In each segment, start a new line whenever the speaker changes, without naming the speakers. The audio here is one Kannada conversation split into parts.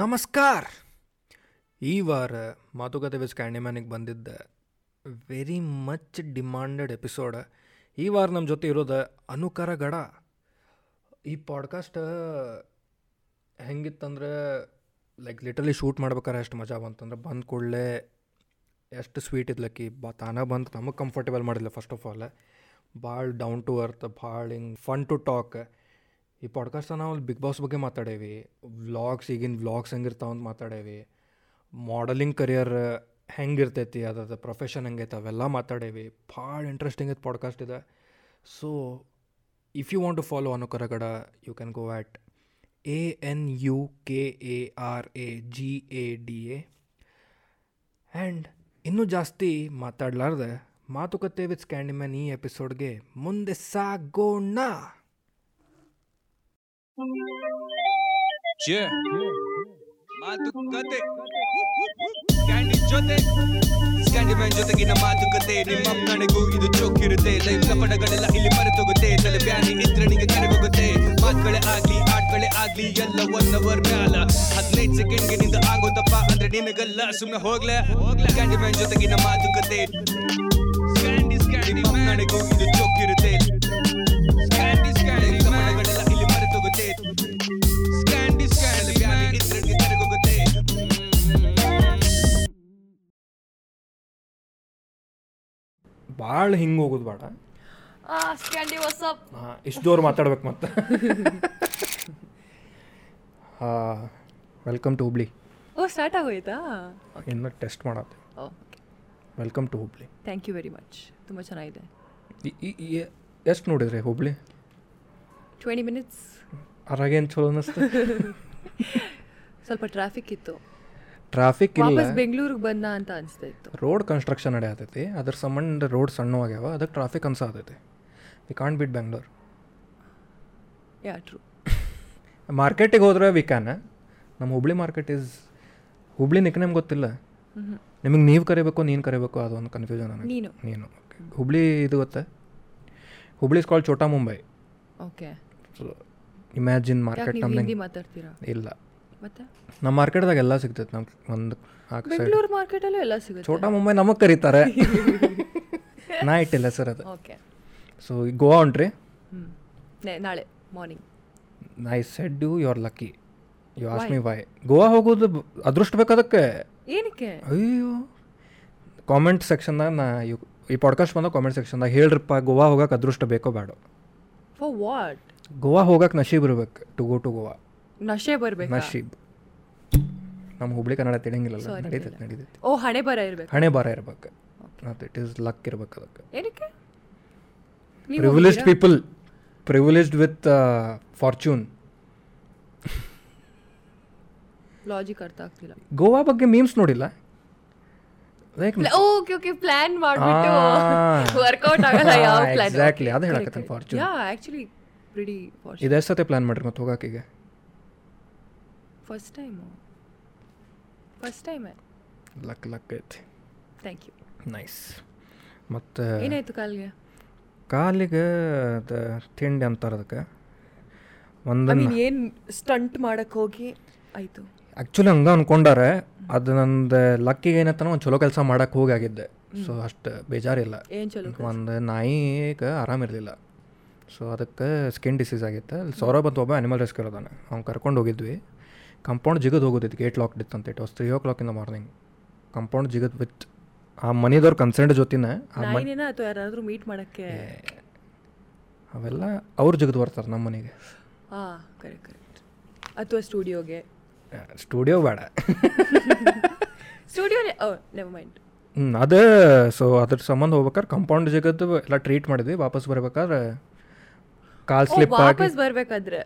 ನಮಸ್ಕಾರ ಈ ವಾರ ಮಾತುಕತೆ ವಿಚ್ ಕ್ಯಾಂಡಿಮ್ಯಾನಿಗೆ ಬಂದಿದ್ದ ವೆರಿ ಮಚ್ ಡಿಮಾಂಡೆಡ್ ಎಪಿಸೋಡ್ ಈ ವಾರ ನಮ್ಮ ಜೊತೆ ಇರೋದು ಅನುಕರ ಗಡ ಈ ಪಾಡ್ಕಾಸ್ಟ್ ಹೆಂಗಿತ್ತಂದ್ರೆ ಲೈಕ್ ಲಿಟಲಿ ಶೂಟ್ ಮಾಡ್ಬೇಕಾರೆ ಎಷ್ಟು ಮಜಾ ಬಂತಂದ್ರೆ ಬಂದ ಕೂಡಲೇ ಎಷ್ಟು ಸ್ವೀಟ್ ಇದ್ಲಕ್ಕಿ ಬಾ ತಾನೇ ಬಂದು ನಮಗೆ ಕಂಫರ್ಟೇಬಲ್ ಮಾಡಿಲ್ಲ ಫಸ್ಟ್ ಆಫ್ ಆಲ್ ಭಾಳ ಡೌನ್ ಟು ಅರ್ತ್ ಭಾಳ ಹಿಂಗೆ ಫನ್ ಟು ಟಾಕ್ ಈ ಪಾಡ್ಕಾಸ್ಟ್ ನಾವು ಬಿಗ್ ಬಾಸ್ ಬಗ್ಗೆ ಮಾತಾಡೇವಿ ವ್ಲಾಗ್ಸ್ ಈಗಿನ ವ್ಲಾಗ್ಸ್ ಹೆಂಗಿರ್ತಾವ ಅಂತ ಮಾತಾಡೇವಿ ಮಾಡಲಿಂಗ್ ಕರಿಯರ್ ಹೆಂಗಿರ್ತೈತಿ ಅದ್ರದ್ದು ಪ್ರೊಫೆಷನ್ ಹೆಂಗೈತೆ ಅವೆಲ್ಲ ಮಾತಾಡೇವಿ ಭಾಳ ಇಂಟ್ರೆಸ್ಟಿಂಗ್ ಇತ್ತು ಪಾಡ್ಕಾಸ್ಟ್ ಇದೆ so if you want to follow ಅನ್ನೋ Karagada you can go at A N U K A R A G A D A and ಇನ್ನೂ ಜಾಸ್ತಿ ಮಾತಾಡಲಾರ್ದೆ ಮಾತುಕತೆ ವಿತ್ ಸ್ಕ್ಯಾಂಡಿಮ್ಯಾನ್ ಈ ಎಪಿಸೋಡ್ಗೆ ಮುಂದೆ ಸಾಗೋಣ
Yeah. ಮಾತುಕತೆ ಸ್ಕ್ಯಾಂಡಿ ಜೊತೆ ಸ್ಕ್ಯಾಂಡಿಮ್ಯಾನ್ ಜೊತೆಗಿನ ಮಾತುಕತೆ ನಿಮ್ಮ ನಡೆಗೂ ಇದು ಚೋಕಿರುತ್ತೆ ಲೈಫ್ನ ಪಡಗಳೆಲ್ಲ ಇಲ್ಲಿ ಮರೆತೋಗುತ್ತೆ ತಲೆ ಬ್ಯಾನಿ ನಿದ್ರಣಿಗೆ ಕರೆಗೋಗುತ್ತೆ ಮಾತುಗಳೇ ಆಗ್ಲಿ ಆಟಗಳೇ ಆಗ್ಲಿ ಎಲ್ಲ ಒನ್ ಅವರ್ ಮ್ಯಾಲ ಹದಿನೈದು ಸೆಕೆಂಡ್ಗೆ ನಿಂದ ಆಗೋದಪ್ಪ ಅಂದ್ರೆ ನಿನಗಲ್ಲ ಸುಮ್ನೆ ಹೋಗ್ಲೆ ಸ್ಕ್ಯಾಂಡಿಮ್ಯಾನ್ ಜೊತೆಗಿನ ಮಾತುಕತೆ ಸ್ಕ್ಯಾಂಡಿ ಸ್ಕ್ಯಾಂಡಿ ನಡೆಗೂ ಇದು ಚೋಕಿರುತ್ತೆ ಸ್ಕ್ಯಾಂಡಿ ಸ್ಕ್ಯಾಂಡಿ ಲೈಫ್ನ ಪಡಗಳೆಲ್ಲ ಇಲ್ಲಿ ಮರೆತೋಗುತ್ತೆ Scandi, scandi, man. ಇದ್ರಲ್ಲಿ ಕರಗೋಗುತ್ತೆ.
ಭಾಳ ಹಿಂಗೆ ಹೋಗೋದು ಬೇಡ
Ah, Scandi, what's up?
ಹಾಂ ಇಷ್ಟು ಜೋರು ಮಾತಾಡ್ಬೇಕು ಮತ್ತೆ ಹಾಂ welcome to Hubli
O start ಆಗೋಯ್ತಾ
ಇನ್ನು ಟೆಸ್ಟ್ ಮಾಡತ್ತೆ
okay
welcome to Hubli
thank you very much ತುಂಬ ಚೆನ್ನಾಗಿದೆ
ಎಷ್ಟು ನೋಡಿದ್ರಿ ಹುಬ್ಳಿ
ಟ್ವೆಂಟಿ ಮಿನಿಟ್ಸ್
ಅರಾಗೇನು ಚಲೋ ಅನ್ನಿಸ್ತು
ಸ್ವಲ್ಪ ಟ್ರಾಫಿಕ್ ಇತ್ತು
ಟ್ರಾಫಿಕ್ ಇಲ್ಲ
ವಾಪಸ್ ಬೆಂಗಳೂರಿಗೆ ಬಂದ ಅಂತ ಅನಿಸ್ತಾ ಇತ್ತು
ರೋಡ್ ಕನ್ಸ್ಟ್ರಕ್ಷನ್ ನಡೆಯತೈತಿ ಅದ್ರ ಸಂಬಂಧ ರೋಡ್ ಸಣ್ಣವಾಗ್ಯಾವ ಅದಕ್ಕೆ ಟ್ರಾಫಿಕ್ ಅನ್ಸಾತೈತಿ we can't beat Bengaluru
yeah true
ಮಾರ್ಕೆಟಿಗೆ ಹೋದ್ರೆ ವಿ ಕ್ಯಾನ್ ನಮ್ಮ Hubli market is Hubli nickname ಗೊತ್ತಿಲ್ಲ ನಿಮಗೆ ನೀವು ಕರಿಬೇಕು ನೀನು ಕರಿಬೇಕು ಅದೊಂದು ಕನ್ಫ್ಯೂಷನ್ ನನಗೆ
ನೀನು
ನೀನು Okay. ಹುಬ್ಳಿ ಇದು ಗೊತ್ತಾ Hubli is call Chota Mumbai
okay
so imagine
ಯಾಕೆ
ಮಾರ್ಕೆಟ್
ನೀವು
ನಮ್ದು
ಹಿಂದಿ ಮಾತಾಡ್ತೀರಾ
ಇಲ್ಲ
ಮತ್ತೆ
ನಮ್ಮ ಮಾರ್ಕೆಟ್ದಾಗ ಎಲ್ಲ ಸಿಗ್ತೈತೆ ನಮ್ಮ ಒಂದು ಹಾಕಿ ಸೈಡ್
ಬೆಂಗಳೂರು ಮಾರ್ಕೆಟಲ್ಲೂ ಎಲ್ಲ ಸಿಗುತ್ತೆ
ಚೋಟಾ ಮುಂಬೈ ನಮಗೆ ಕರೀತಾರೆ ನಾ ಇಟ್ಟಿಲ್ಲ ಸರ್ ಅದು
ಓಕೆ
ಸೊ ಗೋವಾ ಹೊಂಟ್ರಿ
ಹ್ಞೂ ನಾಳೆ morning
I said you you are lucky you ask me why Goa ಹೋಗೋದು ಬ- ಅದೃಷ್ಟ ಬೇಕು ಅದಕ್ಕೆ
ಏನಕ್ಕೆ
ಅಯ್ಯೋ ಕಾಮೆಂಟ್ ಸೆಕ್ಷನ್ದಾಗ ನಾ ಯು ಈ ಪಾಡ್ಕಾಸ್ಟ್ ಬಂದಾಗ ಕಾಮೆಂಟ್ ಸೆಕ್ಷನ್ದಾಗ ಹೇಳ್ರಪ್ಪ ಗೋವಾ ಹೋಗಕ್ಕೆ ಅದೃಷ್ಟ ಬೇಕೋ ಬೇಡ
ಫಾರ್ ವಾಟ್
ಗೋವಾ ಹೋಗಕ್ಕೆ ನಶೀಬ್ ಇರ್ಬೇಕು ಟು ಗೋ ಟು ಗೋವಾ
ನಶೆ ಬರಬೇಕು
ನಶೀಬ್ ನಮ್ಮ ಹುಬ್ಳಿ ಕನ್ನಡ ತಿಳಿಯಂಗಿಲ್ಲಲ್ಲ ನಡೀತೈತೆ ನಡೀತೈತೆ
ಓ ಹಣೆ ಬರ ಇರಬೇಕು
ಹಣೆ ಬಾರ ಇರ್ಬೇಕು ಮತ್ತು ಇಟ್ ಈಸ್ ಲಕ್ ಇರ್ಬೇಕು ಅದಕ್ಕೆ
ಏನಕ್ಕೆ
privileged people privileged with fortune
logic ಅರ್ಥ ಆಗ್ತಿಲ್ಲ
ಗೋವಾ ಬಗ್ಗೆ ಮೀಮ್ಸ್ ನೋಡಿಲ್ಲ ಲೈಕ್
ಓಕೆ ಓಕೆ ಪ್ಲಾನ್ ಮಾಡ್ಬಿಟ್ಟು ವರ್ಕೌಟ್ ಆಗಲ್ಲ ಯಾವ ಪ್ಲಾನ್
ಎಕ್ಸಾಕ್ಟ್ಲಿ ಅದು ಹೇಳಕತ್ತೇನೆ ಫಾರ್ಚೂನ್
ಯಾ ಆಕ್ಚುಲಿ ಪ್ರಿಡಿ
ಇದು ಎಷ್ಟು ಸತಿ ಪ್ಲಾನ್ ಮಾಡ್ರಿ ಮತ್ತೆ ಹೋಗಕ್ಕೆ ಈಗ
first time first time
luck luck ಐತಿ
ಥ್ಯಾಂಕ್ ಯು
ನೈಸ್ ಮತ್ತು
ಏನಾಯ್ತು ಕಾಲ್ಗೆ
ಕಾಲಿಗೆ ಅದು ತಿಂಡಿ ಅಂತಾರೆ ಅದಕ್ಕೆ
ಐ
ಒಂದನ್ನು
ಮೀನ್ ಏನ್ ಸ್ಟಂಟ್ ಮಾಡಕ್ ಹೋಗಿ ಆಯ್ತು
ಆ್ಯಕ್ಚುಲಿ ಹಂಗೆ ಅಂದ್ಕೊಂಡಾರೆ ಅದು ನಂದು ಲಕ್ಕಿಗೆ ಏನತ್ತನ ಒಂದು ಚಲೋ ಕೆಲಸ ಮಾಡೋಕ್ಕೆ ಹೋಗಾಗಿದ್ದೆ ಸೊ ಅಷ್ಟು ಬೇಜಾರಿಲ್ಲ
ಏನ್ ಚಲೋ
ಒಂದು ನಾಯಿಗೆ ಆರಾಮಿರಲಿಲ್ಲ ಸೊ ಅದಕ್ಕೆ ಸ್ಕಿನ್ ಡಿಸೀಸ್ ಆಗಿತ್ತು ಅಲ್ಲಿ ಸೌರಭ್ ಅಂತ ಒಬ್ಬ ಅನಿಮಲ್ ರೆಸ್ಕ್ಯೂ ಅದಾನೆ ಅವ್ನು ಕರ್ಕೊಂಡು ಹೋಗಿದ್ವಿ ಕಂಪೌಂಡ್ ಜಿಗದ್ ಹೋಗೋದಿತ್ತು ಗೇಟ್ ಲಾಕ್ಡ್ ಇತ್ತು ಅಂತ it was three o'clock in the morning compound ಜಿಗದ್ ವಿತ್ ಆ ಮನೆದವ್ರ ಕನ್ಸರ್ಟ್ ಜೊತಿನ ಆ ಮನೆ
ನಾಯಿನೇನ ಅಥವಾ ಯಾರಾದ್ರೂ ಮೀಟ್ ಮಾಡಕ್ಕೆ
ಅವೆಲ್ಲ ಅವ್ರು ಜಿಗದ್ ಬರ್ತಾರೆ ನಮ್ಮ ಮನೆಗೆ
ಹಾ ಕರೆಕ್ಟ್ ಕರೆಕ್ಟ್ ಅಥವಾ ಸ್ಟುಡಿಯೋಗೆ
ಸ್ಟುಡಿಯೋ ಬೇಡ
ಸ್ಟುಡಿಯೋ ನೆವರ್ ಮೈಂಡ್
ಹ್ಞೂ ಅದೇ ಸೊ ಅದ್ರ ಸಂಬಂಧ ಹೋಗ್ಬೇಕಾದ್ರೆ ಕಂಪೌಂಡ್ ಜಿಗದ್ದು ಎಲ್ಲ ಟ್ರೀಟ್ ಮಾಡಿದ್ವಿ ವಾಪಸ್ ಬರ್ಬೇಕಾದ್ರೆ ಕಾಲ್ ಸ್ಲಿಪ್ ಆಗಿ
Oh, ವಾಪಸ್ ಬರ್ಬೇಕಾದ್ರೆ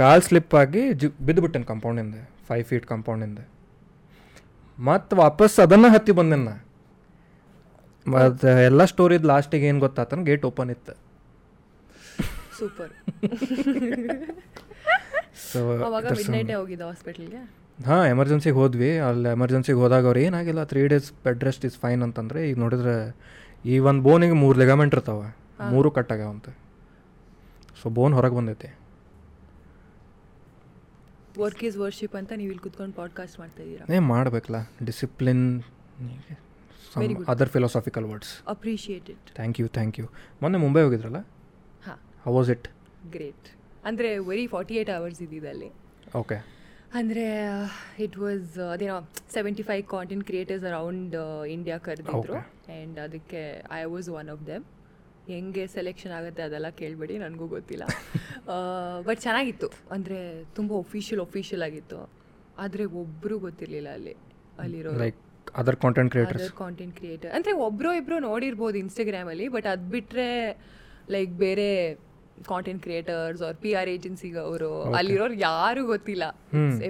ಕಾಲು ಸ್ಲಿಪ್ ಆಗಿ ಜಿ ಬಿದ್ದುಬಿಟ್ಟೆನು ಕಂಪೌಂಡಿಂದ ಫೈವ್ ಫೀಟ್ ಕಂಪೌಂಡಿಂದ ಮತ್ತು ವಾಪಸ್ ಅದನ್ನು ಹತ್ತಿ ಬಂದೆ ನಾ ಮತ್ತು ಎಲ್ಲ ಸ್ಟೋರಿದು ಲಾಸ್ಟಿಗೆ ಏನು ಗೊತ್ತಾತನ ಗೇಟ್ ಓಪನ್ ಇತ್ತು
ಸೂಪರ್
ಸೊ
ಅವಾಗ ಮಿಡ್ ನೈಟೇ ಹೋಗಿದ್ದ ಹಾಸ್ಪಿಟಲ್ಗೆ
ಹಾಂ ಎಮರ್ಜೆನ್ಸಿಗೆ ಹೋದ್ವಿ ಅಲ್ಲಿ ಎಮರ್ಜೆನ್ಸಿಗೆ ಹೋದಾಗ ಅವ್ರು ಏನಾಗಿಲ್ಲ three days bed rest is fine ಅಂತಂದ್ರೆ ಈಗ ನೋಡಿದ್ರೆ ಈ ಒಂದು ಬೋನಿಗೆ ಮೂರು ಲೆಗಾಮೆಂಟ್ ಇರ್ತಾವೆ ಮೂರು ಕಟ್ ಆಗ್ಯಾವಂತೆ ಸೊ ಬೋನ್ ಹೊರಗೆ ಬಂದೈತಿ
ವರ್ಕ್ ಈಸ್ ವರ್ಷಿಪ್ ಅಂತ ನೀವು ಇಲ್ಲಿ ಕುತ್ಕೊಂಡು ಪಾಡ್ಕಾಸ್ಟ್ ಮಾಡ್ತಾ ಇದ್ದೀರಾ
ಏ ಮಾಡಬೇಕಲ್ಲ discipline
Very good.
Other philosophical words
appreciated
thank you thank you ಮೊನ್ನೆ ಮುಂಬೈ ಹೋಗಿದ್ರಲ್ಲ
ಹಾಂ
ಹೌ ವಾಸ್ ಇಟ್
ಗ್ರೇಟ್ ಅಂದರೆ ವೆರಿ ಫಾರ್ಟಿ ಏಯ್ಟ್ ಅವರ್ಸ್ ಇದ್ದಿದ್ದು ಅಲ್ಲಿ
ಓಕೆ
ಅಂದರೆ ಇಟ್ ವಾಸ್ ಅದೇನೋ seventy five content creators around India ಕರೆದಿದ್ರು ಆ್ಯಂಡ್ ಅದಕ್ಕೆ I was one of them ಹೆಂಗೆ ಸೆಲೆಕ್ಷನ್ ಆಗುತ್ತೆ ಅದೆಲ್ಲ ಕೇಳಬೇಡಿ ನನಗೂ ಗೊತ್ತಿಲ್ಲ ಬಟ್ ಚೆನ್ನಾಗಿತ್ತು ಅಂದರೆ ತುಂಬ ಒಫಿಷಿಯಲ್ ಒಫಿಷಿಯಲ್ ಆಗಿತ್ತು ಆದರೆ ಒಬ್ಬರು ಗೊತ್ತಿರಲಿಲ್ಲ ಅಲ್ಲಿ ಅಲ್ಲಿರೋ
like other content creators
other content creator ಅಂದರೆ ಒಬ್ಬರು ಇಬ್ಬರು ನೋಡಿರ್ಬೋದು ಇನ್ಸ್ಟಾಗ್ರಾಮಲ್ಲಿ ಬಟ್ ಅದು ಬಿಟ್ಟರೆ ಲೈಕ್ ಬೇರೆ ಕಾಂಟೆಂಟ್ ಕ್ರಿಯೇಟರ್ಸ್ ಅವ್ರ ಪಿ ಆರ್ ಏಜೆನ್ಸಿಗೆ ಅವರು ಅಲ್ಲಿರೋರು ಯಾರು ಗೊತ್ತಿಲ್ಲ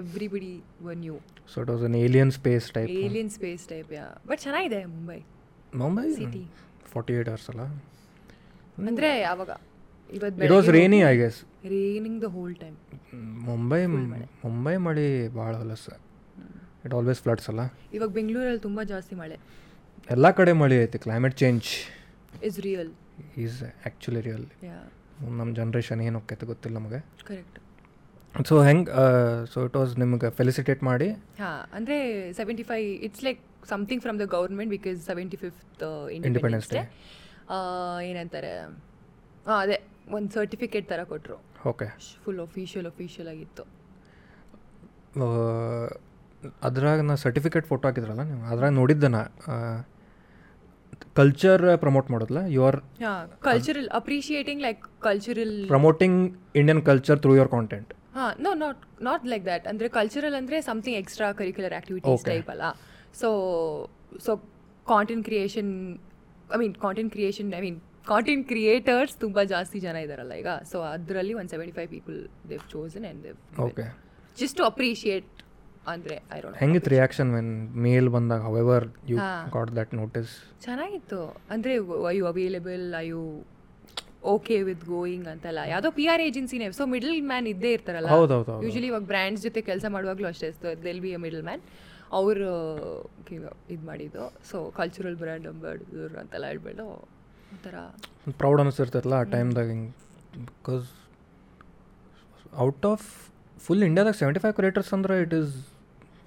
everybody one you
so it was an alien space type
alien space type yeah but ಚೆನ್ನಾಗಿದೆ Mumbai
Mumbai
City.
Forty eight hours ಅಲ್ಲ
ಅಂದರೆ ಯಾವಾಗ
ಇಟ್ ವಾಸ್
ಇವತ್ತು
rainy I guess
raining the whole time
Mumbai Mumbai ಮಳಿ ಭಾಳ ಹೊಲಸು ಇಟ್ ಆಲ್ವೇಸ್ ಫ್ಲಡ್ಸ್ ಅಲ್ಲ
ಇವಾಗ ಬೆಂಗಳೂರಲ್ಲಿ ತುಂಬ ಜಾಸ್ತಿ ಮಳೆ
ಎಲ್ಲ ಕಡೆ ಮಳೆ ಐತಿ climate change
is real
is actually real
yeah
ನಮ್ಮ ಜನ್ರೇಷನ್ ಏನು ಹೋಗ್ತೈತೆ ಗೊತ್ತಿಲ್ಲ ನಮಗೆ
ಕರೆಕ್ಟ್
ಸೊ ಹೆಂಗೆ ಸೊ ಇಟ್ ವಾಸ್ ನಿಮ್ಗೆ ಫೆಲಿಸಿಟೇಟ್ ಮಾಡಿ
ಹಾ ಅಂದ್ರೆ seventy five it's like something from the government because seventy fifth
Independence
Independence Day Uh, ಏನಂತಾರೆ ಹಾಂ ಅದೇ ಒಂದು ಸರ್ಟಿಫಿಕೇಟ್ ಥರ ಕೊಟ್ಟರು
ಓಕೆ
ಫುಲ್ ಒಫಿಷಿಯಲ್ ಒಫಿಷಿಯಲ್ ಆಗಿತ್ತು
ಅದ್ರಾಗ ನಾ ಸರ್ಟಿಫಿಕೇಟ್ ಫೋಟೋ ಹಾಕಿದ್ರಲ್ಲ ನೀವು ಅದ್ರಾಗ ನೋಡಿದ್ದೆ ನಾ ಕಲ್ಚರ್ ಪ್ರಮೋಟ್ ಮಾಡೋದಲ್ಲ ಯು ಆರ್
ಹಾಂ cultural appreciating like cultural
promoting Indian culture through your content
ಹಾಂ no not not like that ಅಂದರೆ ಕಲ್ಚರಲ್ ಅಂದರೆ something extracurricular activities
Okay.
Type ಅಲ್ಲ so so content creation I mean content creation I mean content creators ತುಂಬ ಜಾಸ್ತಿ ಜನ ಇದ್ದಾರಲ್ಲ ಈಗ ಸೊ ಅದರಲ್ಲಿ ಒಂದು seventy five people they've chosen and they've
okay
just to appreciate ಅಂದರೆ ಐ ಡೋಂಟ್
ಹೆಂಗಿತ್ತು ರಿಯಾಕ್ಷನ್ ವೆನ್ ಮೇಲ್ ಬಂದಾಗ ಹೌ ಎವರ್ ಯು
ಹಾ.
ಗಾಟ್ ದಟ್ ನೋಟಿಸ್
ಚೆನ್ನಾಗಿತ್ತು ಅಂದರೆ I you available I you okay with going ಅಂತಲ್ಲ ಯಾವುದೋ ಪಿ ಆರ್ ಏಜೆನ್ಸಿನೇ ಸೊ ಮಿಡಲ್ ಮ್ಯಾನ್ ಇದ್ದೇ ಇರ್ತಾರಲ್ಲ
ಹೌದು ಹೌದು ಹೌದು
ಯೂಶಲಿ ಇವಾಗ ಬ್ರ್ಯಾಂಡ್ಸ್ ಜೊತೆ ಕೆಲಸ ಮಾಡುವಾಗಲೂ ಅಷ್ಟೇ they'll be a middleman ಅವರು ಇದು ಮಾಡಿದ್ದು ಸೊ ಕಲ್ಚರಲ್ ಬ್ರ್ಯಾಂಡ್ ಅಂಬಾಡಿದ್ರು ಅಂತೆಲ್ಲ ಹೇಳ್ಬಿಟ್ಟು ಒಂಥರ
ಪ್ರೌಡ್ ಅನಿಸ್ತಿರ್ತೈತಲ್ಲ ಆ ಟೈಮ್ದಾಗ ಹಿಂಗೆ ಬಿಕಾಸ್ ಔಟ್ ಆಫ್ ಫುಲ್ ಇಂಡಿಯಾದಾಗ ಸೆವೆಂಟಿ ಫೈವ್ ಕ್ರಿಯೇಟರ್ಸ್ ಅಂದ್ರೆ ಇಟ್ ಈಸ್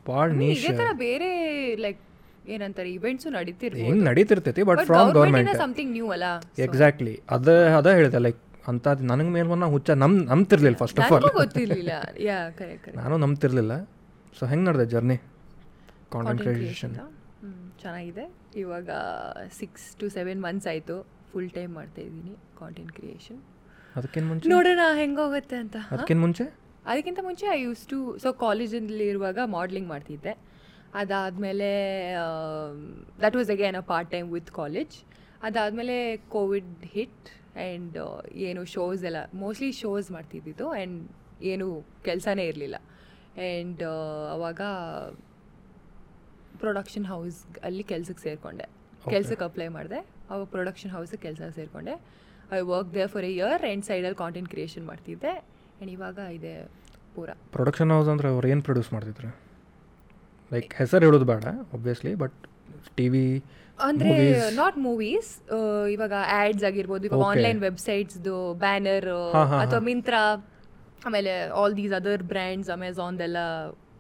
ಭಾಳ ನೀಶ್
ಇದೇ ಥರ ಬೇರೆ ಲೈಕ್ ಏನಂತಾರೆ ಇವೆಂಟ್ಸು ನಡೀತಿರ್ಬೋದು
ಹೆಂಗ್ ನಡೀತಿರ್ತೈತಿ ಬಟ್
ಬಟ್
ಫ್ರಮ್ ಗೌರ್ಮೆಂಟ್
ಗೌರ್ಮೆಂಟಿಂದ ಸಮಥಿಂಗ್ ನ್ಯೂ ಅಲ್ಲ
ಎಕ್ಸಾಕ್ಟ್ಲಿ ಅದ ಅದ ಹೇಳಿದೆ ಲೈಕ್ ಅಂತ ನನಗೆ ಮೇಲೆ ಬಂದ ಹುಚ್ಚ ನಮ್ ನಂಬ್ತಿರ್ಲಿಲ್ಲ ಫಸ್ಟ್ ಆಫ್ ಆಲ್
ನನಗೂ ಗೊತ್ತಿರಲಿಲ್ಲ ಯಾ ಕರೆಕ್ಟ್ ಕರೆಕ್ಟ್
ನಾನು ನಂಬ್ತಿರ್ಲಿಲ್ಲ ಸೊ ಹೆಂಗೆ ನಡೆದೆ ಜರ್ನಿ ಕಾಂಟೆಂಟ್ ಕ್ರಿಯೇಷನ್
ಚೆನ್ನಾಗಿದೆ ಇವಾಗ ಸಿಕ್ಸ್ ಟು ಸೆವೆನ್ ಮಂತ್ಸ್ ಆಯಿತು ಫುಲ್ ಟೈಮ್ ಮಾಡ್ತಾ ಇದ್ದೀನಿ ಕಾಂಟೆಂಟ್ ಕ್ರಿಯೇಷನ್
ಅದಕ್ಕಿಂತ ಮುಂಚೆ
ನೋಡೋಣ ಹೆಂಗೋಗುತ್ತೆ ಅಂತ ಹಾ?
ಅದಕ್ಕಿಂತ ಮುಂಚೆ
ಅದಕ್ಕಿಂತ ಮುಂಚೆ ಐ ಯೂಸ್ ಟು ಸೊ ಕಾಲೇಜಲ್ಲಿ ಇರುವಾಗ ಮಾಡಲಿಂಗ್ ಮಾಡ್ತಿದ್ದೆ um, ಅದಾದಮೇಲೆ that was again a part time with college ಅದಾದಮೇಲೆ ಕೋವಿಡ್ ಹಿಟ್ ಆ್ಯಂಡ್ uh, ಏನು ಶೋಸ್ ಎಲ್ಲ ಮೋಸ್ಟ್ಲಿ ಶೋಸ್ ಮಾಡ್ತಿದ್ದಿದ್ದು ಆ್ಯಂಡ್ ಏನು ಕೆಲಸನೇ ಇರಲಿಲ್ಲ ಆ್ಯಂಡ್ uh, ಅವಾಗ ಪ್ರೊಡಕ್ಷನ್ ಹೌಸ್ ಅಲ್ಲಿ ಕೆಲ್ಸಕ್ಕೆ ಸೇರಿಕೊಂಡೆ ಕೆಲ್ಸಕ್ಕೆ ಅಪ್ಲೈ ಮಾಡಿದೆ ಅವಾಗ ಪ್ರೊಡಕ್ಷನ್ ಹೌಸಿಗೆ ಕೆಲಸ ಸೇರಿಕೊಂಡೆ I work there for a year and ಸೈಡಲ್ಲಿ ಕಾಂಟೆಂಟ್ ಕ್ರಿಯೇಷನ್ ಮಾಡ್ತಿದ್ದೆ ಆ್ಯಂಡ್ ಇವಾಗ ಇದೆ ಪೂರ
ಪ್ರೊಡಕ್ಷನ್ ಹೌಸ್ ಅಂದ್ರೆ ಅವ್ರು ಏನು ಪ್ರೊಡ್ಯೂಸ್ ಮಾಡ್ತಿದ್ರು ಲೈಕ್ ಹೆಸರು ಹೇಳೋದು ಬೇಡ ಒಬ್ವಿಯಸ್ಲಿ ಬಟ್ ಟಿ ವಿ
ಅಂದರೆ ನಾಟ್ ಮೂವೀಸ್ ಇವಾಗ ಆ್ಯಡ್ಸ್ ಆಗಿರ್ಬೋದು ಇವಾಗ
Okay.
ಆನ್ಲೈನ್ ವೆಬ್ಸೈಟ್ಸ್ದು ಬ್ಯಾನರ್
ಹಾ, ಹಾ,
ಅಥವಾ ಮಿಂತ್ರ ಆಮೇಲೆ ಆಲ್ ದೀಸ್ ಅದರ್ ಬ್ರ್ಯಾಂಡ್ಸ್ ಅಮೆಝಾನ್ದೆಲ್ಲ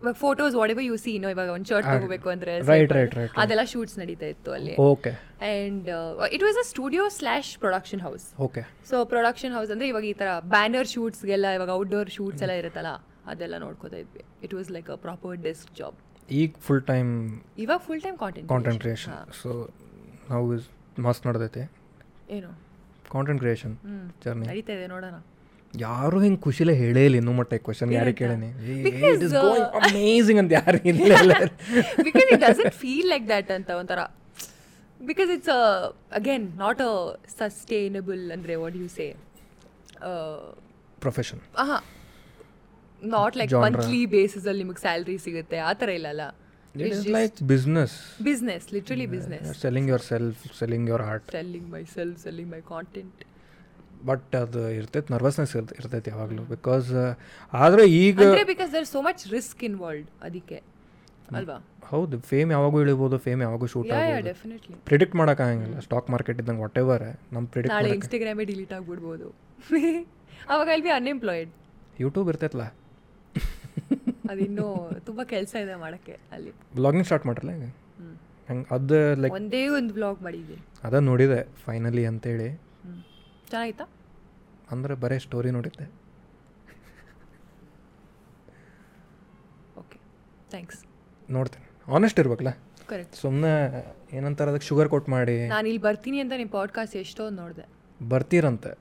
ಇವಾಗ photos whatever you see no ಇವಾಗ ಒಂದು ಶರ್ಟ್
Ah,
ತಗೋಬೇಕು ಅಂದರೆ
right, right, right, right. Oh.
ಅದೆಲ್ಲ ಶೂಟ್ಸ್ ನಡೀತಾ ಇತ್ತು ಅಲ್ಲಿ
okay
and it was a studio slash production house
okay
so production house ಅಂದರೆ ಇವಾಗ ಈ ಥರ ಬ್ಯಾನರ್ ಶೂಟ್ಸ್ಗೆಲ್ಲ ಇವಾಗ ಔಟ್ಡೋರ್ ಶೂಟ್ಸ್ ಎಲ್ಲ ಇರುತ್ತಲ್ಲ ಅದೆಲ್ಲ ನೋಡ್ಕೋತಾ ಇದ್ವಿ it was like a proper desk job
ಈಗ ಫುಲ್ ಟೈಮ್
ಇವಾಗ full time content
content creation so ನಾವು ಇಸ್ ಮಸ್ತ್ ನಡೆದೈತಿ
ಏನು
ಕಾಂಟೆಂಟ್ ಕ್ರಿಯೇಷನ್ ಜರ್ನಿ
ನಡೀತಾ ಇದೆ ನೋಡೋಣ
ಯಾರು ಹಿಂಗೆ ಖುಷಿಲೇ ಹೇಳೇ ಇಲ್ಲ ಇನ್ನೂ ಮಟ್ಟ ಕ್ವಶನ್ ಯಾರಿಗೆ ಕೇಳೇನಿ
Because, uh,
it is going amazing ಅಂತ ಯಾರು ಇಲ್ಲ
because it doesn't feel like that ಅಂತ ಒಂಥರ because it's again not a sustainable ಅಂದರೆ what you say
profession
Uh, ಆಹಾ ನಾಟ್ ಲೈಕ್
Genre.
ಮಂತ್ಲಿ ಬೇಸಿಸಲ್ಲಿ ನಿಮಗೆ ಸ್ಯಾಲ್ರಿ ಸಿಗುತ್ತೆ ಆ ಥರ ಇಲ್ಲಲ್ಲ
it is like business
business literally business
selling yourself selling your heart
selling myself selling my content
but ಅದು ಇರ್ತೈತೆ ನರ್ವಸ್ನೆಸ್ ಇರ್ತೈತೆ ಯಾವಾಗಲೂ ಬಿಕಾಸ್ ಆದರೆ ಈಗ
ಅಂದ್ರೆ because there so much risk involve ಅದಕ್ಕೆ ಅಲ್ವಾ
ಹೌದು ಫೇಮ್ ಯಾವಾಗೂ ಇಳಿಬೋದು ಫೇಮ್ ಯಾವಾಗೂ ಶೂಟ್
ಯಾ ಯಾ
ಆಗ್ಬೋದು
ಡೆಫಿನೆಟ್ಲಿ
ಪ್ರಿಡಿಕ್ಟ್ ಮಾಡೋಕ್ಕಾಗಂಗಿಲ್ಲ ಸ್ಟಾಕ್ ಮಾರ್ಕೆಟ್ ಇದ್ದಂಗೆ ವಾಟ್ ಎವರ್ ನಮ್ಮ ಪ್ರಿಡಿಕ್ಟ್
ನಾಳೆ
ಮಾಡಕ್ಕೆ
ಇನ್ಸ್ಟಾಗ್ರಾಮೇ ಡಿಲೀಟ್ ಆಗ್ಬಿಡ್ಬೋದು ಅವಾಗ ಐ ಬಿ ಅನ್ಎಂಪ್ಲಾಯ್ಡ್
ಯೂಟ್ಯೂಬ್ ಇರ್ತೈತಲ್ಲ
ಅದಿನ್ನೂ ತುಂಬಾ ಕೆಲಸ ಇದೆ ಮಾಡಕ್ಕೆ ಅಲ್ಲಿ
ಬ್ಲಾಗಿಂಗ್ ಸ್ಟಾರ್ಟ್ ಮಾಡ್ರಲ್ಲ ಈಗ ಹೆಂಗೆ ಅದು ಲೈಕ್
ಒಂದೇ ಒಂದು ಬ್ಲಾಗ್ ಮಾಡಿದ್ದೀನಿ
ಅದ ನೋಡಿದೆ ಫೈನಲಿ ಅಂತೇಳಿ
ಹ್ಮ್. ಚೆನ್ನಾಗಿತ್ತಾ
ಅಂದ್ರೆ ಬರೀ ಸ್ಟೋರಿ ನೋಡಿದ್ದೆ
ಓಕೆ ಥ್ಯಾಂಕ್ಸ್
ನೋಡ್ತೀನಿ ಆನೆಸ್ಟ್ ಇರ್ಬೇಕಲ್ಲ
ಕರೆಕ್ಟ್
ಸುಮ್ಮನೆ ಏನಂತಾರೆ ಅದಕ್ಕೆ ಶುಗರ್ ಕೋಟ್ ಮಾಡಿ
ನಾನು ಇಲ್ಲಿ ಬರ್ತೀನಿ ಅಂತ ನಿಮ್ಮ ಪಾಡ್ಕಾಸ್ಟ್ ಎಷ್ಟೊಂದು ನೋಡಿದೆ
ಬರ್ತೀರಂತೆ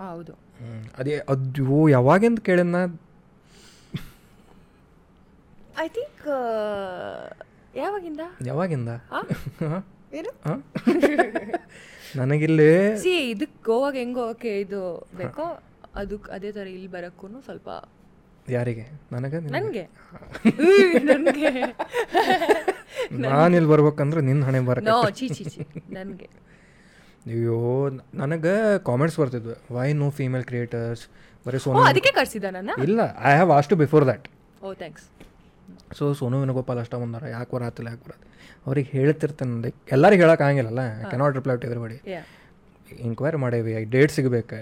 ಹಾಂ ಹೌದು
ಹ್ಮ್. ಅದೇ ಅದು ಯಾವಾಗಿಂದ ಕೇಳಿದ್ನ
ಐ ಥಿಂಕ್ uh, ಯಾವಾಗಿಂದ
ಯಾವಾಗಿಂದ
ಆ? ಏನು
ಆ? ನನಗಿಲ್ಲಿ
ಸಿ ಇದಕ್ಕೆ ಗೋವಾಗ ಹೆಂಗ್ ಹೋಗಕ್ಕೆ ಇದು ಬೇಕೋ ಅದಕ್ಕೆ ಅದೇ ಥರ ಇಲ್ಲಿ ಬರೋಕ್ಕೂ ಸ್ವಲ್ಪ
ಯಾರಿಗೆ ನನಗೆ
ನನಗೆ ನನಗೆ
ನಾನು ಇಲ್ಲಿ ಬರ್ಬೇಕಂದ್ರೆ ನಿನ್ನ ಹಣೆ ಬರ
ನೋ ಚಿ ಚಿ ಚಿ ನನಗೆ
ಅಯ್ಯೋ ನನಗೆ ಕಾಮೆಂಟ್ಸ್ ಬರ್ತಿದ್ವು ವೈ ನೋ ಫೀಮೇಲ್ ಕ್ರಿಯೇಟರ್ಸ್ ಬರೀ
ಓ
ಸೋನು
ಅದಕ್ಕೆ ಕರ್ಸಿದ್ದ ನನ್ನ
ಇಲ್ಲ I have asked before that
oh thanks
so Sonu Venugopal ಅಷ್ಟ ಬಂದಾರ ಯಾಕೆ ಬರತ್ತಿಲ್ಲ ಯಾಕೆ ಬರತ್ತೆ ಅವ್ರಿಗೆ ಹೇಳ್ತಿರ್ತೇನೆ ಲೈಕ್ ಎಲ್ಲರಿಗೆ ಹೇಳೋಕ್ಕಾಗಿಲ್ಲಲ್ಲ cannot reply to everybody
yeah
enquiry ಮಾಡೇವಿ ಡೇಟ್ ಸಿಗಬೇಕು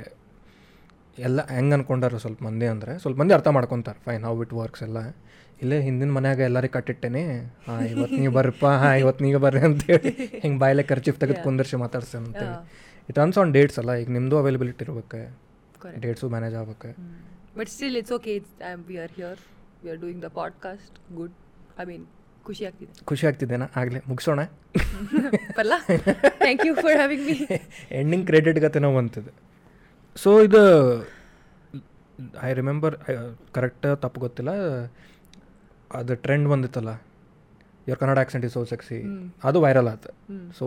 ಎಲ್ಲ ಹೆಂಗೆ ಅನ್ಕೊಂಡಾರ ಸ್ವಲ್ಪ ಮಂದಿ ಅಂದರೆ ಸ್ವಲ್ಪ ಮಂದಿ ಅರ್ಥ ಮಾಡ್ಕೊತಾರೆ ಫೈನ್ ಹೌ ಇಟ್ ವರ್ಕ್ಸ್ ಎಲ್ಲ ಇಲ್ಲೇ ಹಿಂದಿನ ಮನ್ಯಾಗ ಎಲ್ಲರಿಗೆ ಕಟ್ಟಿಟ್ಟೇನೆ ಹಾಂ ಇವತ್ತು ನೀವು ಬರ್ರಪ್ಪ ಹಾಂ ಇವತ್ತು ನೀವು ಬರ್ರಿ ಅಂತೇಳಿ ಹಿಂಗೆ ಬಾಯಲ್ಲೇ ಖರ್ಚಿಫ್ ತೆಗೆದು ಕುಂದರ್ಸಿ ಮಾತಾಡ್ಸಿ ಅಂತೇಳಿ ಇಟ್ ಅನ್ಸ್ ಆನ್ ಡೇಟ್ಸ್ ಅಲ್ಲ ಈಗ ನಿಮ್ಮದು ಅವೈಲಬಿಲಿಟಿ ಇರ್ಬೇಕು
Correct.
ಡೇಟ್ಸು ಮ್ಯಾನೇಜ್ ಆಗ್ಬೇಕು
but still it's okay it's I we are here we are doing the podcast good I mean ಖುಷಿ ಆಗ್ತಿದೆ
ಖುಷಿ ಆಗ್ತಿದ್ದೇನಾ ಆಗಲೇ ಮುಗಿಸೋಣ
ಪಲ್ಲ thank you for having me
ending credit ಗತೆ ನಾವು ಬಂತದೆ ಸೊ ಇದು ಐ ರಿಮೆಂಬರ್ ಕರೆಕ್ಟ್ uh, ತಪ್ಪು ಗೊತ್ತಿಲ್ಲ ಅದು ಟ್ರೆಂಡ್ ಬಂದಿತ್ತಲ್ಲ your Kannada accent is so sexy ಅದು ವೈರಲ್ ಆಯ್ತು ಸೊ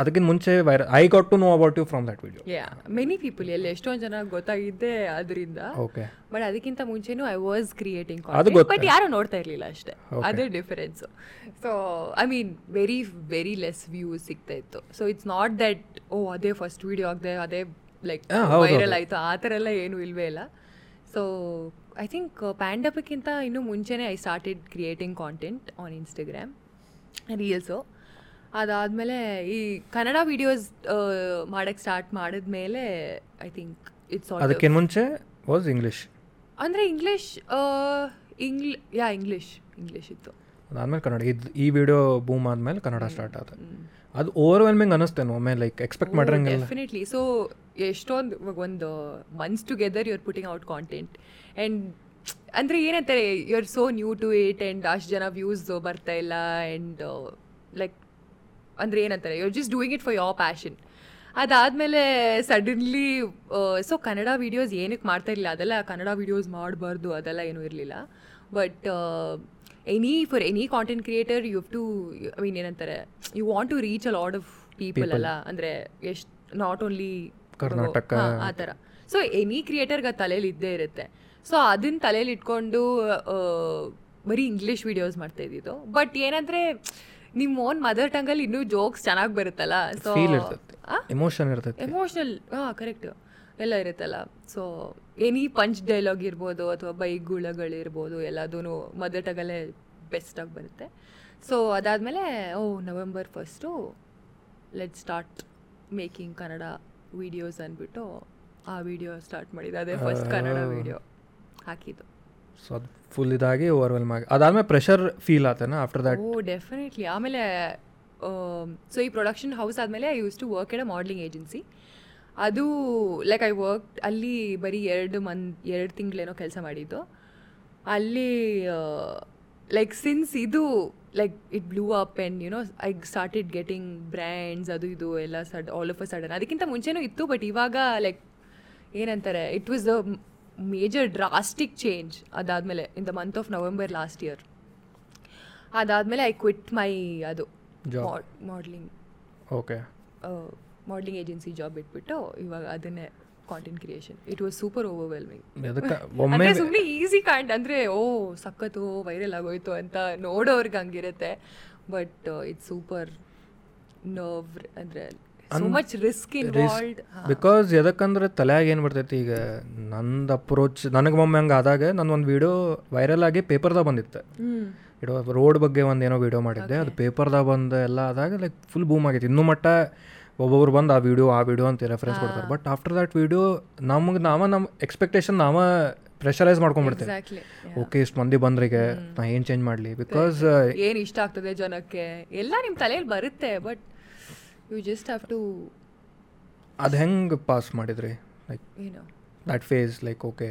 ಅದಕ್ಕಿಂತ ಮುಂಚೆ viral I got to know about you from that video
yeah many people ಎಲ್ಲಿ ಎಷ್ಟೊಂದು ಜನ ಗೊತ್ತಾಗಿದ್ದೆ ಅದರಿಂದ
ಓಕೆ
ಬಟ್ ಅದಕ್ಕಿಂತ ಮುಂಚೆನೂ ಐ ವಾಸ್ ಕ್ರಿಯೇಟಿಂಗ್
ಅದು ಗೊತ್ತು.
ಬಟ್ ಯಾರು ನೋಡ್ತಾ ಇರಲಿಲ್ಲ ಅಷ್ಟೇ
Okay.
ಅದೇ difference so I mean very very less views ಸಿಗ್ತಾ ಇತ್ತು ಸೊ ಇಟ್ಸ್ ನಾಟ್ ದಟ್ ಓ ಅದೇ ಫಸ್ಟ್ ವಿಡಿಯೋ ಆಗದೆ ಅದೇ ಲೈಕ್
ಹಾ, ಹೌದು,
ವೈರಲ್ ಆಯಿತು ಆ ಥರ ಎಲ್ಲ ಏನೂ ಇಲ್ವೇ ಇಲ್ಲ ಸೊ ಐ ಥಿಂಕ್ ಪ್ಯಾಂಡಮಿಕ್ಕಿಂತ uh, ಇನ್ನೂ ಮುಂಚೆನೇ I started creating content on Instagram reels ಅದಾದಮೇಲೆ ಈ ಕನ್ನಡ ವೀಡಿಯೋಸ್ ಮಾಡೋಕ್ಕೆ ಸ್ಟಾರ್ಟ್ ಮಾಡಿದ್ಮೇಲೆ ಐ ಥಿಂಕ್ ಇಟ್ಸ್ ಆಲ್
ಅದಕ್ಕಿಂತ ಮುಂಚೆ ವಾಸ್ ಇಂಗ್ಲೀಷ್
ಅಂದರೆ ಇಂಗ್ಲೀಷ್ ಇಂಗ್ಲ್ ಯಾ ಇಂಗ್ಲೀಷ್ ಇಂಗ್ಲೀಷ್ ಇತ್ತು
ಅದಾದ್ಮೇಲೆ ಕನ್ನಡ ಇದು ಈ ವಿಡಿಯೋ ಬೂಮ್ ಆದಮೇಲೆ ಕನ್ನಡ ಸ್ಟಾರ್ಟ್ ಆಯ್ತು ಅದು ಓವರ್ವೆಲ್ಮಿಂಗ್ ಅನ್ನಿಸ್ತೇನೆ ಒಮ್ಮೆ ಲೈಕ್ ಎಕ್ಸ್ಪೆಕ್ಟ್ ಮಾಡಿರಂಗಿಲ್ಲ
ಡೆಫಿನೆಟ್ಲಿ ಸೊ ಎಷ್ಟೊಂದು ಇವಾಗ ಒಂದು months together you are putting out content and ಅಂದರೆ ಏನಂತಾರೆ you are so new to it and ಅಷ್ಟು ಜನ ವ್ಯೂಸ್ ಬರ್ತಾ ಇಲ್ಲ ಆ್ಯಂಡ್ ಲೈಕ್ ಅಂದರೆ ಏನಂತಾರೆ you are just doing it for your passion ಅದಾದಮೇಲೆ ಸಡನ್ಲಿ ಸೊ ಕನ್ನಡ ವೀಡಿಯೋಸ್ ಏನಕ್ಕೆ ಮಾಡ್ತಾ ಇರಲಿಲ್ಲ ಅದೆಲ್ಲ ಕನ್ನಡ ವೀಡಿಯೋಸ್ ಮಾಡಬಾರ್ದು ಅದೆಲ್ಲ ಏನೂ ಇರಲಿಲ್ಲ but any for any content creator you to I mean ಏನಂತಾರೆ you want to reach a lot of people ಅಲ್ಲ ಅಂದರೆ ಎಷ್ಟು ನಾಟ್ ಓನ್ಲಿ
ಕರ್ನಾಟಕ.
ಆ ಥರ ಸೊ ಎನಿ ಕ್ರಿಯೇಟರ್ಗೆ ಅದು ತಲೆಯಲ್ಲಿ ಇದ್ದೇ ಇರುತ್ತೆ ಸೊ ಅದನ್ನ ತಲೆಯಲ್ಲಿ ಇಟ್ಕೊಂಡು ಆ, ಬರೀ ಇಂಗ್ಲೀಷ್ ವಿಡಿಯೋಸ್ ಮಾಡ್ತಾ ಇದ್ದಿದ್ದು ಬಟ್ ಏನಂದರೆ ನಿಮ್ಮ ಓನ್ ಮದರ್ ಟಂಗಲ್ಲಿ ಇನ್ನೂ ಜೋಕ್ಸ್ ಚೆನ್ನಾಗಿ ಬರುತ್ತಲ್ಲ ಸೊ
ಫೀಲ್ ಇರ್ತೈತಿ ಎಮೋಷನ್ ಇರ್ತೈತಿ
ಎಮೋಷ್ನಲ್ ಹಾಂ ಕರೆಕ್ಟ್ ಎಲ್ಲ ಇರುತ್ತಲ್ಲ ಸೊ ಎನಿ ಪಂಚ್ ಡೈಲಾಗ್ ಇರ್ಬೋದು ಅಥವಾ ಬೈಗುಳಗಳಿರ್ಬೋದು ಎಲ್ಲದೂ ಮದರ್ ಟಂಗಲ್ಲೇ ಬೆಸ್ಟಾಗಿ ಬರುತ್ತೆ oh, ಸೊ ಅದಾದಮೇಲೆ oh November first let start making Kannada videos ಅಂದ್ಬಿಟ್ಟು ಆ ವಿಡಿಯೋ ಸ್ಟಾರ್ಟ್ ಮಾಡಿದ್ದು ಅದೇ ಫಸ್ಟ್ ಕನ್ನಡ ವಿಡಿಯೋ ಹಾಕಿದ್ದು
ಸೊ ಅದು ಫುಲ್ ಇದಾಗಿ ಓವರ್ವೆಲ್ಮ್ ಆಗಿ ಅದಾದ್ಮೇಲೆ ಪ್ರೆಷರ್ ಫೀಲ್ ಆತನ after that
oh definitely Oh, ಆಮೇಲೆ ಸೊ ಈ ಪ್ರೊಡಕ್ಷನ್ ಹೌಸ್ ಆದಮೇಲೆ I use to work at a modelling agency ಅದು ಲೈಕ್ ಐ ವರ್ಕ್ ಅಲ್ಲಿ ಬರೀ ಎರಡು ಮಂತ್ ಎರಡು ತಿಂಗಳೇನೋ ಕೆಲಸ ಮಾಡಿದ್ದು ಅಲ್ಲಿ ಲೈಕ್ ಸಿನ್ಸ್ ಇದು like it blue up and you know I started getting brands ಅದು ಇದು ಎಲ್ಲ ಸಡ್ ಆಲ್ ಆಫ್ ಅ ಸಡನ್ ಅದಕ್ಕಿಂತ ಮುಂಚೆನೂ ಇತ್ತು ಬಟ್ ಇವಾಗ ಲೈಕ್ ಏನಂತಾರೆ it was a major drastic change ಅದಾದಮೇಲೆ in the month of November last year ಅದಾದಮೇಲೆ ಐ ಕ್ವಿಟ್ ಮೈ ಅದು
Job.
Modelling
okay
modelling agency job ಇಟ್ಬಿಟ್ಟು ಇವಾಗ ಅದನ್ನೇ content creation it was super overwhelming
ಅದಕ್ಕೆ ಒಮ್ಮೆ
ಸುಮ್ಮನೆ ಈಸಿ ಕಾಂಡ್ ಅಂದರೆ ಓ ಸಖತ್ತು ವೈರಲ್ ಆಗೋಯ್ತು ಅಂತ ನೋಡೋರ್ಗೆ ಹಂಗಿರುತ್ತೆ ಬಟ್ ಇಟ್ಸ್ ಸೂಪರ್ ನರ್ವ್ ಅಂದರೆ so much risk involved
because ಎದಕ್ಕಂದ್ರೆ ತಲೆಯಾಗ ಏನು ಬರ್ತೈತಿ ಈಗ ನಂದು ಅಪ್ರೋಚ್ ನನಗೆ ಒಮ್ಮೆ ಹಂಗೆ ಆದಾಗ ನನ್ನ ಒಂದು ವೀಡಿಯೋ ವೈರಲ್ ಆಗಿ ಪೇಪರ್ದಾಗ ಬಂದಿತ್ತು ಇಡೋ ರೋಡ್ ಬಗ್ಗೆ ಒಂದು ಏನೋ ವೀಡಿಯೋ ಮಾಡಿದ್ದೆ ಅದು ಪೇಪರ್ದಾಗ ಬಂದು ಎಲ್ಲ ಆದಾಗ ಲೈಕ್ ಫುಲ್ ಬೂಮ್ ಆಗೈತಿ ಇನ್ನೂ ಮಟ್ಟ ಒಬ್ಬೊಬ್ರು ಬಂದು ಆ ವಿಡಿಯೋ ಆ ವಿಡಿಯೋ ಅಂತ ರೆಫರೆನ್ಸ್ ಕೊಡ್ತಾರೆ ಬಟ್ ಆಫ್ಟರ್ ದಟ್ ವಿಡಿಯೋ ನಮಗೆ ನಾವ ನಮ್ಮ ಎಕ್ಸ್ಪೆಕ್ಟೇಷನ್ ನಾವ ಪ್ರೆಷರೈಸ್ ಮಾಡ್ಕೊಂಡ್ಬಿಡ್ತೀವಿ
ಎಕ್ಸಾಕ್ಟ್ಲಿ
ಓಕೆ ಇಷ್ಟು ಮಂದಿ ಬಂದ್ರಿಗೆ ನಾ ಏನು ಚೇಂಜ್ ಮಾಡಲಿ ಬಿಕಾಸ್
ಏನ್ ಇಷ್ಟ ಆಗ್ತದೆ ಜನಕ್ಕೆ ಎಲ್ಲ ನಿಮ್ ತಲೆಯಲ್ಲಿ ಬರುತ್ತೆ but you just have to
ಅದು ಹೆಂಗೆ ಪಾಸ್ ಮಾಡಿದ್ರಿ ಲೈಕ್
ಏನೋ
that face like okay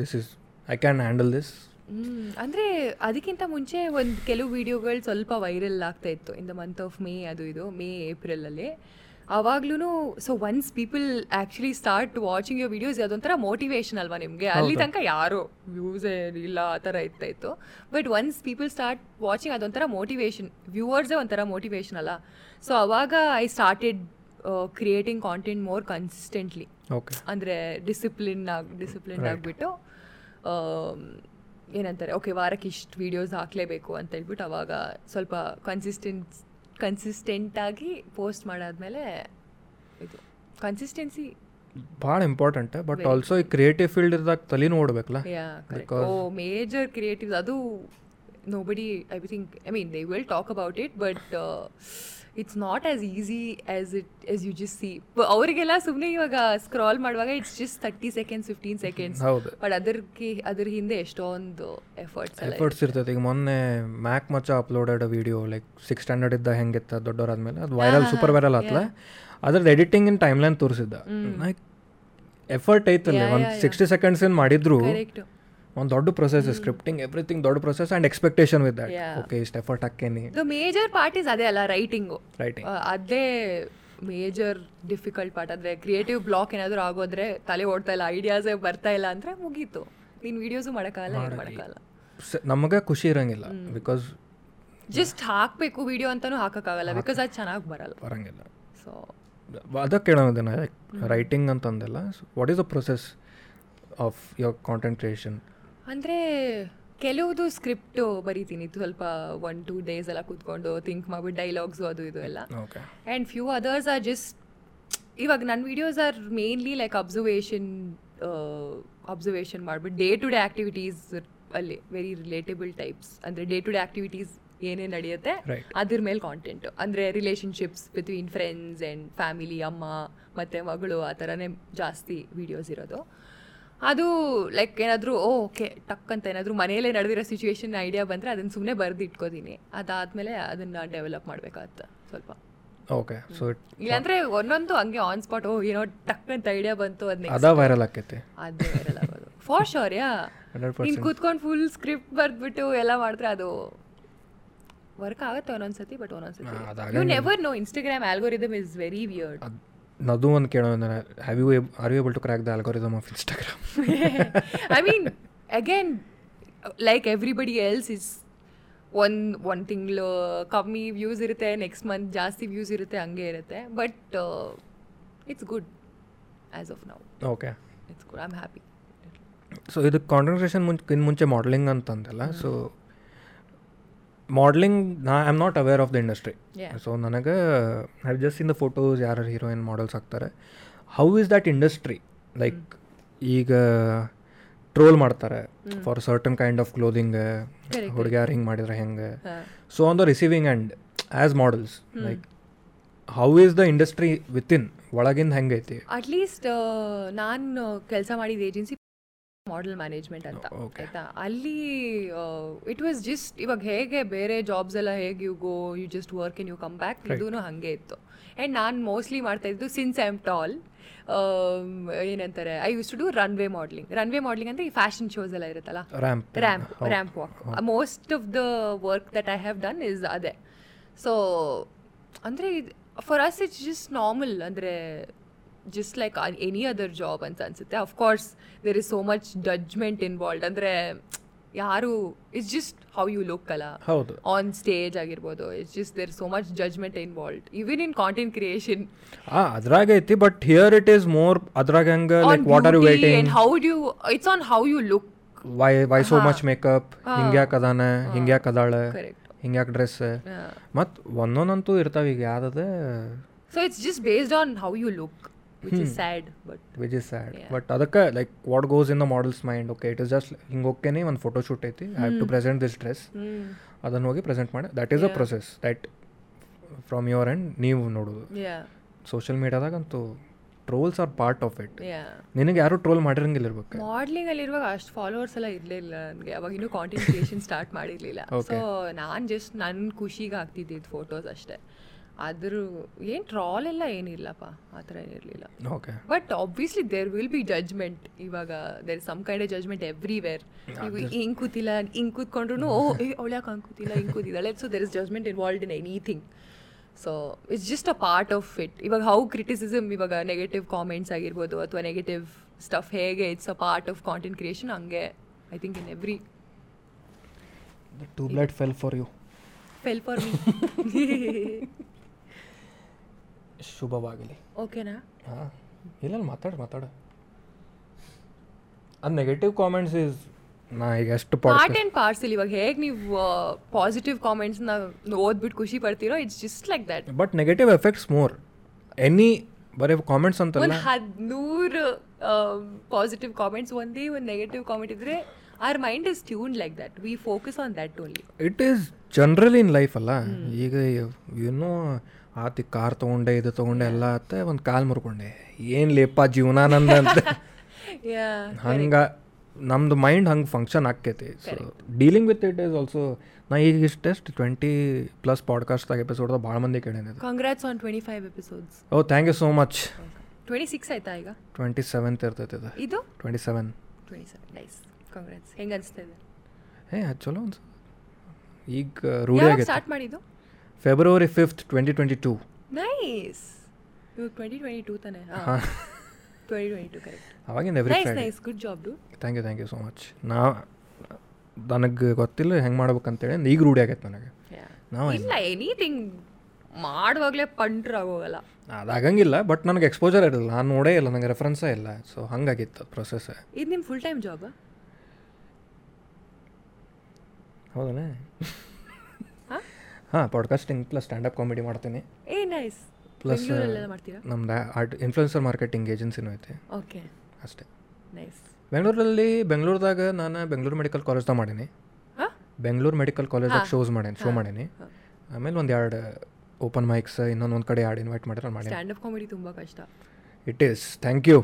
this is I can handle this
hmm, ಅಂದ್ರೆ ಅದಕ್ಕಿಂತ ಮುಂಚೆ ಒಂದು ಕೆಲವು ವಿಡಿಯೋಗಳು ಸ್ವಲ್ಪ ವೈರಲ್ ಆಗ್ತಾ ಇತ್ತು in the month of May ಅದು ಇದು ಮೇ ಏಪ್ರಿಲ್ ಅಲ್ಲಿ ಅವಾಗ್ಲೂ so once people actually start watching your videos ಅದೊಂಥರ ಮೋಟಿವೇಶನ್ ಅಲ್ವಾ ನಿಮಗೆ ಅಲ್ಲಿ ತನಕ ಯಾರೋ ವ್ಯೂಸ್ ಇಲ್ಲ ಆ ಥರ ಇರ್ತಾ ಇತ್ತು but once people start watching ಅದೊಂಥರ ಮೋಟಿವೇಶನ್ ವ್ಯೂವರ್ಸೇ ಒಂಥರ ಮೋಟಿವೇಶನ್ ಅಲ್ಲ ಸೊ ಅವಾಗ uh, I started creating content more consistently
okay
ಅಂದರೆ ಡಿಸಿಪ್ಲಿನ್ ಆಗಿ ಡಿಸಿಪ್ಲಿನ್ ಆಗಿಬಿಟ್ಟು ಏನಂತಾರೆ ಓಕೆ ವಾರಕ್ಕೆ ಇಷ್ಟು ವೀಡಿಯೋಸ್ ಹಾಕ್ಲೇಬೇಕು ಅಂತ ಹೇಳ್ಬಿಟ್ಟು ಅವಾಗ ಸ್ವಲ್ಪ ಕನ್ಸಿಸ್ಟೆನ್ಸ್ ಕನ್ಸಿಸ್ಟೆಂಟಾಗಿ ಪೋಸ್ಟ್ ಮಾಡಾದ್ಮೇಲೆ ಇದು ಕನ್ಸಿಸ್ಟೆನ್ಸಿ
ಭಾಳ ಇಂಪಾರ್ಟೆಂಟ್ ಬಟ್ ಆಲ್ಸೋ ಈ ಕ್ರಿಯೇಟಿವ್ ಫೀಲ್ಡ್ ಇದ್ದಾಗ ತಲೆನೂ ಓಡಬೇಕಲ್ಲ
yeah oh major creatives Oh, ಅದು nobody I think I mean they will talk about it but it's not as easy as it as you just see ಅವರಿಗೆಲ್ಲ ಸುಮ್ಮನೆ ಇವಾಗ ಸ್ಕ್ರಾಲ್ ಮಾಡುವಾಗ it's just thirty seconds fifteen seconds
ಹೌದು
ಬಟ್ ಅದಕ್ಕೆ ಅದ್ರ ಹಿಂದೆ ಎಷ್ಟೊಂದು ಎಫರ್ಟ್ಸ್ ಎಲ್ಲ
ಎಫರ್ಟ್ಸ್ ಇರ್ತೈತೆ ಈಗ ಮೊನ್ನೆ ಮ್ಯಾಕ್ ಮಚ್ಚ uploaded video like six standard ಇದ್ದ ಹೆಂಗಿತ್ತ ದೊಡ್ಡವರಾದ್ಮೇಲೆ ಅದು ವೈರಲ್ ಸೂಪರ್ ವೈರಲ್ ಆತ್ಲ ಅದ್ರದ್ದು ಎಡಿಟಿಂಗ್ ಇನ್ ಟೈಮ್ ಲೈನ್ ತೋರಿಸಿದ್ದ ಲೈಕ್ ಎಫರ್ಟ್ ಐತಲ್ಲ ಒಂದು ಸಿಕ್ಸ್ಟಿ ಸೆಕೆಂಡ್ಸ್ ಏನು ಮಾಡಿದ್ರು
ಕರೆಕ್ಟ್
ಒಂದು ದೊಡ್ಡ ಪ್ರೊಸೆಸ್ ಸ್ಕ್ರಿಪ್ಟಿಂಗ್ ಎವ್ರಿಥಿಂಗ್ ದೊಡ್ಡ process and expectation with that
Yeah.
Okay ಇಷ್ಟು ಎಫರ್ಟ್ ಹಾಕೇನಿ
ದ ಮೇಜರ್ ಪಾರ್ಟ್ ಇಸ್ ಅದೇ ಅಲ್ಲ ರೈಟಿಂಗು
ರೈಟಿಂಗ್
ಅದೇ ಮೇಜರ್ ಡಿಫಿಕಲ್ಟ್ ಪಾರ್ಟ್ ಅಂದರೆ ಕ್ರಿಯೇಟಿವ್ ಬ್ಲಾಕ್ ಏನಾದರೂ ಆಗೋದ್ರೆ ತಲೆ ಓಡ್ತಾ ಇಲ್ಲ ಐಡಿಯಾಸೇ ಬರ್ತಾ ಇಲ್ಲ ಅಂದರೆ ಮುಗೀತು ನೀನು ವೀಡಿಯೋಸು ಮಾಡೋಕ್ಕಾಗಲ್ಲ ಏನು ಮಾಡೋಕ್ಕಾಗಲ್ಲ
ನಮಗೆ ಖುಷಿ ಇರಂಗಿಲ್ಲ ಬಿಕಾಸ್
ಜಸ್ಟ್ ಹಾಕಬೇಕು ವಿಡಿಯೋ ಅಂತಲೂ ಹಾಕೋಕ್ಕಾಗಲ್ಲ ಬಿಕಾಸ್ ಅದು ಚೆನ್ನಾಗಿ ಬರಲ್ಲ
ಬರಂಗಿಲ್ಲ
ಸೊ
ಅದಕ್ಕೆ ಕೇಳೋದು ನಾ ರೈಟಿಂಗ್ ಅಂತಂದೆಲ್ಲ what is the process of your content creation
ಅಂದರೆ ಕೆಲವುದು ಸ್ಕ್ರಿಪ್ಟು ಬರಿತೀನಿ ಇದು ಸ್ವಲ್ಪ ಒನ್ ಟೂ ಡೇಸ್ ಎಲ್ಲ ಕೂತ್ಕೊಂಡು ಥಿಂಕ್ ಮಾಡ್ಬಿಟ್ಟು ಡೈಲಾಗ್ಸು ಅದು ಇದು ಎಲ್ಲ
okay
and few others are just ಇವಾಗ ನನ್ನ videos are mainly like observation uh, observation ಮಾಡ್ಬಿಟ್ಟು ಡೇ ಟು ಡೇ ಆ್ಯಕ್ಟಿವಿಟೀಸ್ ಅಲ್ಲಿ ವೆರಿ ರಿಲೇಟೇಬಲ್ ಟೈಪ್ಸ್ ಅಂದರೆ ಡೇ ಟು ಡೇ ಆ್ಯಕ್ಟಿವಿಟೀಸ್ ಏನೇ ನಡೆಯುತ್ತೆ
Right.
ಅದ್ರ ಮೇಲೆ ಕಾಂಟೆಂಟ್ ಅಂದರೆ relationships between friends and family ಅಮ್ಮ ಮತ್ತು ಮಗಳು ಆ ಥರನೇ ಜಾಸ್ತಿ ವೀಡಿಯೋಸ್ ಇರೋದು ಅದು ಲೈಕ್ ಏನಾದರೂ ಓಕೆ ಟಕ್ ಅಂತ ಏನಾದರೂ ಮನೆಯಲ್ಲೇ ನಡೆದಿರೋ ಸಿಚುವೇಶನ್ ಐಡಿಯಾ ಬಂದರೆ ಅದನ್ನು ಸುಮ್ಮನೆ ಬರೆದು ಇಟ್ಕೋತೀನಿ ಅದಾದಮೇಲೆ ಅದನ್ನು ಡೆವಲಪ್ ಮಾಡಬೇಕಾಗುತ್ತೆ ಸ್ವಲ್ಪ
ಓಕೆ ಸೊ ಇಟ್
ಇಲ್ಲಾಂದ್ರೆ ಒಂದೊಂದು ಹಂಗೆ ಆನ್ ಸ್ಪಾಟ್ ಓ ಏನೋ ಟಕ್ ಅಂತ ಐಡಿಯಾ ಬಂತು ಅದನ್ನ
ಅದ ವೈರಲ್ ಆಕೈತಿ
ಅದು ವೈರಲ್ ಆಗೋದು ಫಾರ್ ಶೋರ್ ಯಾ
100%.
ನೀನು ಕೂತ್ಕೊಂಡು ಫುಲ್ ಸ್ಕ್ರಿಪ್ಟ್ ಬರ್ದ್ಬಿಟ್ಟು ಎಲ್ಲ ಮಾಡಿದ್ರೆ ಅದು ವರ್ಕ್ ಆಗುತ್ತೆ ಒಂದೊಂದು ಸತಿ ಬಟ್ ಒಂದೊಂದು
ಹಾ,
ಸತಿ
ಅದಾಗಂಗಿಲ್ಲ.
You never know Instagram algorithm is very weird
ಅದ್- ಅದು ಒಂದು ಕೇಳೋಣ have you are you able to crack the algorithm of Instagram
I mean again like everybody else is one ಒಂದು ತಿಂಗಳು ಕಮ್ಮಿ ವ್ಯೂಸ್ ಇರುತ್ತೆ ನೆಕ್ಸ್ಟ್ ಮಂತ್ ಜಾಸ್ತಿ ವ್ಯೂಸ್ ಇರುತ್ತೆ ಹಂಗೆ ಇರುತ್ತೆ uh, but it's good as of now
okay
it's good I am happy
so ಇದು ಕಾನ್ಸಂಟ್ರೇಷನ್ ಮುಂಚೆ ಇನ್ನು ಮುಂಚೆ ಮಾಡಲಿಂಗ್ ಅಂತಂದಲ್ಲ ಸೊ ಮಾಡಲಿಂಗ್ ನಾ I am not aware of the industry
Yeah.
So ನನಗೆ I just in the photos ಯಾರು ಹೀರೋಯಿನ್ ಮಾಡಲ್ಸ್ ಹಾಕ್ತಾರೆ how is that industry like ಈಗ ಟ್ರೋಲ್ ಮಾಡ್ತಾರೆ for certain kind of clothing ಹುಡುಗ್ಯಾರು ಹಿಂಗೆ ಮಾಡಿದ್ರೆ ಹೆಂಗೆ so on the receiving and as models like how is the industry within ಒಳಗಿಂದ ಹೆಂಗೈತಿ
ಅಟ್ಲೀಸ್ಟ್ uh, ನಾನು ಕೆಲಸ ಮಾಡಿದ ಏಜೆನ್ಸಿ ಮಾಡೆಲ್ ಮ್ಯಾನೇಜ್ಮೆಂಟ್ ಅಂತ
Okay.
ಆಯ್ತಾ ಅಲ್ಲಿ uh, ಇಟ್ ವಾಸ್ ಜಸ್ಟ್ ಇವಾಗ ಹೇಗೆ ಬೇರೆ ಜಾಬ್ಸ್ ಎಲ್ಲ ಹೇಗೆ you go you just work in you come back ಇದೂ ಹಾಗೆ ಇತ್ತು ಆ್ಯಂಡ್ ನಾನು ಮೋಸ್ಟ್ಲಿ ಮಾಡ್ತಾ ಇದ್ದು since I am tall um, ಏನಂತಾರೆ I use to do runway modelling runway modelling ಅಂದರೆ ಈ ಫ್ಯಾಷನ್ ಶೋಸ್ ಎಲ್ಲ ಇರುತ್ತಲ್ಲ
ramp
ramp ramp walk most of the work that I have done is ಅದೇ ಸೊ ಅಂದರೆ for us it's just normal ಅಂದರೆ just like any other job ಅಂತ ಅನಿಸುತ್ತೆ of course there is so much judgement involved ಅಂದರೆ ಯಾರು it's just how you look ಅಲ್ಲ
ಹೌದು
ಆನ್ ಸ್ಟೇಜ್ ಆಗಿರ್ಬೋದು it's just there so much judgement involved even in content creation
ಆ ಅದ್ರಾಗ ಐತಿ but here it is more ಅದ್ರಾಗ ಹೆಂಗ like what are you
on
waiting
how do it's on how you look
why why so much makeup ಹಿಂಗ್ಯಾಕ್ ಅದಾನ ಹಿಂಗ್ಯಾಕ್ ಅದಾಳ
ಕರೆಕ್ಟ್
ಹಿಂಗ್ಯಾಕ್ ಡ್ರೆಸ್ ಮತ್ ಒಂದೊಂದಂತೂ ಇರ್ತಾವ ಈಗ ಯಾವ್ದದ
so it's just based on how you look which is sad but
which is sad but ಅದಕ್ಕೆ like what goes in the models mind okay it is just ಹಿಂಗೆ ಹೋಗ್ಕೇನೆ ಒಂದು ಫೋಟೋ ಶೂಟ್ ಐತಿ I have to present this dress ಅದನ್ನು ಹೋಗಿ ಪ್ರೆಸೆಂಟ್ ಮಾಡಿ that is a process that from your end ನೀವು ನೋಡೋದು ಸೋಷಿಯಲ್ ಮೀಡಿಯಾದಾಗಂತೂ trolls are part of it
yeah
ನಿನಗೆ ಯಾರೂ ಟ್ರೋಲ್ ಮಾಡಿರಂಗಿಲ್ಲ ಇರ್ಬೇಕು
ಮಾಡಲಿಂಗ್ ಅಲ್ಲಿ ಇರುವಾಗ ಅಷ್ಟು ಫಾಲೋವರ್ಸ್ ಎಲ್ಲ ಇರಲಿಲ್ಲ ನನಗೆ ಅವಾಗ ಇನ್ನೂ ಕಾಂಟೆಂಟ್ ಕ್ರಿಯೇಷನ್ ಸ್ಟಾರ್ಟ್ ಮಾಡಿರಲಿಲ್ಲ ಸೊ ನಾನು ಜಸ್ಟ್ ನನ್ನ ಖುಷಿಗೆ ಆಗ್ತಿದ್ದಿದ್ದು ಫೋಟೋಸ್ ಅಷ್ಟೇ ಅದ್ರ ಏನು ಟ್ರಾಲ್ ಎಲ್ಲ ಏನಿಲ್ಲಪ್ಪ ಆ ಥರ ಏನಿರಲಿಲ್ಲ
okay
but obviously there will be judgement ಇವಾಗ there some kind of judgement everywhere ನೀವು ಹಿಂಗ್ ಕೂತಿಲ್ಲ ಹಿಂಗ್ ಕೂತ್ಕೊಂಡ್ರು ಓ ಅವಳು ಯಾಕೆ ಹಂಗೆ ಕೂತಿಲ್ಲ ಹಿಂಗ್ ಕೂತಿದ್ದಾಳೆ so there is judgement involved in anything so it's just a part of it ಇವಾಗ ಹೌ ಕ್ರಿಟಿಸಿಸಮ್ ಇವಾಗ ನೆಗೆಟಿವ್ ಕಾಮೆಂಟ್ಸ್ ಆಗಿರ್ಬೋದು ಅಥವಾ ನೆಗೆಟಿವ್ ಸ್ಟಫ್ ಹೇಗೆ it's a part of content creation ಹಂಗೆ I think in every
two blood fell for you
fell for me
ಶುಭವಾಗಲಿ
ಓಕೆನಾ
ಹಾಂ ಇಲ್ಲ ಮಾತಾಡು ಮಾತಾಡು ಅದು ನೆಗೆಟಿವ್ ಕಾಮೆಂಟ್ಸ್ ಈಸ್ ನಾ ಈಗ ಎಷ್ಟು ಪಾಡ್
ಪಾರ್ಟ್ ಆ್ಯಂಡ್ ಪಾರ್ಸಲ್ ಇವಾಗ ಹೇಗೆ ನೀವು ಪಾಸಿಟಿವ್ ಕಾಮೆಂಟ್ಸ್ನ ಓದ್ಬಿಟ್ಟು ಖುಷಿ ಪಡ್ತೀರೋ it's just like that
but negative effects more any ಬರೀ ಕಾಮೆಂಟ್ಸ್ ಅಂತಲ್ಲ
ಒಂದು ಹದಿನೂರು ಪಾಸಿಟಿವ್ ಕಾಮೆಂಟ್ಸ್ ಒಂದೇ ಒಂದು ನೆಗೆಟಿವ್ ಕಾಮೆಂಟ್ ಇದ್ರೆ our mind is tune like that we focus on that only
it is generally in life ಅಲ್ಲ ಈಗ ಏನೋ ಆತಿ ಕಾರ್ ತೊಗೊಂಡೆ ಇದು ತೊಗೊಂಡೆ ಎಲ್ಲ ಆತ ಒಂದು ಕಾಲ್ ಮುರ್ಕೊಂಡೆ ಏನು ಲೇಪ ಜೀವನ ನಂದು ಅಂತ ಹಂಗೆ ನಮ್ದು ಮೈಂಡ್ ಹಂಗೆ ಫಂಕ್ಷನ್ ಆಕ್ಕೈತಿ so dealing with it is also ನಾ ಈಗ ಇಷ್ಟೆಷ್ಟು ಟ್ವೆಂಟಿ ಪ್ಲಸ್ ಪಾಡ್ಕಾಸ್ಟ್ದಾಗ ಎಪಿಸೋಡ್ದಾಗ ಭಾಳ ಮಂದಿ Oh, ಕೇಳೇನೆ
congrats on twenty five episodes
oh thank you so much
twenty six ಆಯ್ತಾ ಈಗ
ಟ್ವೆಂಟಿ ಸೆವೆಂತ್ ಇರ್ತೈತೆ ಇದು
ಇದು
twenty seven
twenty seven nice congrats ಹೆಂಗೆ ಅನಿಸ್ತಾ ಇದೆ
ಏ ಅದು ಚಲೋ ಅನ್ಸ ಈಗ ರೂಢಿ
ಯಾವಾಗ
ಆಗೈತೆ
ಸ್ಟಾರ್ಟ್ ಮಾಡಿದ್ದು
February fifth twenty twenty two
nice ಇವಾಗ ಟ್ವೆಂಟಿ ಟ್ವೆಂಟಿ ಟೂ ತಾನೆ ಟ್ವೆಂಟಿ ಟ್ವೆಂಟಿ ಟೂ ಕರೆಕ್ಟ್
ಅವಾಗಿಂದ every
nice
Friday
nice good job do
thank you thank you so much ನಾ ನನಗೆ ಗೊತ್ತಿಲ್ಲ ಹೆಂಗೆ ಮಾಡ್ಬೇಕಂತೇಳಿ ಈಗ ರೂಢಿ ಆಗೈತೆ ನನಗೆ ನಾವ್
ಇಲ್ಲ ಎನಿಥಿಂಗ್ ಮಾಡುವಾಗಲೇ ಪಂಟ್ರಾಗೋಗಲ್ಲ
ಅದು ಆಗಂಗಿಲ್ಲ ಬಟ್ ನನಗೆ ಎಕ್ಸ್ಪೋಜರ್ ಇರಲ್ಲ ನಾನು ನೋಡೇ ಇಲ್ಲ ನನಗೆ ರೆಫರೆನ್ಸೇ ಇಲ್ಲ ಸೊ ಹಂಗಾಗಿತ್ತು ಪ್ರೊಸೆಸ್
ಇದು ನಿಮ್ಮ ಫುಲ್ ಟೈಮ್ ಜಾಬಾ
ಹೌದಾ ಹಾಂ ಪಾಡ್ಕಾಸ್ಟಿಂಗ್ ಪ್ಲಸ್ ಸ್ಟ್ಯಾಂಡಪ್ ಕಾಮಿಡಿ ಮಾಡ್ತೀನಿ
ಏ ನೈಸ್
Plus, uh,
ಬೆಂಗಳೂರಲ್ಲೆಲ್ಲ ಮಾಡ್ತೀರಾ
ನಮ್ದು ಆರ್ಟ್ ಇನ್ಫ್ಲುಯೆನ್ಸರ್ ಮಾರ್ಕೆಟಿಂಗ್ ಏಜೆನ್ಸಿನೂ ಐತೆ
ಓಕೆ
ಅಷ್ಟೇ
ನೈಸ್
ಬೆಂಗಳೂರಲ್ಲಿ ಬೆಂಗಳೂರದಾಗ ನಾನು ಬೆಂಗಳೂರು ಮೆಡಿಕಲ್ ಕಾಲೇಜ್ದಾಗ ಮಾಡೀನಿ
ಹಾಂ
ಬೆಂಗಳೂರು ಮೆಡಿಕಲ್ ಕಾಲೇಜ್ದಾಗ ಶೋಸ್ ಮಾಡೀನಿ ಶೋ ಮಾಡೀನಿ ಆಮೇಲೆ ಒಂದು ಎರಡು ಓಪನ್ ಮೈಕ್ಸ್ ಇನ್ನೊಂದು ಒಂದು ಕಡೆ ಎರಡು ಇನ್ವೈಟ್ ಮಾಡಿರೋ ಮಾಡೀನಿ
ಸ್ಟ್ಯಾಂಡ್ ಅಪ್ ಕಾಮಿಡಿ ತುಂಬ ಕಷ್ಟ
it is thank you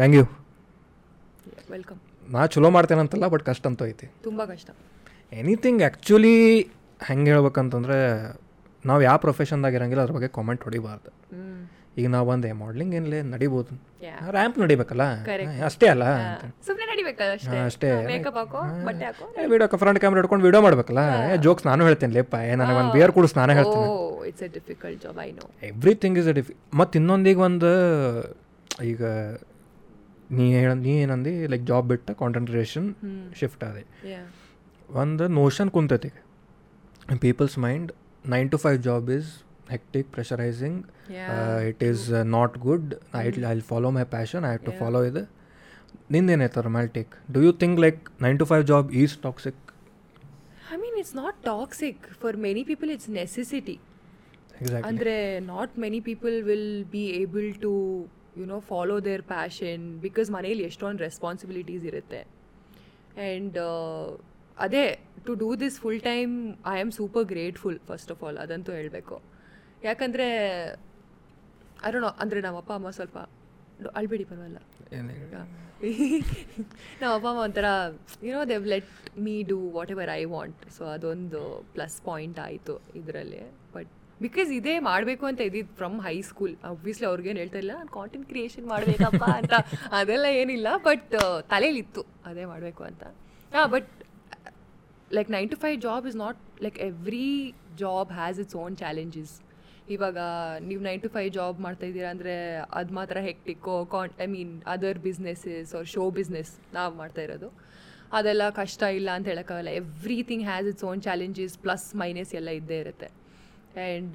thank you
welcome
ನಾ ಚಲೋ ಮಾಡ್ತೇನಂತಲ್ಲ ಬಟ್ ಕಷ್ಟ ಅಂತೂ ಐತಿ
ತುಂಬ ಕಷ್ಟ
ಎನಿಥಿಂಗ್ ಆ್ಯಕ್ಚುಲಿ ಹೆಂಗೆ ಹೇಳ್ಬೇಕಂತಂದ್ರೆ ನಾವು ಯಾವ ಪ್ರೊಫೆಷನ್ದಾಗ ಇರಂಗಿಲ್ಲ ಅದ್ರ ಬಗ್ಗೆ ಕಾಮೆಂಟ್ ಹೊಡಿಬಾರ್ದು
ಹ್ಮ್
ಈಗ ನಾವು ಒಂದೇ ಮಾಡ್ಲಿಂಗ್ ಏನಿಲ್ಲ ನಡಿಬೋದು
Yeah.
ರ್ಯಾಂಪ್ ನಡಿಬೇಕಲ್ಲ
Correct.
ಹಾ, ಅಷ್ಟೇ ಅಲ್ಲ
ಸುಮ್ಮನೆ ನಡಿಬೇಕಲ್ಲ ಅಷ್ಟೇ
ಹಾ, ಅಷ್ಟೇ
ಮೇಕಪ್ ಹಾಕೋ ಬಟ್ಟೆ ಹಾಕೋ
ವಿಡಿಯೋ ಫ್ರಂಟ್ ಕ್ಯಾಮ್ರಾ ಹಿಡ್ಕೊಂಡು ವಿಡಿಯೋ ಮಾಡ್ಬೇಕಲ್ಲ ಜೋಕ್ಸ್ ನಾನು ಹೇಳ್ತೇನೆ ಲೇಪ ಏ ನನಗೆ ಒಂದು ಬಿಯರ್ ಕುಡಿಸ್ ನಾನೇ
ಓ
ಹೇಳ್ತೀನಿ
it's a difficult job I know
everything is a ಡಿಫಿ ಮತ್ತು ಇನ್ನೊಂದೀಗ ಒಂದು ಈಗ ನೀ ಹೇಳ ನೀ ಏನಂದು ಲೈಕ್ ಜಾಬ್ ಬಿಟ್ಟು ಕಾಂಟೆಂಟ್ ಕ್ರಿಯೇಷನ್ ಶಿಫ್ಟ್ ಆದೆ
ಯಾ
ಒಂದು ನೋಷನ್ ಕುಂತೈತಿ people's mind nine to five job is hectic pressurising
Yeah.
It is not good I I follow my passion I have to follow ಇದು ನಿಂದೇನೈತಾರ ಮ್ಯಾಲ್ take do you think like nine to five job is toxic
I mean it's not toxic for many people it's necessity
exactly
ಅಂದರೆ not many people will be able to you know follow their passion because ಮನೇಲಿ ಎಷ್ಟೊಂದು ರೆಸ್ಪಾನ್ಸಿಬಿಲಿಟೀಸ್ ಇರುತ್ತೆ ಆ್ಯಂಡ್ uh, ಅದೇ to do this full time I am super grateful first of all ಅದಂತೂ ಹೇಳಬೇಕು ಯಾಕಂದರೆ ಅರುಣ ಅಂದರೆ ನಮ್ಮ ಅಪ್ಪ ಅಮ್ಮ ಸ್ವಲ್ಪ ಅಳ್ಬೇಡಿ ಪರವಾಗಿಲ್ಲ ನಮ್ಮ ಅಪ್ಪ ಅಮ್ಮ ಒಂಥರ you know they've let me do whatever I want so ಅದೊಂದು ಪ್ಲಸ್ ಪಾಯಿಂಟ್ ಆಯಿತು ಇದರಲ್ಲಿ ಬಟ್ ಬಿಕಾಸ್ ಇದೇ ಮಾಡಬೇಕು ಅಂತ ಇದ್ದಿದ್ದು ಫ್ರಮ್ ಹೈ ಸ್ಕೂಲ್ ಆಬ್ವಿಯಸ್ಲಿ ಅವ್ರಿಗೇನು ಹೇಳ್ತಾ ಇಲ್ಲ ನಾನು ಕಾಂಟೆಂಟ್ ಕ್ರಿಯೇಷನ್ ಮಾಡಬೇಕಪ್ಪ ಅಂತ ಅದೆಲ್ಲ ಏನಿಲ್ಲ ಬಟ್ ತಲೆಯಲ್ಲಿತ್ತು ಅದೇ ಮಾಡಬೇಕು ಅಂತ ಹಾಂ but like nine to five job is not like every job has its own challenges ಇವಾಗ ನೀವು ನೈನ್ ಟು ಫೈವ್ ಜಾಬ್ ಮಾಡ್ತಾ ಇದ್ದೀರಾ ಅಂದರೆ ಅದು ಮಾತ್ರ ಹೆಕ್ಟಿಕ್ಕೋ ಕಾನ್ ಐ ಮೀನ್ ಅದರ್ ಬಿಸ್ನೆಸ್ಸಸ್ ಅವ್ರ ಶೋ ಬಿಸ್ನೆಸ್ ನಾವು ಮಾಡ್ತಾ ಇರೋದು ಅದೆಲ್ಲ ಕಷ್ಟ ಇಲ್ಲ ಅಂತ ಹೇಳೋಕ್ಕಾಗಲ್ಲ everything has its own challenges plus minus ಎಲ್ಲ ಇದ್ದೇ ಇರುತ್ತೆ and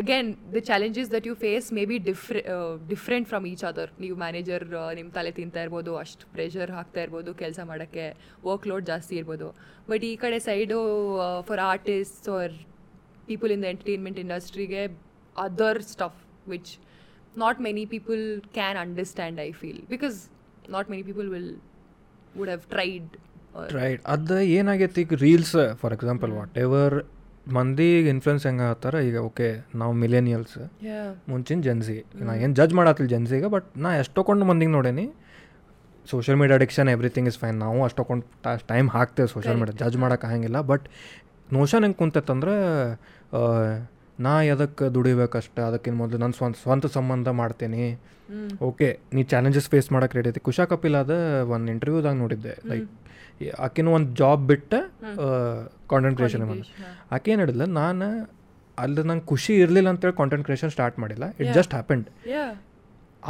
again the challenges that you face may be ಡಿಫ್ರೆ different from each other ನೀವು ಮ್ಯಾನೇಜರ್ ನಿಮ್ಮ ತಲೆ ತಿಂತಾ ಇರ್ಬೋದು ಅಷ್ಟು ಪ್ರೆಷರ್ ಹಾಕ್ತಾ ಇರ್ಬೋದು ಕೆಲಸ ಮಾಡೋಕ್ಕೆ ವರ್ಕ್ ಲೋಡ್ ಜಾಸ್ತಿ ಇರ್ಬೋದು ಬಟ್ ಈ ಕಡೆ side for artists are people in the entertainment ಇಂಡಸ್ಟ್ರಿಗೆ other stuff which not many people can understand I feel because not many people will would have tried
right ಅದು ಏನಾಗೈತಿ ಈಗ reels for example whatever ಮಂದಿ ಇನ್ಫ್ಲೂಯೆನ್ಸ್ ಹೆಂಗೆ ಆಗ್ತಾರೆ ಈಗ ಓಕೆ ನಾವು ಮಿಲೇನಿಯಲ್ಸ್
Yeah.
ಮುಂಚಿನ ಜನ್ಸಿ ನಾ ಏನು ಜಜ್ ಮಾಡತ್ತಿಲ್ಲ ಜನ್ಸಿಗೆ ಬಟ್ ನಾ ಎಷ್ಟೊಕೊಂಡು ಮಂದಿಗೆ ನೋಡೇನಿ social media addiction everything is fine ನಾವು ಅಷ್ಟೊಕೊಂಡು ಟೈಮ್ ಹಾಕ್ತೇವೆ ಸೋಷಿಯಲ್ ಮೀಡಿಯಾ ಜಜ್ ಮಾಡೋಕೆ ಹಂಗಿಲ್ಲ ಬಟ್ ನೋಷನ್ ಹೆಂಗೆ ಕುಂತೈತಂದ್ರೆ ಆ, ನಾ ಎದಕ್ಕೆ ದುಡಿಬೇಕಷ್ಟೆ ಅದಕ್ಕಿಂತ ಮೊದಲು ನನ್ನ ಸ್ವಂತ ಸ್ವಂತ ಸಂಬಂಧ ಮಾಡ್ತೀನಿ ಓಕೆ ನೀ ಚಾಲೆಂಜಸ್ ಫೇಸ್ ಮಾಡೋಕೆ ರೆಡಿ ಐತಿ ಕುಶಾ ಕಪಿಲಾದ ಒಂದು ಇಂಟರ್ವ್ಯೂದಾಗ ನೋಡಿದ್ದೆ ಲೈಕ್ ಆಕಿನ ಒಂದು ಜಾಬ್ ಬಿಟ್ಟು ಕಾಂಟೆಂಟ್ ಕ್ರಿಯೇಷನ್ ಮಾಡಿ ಆಕೆ ಏನು ಹೇಳಿದ್ಲ ನಾನು ಅಲ್ಲಿ ನಂಗೆ ಖುಷಿ ಇರಲಿಲ್ಲ ಅಂತೇಳಿ ಕಾಂಟೆಂಟ್ ಕ್ರಿಯೇಷನ್ ಸ್ಟಾರ್ಟ್ ಮಾಡಿಲ್ಲ ಇಟ್ ಜಸ್ಟ್ ಹ್ಯಾಪೆಂಡ್
Yeah.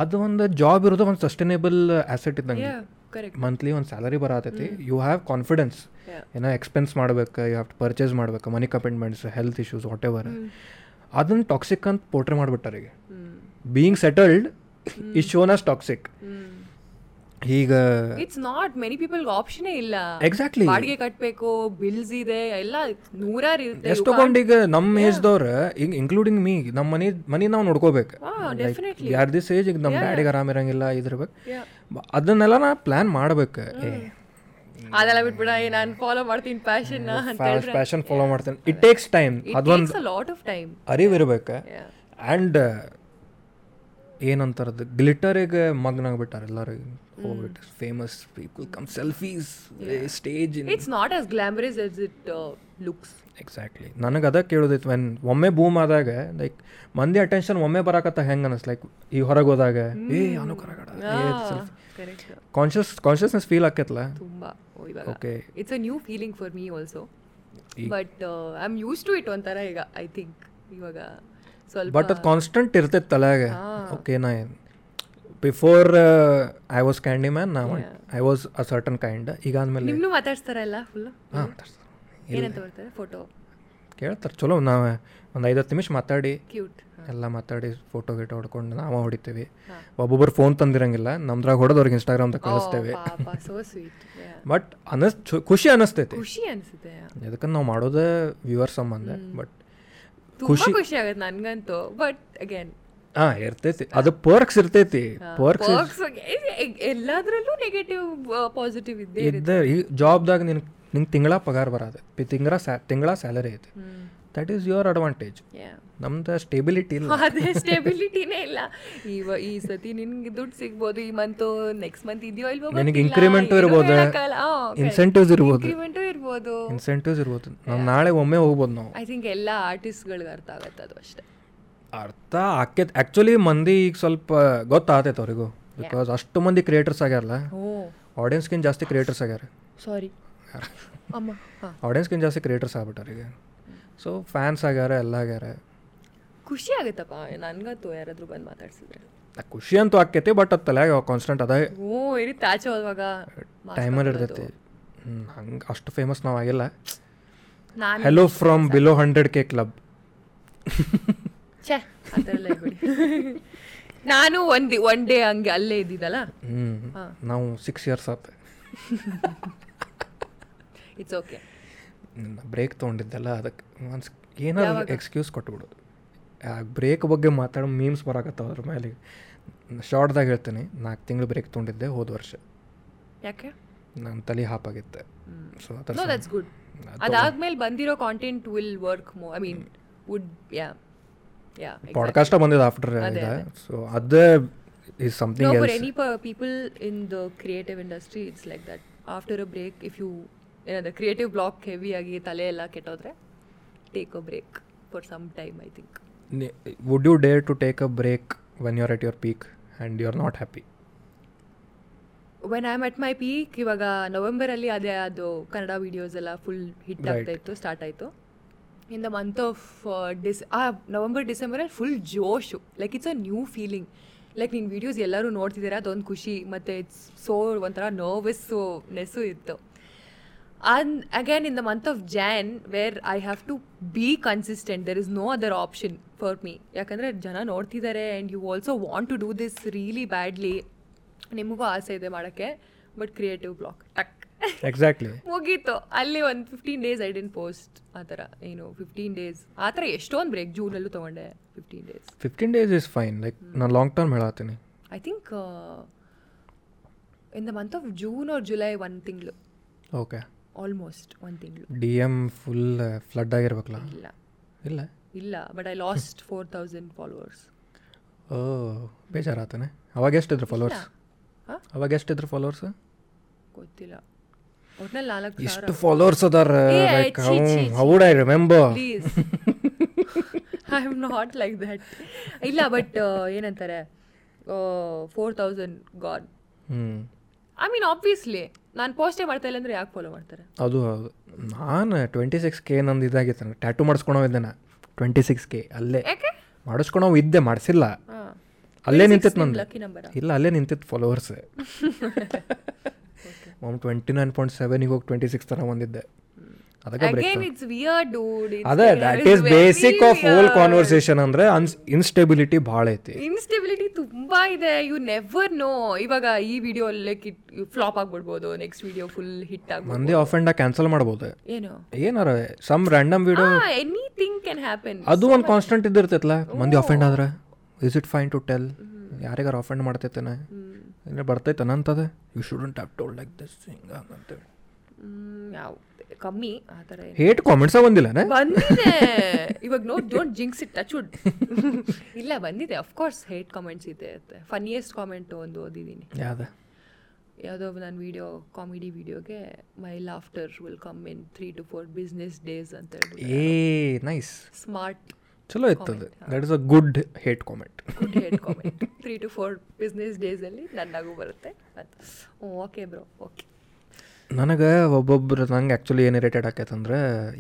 ಅದು ಒಂದು ಜಾಬ್ ಇರೋದು ಒಂದು ಸಸ್ಟೈನೇಬಲ್ ಆ್ಯಸೆಟ್ ಇದ್ದಂಗೆ
Yeah. Correct.
ಮಂತ್ಲಿ ಒಂದು ಸ್ಯಾಲರಿ ಬರತೈತಿ ಯು ಹ್ಯಾವ್ ಕಾನ್ಫಿಡೆನ್ಸ್
Yeah.
ಏನೋ ಎಕ್ಸ್ಪೆನ್ಸ್ ಮಾಡ್ಬೇಕು ಯು ಹ್ಯಾವ್ ಟು ಪರ್ಚೇಸ್ ಮಾಡ್ಬೇಕು money commitments health issues whatever ಅದನ್ನು ಟಾಕ್ಸಿಕ್ ಅಂತ ಪೋಟ್ರೆ ಮಾಡಿಬಿಟ್ಟಾರೆ ಈಗ being settled is shown as toxic ಈಗ
it's not many people option ಇಲ್ಲ
Exactly.
ಬಾಡಿಗೆ ಕಟ್ಬೇಕು ಬಿಲ್ಸ್ ಇದೆ ಎಲ್ಲ ನೂರಾರು ಇರುತ್ತೆ
ಎಷ್ಟು ತಗೊಂಡು ಈಗ ನಮ್ಮ ಏಜ್ದವ್ರು ಈಗ ಇನ್ಕ್ಲೂಡಿಂಗ್ ಮೀ ನಮ್ಮ ಮನೆ ಮನೆ ನಾವು ನೋಡ್ಕೋಬೇಕು
ಡೆಫಿನೆಟ್ಲಿ
ಯಾರ್ ದಿಸ್ ಏಜ್ ಈಗ ನಮ್ಮ ಡ್ಯಾಡಿಗೆ ಆರಾಮ ಇರಂಗಿಲ್ಲ ಇದಿರ್ಬೇಕು ಅದನ್ನೆಲ್ಲ ನಾ ಪ್ಲ್ಯಾನ್ ಮಾಡ್ಬೇಕು
ಅದೆಲ್ಲ ಬಿಟ್ಬಿಡ ಏ, ನಾನು ಫಾಲೋ ಮಾಡ್ತೀನಿ ಪ್ಯಾಷನ್ ಅಂತ ಹೇಳಿದ್ರೆ
ಫ್ಯಾಷನ್ ಫಾಲೋ ಮಾಡ್ತೇನೆ ಇಟ್ ಟೇಕ್ಸ್ ಟೈಮ್
ಇಟ್
ಅದೊಂದು
ಲಾಟ್ ಆಫ್ ಟೈಮ್
ಅರಿವಿರ್ಬೇಕು ಆ್ಯಂಡ್ ಏನಂತಾರದು ಗ್ಲಿಟರಿಗೆ ಮಗ್ನಾಗ್ಬಿಟ್ಟಾರೆ ಎಲ್ಲರೂ ಹೋಗ್ಬಿಟ್ಟು famous people come selfies stage in
it's not as glamorous as uh, it looks
exactly ನನಗೆ ಅದ ಕೇಳೋದಿತ್ತು ವೆನ್ ಒಮ್ಮೆ ಬೂಮ್ ಆದಾಗ ಲೈಕ್ ಮಂದಿ ಅಟೆನ್ಷನ್ ಒಮ್ಮೆ ಬರಾಕತ್ತ ಹೆಂಗೆ ಅನಿಸ್ ಲೈಕ್ ಈ ಹೊರಗೆ ಹೋದಾಗ ಏ ಅನು
ಕರೆಕ್ಟ್
ಕಾನ್ಷಿಯಸ್ ಕಾನ್ಷಿಯಸ್ನೆಸ್ ಫೀಲ್ ಆಕೈತಲ್ಲ
Ah, ತುಂಬಾ ಓ, ಇವಾಗ
Okay.
It's a new feeling for me also
ಈ-
but I am use to it ಒಂಥರ ಈಗ ಐ ಥಿಂಕ್ ಇವಾಗ ಸ್ವಲ್ಪ
ಬಟ್ ಅದು ಕಾನ್ಸ್ಟೆಂಟ್ ಇರ್ತೈತೆ ತಲೆಯಾಗ ಓಕೆ ನಾ uh, before I was candy man ನಾ I was a certain kind ಈಗ ಆದ್ಮೇಲೆ
ನಿಮ್ನು ಮಾತಾಡ್ಸ್ತಾರಲ್ಲ ಫುಲ್
ಹಾಂ
ಏನಂತ ಬರ್ತಾರೆ ಫೋಟೋ
ಕೇಳ್ತಾರೆ ಚಲೋ ನಾವು ಒಂದು ಐದತ್ತು ನಿಮಿಷ ಮಾತಾಡಿ
ಕ್ಯೂಟ್
ಎಲ್ಲ ಮಾತಾಡಿ ಫೋಟೋ ಗೀಟೋ ಹೊಡ್ಕೊಂಡು ನಾವು ಹೊಡಿತೀವಿ ಒಬ್ಬೊಬ್ಬರು ಫೋನ್ ತಂದಿರಂಗಿಲ್ಲ ನಮ್ದ್ರಾಗ ಹೊಡೆದವ್ರಿಗೆ ಇನ್ಸ್ಟಾಗ್ರಾಮ್ದಾಗ ಕಳಿಸ್ತೇವೆ
ಪಾಪ ಸೋ ಸ್ವೀಟ್
ಬಟ್ ಅನಸ್ ಚು- ಖುಷಿ ಅನಿಸ್ತೈತಿ
ಖುಷಿ ಅನ್ಸುತ್ತೆ
ಯಾಕಂದ್ರೆ ನಾವು ಮಾಡೋದೇ ವ್ಯೂವರ್ ಸಂಬಂಧ ಬಟ್
ತುಂಬಾ ಖುಷಿ ಆಗತ್ತೆ ನನ್ಗಂತೂ ಬಟ್ ಅಗೇನ್
ಹಾಂ ಇರ್ತೈತಿ ಅದು ಪರ್ಕ್ಸ್ ಇರ್ತೈತಿ ಪರ್ಕ್ಸ್
ಎಲ್ಲಾದ್ರಲ್ಲೂ ನೆಗೆಟಿವ್ ಪಾಸಿಟಿವ್ ಇದ್ದೇ
ಇದ್ದ ಈ ಜಾಬ್ದಾಗ ನಿನ್ ನಿಂಗೆ ತಿಂಗಳ ಪಗಾರ ಬರತ್ತೆ ತಿಂಗಳ ಸ್ಯಾ ತಿಂಗಳ ಸ್ಯಾಲರಿ ಐತಿ that is your advantage
Yeah.
ನಮ್ದು ಸ್ಟೇಬಿಲಿಟಿ ಇಲ್ಲ
ಅದೇ ಸ್ಟೆಬಿಲಿಟಿನೇ ಇಲ್ಲ ಇವ ಈ ಸತಿ ನಿನ್ಗೆ ದುಡ್ಡು ಸಿಗ್ಬೋದು ಈ ಮಂತ್ ನೆಕ್ಸ್ಟ್ ಮಂತ್ ಇದೆಯೋ ಇಲ್ವೋ
ನಿನಗೆ increment ಇರ್ಬೋದು. ಇನ್ಸೆಂಟಿವ್ಸ್ ಇರ್ಬೋದು
ಇನ್ಕ್ರಿಮೆಂಟು ಇರ್ಬೋದು
ಇನ್ಸೆಂಟಿವ್ಸ್ ಇರ್ಬೋದು ನಾವು ನಾಳೆ ಒಮ್ಮೆ ಹೋಗ್ಬೋದು ನಾವು
ಐ ಥಿಂಕ್ ಎಲ್ಲ ಆರ್ಟಿಸ್ಟ್ಗಳಿಗೆ ಅರ್ಥ ಆಗತ್ತೆ ಅದು ಅಷ್ಟೇ
ಅರ್ಥ ಆಕೆ ಆ್ಯಕ್ಚುಲಿ ಮಂದಿ ಈಗ ಸ್ವಲ್ಪ ಗೊತ್ತಾಗ್ತೈತೆ ಅವ್ರಿಗೂ ಬಿಕಾಸ್ ಅಷ್ಟು ಮಂದಿ ಕ್ರಿಯೇಟರ್ಸ್ ಆಗ್ಯಾರಲ್ಲ
ಓ
ಆಡಿಯನ್ಸ್ಗಿಂತ ಜಾಸ್ತಿ ಕ್ರಿಯೇಟರ್ಸ್ ಆಗ್ಯಾರ
ಸಾರಿ ಅಮ್ಮ ಹಾ
ಆಡಿಯನ್ಸ್ಗಿಂತ ಜಾಸ್ತಿ ಕ್ರಿಯೇಟರ್ಸ್ ಆಗ್ಬಿಟ್ಟಾರ ಈಗ ಸೊ ಫ್ಯಾನ್ಸ್ ಆಗ್ಯಾರ ಎಲ್ಲ ಆಗ್ಯಾರ
ಖುಷಿ ಆಗುತ್ತಪ್ಪ ನನ್ಗಂತೂ ಯಾರಾದ್ರೂ ಬಂದು ಮಾತಾಡ್ಸಿದ್ರೆ
ಆ ಖುಷಿ ಅಂತೂ ಆಕೈತಿ ಬಟ್ ಅದು ತಲೆಯಾಗ ಕಾನ್ಸ್ಟೆಂಟ್ ಅದ
ಓ ಇರುತ್ತೆ ಆಚೆ ಹೋದಾಗ
ಟೈಮಲ್ಲಿ ಇರ್ತೈತಿ ಹಂಗೆ ಅಷ್ಟು ಫೇಮಸ್ ನಾವು ಆಗಿಲ್ಲ
ನಾನು
hello from below hundred K club
ಛೇ ಆ ಥರ ಎಲ್ಲ ಇರ್ಬೇಡಿ. ನಾನು ಒಂದ್ ಒನ್ ಡೇ ಹಂಗೆ ಅಲ್ಲೇ ಇದ್ದಿದ್ದಲ್ಲ
ಹ್ಞೂ ನಾವು ಸಿಕ್ಸ್ ಇಯರ್ಸ್ ಆತ
ಇಟ್ಸ್ ಓಕೆ
ಬ್ರೇಕ್ ತೊಗೊಂಡಿದ್ದೆಲ್ಲ ಅದಕ್ಕೆ ಒಂದು ಏನಾದ್ರು ಎಕ್ಸ್ಕ್ಯೂಸ್ ಕೊಟ್ಬಿಡು ಆ ಬ್ರೇಕ್ ಬಗ್ಗೆ ಮಾತಾಡೋ ಮೀಮ್ಸ್ ಬರಾಕತ್ತಾವ ಅದ್ರ ಮೇಲೆ ಶಾರ್ಟ್ದಾಗ ಹೇಳ್ತೀನಿ ನಾಲ್ಕು ತಿಂಗಳು ಬ್ರೇಕ್ ತೊಗೊಂಡಿದ್ದೆ ಹೋದ ವರ್ಷ
ಯಾಕೆ
ನನ್ನ ತಲೆ ಹಾಪಾಗಿತ್ತೆ ಸೊ ಅದರ
ನೋ ದಟ್ಸ್ ಗುಡ್ ಅದಾದ್ಮೇಲೆ ಬಂದಿರೋ ಕಾಂಟೆಂಟ್ ವಿಲ್ ವರ್ಕ್ ಮೋ I mean would yeah yeah
podcast ಬಂದಿದ್ದು ಆಫ್ಟರ್
ಅದೇ,
ಇದೆ
ಅದೇ.
ಸೊ ಅದೇ is
no
something
for
else
any people in the creative industry it's like that after a break if you ಏನದ ಕ್ರಿಯೇಟಿವ್ ಬ್ಲಾಕ್ ಹೆವಿ ಆಗಿ ತಲೆ ಎಲ್ಲ ಕೆಟ್ಟೋದ್ರೆ take a break for some time I think
would you dare to take a break when you are at your peak and you are not happy
when I at my peak ಇವಾಗ ನವೆಂಬರಲ್ಲಿ ಅದೇ ಅದು ಕನ್ನಡ ವೀಡಿಯೋಸ್ ಎಲ್ಲ ಫುಲ್ ಹಿಟ್ ಆಗ್ತಾ ಇತ್ತು ಸ್ಟಾರ್ಟ್ ಆಯಿತು ಇನ್ ದ ಮಂತ್ ಆಫ್ ಡಿಸ್ ಆ ನವೆಂಬರ್ ಡಿಸೆಂಬರಲ್ಲಿ ಫುಲ್ ಜೋಶು like it's a new feeling like ನಿನ್ನ ವೀಡಿಯೋಸ್ ಎಲ್ಲರೂ ನೋಡ್ತಿದ್ದೀರಾ ಅದೊಂದು ಖುಷಿ ಮತ್ತು ಇಟ್ಸ್ ಸೋ ಒಂಥರ ನರ್ವಸ್ನೆಸ್ಸು ಇತ್ತು and again in the month of jan where i have to be consistent there is no other option for me ಯಾಕಂದರೆ ಜನ ನೋಡ್ತಿದ್ದಾರೆ and you also want to do this really badly ನಿಮಗೂ ಆಸೆ ಇದೆ ಮಾಡೋಕ್ಕೆ ಬಟ್ ಕ್ರಿಯೇಟಿವ್ ಬ್ಲಾಕ್ ಟಕ್
ಎಕ್ಸಾಕ್ಟ್ಲಿ
ಮುಗೀತು ಅಲ್ಲಿ ಒಂದು fifteen days I didn't post ಆ ಥರ ಏನು ಫಿಫ್ಟೀನ್ ಡೇಸ್ ಆ ಥರ ಎಷ್ಟೊಂದು ಬ್ರೇಕ್ ಜೂನಲ್ಲೂ ತೊಗೊಂಡೆ fifteen days
fifteen days is fine like
Hmm.
ನಾನು ಲಾಂಗ್ ಟರ್ಮ್ ಹೇಳತ್ತೀನಿ
I think in the month of June or July ಒಂದು ತಿಂಗಳು
ಓಕೆ
ಆಲ್ಮೋಸ್ಟ್ ಒಂದು ತಿಂಗಳು
D M full flood uh, ಆಗಿರ್ಬೇಕಲ್ಲ
ಇಲ್ಲ
ಇಲ್ಲ
ಇಲ್ಲ but I lost four thousand followers
ಓ ಬೇಜಾರಾತನೆ ಅವಾಗ ಎಷ್ಟಿದ್ರು ಫಾಲೋವರ್ಸ್
ಹಾ?
ಅವಾಗ ಎಷ್ಟಿದ್ರು ಫಾಲೋವರ್ಸ್
ಗೊತ್ತಿಲ್ಲ ಒಟ್ನಲ್ಲಿ ನಾಲ್ಕು
ಇಷ್ಟು ಫಾಲೋವರ್ಸ್ ಅದಾರ
ಏ,
ಲೈಕ್
ಛೀ, ಛೀ, ಛೀ.
ಹೌಡ್ I remember
please I am not like that ಇಲ್ಲ ಬಟ್ ಏನಂತಾರೆ ಫೋರ್ ತೌಸಂಡ್ ಗಾಡ್
ಹ್ಞೂ
ಐ ಮೀನ್ ಆಬ್ವಿಯಸ್ಲಿ ನಾನು ಪೋಸ್ಟೇ ಮಾಡ್ತಾ ಇಲ್ಲ ಅಂದ್ರೆ ಯಾಕೆ ಫಾಲೋ ಮಾಡ್ತಾರೆ
ಅದು ಹೌದು ನಾನು ಟ್ವೆಂಟಿ ಸಿಕ್ಸ್ ಕೆ ನಂದು ಇದಾಗಿತ್ತು ಟ್ಯಾಟು ಮಾಡಿಸ್ಕೊಳವಿದ್ದೆ ನಾ ಟ್ವೆಂಟಿ ಸಿಕ್ಸ್ ಕೆ ಅಲ್ಲೇ
ಯಾಕೆ
ಮಾಡಿಸ್ಕೊಳೋ ಇದ್ದೆ ಮಾಡಿಸಿಲ್ಲ ಅಲ್ಲೇ ನಿಂತಿತ್ತು ನಂದು
ಲಕ್ಕಿ ನಂಬರ್
ಇಲ್ಲ ಅಲ್ಲೇ ನಿಂತಿತ್ತು ಫಾಲೋವರ್ಸ್ ಒಮ್ಮೆ ಟ್ವೆಂಟಿ ನೈನ್ ಪಾಯಿಂಟ್ ಸೆವೆನಿಗೆ ಹೋಗಿ ಟ್ವೆಂಟಿ ಸಿಕ್ಸ್ ತನಕ ಬಂದಿದ್ದೆ ಅದಕ್ಕೆ break
again it's weird dude
ಅದೇ that is basic of whole conversation ಅಂದರೆ ಅನ್ಸ್ ಇನ್ಸ್ಟೆಬಿಲಿಟಿ ಭಾಳ ಐತಿ
ಇನ್ಸ್ಟೆಬಿಲಿಟಿ ತುಂಬಾ ಇದೆ ಯು ನೆವರ್ ನೋ ಇವಾಗ ಈ ವಿಡಿಯೋ ಲೈಕ್ ಇಟ್ ಫ್ಲಾಪ್ ಆಗ್ಬಿಡ್ಬೋದು ನೆಕ್ಸ್ಟ್ ವಿಡಿಯೋ ಫುಲ್ ಹಿಟ್ ಆಗ್ಬೋದು
ಮಂದಿ ಆಫ್ ಆ್ಯಂಡ್ ಕ್ಯಾನ್ಸಲ್ ಮಾಡ್ಬೋದು
ಏನು
ಏನಾರ some random video
anything can happen
ಅದು ಒಂದು ಕಾನ್ಸ್ಟೆಂಟ್ ಇದ್ದಿರ್ತೈತಲ್ಲ ಮಂದಿ ಆಫೆಂಡ್ ಆದ್ರೆ is it fine to tell ಯಾರಿಗಾರ ಆಫೆಂಡ್ ಮಾಡ್ತೈತೇನೆ ಅಂದರೆ ಬರ್ತೈತೆ ಅಂತದ you shouldn't have told like this ಹಿಂಗ ಅಂತೇಳಿ
ಯಾವ ಕಮ್ಮಿ ಆ ಥರ ಏನು
ಹೇಟ್ ಕಾಮೆಂಟ್ಸ ಬಂದಿಲ್ಲನೆ
ಬಂದಿದೆ ಇವಾಗ no don't jinx it touch wood ಇಲ್ಲ ಬಂದಿದೆ ಅಫ್ಕೋರ್ಸ್ ಹೇಟ್ ಕಾಮೆಂಟ್ಸ್ ಇದೆ ಫನ್ನಿಯೆಸ್ಟ್ ಕಾಮೆಂಟ್ ಒಂದು ಓದಿದ್ದೀನಿ
ಯಾವ್ದ
ಯಾವುದೋ ನನ್ನ ವಿಡಿಯೋ ಕಾಮಿಡಿ ವಿಡಿಯೋಗೆ my laughter will come in three to four business days ಅಂತ ಹೇಳ್ಬಿಟ್ಟು
ಏ ನೈಸ್
ಸ್ಮಾರ್ಟ್
ಚಲೋ ಇತ್ತು ಅದು that is a good hate comment
good hate comment three to four business ಡೇಸಲ್ಲಿ ನನ್ನಾಗೂ ಬರುತ್ತೆ ಓ ಓಕೆ ಬ್ರೋ ಓಕೆ
ನನಗೆ ಒಬ್ಬೊಬ್ರು ನಂಗೆ ಆ್ಯಕ್ಚುಲಿ ಏನು ಇರಿಟೇಟ್ ಆಕೈತಂದ್ರೆ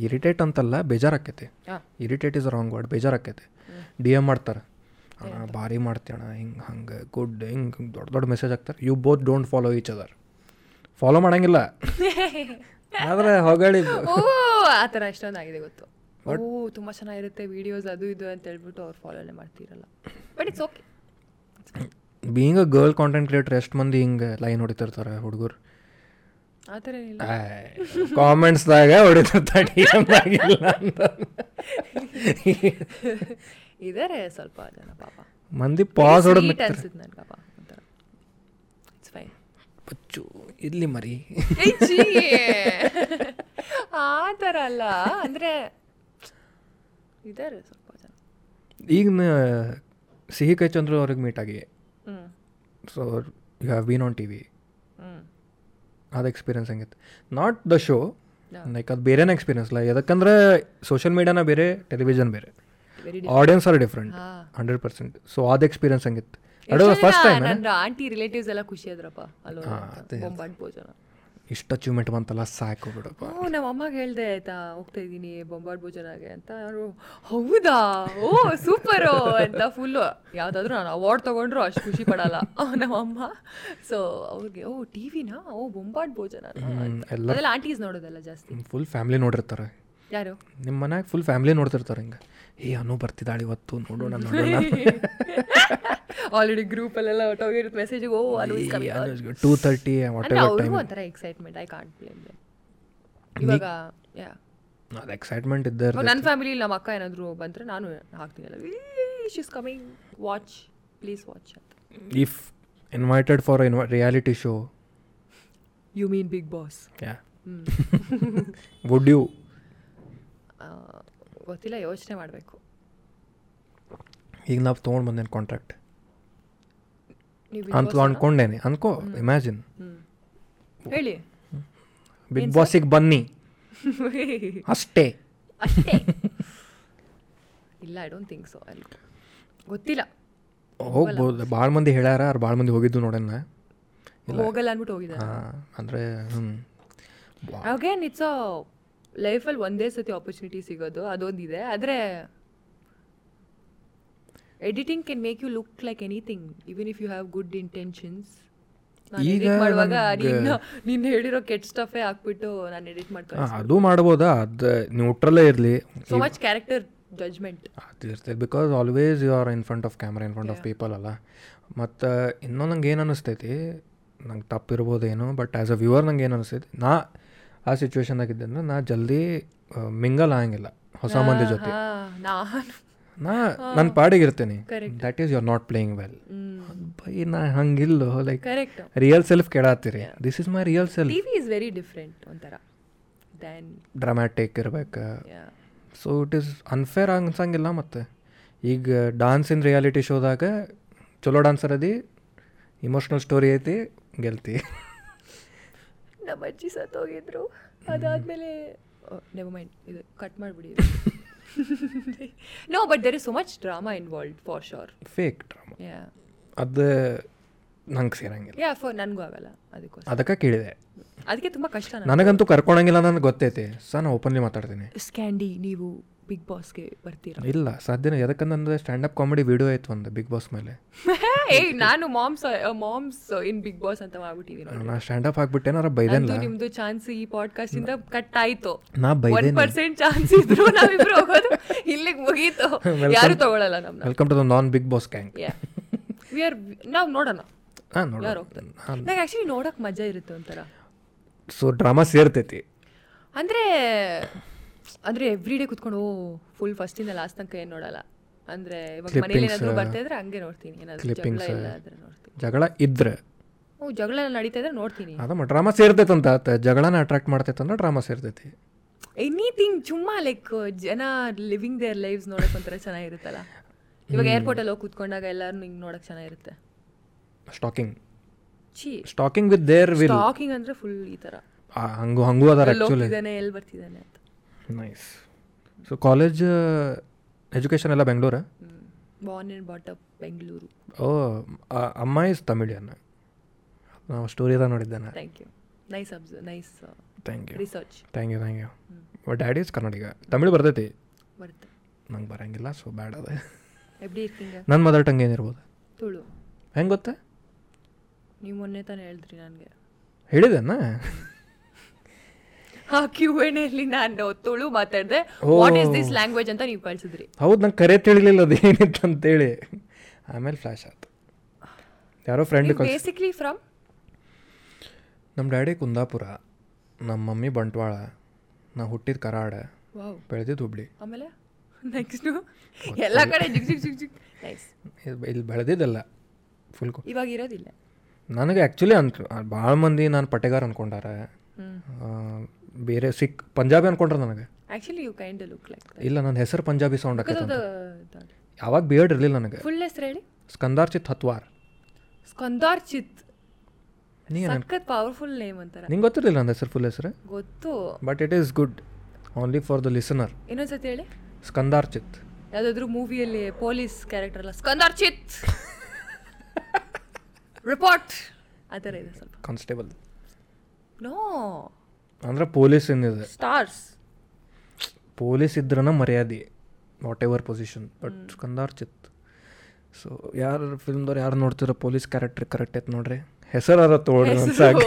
ಇರಿಟೇಟ್ ಅಂತಲ್ಲ ಬೇಜಾರು ಆಕೈತಿ
ಹಾಂ
ಇರಿಟೇಟ್ ಇಸ್ ರಾಂಗ್ ವರ್ಡ್ ಬೇಜಾರು ಆಕೈತಿ ಡಿ ಎಮ್ ಮಾಡ್ತಾರೆ ಅಣ್ಣ ಭಾರಿ ಮಾಡ್ತೀಯಣ್ಣ ಹಿಂಗೆ ಹಂಗೆ ಗುಡ್ ಹಿಂಗೆ ದೊಡ್ಡ ದೊಡ್ಡ ಮೆಸೇಜ್ ಹಾಕ್ತಾರೆ you both don't follow each other follow ಮಾಡಂಗಿಲ್ಲ ಆದರೆ ಹೊಗಳಿ
ಓ ಆ ಥರ ಎಷ್ಟೊಂದು ಆಗಿದೆ ಗೊತ್ತು ಓ ತುಂಬ ಚೆನ್ನಾಗಿರುತ್ತೆ ವಿಡಿಯೋಸ್ ಅದು ಇದು ಅಂತ ಹೇಳ್ಬಿಟ್ಟು ಅವ್ರು ಫಾಲೋನೆ ಮಾಡ್ತಿರಲ್ಲ but it's okay
being a girl content creator ಎಷ್ಟು ಮಂದಿ ಹಿಂಗೆ ಲೈನ್ ಹೊಡಿತಿರ್ತಾರೆ ಹುಡುಗರು
ಆ ಥರ ಏನಿಲ್ಲ
ಕಾಮೆಂಟ್ಸ್ದಾಗ ಹೊಡಿತಿರ್ತಾರೆ ಡಿ ಎಮ್ ಆಗಿಲ್ಲ ಅಂತ
ಇದಾರೆ ಸ್ವಲ್ಪ ಜನ ಪಾಪ
ಮಂದಿ ಪಾಸ್ ಹೊಡೆದ್
Sweet ಅನ್ಸುತ್ತೆ ನನ್ಗೆ ಪಾಪ ಒಂಥರ ಇಟ್ಸ್ ಫೈನ್
ಬಚ್ಚು ಇಲ್ಲಿ ಮರಿ
ಆ ಥರ ಅಲ್ಲ ಅಂದರೆ ಇದಾರೆ ಸ್ವಲ್ಪ ಜನ
ಈಗ ನ- ಸಿಹಿ ಕೈ ಚಂದ್ರು ಅವ್ರಿಗೆ ಮೀಟ್ ಆಗಿ
ಹ್ಞೂ
so you have been on T V
ಹ್ಞೂ
ಅದು ಎಕ್ಸ್ಪೀರಿಯನ್ಸ್ ಹಂಗಿತ್ತು ನಾಟ್ ದ ಶೋ ಲೈಕ್ ಅದು ಬೇರೆನೇ ಎಕ್ಸ್ಪೀರಿಯನ್ಸ್ ಲಾ ಯಾಕಂದ್ರೆ ಸೋಷಿಯಲ್ ಮೀಡಿಯಾನ ಬೇರೆ ಟೆಲಿವಿಷನ್ ಬೇರೆ
ವೆರಿ
ಆಡಿಯನ್ಸ್ ಆರ್ ಡಿಫ್ರೆಂಟ್
ಹಾ.
ಹಂಡ್ರೆಡ್ ಪರ್ಸೆಂಟ್ ಸೊ ಅದು ಎಕ್ಸ್ಪೀರಿಯನ್ಸ್ ಹಂಗಿತ್ತು ಅದು ಫಸ್ಟ್ ಟೈಮ್
ನನ್ನ ಆಂಟಿ ರಿಲೇಟಿವ್ಸ್ ಎಲ್ಲ ಖುಷಿ ಆದ್ರಪ್ಪ ಅಲ್ಲೋ ಬೊಂಬಾಟ್ ಭೋಜನ
ಇಷ್ಟು ಅಚೀವ್ಮೆಂಟ್ ಬಂತಲ್ಲ ಸಾಕು ಬಿಡಪ್ಪ
ಓ ನಮ್ಮ ಅಮ್ಮಗೆ ಹೇಳ್ದೆ ಆಯ್ತಾ ಹೋಗ್ತಾ ಇದ್ದೀನಿ ಬೊಂಬಾಟ್ ಭೋಜನಾಗೆ ಅಂತ ಅವರು ಹೌದಾ ಓ ಸೂಪರು ಅಂತ ಫುಲ್ಲು ಯಾವುದಾದ್ರೂ ನಾನು ಅವಾರ್ಡ್ ತೊಗೊಂಡ್ರು ಅಷ್ಟು ಖುಷಿ ಪಡಲ್ಲ ನಮ್ಮ ಅಮ್ಮ ಸೊ ಅವ್ರಿಗೆ ಓ ಟಿ ವಿನಾ ಓ ಬೊಂಬಾಟ್ ಭೋಜನ
ಎಲ್ಲ-
ಅದೆಲ್ಲ ಆಂಟೀಸ್ ನೋಡೋದಲ್ಲ ಜಾಸ್ತಿ
ಫುಲ್ ಫ್ಯಾಮಿಲಿ ನೋಡಿರ್ತಾರೆ
ಯಾರು
ನಿಮ್ಮ ಮನ್ಯಾಗ ಫುಲ್ ಫ್ಯಾಮಿಲಿ ನೋಡ್ತಿರ್ತಾರೆ ಹಿಂಗೆ ಏ ಅನು ಬರ್ತಿದ್ದಾಳೆ ಇವತ್ತು ನೋಡೋಣ ನೋಡೋಣ
ಆಲ್ರೆಡಿ ಗ್ರೂಪಲ್ಲೆಲ್ಲ ಹೊಟ್ಟೋಗಿರುತ್ತೆ ಮೆಸೇಜಿಗೆ ಓ ಅದು
ಟೂ ತರ್ಟಿ ವಾಟ್
ಅಂದ್ರೆ
ಎವರ್ ಟೈಮ್
ಅವ್ರಿಗೂ ಒಂಥರ ಎಕ್ಸೈಟ್ಮೆಂಟ್ ಐ ಕಾಂಟ್ ಬ್ಲೇಮ್ ಇವಾಗ ಯಾ
ಅದು ಎಕ್ಸೈಟ್ಮೆಂಟ್ ಇದ್ದೇ ಇರ್ತೈತೆ.
ನನ್ನ ಫ್ಯಾಮಿಲಿ ನಮ್ಮ ಅಕ್ಕ ಏನಾದರೂ ಬಂದರೆ ನಾನು ಹಾಕ್ತೀನಲ್ಲ she's coming watch please watch ಅಂತ
if invited for reality show
you mean big Boss
would you
ಗೊತ್ತಿಲ್ಲ ಯೋಚನೆ ಮಾಡಬೇಕು
ಈಗ ನಾವು ತೊಗೊಂಡು ಬಂದೇನು ಕಾಂಟ್ರಾಕ್ಟ್
ನೀವು
ಅಂತ ಅನ್ಕೊಂಡೇನೆ ಅನ್ಕೋ ಇಮ್ಯಾಜಿನ್
ಹೇಳಿ
ಬಿಗ್ ಬಾಸಿಗೆ ಬನ್ನಿ ಅಷ್ಟೇ
ಅಷ್ಟೇ ಇಲ್ಲ ಐ ಡೋಂಟ್ ಥಿಂಕ್ ಸೊ ಅಲ್ಲಿ ಗೊತ್ತಿಲ್ಲ
ಹೋಗ್ಬೋದು ಭಾಳ ಮಂದಿ ಹೇಳ್ಯಾರ ಅವ್ರು ಭಾಳ ಮಂದಿ ಹೋಗಿದ್ದು ನೋಡೋಣ
ಹೋಗಲ್ಲ ಅಂದ್ಬಿಟ್ಟು ಹೋಗಿದ್ದಾರೆ
ಅಂದರೆ ಹ್ಞೂ
ಅಗೇನ್ ಇಟ್ಸ್ ಅ ಲೈಫಲ್ಲಿ ಒಂದೇ ಸತಿ ಆಪರ್ಚುನಿಟಿ ಸಿಗೋದು ಅದೊಂದಿದೆ ಆದರೆ editing can make you look like anything even if you have good intentions
ಈಗ
ಎಡಿಟ್ ಮಾಡುವಾಗ ನೀನು ನೀನು ಹೇಳಿರೋ ಕೆಟ್ಟ ಸ್ಟಫೇ ಹಾಕ್ಬಿಟ್ಟು ನಾನು ಎಡಿಟ್ ಮಾಡ್ಕೊಂಡು
ಅದು ಮಾಡ್ಬೋದಾ ಅದು ನ್ಯೂಟ್ರಲ್ಲೇ ಇರಲಿ
ಸೊ ಮಚ್ ಕ್ಯಾರೆಕ್ಟರ್ ಜಜ್ಮೆಂಟ್
ಅದು ಇರ್ತೈತೆ because always you are in front of camera in front of people ಅಲ್ಲ ಮತ್ತು ಇನ್ನೂ ನಂಗೆ ಏನು ಅನ್ನಿಸ್ತೈತಿ ನಂಗೆ ತಪ್ಪಿರ್ಬೋದೇನೋ ಬಟ್ ಆ್ಯಸ್ ಅ ವ್ಯೂವರ್ ನಂಗೆ ಏನು ಅನಿಸ್ತೈತಿ ನಾ ಆ ಸಿಚುವೇಶನ್ದಾಗಿದ್ದೆ ಅಂದ್ರೆ ನಾ ಜಲ್ದಿ ಮಿಂಗಲ್ ಆಗಂಗಿಲ್ಲ ಹೊಸ ಮಂದಿ ಜೊತೆ
ನಾನು
ನಾ ನನ್ನ ಪಾಡಿಗಿರ್ತೀನಿ
Correct.
That is you are not playing well by ನಾ ಹಂಗಿಲ್ಲೋ ಲೈಕ್
ಕರೆಕ್ಟ್
ರಿಯಲ್ ಸೆಲ್ಫ್ ಕೇಳತ್ತೀರಿ this is my real self
T V is very different ಒಂಥರ ದ್ಯಾನ್
ಡ್ರಾಮ್ಯಾಟಿಕ್ ಇರ್ಬೇಕು
ಯಾ
ಸೊ ಇಟ್ ಈಸ್ ಅನ್ಫೇರ್ ಅನ್ಸಂಗಿಲ್ಲ ಮತ್ತೆ ಈಗ ಡಾನ್ಸ್ ಇನ್ ರಿಯಾಲಿಟಿ ಶೋದಾಗ ಚಲೋ ಡಾನ್ಸರ್ ಅದಿ ಇಮೋಷ್ನಲ್ ಸ್ಟೋರಿ ಐತಿ ಗೆಲ್ತಿ
ನಮ್ಮ ಅಜ್ಜಿ ಸತ್ತೋಗಿದ್ರು ಅದಾದ್ಮೇಲೆ ನೆವರ್ ಮೈಂಡ್ ಇದು ಕಟ್ ಮಾಡಿಬಿಡಿ no but there is so much drama involve for sure
fake drama
ಯಾ
ಅದು ನಂಗೆ ಸೇರಂಗಿಲ್ಲ
ಯಾ ಫಾರ್ ನನಗೂ ಆಗಲ್ಲ ಅದಕ್ಕೋಸ್ಕರ
ಅದಕ್ಕೆ ಕೇಳಿದೆ
ಅದಕ್ಕೆ ತುಂಬ ಕಷ್ಟ ನನ್ಗೆ.
ನನಗಂತೂ ಕರ್ಕೊಳಂಗಿಲ್ಲ ನನಗೆ ಗೊತ್ತೈತಿ ಸ ನಾ ಓಪನ್ಲಿ ಮಾತಾಡ್ತೀನಿ
ಸ್ಕ್ಯಾಂಡಿ ನೀವು ಬಿಗ್ ಬಾಸ್ಗೆ ಬರ್ತೀರಾ
ಇಲ್ಲ ಸಾಧ್ಯನೇ ಯಾಕಂದ್ರೆ ಸ್ಟ್ಯಾಂಡಪ್ ಕಾಮಿಡಿ ವಿಡಿಯೋ ಆಯ್ತು ಒಂದು ಬಿಗ್ ಬಾಸ್ ಮೇಲೆ
ಏಯ್ ನಾನು moms moms in big boss ಅಂತ ಮಾಡ್ಬಿಟ್ಟಿದ್ದೀನಿ
ನಾ ಸ್ಟ್ಯಾಂಡಪ್ ಹಾಕ್ಬಿಟ್ಟೇನಾರ ಬೈದೆಲ್ಲ
ನಂದು ನಿಮ್ದು ಚಾನ್ಸ್ ಈ ಪಾಡ್ಕಾಸ್ಟ್ ಇಂದ ಕಟ್ ಆಯ್ತು
ನಾ
ಒನ್
ಬೈದೇನೆ
ಪರ್ಸೆಂಟ್ ಚಾನ್ಸ್ ಇದ್ರು ನಾವಿಬ್ರು ಹೋಗೋದು ಇಲ್ಲಿಗೆ ಮುಗೀತು ಯಾರು ತಗೊಳಲ್ಲ ನಮ್ನ
welcome to the non big boss gang
yeah we are ನಾವು ನೋಡೋಣ
ಹಾಂ
ಯಾರು
ನೋಡು
ಹೋಗ್ತಾರೆ ನಂಗೆ ಆಕ್ಚುಲಿ ನೋಡಕ್ ಮಜಾ ಇರುತ್ತೆ ಒಂಥರ
ಸೊ ಡ್ರಾಮಾ ಸೇರ್ತೈತಿ
ಅಂದ್ರೆ ಅಂದ್ರೆ ಎವ್ರಿ ಡೇ ಕುತ್ಕೊಂಡು ಓ ಫುಲ್ ಫಸ್ಟಿಂದ ಲಾಸ್ಟ್ ತನಕ ಏನ್ ನೋಡಲ್ಲ ಅಂದ್ರೆ ಇವಾಗ ಮನೇಲಿ
Clippings, uh,
ಏನಾದ್ರು ಬರ್ತಾ ಇದ್ರೆ ಹಂಗೆ ನೋಡ್ತೀನಿ ಏನಾದ್ರು ಜಗಳ
clippings. uh.
ಇಲ್ಲ ಆದ್ರೆ ನೋಡ್ತೀನಿ
ಜಗಳ ಇದ್ರೆ
ಓ ಜಗಳ ಎಲ್ಲ ನಡೀತಾ ಇದ್ರೆ ನೋಡ್ತೀನಿ
ಅದಮ್ಮ ಡ್ರಾಮಾ ಸೇರ್ತೈತಂತ ಆತ ಜಗಳನ ಅಟ್ರಾಕ್ಟ್ ಮಾಡ್ತೈತಂದ್ರೆ ಡ್ರಾಮಾ ಸೇರ್ತೈತಿ
ಎನಿಥಿಂಗ್ ಚುಮ್ಮಾ ಲೈಕ್ ಜನ ಲಿವಿಂಗ್ ದೇರ್ ಲೈಫ್ಸ್ ನೋಡಕ್ ಒಂಥರ ಚೆನ್ನಾಗಿರುತ್ತಲ್ಲ ಇವಾಗ ಏರ್ಪೋರ್ಟ್ ಅಲ್ಲಿ ಹೋಗಿ ಕುತ್ಕೊಂಡಾಗ ಎಲ್ಲಾರು ಹಿಂಗ್ ನೋಡಕ್ ಚೆನ್ನಾಗಿರುತ್ತೆ
ಸ್ಟಾಕಿಂಗ್
ಚೀ
stalking with their will
stalking ಅಂದ್ರೆ ಫುಲ್ ಈ ತರ
ಹಂಗೂ ಹಂಗೂ ಅದಾರ
ಎಲ್ಲಿ
ಆ್ಯಕ್ಚುಲಿ
ಹೋಗ್ತಿದ್ದಾನೆ ಎಲ್ಲಿ ಬರ್ತಿದ್ದಾನೆ ಅಂತ
ನೈಸ್ ಸೊ ಕಾಲೇಜ್ ಎಜುಕೇಷನ್ ಎಲ್ಲ ಬೆಂಗಳೂರ
ಬಾರ್ನ್ ಅಂಡ್ ಬಾಟಪ್ ಬೆಂಗಳೂರು
ಓ ಅ- ಅಮ್ಮ ಇಸ್ ತಮಿಳಿಯನ್ನ ನಾವು ಸ್ಟೋರಿ ಅದ ನೋಡಿದ್ದಾನೆ
thank you nice abs nice
thank you
research
thank you thank you daddy is Kannadiga Tamil ಬರ್ತೈತಿ
ಬರುತ್ತೆ
ನಂಗೆ ಬರಂಗಿಲ್ಲ ಸೊ ಬ್ಯಾಡ್ ಅದ
ಎಬ್ಡಿ ಇರ್ತಿಂಗ
ನನ್ನ ಮದರ್ ಟಂಗ್ ಏನಿರ್ಬೋದು
ತುಳು
ಹೆಂಗೆ ಗೊತ್ತಾ
ನೀವು ಮೊನ್ನೆ ತಾನೇ ಹೇಳಿದ್ರಿ ನನಗೆ
ಹೇಳಿದೆನ
ಆ ಕ್ಯೂ ಎನ್ ಅಲ್ಲಿ ನಾನು ತುಳು ಮಾತಾಡಿದೆ
ಓ.
ವಾಟ್ ಈಸ್ ದಿಸ್ ಲ್ಯಾಂಗ್ವೇಜ್ ಅಂತ ನೀವು ಕಳ್ಸಿದ್ರಿ
ಹೌದು ನಂಗೆ ಕರೆ ತಿಳಿಲಿಲ್ಲ ಅದು ಏನಿತ್ತು ಅಂತೇಳಿ ಆಮೇಲೆ ಫ್ಲ್ಯಾಶ್ ಆಯ್ತು ಯಾರೋ ಫ್ರೆಂಡ್ ಕಳ್ಸಿ
ಬೇಸಿಕ್ಲಿ ಫ್ರಮ್
ನಮ್ಮ ಡ್ಯಾಡಿ ಕುಂದಾಪುರ ನಮ್ಮ ಮಮ್ಮಿ ಬಂಟ್ವಾಳ ನಾ ಹುಟ್ಟಿದ ಕರಾಡ
ವಾವ್
ಬೆಳೆದಿದ್ದು ಹುಬ್ಳಿ
ಆಮೇಲೆ ನೆಕ್ಸ್ಟು ಎಲ್ಲ ಕಡೆ ಜಿಗ್ ಜಿಗ್ ಜಿಗ್ ಜಿಗ್ ನೈಸ್
ಇದ್- ಇಲ್ಲಿ ಬೆಳೆದಿದ್ದಲ್ಲ ಫುಲ್
ಇವಾಗ ಇರೋದಿಲ್ಲ
ನನಗೆ ಆ್ಯಕ್ಚುಲಿ ಅನ್ ಭಾಳ ಮಂದಿ ನಾನು ಪಟೇಗಾರ್ ಅಂದ್ಕೊಂಡಾರ ಆ, ಬೇರೆ ಸಿಖ್ ಪಂಜಾಬಿ ಅನ್ಕೊಂಡ್ರ ನನಗೆ
actually you kind look like
ಇಲ್ಲ ನನ್ನ ಹೆಸರು ಪಂಜಾಬಿ ಸೌಂಡ್ ಆಕೈತೆ ಅಂತ
ದಟ್
ಯಾವಾಗ ಬಿಯರ್ಡ್ ಇರಲಿಲ್ಲ ನನಗೆ
ಫುಲ್ ಹೆಸರು ಹೇಳಿ
ಸ್ಕಂದಾರ್ಚಿತ್ ಹತ್ವಾರ್
ಸ್ಕಂದಾರ್ ಚಿತ್
ನೀ
ಸಖತ್ ಪವರ್ಫುಲ್ ನೇಮ್ ಅಂತಾರ
ನಿಂಗೆ ಗೊತ್ತಿರಲಿಲ್ಲ ನನ್ನ ಹೆಸರು ಫುಲ್ ಹೆಸರು
ಗೊತ್ತು
but it is good only for the listener
ಇನ್ನೊಂದ್ಸತಿ ಹೇಳಿ
ಸ್ಕಂದಾರ್ಚಿತ್
ಯಾವ್ದಾದ್ರು ಮೂವಿಯಲ್ಲಿ ಪೊಲೀಸ್ ಕ್ಯಾರೆಕ್ಟರ್ ಎಲ್ಲ ಸ್ಕಂದಾರ್ ಚಿತ್ ರಿಪೋರ್ಟ್ ಆ ಥರ ಇದೆ ಸ್ವಲ್ಪ
ಕಾನ್ಸ್ಟೇಬಲ್
ನೋ
ಅಂದ್ರೆ ಪೊಲೀಸ್ ಏನಿದೆ
ಸ್ಟಾರ್ಸ್
ಪೊಲೀಸ್ ಇದ್ರನ ಮರ್ಯಾದೆ what ever position but ಸ್ಕಂದಾರ್ಚಿತ್ so ಯಾರು ಫಿಲ್ಮ್ದವ್ರು ಯಾರು ನೋಡ್ತಿರೋ ಪೊಲೀಸ್ ಕ್ಯಾರೆಕ್ಟರ್ ಕರೆಕ್ಟ್ ಐತೆ ನೋಡ್ರಿ ಹೆಸರಾರ ತೋಳ್ರಿ ಅನ್ಸಾಕ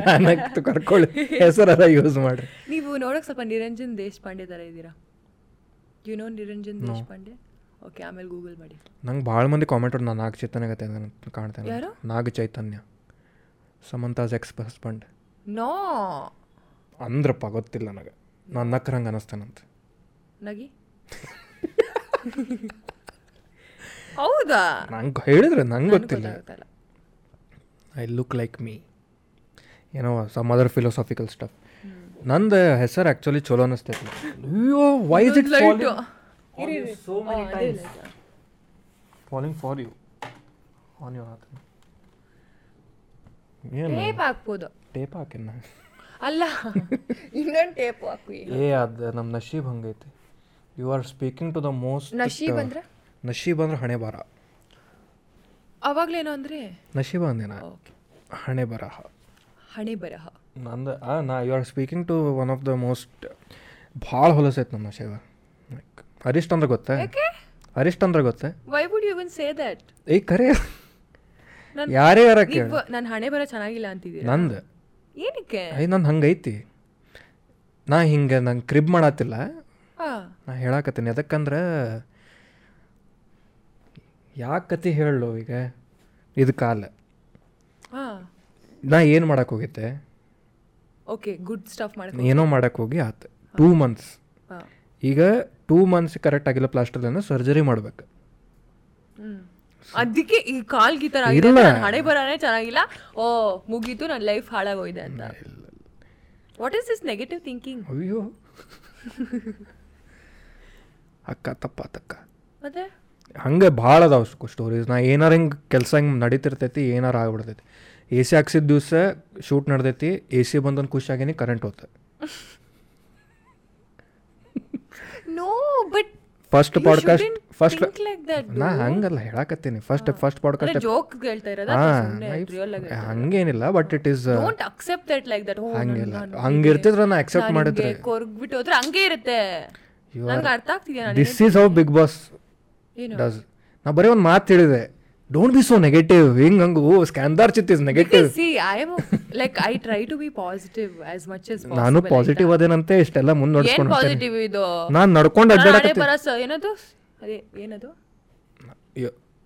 ನಾನಂತೂ ಕರ್ಕೊಳ್ಳಿ ಹೆಸರಾರ ಯೂಸ್ ಮಾಡ್ರಿ
ನೀವು ನೋಡಕ್ ಸ್ವಲ್ಪ ನಿರಂಜನ್ ದೇಶಪಾಂಡೆ ಥರ ಇದ್ದೀರಾ you know Niranjan Deshpande okay ಆಮೇಲೆ ಗೂಗಲ್ ಮಾಡಿ
ನಂಗೆ ಭಾಳ ಮಂದಿ ಕಾಮೆಂಟ್ ನಾನು ನಾಗ ಚೈತನ್ಯ ಗತೆ ಅಂತ ಕಾಣ್ತೇನೆ
ಯಾರು?
Naga Chaitanya Samantha's ex husband
no
ಅಂದ್ರಪ್ಪ ಗೊತ್ತಿಲ್ಲ ನನಗೆ ನಾನು ನಕ್ಕರಂಗೆ ಅನಿಸ್ತೇನಂತ
ನಗಿ ಹೌದಾ
ನಂಗೆ ಹೇಳಿದ್ರೆ ನಂಗೆ
ನನ್ಗ್
ಗೊತ್ತಿಲ್ಲ
ಗೊತ್ತಾಗ್ತಿಲ್ಲ.
ಐ ಲುಕ್ ಲೈಕ್ ಮೀ ಏನೋ ಸಮ್ ಅದರ್ ಫಿಲೋಸಾಫಿಕಲ್ ಸ್ಟಫ್ ನಂದು ಹೆಸರು ಆ್ಯಕ್ಚುಲಿ ಚಲೋ ಅನಿಸ್ತೈತಿ ಅಯ್ಯೋ why is it
Light.
So many times falling for you on your ಏನು
ಟೇಪ್ ಹಾಕ್ಬೋದು
ಟೇಪ್ ಹಾಕಿನ
ಅಲ್ಲ ಇನ್ನೊಂದು ಟೇಪ್ ಹಾಕು ಈಗ.
ಏ ಅದು ನಮ್ಮ ನಶೀಬ್ ಹಂಗೈತಿ you are speaking to the most
ನಶೀಬ್ ಅಂದ್ರೆ
ನಶೀಬ್ ಅಂದ್ರೆ ಹಣೆ ಬರ
ಅವಾಗ್ಲೇನೋ ಅಂದ್ರೆ
ನಶೀಬ ಅಂದೇನ
ಓಕೆ
ಹಣೆ ಬರಹ
ಹಣೆ ಬರಹ
ನಂದು ಆ ನಾ you are speaking to one of the most ಭಾಳ ಹೊಲಸೈತೆ ನಮ್ಮ ನಶೀಬ ಲೈಕ್ ಅರಿಷ್ಟ ಅಂದ್ರೆ ಗೊತ್ತೇ
ಯಾಕೆ
ಅರಿಷ್ಟ ಅಂದ್ರೆ ಗೊತ್ತೇ
why would you even say that
ಏ ಕರೆ
ನನ್-
ಯಾರೇ ಯಾರ ಕೇಳಿ
ನೀವು ನನ್ನ ಹಣೆ ಬರ ಚೆನ್ನಾಗಿಲ್ಲ ಅಂತಿದ್ದೀರಾ
ನಂದು
ಏನಕ್ಕೆ
ಐ ನಂದು ಹಂಗೈತಿ ನಾ ಹಿಂಗೆ ನಂಗೆ ಕ್ರಿಬ್ ಮಾಡತ್ತಿಲ್ಲ
ಆ
ನಾ ಹೇಳಾಕತ್ತೀನಿ ಯಾಕಂದ್ರೆ ಯಾಕೆ ಕತಿ ಹೇಳು ಈಗ ಇದು ಕಾಲ
ಆ
ನಾ ಏನು ಮಾಡಕ್ಕೆ ಹೋಗಿದ್ದೆ
ಓಕೆ ಗುಡ್ ಸ್ಟಫ್ ಮಾಡಕ್
ಏನೋ ಮಾಡಕ್ಕೆ ಹೋಗಿ ಆತು ಟೂ ಮಂತ್ಸ್
ಆ.
ಈಗ ಟೂ ಮಂತ್ಸ್ ಕರೆಕ್ಟ್ ಆಗಿಲ್ಲ ಪ್ಲಾಸ್ಟರ್ಲಿಂದ ಸರ್ಜರಿ ಮಾಡ್ಬೇಕು
ಹ್ಮ್. ಅದಕ್ಕೆ ಈ ಕಾಲ್ ಗೀತರ
ಇಲ್ಲ.
ಹಣೆ ಬರನೇ ಚೆನ್ನಾಗಿಲ್ಲ ಓ ಮುಗೀತು ನನ್ನ ಲೈಫ್ ಹಾಳಾಗೋಗಿದೆ ಅಂತ what is this negative thinking
ಅಯ್ಯೋ ಅಕ್ಕ ತಪ್ಪ ತಕ್ಕ
ಮತ್ತೆ
ಹಂಗೆ ಭಾಳ ಅದಾವ ಸ್ಟೋರೀಸ್ ನಾ ಏನಾರ ಹಿಂಗೆ ಕೆಲಸ ಹಿಂಗೆ ನಡೀತಿರ್ತೈತಿ ಏನಾರ ಆಗ್ಬಿಡ್ತೈತಿ ಎ ಸಿ ಹಾಕ್ಸಿದ ದಿವಸ ಶೂಟ್ ನಡ್ದೈತಿ ಎ ಸಿ ಬಂದೊಂದು ಖುಷಿಯಾಗೇನಿ ಕರೆಂಟ್ ಹೋತ
no but
first
You
podcast
shouldn't
first
think like that,
ನಾ ಹಂಗಲ್ಲ ಹೇಳಾಕತ್ತೀನಿ ಫಸ್ಟ್ ಫಸ್ಟ್ ಪಾಡ್ಕಾಸ್ಟ್
ಜೋಕ್ ಹೇಳ್ತಾ ಇರೋದಾ ರಿಯಲ್ ಆಗಿ
ಹಂಗೇನಿಲ್ಲ but it is
don't accept that like that
uh, ಹಂಗಿಲ್ಲ ಹಂಗಿರ್ತಿದ್ರೆ ನಾ ಅಕ್ಸೆಪ್ಟ್ ಮಾಡಿದ್ರೆ
ಕೊರ್ಗ್ಬಿಟ್ಟು ಹೋದ್ರೆ ಹಂಗೆ ಇರುತ್ತೆ
You
ನನ್ಗೆ ಅರ್ಥ ಆಗ್ತಿದ್ಯಾ ನಾನು
this is how big boss
ಏನು
ಡಸ್ ನಾ ಬರೀ ಒಂದು ಮಾತು ಹೇಳಿದೆ ಡೋಂಟ್ ಬಿ ಸೋ ನೆಗೆಟಿವ್ ಹಿಂಗ್ ಹಂಗು ಸ್ಕ್ಯಾಂದಾರ್ ಚಿತ್ is negative
because see I am like I try to be positive as much as
ನಾನು ಪಾಸಿಟಿವ್ ಅದೇನಂತೆ ಇಷ್ಟೆಲ್ಲ ಮುಂದೆ
uh, ಏನ್
ನಡ್ಸ್ಕೊಂಡು ಹೋಗ್ತೇನೆ
ಪಾಸಿಟಿವ್ ಇದು
ನಾನು ನಡ್ಕೊಂಡು
ನಾನು
ಅಡ್ಡಾಡಕ
ಹಣೆ ಬರ ಸ- ಏನದು ಅದೇ ಏನದು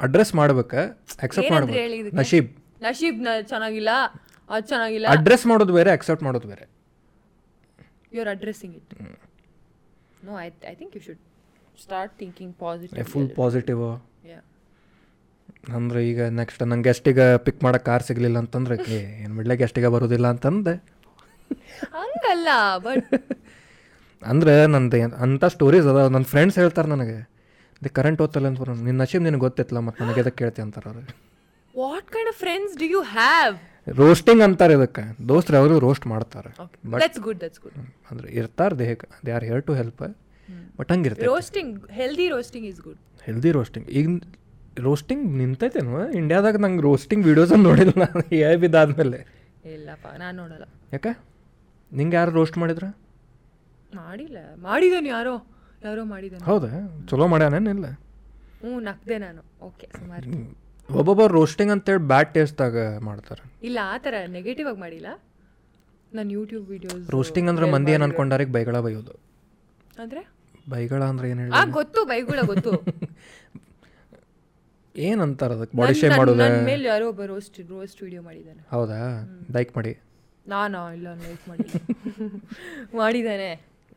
ಅಡ್ರೆಸ್ ಮಾಡ್ಬೇಕ ಅಕ್ಸೆಪ್ಟ್
ಏನಂತ ಹೇಳಿ
ಮಾಡ್ಬೇಕು
ಇದಕ್ಕೆ?
ನಶೀಬ್
ನಶೀಬ್ ನ ಚೆನ್ನಾಗಿಲ್ಲ ಅದು ಚೆನ್ನಾಗಿಲ್ಲ
ಅಡ್ರೆಸ್ ಮಾಡೋದು ಬೇರೆ ಅಕ್ಸೆಪ್ಟ್ ಮಾಡೋದು ಬೇರೆ
you are addressing it no I I think you should start thinking positive
full positive
yeah
ಅಂದ್ರೆ ಈಗ ನೆಕ್ಸ್ಟ್ ನಂಗೆ ಗೆಸ್ಟಿಗೆ ಪಿಕ್ ಮಾಡಕ್ಕೆ ಕಾರ್ ಸಿಗಲಿಲ್ಲ ಅಂತಂದ್ರೆ ಏನು ಬಿಡ್ಲೆ ಗೆಸ್ಟಿಗೆ ಬರೋದಿಲ್ಲ ಅಂತಂದೆ
ಹಂಗಲ್ಲ ಬಟ್
ಅಂದ್ರೆ ನಂದು ಏನ್- ಅಂಥ ಸ್ಟೋರೀಸ್ ಅದಾವ ನನ್ನ ಫ್ರೆಂಡ್ಸ್ ಹೇಳ್ತಾರೆ ನನಗೆ ದಿ ಕರೆಂಟ್ ಓದ್ತಲ್ಲ ಅಂತ ಬರೋನು ನಿನ್ನ ನಶೀಬ್ ನಿನಗೆ ಗೊತ್ತಿತ್ತಲ್ಲ ಮತ್ತು ನನಗೆ ಅದಕ್ಕೆ ಕೇಳ್ತಿ ಅಂತಾರೆ ಅವ್ರು
what kind of friends do you have
roasting ಅಂತಾರೆ ಇದಕ್ಕೆ ದೋಸ್ತರು ಅವರು ರೋಸ್ಟ್ ಮಾಡ್ತಾರೆ but
that's good that's good
ಅಂದ್ರೆ ಇರ್ತಾರೆ ದೇಹಕ್ಕೆ they are here to help but ಹಂಗಿರ್ತೈತೆ
roasting healthy roasting is good
healthy roasting ಈಗ ರೋಸ್ಟಿಂಗ್ ನಿಂತೈತೇನು ಇಂಡಿಯಾದಾಗ ನಂಗೆ ರೋಸ್ಟಿಂಗ್ ವೀಡಿಯೋಸ್ ನೋಡಿಲ್ಲ ನಾನು ಏ ಬಿದ್ದಾದ್ಮೇಲೆ
ಇಲ್ಲಪ್ಪ ನಾನು ನೋಡಲ್ಲ
ಯಾಕೆ ನಿಂಗೆ ಯಾರು ರೋಸ್ಟ್ ಮಾಡಿದ್ರ
ಮಾಡಿಲ್ಲ ಮಾಡಿದ್ದಾನೆ ಯಾರೋ ಯಾರೋ ಮಾಡಿದ್ದಾನೆ
ಹೌದಾ ಚಲೋ ಮಾಡ್ಯಾನೇನಿಲ್ಲ
ಹ್ಞೂ ನಕ್ದೆ ನಾನು ಓಕೆ ಸುಮಾರು
ಒಬ್ಬೊಬ್ಬ ರೋಸ್ಟಿಂಗ್ ಅಂತೇಳಿ ಬ್ಯಾಡ್ ಟೇಸ್ಟ್ದಾಗ ಮಾಡ್ತಾರೆ
ಇಲ್ಲ ಆ ಥರ ನೆಗೆಟಿವ್ ಆಗಿ ಮಾಡಿಲ್ಲ ನಾನು ಯೂಟ್ಯೂಬ್ ವಿಡಿಯೋಸ್
ರೋಸ್ಟಿಂಗ್ ಅಂದ್ರೆ ಮಂದಿ ಏನು ಅನ್ಕೊಂಡಾರಿಗೆ ಬೈಗಳ ಬೈಯೋದು
ಅಂದರೆ
ಬೈಗಳ ಅಂದ್ರೆ ಏನು ಹೇಳಿ
ಆ ಗೊತ್ತು ಬೈಗುಳ ಗೊತ್ತು
ಏನಂತಾರೆ ಅದಕ್ಕೆ ಬಾಡಿ ಶೇಪ್ ಮಾಡೋದು
ನನ್ನ ಮೇಲೆ ಯಾರೋ ಒಬ್ಬ ರೋಸ್ಟ್ ರೋಸ್ಟ್ ವಿಡಿಯೋ ಮಾಡಿದ್ದಾನೆ
ಹೌದಾ ಲೈಕ್ ಮಾಡಿ
ನಾನಾ ಇಲ್ಲ ಲೈಕ್ ಮಾಡಿಲ್ಲ ಮಾಡಿದ್ದಾನೆ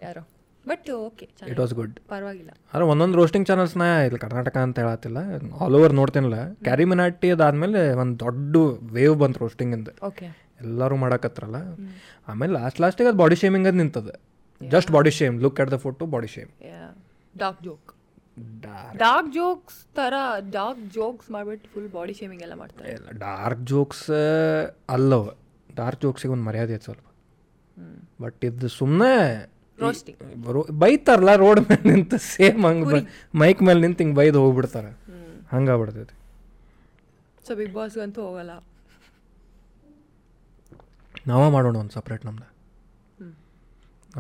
ಯಾರೋ but okay
it was good
ಪರವಾಗಿಲ್ಲ
ಅರೆ ಒಂದೊಂದು ರೋಸ್ಟಿಂಗ್ ಚಾನಲ್ಸ್ನ ಇಲ್ಲಿ ಕರ್ನಾಟಕ ಅಂತ ಹೇಳತ್ತಿಲ್ಲ ಆಲ್ ಓವರ್ ನೋಡ್ತೇನಲ್ಲ ಕ್ಯಾರಿ ಮಿನಾಟಿ ಅದಾದಮೇಲೆ ಒಂದು ದೊಡ್ಡ ವೇವ್ ಬಂತು ರೋಸ್ಟಿಂಗಿಂದ
ಓಕೆ
ಎಲ್ಲರೂ ಮಾಡಕತ್ರಲ್ಲ ಆಮೇಲೆ ಲಾಸ್ಟ್ ಲಾಸ್ಟಿಗೆ ಅದು ಬಾಡಿ ಶೇಮಿಂಗ್ ಅದು ನಿಂತದ just body shame look at the photo body shame
dark joke dark jokes ತರ ಡಾರ್ಕ್ ಜೋಕ್ಸ್ ಮಾಡ್ಬಿಟ್ಟು ಫುಲ್ ಬಾಡಿ ಶೇಮಿಂಗ್ ಎಲ್ಲ ಮಾಡ್ತಾರೆ
ಡಾರ್ಕ್ ಜೋಕ್ಸ್ ಅಲ್ಲವ ಡಾರ್ಕ್ ಜೋಕ್ಸಿಗೆ ಒಂದು ಮರ್ಯಾದೆ ಐತೆ ಸ್ವಲ್ಪ ಬಟ್ ಇದು ಸುಮ್ಮನೆ
ರೋಸ್ಟಿಂಗ್
ಬೈತಾರಲ್ಲ ರೋಡ್ ಮೇಲೆ ನಿಂತು ಸೇಮ್ ಹಂಗೆ ಮೈಕ್ ಮೇಲೆ ನಿಂತು ಹಿಂಗೆ ಬೈದು ಹೋಗ್ಬಿಡ್ತಾರೆ ಹಂಗಾಗ್ಬಿಡ್ತೈತಿ
ಸೊ ಬಿಗ್ ಬಾಸ್ಗಂತೂ ಹೋಗಲ್ಲ
ನಾವೇ ಮಾಡೋಣ ಒಂದು ಸಪ್ರೇಟ್ ನಮ್ದು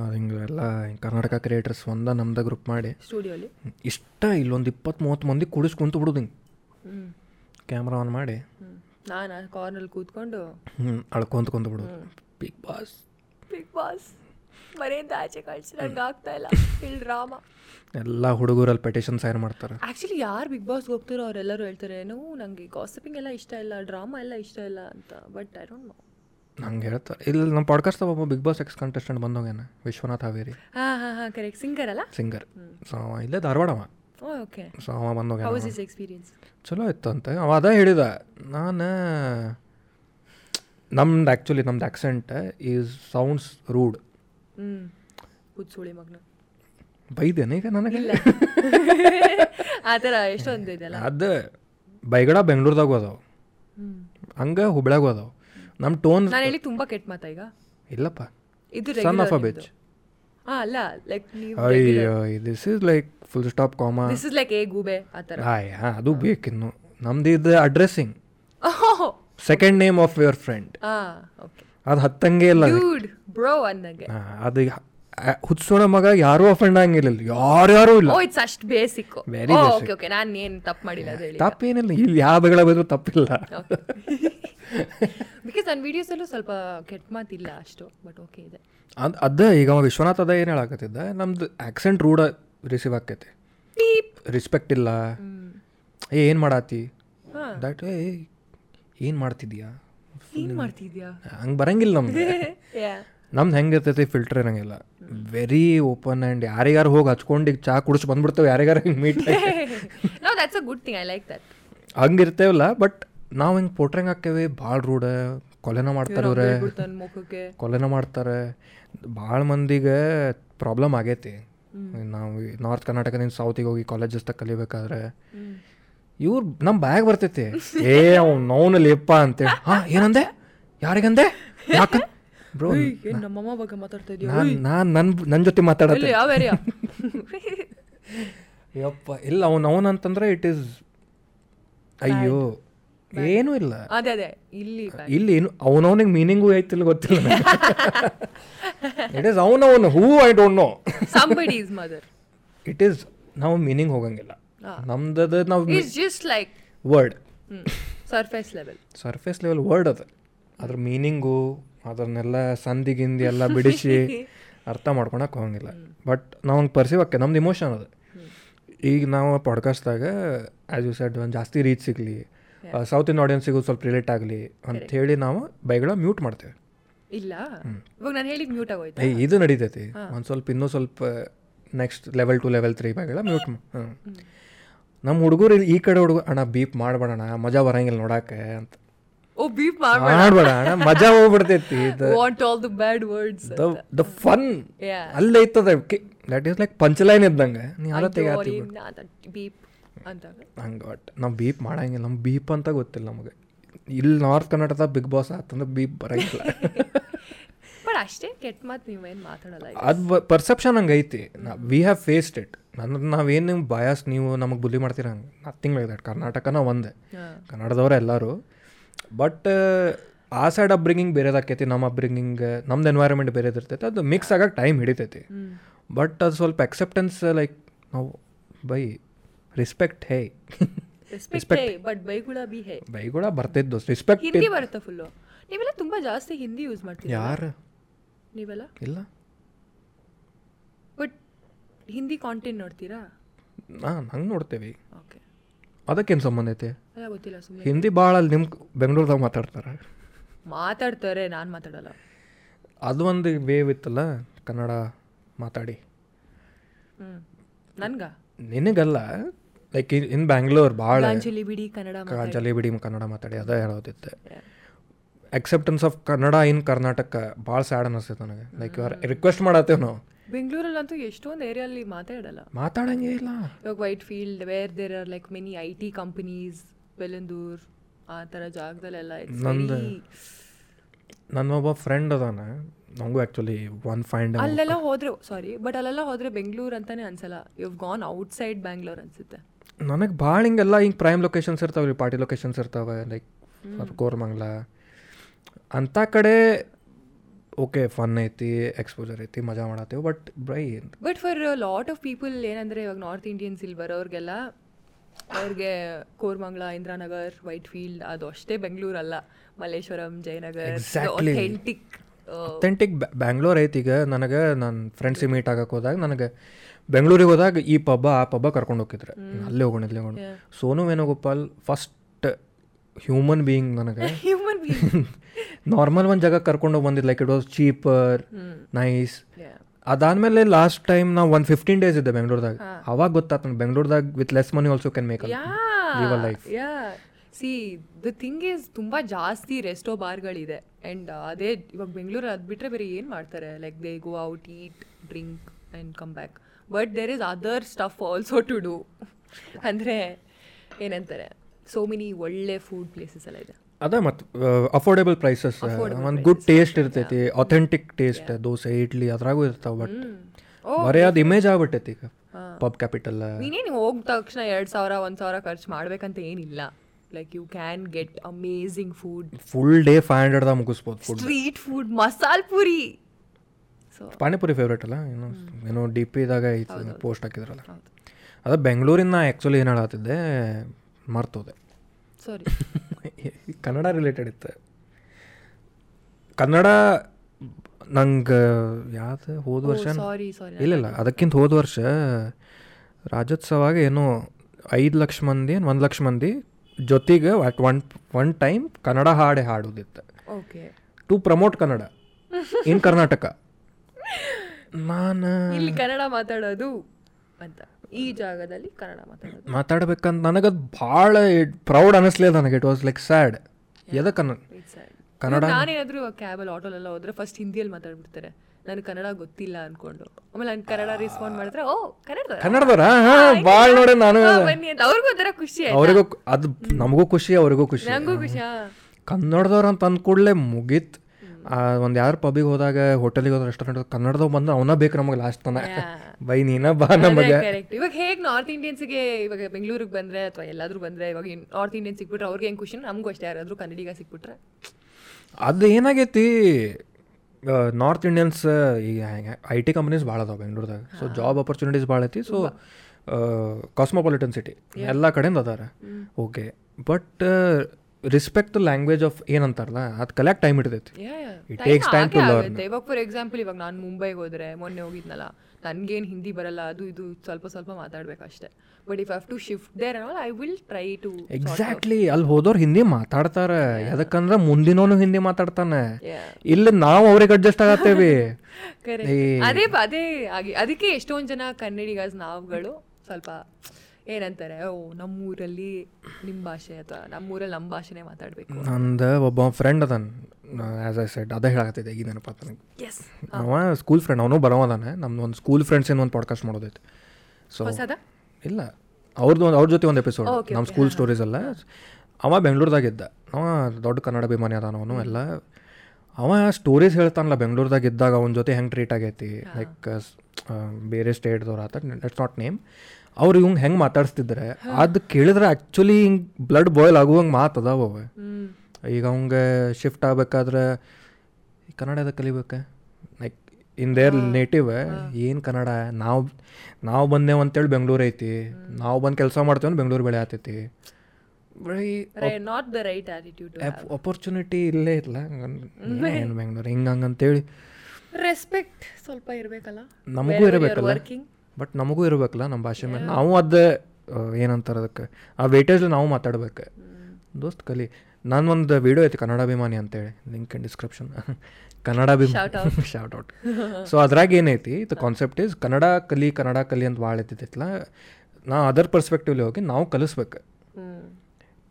ಅದು ಹಿಂಗೆ ಎಲ್ಲ ಹಿಂಗ್ ಕರ್ನಾಟಕ ಕ್ರಿಯೇಟರ್ಸ್ ಒಂದ ನಮ್ದ ಗ್ರೂಪ್ ಮಾಡಿ
ಸ್ಟುಡಿಯೋಲಿ
ಇಷ್ಟ ಇಲ್ಲೊಂದು ಇಪ್ಪತ್ತು ಮೂವತ್ತು ಮಂದಿ ಕುಡಿಸ್ ಕುಂತು ಬಿಡೋದು ಹಿಂಗೆ ಕ್ಯಾಮ್ರಾ ಆನ್ ಮಾಡಿ
ನಾನು ಆ ಕಾರ್ನಲ್ಲಿ ಕೂತ್ಕೊಂಡು
ಹ್ಮ್, ಅಳ್ಕೊಂತ ಕುಂತು ಬಿಡೋದು ಬಿಗ್ ಬಾಸ್
ಬಿಗ್ ಬಾಸ್ ಮನೆಯಿಂದ ಆಚೆ ಕಳಿಸಿ ನನಗೆ ಆಗ್ತಾ ಇಲ್ಲ ಇಲ್ಲಿ ಡ್ರಾಮ
ಎಲ್ಲ ಹುಡುಗರಲ್ಲಿ ಪೆಟಿಷನ್ ಸೈನ್ ಮಾಡ್ತಾರೆ
ಆ್ಯಕ್ಚುಲಿ ಯಾರು ಬಿಗ್ ಬಾಸ್ಗೆ ಹೋಗ್ತಾರೋ ಅವರೆಲ್ಲರೂ ಹೇಳ್ತಾರೆ ನೋವು ನನಗೆ ಗಾಸಿಪಿಂಗ್ ಎಲ್ಲ ಇಷ್ಟ ಇಲ್ಲ ಡ್ರಾಮಾ ಎಲ್ಲ ಇಷ್ಟ ಇಲ್ಲ ಅಂತ ಬಟ್ ಐ ಡೋಂಟ್ ನೋ
ನಂಗೆ ಹೇಳ್ತಾರೆ ಇಲ್ಲಿ ನಮ್ಮ ಪಾಡ್ಕಾಸ್ಟ್ ಒಬ್ಬ ಬಿಗ್ ಬಾಸ್ ಎಕ್ಸ್ ಕಂಟೆಸ್ಟೆಂಟ್ ಬಂದೋಗ್ಯಾನ ವಿಶ್ವನಾಥ್ ಹಾವೇರಿ
ಹಾಂ ಹಾಂ ಹಾಂ ಕರೆಕ್ಟ್ ಸಿಂಗರ್ ಅಲ್ಲ Oh,
ಸಿಂಗರ್ ಸೊ ಅವ ಇಲ್ಲೇ ಧಾರವಾಡ ಅವ
ಓಕೆ
ಸೊ ಅವ ಬಂದೋಗ್ಯಾನ
ಹೌಸ್ ಇಸ್ ಎಕ್ಸ್ಪೀರಿಯನ್ಸ್
ಚಲೋ ಇತ್ತಂತೆ ಅವ ಅದ ಹೇಳಿದ ನಾನು ನಮ್ದು ಆ್ಯಕ್ಚುಲಿ ನಮ್ದು ಆ್ಯಕ್ಸೆಂಟ್ ಈಸ್ ಸೌಂಡ್ಸ್ ರೂಡ್
ಹ್ಞೂ ಕುತ್ಸುಳಿ ಮಗನ
ಬೈದೇನೆ ಈಗ ನನಗೆ
ಆ ಥರ ಎಷ್ಟೊಂದು ಇದೆಲ್ಲ
ಅದು ಬೈಗಡ ಬೆಂಗ್ಳೂರ್ದಾಗೂ ಅದಾವ
ಹ್ಞೂ
ಹಂಗೆ ಹುಬ್ಳ್ಯಾಗೂ ಅದಾವ ನಮ್ಮ ಟೋನ್
ನಾನು ಹೇಳಿ ತುಂಬಾ ಕೆಟ್ಟ ಮಾತಾ ಈಗ
ಇಲ್ಲಪ್ಪ
ಇದು
son of a
regular
bitch
ನಿಮ್ದು. ಆ ಅಲ್ಲ ಲೈಕ್ ನೀವು
ಅಯ್ಯೋ this is like full stop comma
this is like a ಗೂಬೆ ಆ ಥರ
ಆಯ್ ಹಾಂ ಅದು ಬೇಕಿನ್ನು ನಮ್ದು ಇದು addressing second name of your friend
ಆ ಓಕೆ
ಅದು ಹತ್ತಂಗೆ ಇಲ್ಲ ಅದು.
ಡ್ಯೂಡ್ ಬ್ರೋ ಅಂದಂಗೆ
ಹಾ, ಅದು ಯ- ಆ, ಹುಚ್ಚೋಣ ಮಗ ಯಾರು ಅಫೆಂಡ್ ಆಗಿಲ್ಲ ಯಾರ್ಯಾರು ಇಲ್ಲ
ಓ ಇಟ್ಸ್ ಅಷ್ಟು basic
Very basic.
Okay okay ನಾನು ಏನು ತಪ್ಪು ಮಾಡಿಲ್ಲ ಅದು ಹೇಳಿ
ತಪ್ಪೇನಿಲ್ಲ ಇಲ್ಲಿ ಯಾವ ಬಗಳ ಬಂದರೂ ತಪ್ಪಿಲ್ಲ
ಬಿಕಾಸ್ ನನ್ನ ವಿಡಿಯೋಸಲ್ಲೂ ಸ್ವಲ್ಪ ಕೆಟ್ಟ ಮಾತಿಲ್ಲ ಅಷ್ಟು ಬಟ್ ಓಕೆ ಇದೆ
ಅದು ಅದ ಈಗ ಅವ ವಿಶ್ವನಾಥ್ ಅದ ಏನು ಹೇಳಕತ್ತಿದ್ದ ನಮ್ದು ಆ್ಯಕ್ಸೆಂಟ್ ರೂಢ ರಿಸೀವ್ ಆಕೈತಿ
ಟೀಪ್
ರಿಸ್ಪೆಕ್ಟ್ ಇಲ್ಲ ಏ ಏನು ಮಾಡಾತಿ
ಹಾ.
ದಟ್ ಏ ಏನು ಮಾಡ್ತಿದ್ಯಾ
ಏನು ಮಾಡ್ತಿದ್ಯಾ
ಹಂಗೆ ಬರಂಗಿಲ್ಲ ನಮ್ದು
Yeah.
ನಮ್ದು ಹೆಂಗೆ ಇರ್ತೈತಿ ಫಿಲ್ಟರ್ ಇರಂಗಿಲ್ಲ ವೆರಿ ಓಪನ್ ಆ್ಯಂಡ್ ಯಾರಿಗಾರು ಹೋಗಿ ಹಚ್ಕೊಂಡು ಈಗ ಚಾ ಕುಡಿಸಿ ಬಂದ್ಬಿಡ್ತೇವೆ ಯಾರಿಗಾರು ಹಿಂಗೆ meet
no that's a good thing i like that
ಹಂಗೆ ಇರ್ತೇವಲ್ಲ ಬಟ್ ನಾವು ಹಿಂಗೆ ಪೋಟ್ರಂಗೆ ಹಾಕ್ತೇವೆ ಭಾಳ ರೂಢ ಕೊಲೆನ ಮಾಡ್ತಾರೆ ಇವ್ರೆ
ಬಿಡ್ತಾನೆ ಮುಖಕ್ಕೆ
ಕೊಲೆನ ಮಾಡ್ತಾರೆ ಭಾಳ ಮಂದಿಗೆ ಪ್ರಾಬ್ಲಮ್ ಆಗೈತಿ ನಾವು ನಾರ್ತ್ ಕರ್ನಾಟಕದಿಂದ ಸೌತಿಗೆ ಹೋಗಿ ಕಾಲೇಜಸ್ ತಗ ಕಲಿಬೇಕಾದ್ರೆ ಇವ್ರು ನಮ್ಮ ಬ್ಯಾಗ್ ಬರ್ತೈತಿ ಏ ಅವ್ನು ನೋವನ ಲೇಪ ಅಂತೇಳಿ ಹಾಂ ಏನಂದೆ ಯಾರಿಗಂದೆ ಯಾಕ ಬ್ರೋ
ಏಯ್, ಏನ್ ನಮ್ಮಮ್ಮ ಬಗ್ಗೆ ಮಾತಾಡ್ತಾ ಇದೀಯ
ನಾನು ನಾನು ನನ್ನ ನನ್ನ ಜೊತೆ ಮಾತಾಡತ್ತೆ
ಎಲ್ಲಿ ಯಾವ ಏರಿಯಾ
ಯಪ್ಪ ಇಲ್ಲ ಅವ್ನು ಅವನು ಅಂತಂದ್ರೆ ಇಟ್ ಈಸ್ ಅಯ್ಯೋ ಏನೂ ಇಲ್ಲ
ಅದೇ ಅದೇ ಇಲ್ಲಿ bad.
ಇಲ್ಲಿ ಏನು ಅವನವನಿಗೆ ಮೀನಿಂಗು ಐತಿಲ್ಲ ಗೊತ್ತಿಲ್ಲ ಇಟ್ ಈಸ್ ಅವನವನು who I don't know
somebody is mother
it is ನಾವು ಮೀನಿಂಗ್ ಹೋಗಂಗಿಲ್ಲ
ಹಾ.
ನಮ್ದದ ನಾವು
it's just like
word
surface level
surface level word ಅದು ಅದ್ರ ಮೀನಿಂಗು ಅದನ್ನೆಲ್ಲ ಸಂದಿಗಿಂದಿ ಎಲ್ಲ ಬಿಡಿಸಿ ಅರ್ಥ ಮಾಡ್ಕೊಳಕ್ ಹೋಗಂಗಿಲ್ಲ ಬಟ್ ನಾವು ಹಂಗೆ ಪರ್ಸೀವ್ ಆಕೆ ನಮ್ದು ಇಮೋಷನ್ ಅದು ಈಗ ನಾವು ಪಾಡ್ಕಾಸ್ಟ್ದಾಗ ಆ್ಯಸ್ ಯು ಸೆಡ್ ಒಂದು ಜಾಸ್ತಿ ರೀಚ್ ಸಿಗಲಿ ಸೌತ್ ಇಂಡಿಯನ್ ಆಡಿಯನ್ಸಿಗೂ ಸ್ವಲ್ಪ ರಿಲೇಟ್ ಆಗಲಿ ಹೇಳಿ ನಾವು ಬೈಗಳ ಮ್ಯೂಟ್ ಮಾಡ್ತೇವೆ
ಇಲ್ಲ ಇವಾಗ ನಾನು ಹೇಳಿದ್ ಮ್ಯೂಟ್ ಆಗೋಯ್ತು
ಏಯ್ ಇದು ನಡೀತೈತಿ ಒಂದು ಸ್ವಲ್ಪ ಇನ್ನೂ ಸ್ವಲ್ಪ next level two level three ಬೈಗಳ ಮ್ಯೂಟ್ ಹ್ಞೂ ನಮ್ಮ ಹುಡುಗರು ಈ ಕಡೆ ಹುಡುಗ ಅಣ್ಣ ಬೀಪ್ ಮಾಡಬೇಡಣ ಮಜಾ ಬರಂಗಿಲ್ಲ ನೋಡಕ್ಕೆ ಅಂತ
ಓ ಬೀಪ್ ಮಾಡ್ಬೇಡ
ಮಾಡ್ಬೇಡ ಅಣ್ಣ ಮಜಾ ಹೋಗ್ಬಿಡ್ತೈತಿ
what all the bad words
the fun
Yeah.
ಅಲ್ಲೇ ಇತ್ತದ ದಟ್ ಈಸ್ ಲೈಕ್ ಪಂಚಲೈನ್ ಇದ್ದಂಗೆ ನೀ ಯಾರೋ ತೆಗಾತಿ
ಬೀಪ್ ಅಂತ
ಹಂಗೆ ಒಟ್ಟು ನಾವು ಬೀಪ್ ಮಾಡಂಗಿಲ್ಲ ನಮ್ಮ ಬೀಪ್ ಅಂತ ಗೊತ್ತಿಲ್ಲ ನಮಗೆ ಇಲ್ಲಿ ನಾರ್ತ್ ಕರ್ನಾಟಕದ ಬಿಗ್ ಬಾಸ್ ಆತಂದ್ರೆ ಬೀಪ್ ಬರಂಗಿಲ್ಲ
ಬಟ್ ಅಷ್ಟೇ ಕೆಟ್ಟ ಮಾತು ನೀವೇನ್ ಮಾತಾಡಲ್ಲ ಈಗ.
ಅದು ಪರ್ಸೆಪ್ಷನ್ ಹಂಗೆ ಐತಿ ವಿ ಹ್ಯಾವ್ ಫೇಸ್ಡ್ ಇಟ್ ನನ್ನ ನಾವೇನು ನಿಮ್ಮ ಬಯಾಸ್ ನೀವು ನಮಗೆ ಬುಲಿ ಮಾಡ್ತೀರ ಹಂಗೆ ನಥಿಂಗ್ ಲೈಕ್ ದಟ್ ಕರ್ನಾಟಕನ ಒಂದೇ
ಹಾ.
ಕನ್ನಡದವ್ರು ಎಲ್ಲರೂ ಬಟ್ ಆ ಸೈಡ್ ಅಪ್ಬ್ರಿಂಗಿಂಗ್ ಬೇರೆದಾಕೈತಿ ನಮ್ಮ ಅಪ್ಬ್ರಿಂಗಿಂಗ್ ನಮ್ದು ಎನ್ವೈರನ್ಮೆಂಟ್ ಬೇರೆದು ಇರ್ತೈತೆ ಅದು ಮಿಕ್ಸ್ ಆಗಕ್ಕೆ ಟೈಮ್ ಹಿಡಿತೈತಿ ಬಟ್ ಅದು ಸ್ವಲ್ಪ ಅಕ್ಸೆಪ್ಟೆನ್ಸ್ ಲೈಕ್ ನಾವು ಬೈ ರಿಸ್ಪೆಕ್ಟ್ ಹೇ
Respect ಹೇ ಬಟ್ ಬೈಗುಳ ಬಿ ಹೇ
ಬೈಗುಳ ಬರ್ತೈದ್ದು ರಿಸ್ಪೆಕ್ಟ್
ಹಿಂದಿ ಬರುತ್ತಾ ಫುಲ್ಲು ನೀವೆಲ್ಲ ತುಂಬಾ ಜಾಸ್ತಿ ಹಿಂದಿ ಯೂಸ್ ಮಾಡ್ತೀರಿ
ಯಾರು
ನೀವೆಲ್ಲ
ಇಲ್ಲ
ಬಟ್ ಹಿಂದಿ ಕಾಂಟೆಂಟ್ ನೋಡ್ತೀರಾ
ನಾ ಹಂಗೆ ನೋಡ್ತೇವೆ
ಓಕೆ
ಅದಕ್ಕೇನು ಸಂಬಂಧ ಐತೆ
ಅಲ್ಲ ಗೊತ್ತಿಲ್ಲ ಸುಮ್ಮನೆ
ಹಿಂದಿ ಭಾಳ ಅಲ್ಲಿ ನಿಮ್ಮ ಬೆಂಗಳೂರ್ದಾಗ ಮಾತಾಡ್ತಾರೆ
ಮಾತಾಡ್ತಾರೆ ನಾನು ಮಾತಾಡಲ್ಲ
ಅದು ಒಂದು ವೇವ್ ಇತ್ತಲ್ಲ ಕನ್ನಡ ಮಾತಾಡಿ
ಹ್ಮ್ ನನ್ಗ
ನಿನಗಲ್ಲ ಲೈಕ್ ಇನ್ ಬ್ಯಾಂಗ್ಳೂರ್ ಭಾಳ
ಕಾಂಚಲಿ ಬಿಡಿ ಕನ್ನಡ ಮಾ-
ಕಾಂಚಲಿ ಬಿಡಿ ಕನ್ನಡ ಮಾತಾಡಿ ಅದೇ ಹೇಳೋದಿತ್ತೆ acceptance of Kannada in Karnataka ಭಾಳ ಸ್ಯಾಡ್ ಅನ್ನಿಸ್ತೈತೆ ನನಗೆ ಲೈಕ್ ಇವ್ರ ರಿಕ್ವೆಸ್ಟ್ ಮಾಡತ್ತೇವೆ ನಾವು
ಬೆಂಗಳೂರಲ್ಲಂತೂ ಎಷ್ಟೊಂದು ಏರಿಯಲ್ಲಿ ಮಾತಾಡಲ್ಲ
ಮಾತಾಡಂಗೇ ಇಲ್ಲ
ಇವಾಗ Whitefield where there are like many I T companies Bellandur ಆ ಥರ ಜಾಗದಲ್ಲೆಲ್ಲ it's
ನಂದು-
very-
ನನ್ನ ಒಬ್ಬ ಫ್ರೆಂಡ್ ಅದಾನ ನನಗೂ ಆ್ಯಕ್ಚುಲಿ ಒನ್ ಫೈಂಡ್
ಅಲ್ಲೆಲ್ಲ ಹೋದ್ರೆ ಸಾರಿ ಬಟ್ ಅಲ್ಲೆಲ್ಲ ಹೋದ್ರೆ ಬೆಂಗಳೂರು ಅಂತಾನೆ ಅನ್ಸಲ್ಲ you gone outside Bangalore ಅನ್ಸುತ್ತೆ
ನನಗೆ ಭಾಳ ಹಿಂಗೆಲ್ಲ ಹಿಂಗೆ ಪ್ರೈಮ್ ಲೊಕೇಶನ್ಸ್ ಇರ್ತಾವೆ ರೀ ಪಾರ್ಟಿ ಲೊಕೇಶನ್ಸ್ ಇರ್ತಾವೆ ಲೈಕ್ ಕೋರ್ಮಂಗ್ಲ ಅಂಥ ಕಡೆ ಓಕೆ ಫನ್ ಐತಿ ಎಕ್ಸ್ಪೋಜರ್ ಐತಿ ಮಜಾ ಮಾಡತ್ತೀವಿ ಬಟ್ ಬ್ರೈ
but for lot of people ಏನಂದ್ರೆ ಇವಾಗ ನಾರ್ತ್ ಇಂಡಿಯನ್ಸ್ ಇಲ್ಲಿ ಬರೋರ್ಗೆಲ್ಲ ಅವ್ರಿಗೆ ಕೋರ್ಮಂಗ್ಲ ಇಂದ್ರಾನಗರ್ ವೈಟ್ ಫೀಲ್ಡ್ ಅದು ಅಷ್ಟೇ ಬೆಂಗಳೂರು ಅಲ್ಲ Malleshwaram Jayanagar uh,
Exactly.
Authentic
authentic Bangalore ಐತಿ ಈಗ ನನಗೆ ನನ್ನ ಫ್ರೆಂಡ್ಸಿಗೆ ಮೀಟ್ ಆಗಕ್ಕೆ ಹೋದಾಗ ನನಗೆ ಬೆಂಗಳೂರಿಗೆ ಹೋದಾಗ ಈ ಪಬ್ಬ ಆ ಪಬ್ಬ ಕರ್ಕೊಂಡು ಹೋಗಿದ್ರೆ ಅಲ್ಲೇ ಹೋಗೋಣ ಇಲ್ಲೇ ಹೋಗೋಣ Sonu Venugopal first human being ನನಗೆ
ಹ್ಯೂಮನ್
ನಾರ್ಮಲ್ ಒಂದು ಜಾಗ ಕರ್ಕೊಂಡು ಬಂದಿದ್ದು like it was cheaper nice ಅದಾದ್ಮೇಲೆ ಲಾಸ್ಟ್ ಟೈಮ್ ನಾವು ಒನ್ ಫಿಫ್ಟೀನ್ ಡೇಸ್ ಇದ್ದೆ ಬೆಂಗಳೂರದಾಗ ಅವಾಗ ಗೊತ್ತಾತ ಬೆಂಗಳೂರದಾಗ with less money also can make Live a life.
Yeah see the thing is ತುಂಬಾ ಜಾಸ್ತಿ ರೆಸ್ಟೋ ಬಾರ್ಗಳಿದೆ ಅಂಡ್ ಅದೇ ಇವಾಗ ಬೆಂಗಳೂರು ಅದು ಬಿಟ್ರೆ ಬೇರೆ ಏನು ಮಾಡ್ತಾರೆ like they go out eat drink and come back but there is other stuff also to do ಅಂದರೆ ಏನಂತಾರೆ ಸೋ ಮೆನಿ ಒಳ್ಳೆ ಫುಡ್ ಪ್ಲೇಸಸ್ ಎಲ್ಲ ಇದೆ
ಅದ ಮತ್ತು ಅಫೋರ್ಡೇಬಲ್ ಪ್ರೈಸಸ್ ಒಂದು ಗುಡ್ ಟೇಸ್ಟ್ ಇರ್ತೈತಿ ಅಥೆಂಟಿಕ್ ಟೇಸ್ಟ್ ದೋಸೆ ಇಡ್ಲಿ ಅದ್ರಾಗೂ ಇರ್ತಾವೆ ಬಟ್ ಬರೀ ಅದು ಇಮೇಜ್ ಆಗ್ಬಿಟ್ಟೈತಿ ಈಗ ಪಬ್ ಕ್ಯಾಪಿಟಲ್
ನೀನೇನು ಹೋಗಿದ ತಕ್ಷಣ ಎರಡು ಸಾವಿರ ಒಂದು ಸಾವಿರ ಖರ್ಚು ಮಾಡ್ಬೇಕಂತ ಏನಿಲ್ಲ like you can get amazing food
full day five ಹಂಡ್ರೆಡ್ದಾಗ ಮುಗಿಸ್ಬೋದು food
street food masala puri so
panipuri favourite ಅಲ್ಲ ಏನೋ ಏನೋ ಡಿ ಪಿದಾಗ ಐತಿ ಪೋಸ್ಟ್ ಹಾಕಿದ್ರಲ್ಲ ಅದ ಬೆಂಗಳೂರಿನ ನಾ ಆ್ಯಕ್ಚುಲಿ ಏನು ಹೇಳತ್ತಿದ್ದೆ ಮರ್ತೋದೆ
ಸಾರಿ
ಕನ್ನಡ ರಿಲೇಟೆಡ್ ಇತ್ತು ಕನ್ನಡ ನಂಗೆ ಯಾವ್ದು ಹೋದ ವರ್ಷ
ಸಾರಿ ಸಾರಿ
ಇಲ್ಲ ಇಲ್ಲ ಅದಕ್ಕಿಂತ ಹೋದ ವರ್ಷ ರಾಜ್ಯೋತ್ಸವಾಗ ಏನೋ ಐದು ಲಕ್ಷ ಮಂದಿ ಒಂದು ಲಕ್ಷ ಮಂದಿ ಜೊತೆಗೆ at one one time Kannada ಹಾಡೆ ಹಾಡೋದಿತ್ತು
okay
to promote Kannada in Karnataka ನಾನು
ಇಲ್ಲಿ ಕನ್ನಡ ಮಾತಾಡೋದು ಅಂತ ಈ ಜಾಗದಲ್ಲಿ ಕನ್ನಡ ಮಾತಾಡೋದು
ಮಾತಾಡ್ಬೇಕಂತ ನನಗದು ಭಾಳ ಪ್ರೌಡ್ ಅನ್ನಿಸ್ಲಿಲ್ಲ ನನಗೆ ಇಟ್ ವಾಸ್ ಲೈಕ್ ಸ್ಯಾಡ್ ಎದಕ್ಕೆ
ಇಟ್ಸ್
ಕನ್ನಡ
ನಾನೇನಾದ್ರೂ ಕ್ಯಾಬಲ್ಲಿ ಆಟೋಲೆಲ್ಲ ಹೋದ್ರೆ ಫಸ್ಟ್ ಹಿಂದಿಯಲ್ಲಿ ಮಾತಾಡ್ಬಿಡ್ತಾರೆ ನನಗೆ ಕನ್ನಡ ಗೊತ್ತಿಲ್ಲ ಅನ್ಕೊಂಡು ಆಮೇಲೆ ನಾನು ಕನ್ನಡ ರೆಸ್ಪಾಂಡ್ ಮಾಡಿದ್ರೆ ಓ ಕನ್ನಡ
ಕನ್ನಡದವ್ರ ಭಾಳ ನೋಡಿ ನಾನು
ಬನ್ನಿ ಅಂತ ಅವ್ರಿಗೂ ಒಂಥರ ಖುಷಿ ಆಯ್ತು
ಅವ್ರಿಗೂ ಅದು ನಮಗೂ ಖುಷಿ ಅವ್ರಿಗೂ ಖುಷಿ
ನಂಗೂ ಖುಷಿ ಆ.
ಕನ್ನಡದವ್ರು ಅಂತ ಅಂದ್ಕೂಡ್ಲೆ ಮುಗೀತು ಒಂದು ಯಾರು ಪಬ್ಬಿಗೆ ಹೋದಾಗ ಹೋಟೆಲಿಗೆ ಹೋದಾಗ ರೆಸ್ಟೋರೆಂಟ್ ಕನ್ನಡದವ್ ಬಂದ್ರೆ ಅವನ ಬೇಕು ನಮಗೆ ಲಾಸ್ಟ್ ತನ ಬೈ ನೀನ ಬಾ ನಮಗೆ
ಕರೆಕ್ಟ್ ಇವಾಗ ಹೇಗ್ ನಾರ್ತ್ ಇಂಡಿಯನ್ಸ್ಗೆ ಇವಾಗ ಬೆಂಗಳೂರಿಗೆ ಬಂದ್ರೆ ಅಥವಾ ಎಲ್ಲಾದ್ರೂ ಬಂದ್ರೆ ಇವಾಗ ನಾರ್ತ್ ಇಂಡಿಯನ್ ಸಿಕ್ಬಿಟ್ರೆ ಅವ್ರಿಗೆ ಹೆಂಗ್ ಖುಷಿ ನಮಗೂ ಅಷ್ಟೇ ಯಾರಾದ್ರೂ ಕನ್ನಡಿಗ ಸಿಕ್ಬಿಟ್ರೆ
ಅದು ಏನಾಗೈತಿ ನಾರ್ತ್ ಇಂಡಿಯನ್ಸ್ ಈಗ ಐ ಟಿ ಕಂಪ್ನೀಸ್ ಭಾಳ ಅದಾವೆ ಬೆಂಗಳೂರ್ದಾಗ ಸೊ ಜಾಬ್ ಆಪರ್ಚುನಿಟೀಸ್ ಭಾಳ ಐತಿ ಸೊ ಕಾಸ್ಮೋಪಾಲಿಟನ್ ಸಿಟಿ ಎಲ್ಲ ಕಡೆಯಿಂದ ಅದಾರ okay but respect the language of ಏನಂತಾರಲ್ಲ ಅದು ಕಲೆಕ್ಟ್ ಟೈಮ್ ಹಿಡಿದೈತಿ It takes time to learn.
ಇವಾಗ ಫಾರ್ ಎಕ್ಸಾಂಪಲ್ ಇವಾಗ ನಾನು ಮುಂಬೈಗೆ ಹೋದ್ರೆ ಮೊನ್ನೆ ಹೋಗಿದ್ನಲ್ಲ ನನ್ಗೇನ್ ಹಿಂದಿ ಬರಲ್ಲ ಅದು ಇದು ಸ್ವಲ್ಪ ಸ್ವಲ್ಪ ಮಾತಾಡ್ಬೇಕಷ್ಟೇ but if have to shift there all I will try to
exactly ಅಲ್ಲಿ ಹೋದವ್ರು ಹಿಂದಿ ಮಾತಾಡ್ತಾರೆ ಯಾಕಂದ್ರೆ ಮುಂದಿನವನು ಹಿಂದಿ ಮಾತಾಡ್ತಾನೆ ಇಲ್ಲಿ ನಾವು ಅವ್ರಿಗೆ ಅಡ್ಜಸ್ಟ್ ಆಗತ್ತೇವಿ
ಅದೇ ಪ- ಅದೇ ಆಗಿ ಅದಕ್ಕೆ ಎಷ್ಟೊಂದ್ ಜನ ಕನ್ನಡಿಗಸ್ ನಾವುಗಳು ಸ್ವಲ್ಪ ಏನಂತಾರೆ ಓ ನಮ್ಮೂರಲ್ಲಿ ನಿಮ್ ಭಾಷೆ ಅಥವಾ ನಮ್ಮೂರಲ್ಲಿ ನಮ್ಮ ಭಾಷೆನೇ ಮಾತಾಡ್ಬೇಕು
ನಂದು ಒಬ್ಬ ಫ್ರೆಂಡ್ ಅದಾನ ಆ್ಯಸ್ ಐ ಸೆಡ್ ಅದೇ ಹೇಳಕತ್ತಿದ್ದೆ ಈಗ ನೆನಪಾತ ನನಗೆ
ಎಸ್
ಅವ ಸ್ಕೂಲ್ ಫ್ರೆಂಡ್ ಅವನು ಬರೋದಾನೆ ನಮ್ದು ಒಂದು ಸ್ಕೂಲ್ ಫ್ರೆಂಡ್ಸ್ ಏನು ಒಂದು ಪಾಡ್ಕಾಸ್ಟ್ ಮಾಡೋದೈತೆ ಸೊ
ಹೊಸದ
ಇಲ್ಲ ಅವ್ರದ್ದು ಒಂದು ಅವ್ರ ಜೊತೆ ಒಂದು ಎಪಿಸೋಡ್ ನಮ್ಮ ಸ್ಕೂಲ್ ಸ್ಟೋರೀಸ್ ಎಲ್ಲ ಅವ ಬೆಂಗಳೂರ್ದಾಗಿದ್ದ ಅವ ದೊಡ್ಡ ಕನ್ನಡ ಅಭಿಮಾನಿ ಅದಾನವನು ಎಲ್ಲ ಅವ ಸ್ಟೋರೀಸ್ ಹೇಳ್ತಾನಲ್ಲ ಬೆಂಗಳೂರ್ದಾಗ ಇದ್ದಾಗ ಅವನ ಜೊತೆ ಹೆಂಗೆ ಟ್ರೀಟ್ ಆಗೈತಿ ಲೈಕ್ ಬೇರೆ ಸ್ಟೇಟ್ದವ್ರು ಆತ ಲೆಟ್ಸ್ ನಾಟ್ ನೇಮ್ ಅವ್ರು ಇವಂಗೆ ಹೆಂಗೆ ಮಾತಾಡ್ಸ್ತಿದ್ರೆ ಅದು ಕೇಳಿದ್ರೆ ಆ್ಯಕ್ಚುಲಿ ಹಿಂಗೆ ಬ್ಲಡ್ ಬಾಯ್ಲ್ ಆಗುವಂಗೆ ಮಾತು ಅದಾವ ಅವು. ಈಗ ಅವಂಗೆ ಶಿಫ್ಟ್ ಆಗ್ಬೇಕಾದ್ರೆ ಈ ಕನ್ನಡದ ಕಲಿಬೇಕು ಲೈಕ್ ಇನ್ ದೇರ್ ನೇಟಿವ್ ಏನು ಕನ್ನಡ ನಾವು ನಾವು ಬಂದೇವು ಅಂತೇಳಿ ಬೆಂಗಳೂರು ಐತಿ ನಾವು ಬಂದು ಕೆಲಸ ಮಾಡ್ತೇವೆ ಅಂದ್ರೆ ಬೆಂಗಳೂರು ಬೆಳೆ ಆತೈತಿ Oh.
Not the right attitude
opportunity ಇಲ್ಲೇ ಇಲ್ಲ ಏನು ಬೆಂಗಳೂರು ಹಿಂಗೆ ಹಂಗೆ ಅಂತೇಳಿ
ರೆಸ್ಪೆಕ್ಟ್ ಸ್ವಲ್ಪ ಇರ್ಬೇಕಲ್ಲ
ನಮಗೂ ಇರಬೇಕಲ್ಲ
ವರ್ಕಿಂಗ್
ಬಟ್ ನಮಗೂ ಇರಬೇಕಲ್ಲ ನಮ್ಮ ಭಾಷೆ ಮೇಲೆ ನಾವು ಅದು ಏನಂತಾರೆ ಅದಕ್ಕೆ ಆ ವೇಟೇಜ್ ನಾವು ಮಾತಾಡ್ಬೇಕು ದೋಸ್ತ್ ಕಲಿ ನಾನು ಒಂದು ವಿಡಿಯೋ ಐತಿ ಕನ್ನಡಾಭಿಮಾನಿ ಅಂತೇಳಿ link in description ಕನ್ನಡಾಭಿಮಾನಿ shout out so ಅದ್ರಾಗ ಏನೈತಿ ದ ಕಾನ್ಸೆಪ್ಟ್ ಈಸ್ ಕನ್ನಡ ಕಲಿ ಕನ್ನಡ ಕಲಿ ಅಂತ ಭಾಳ ಎತ್ತಿತ್ತಲ್ಲ ನಾ ಅದರ್ ಪರ್ಸ್ಪೆಕ್ಟಿವ್ಲಿ ಹೋಗಿ ನಾವು ಕಲಿಸ್ಬೇಕು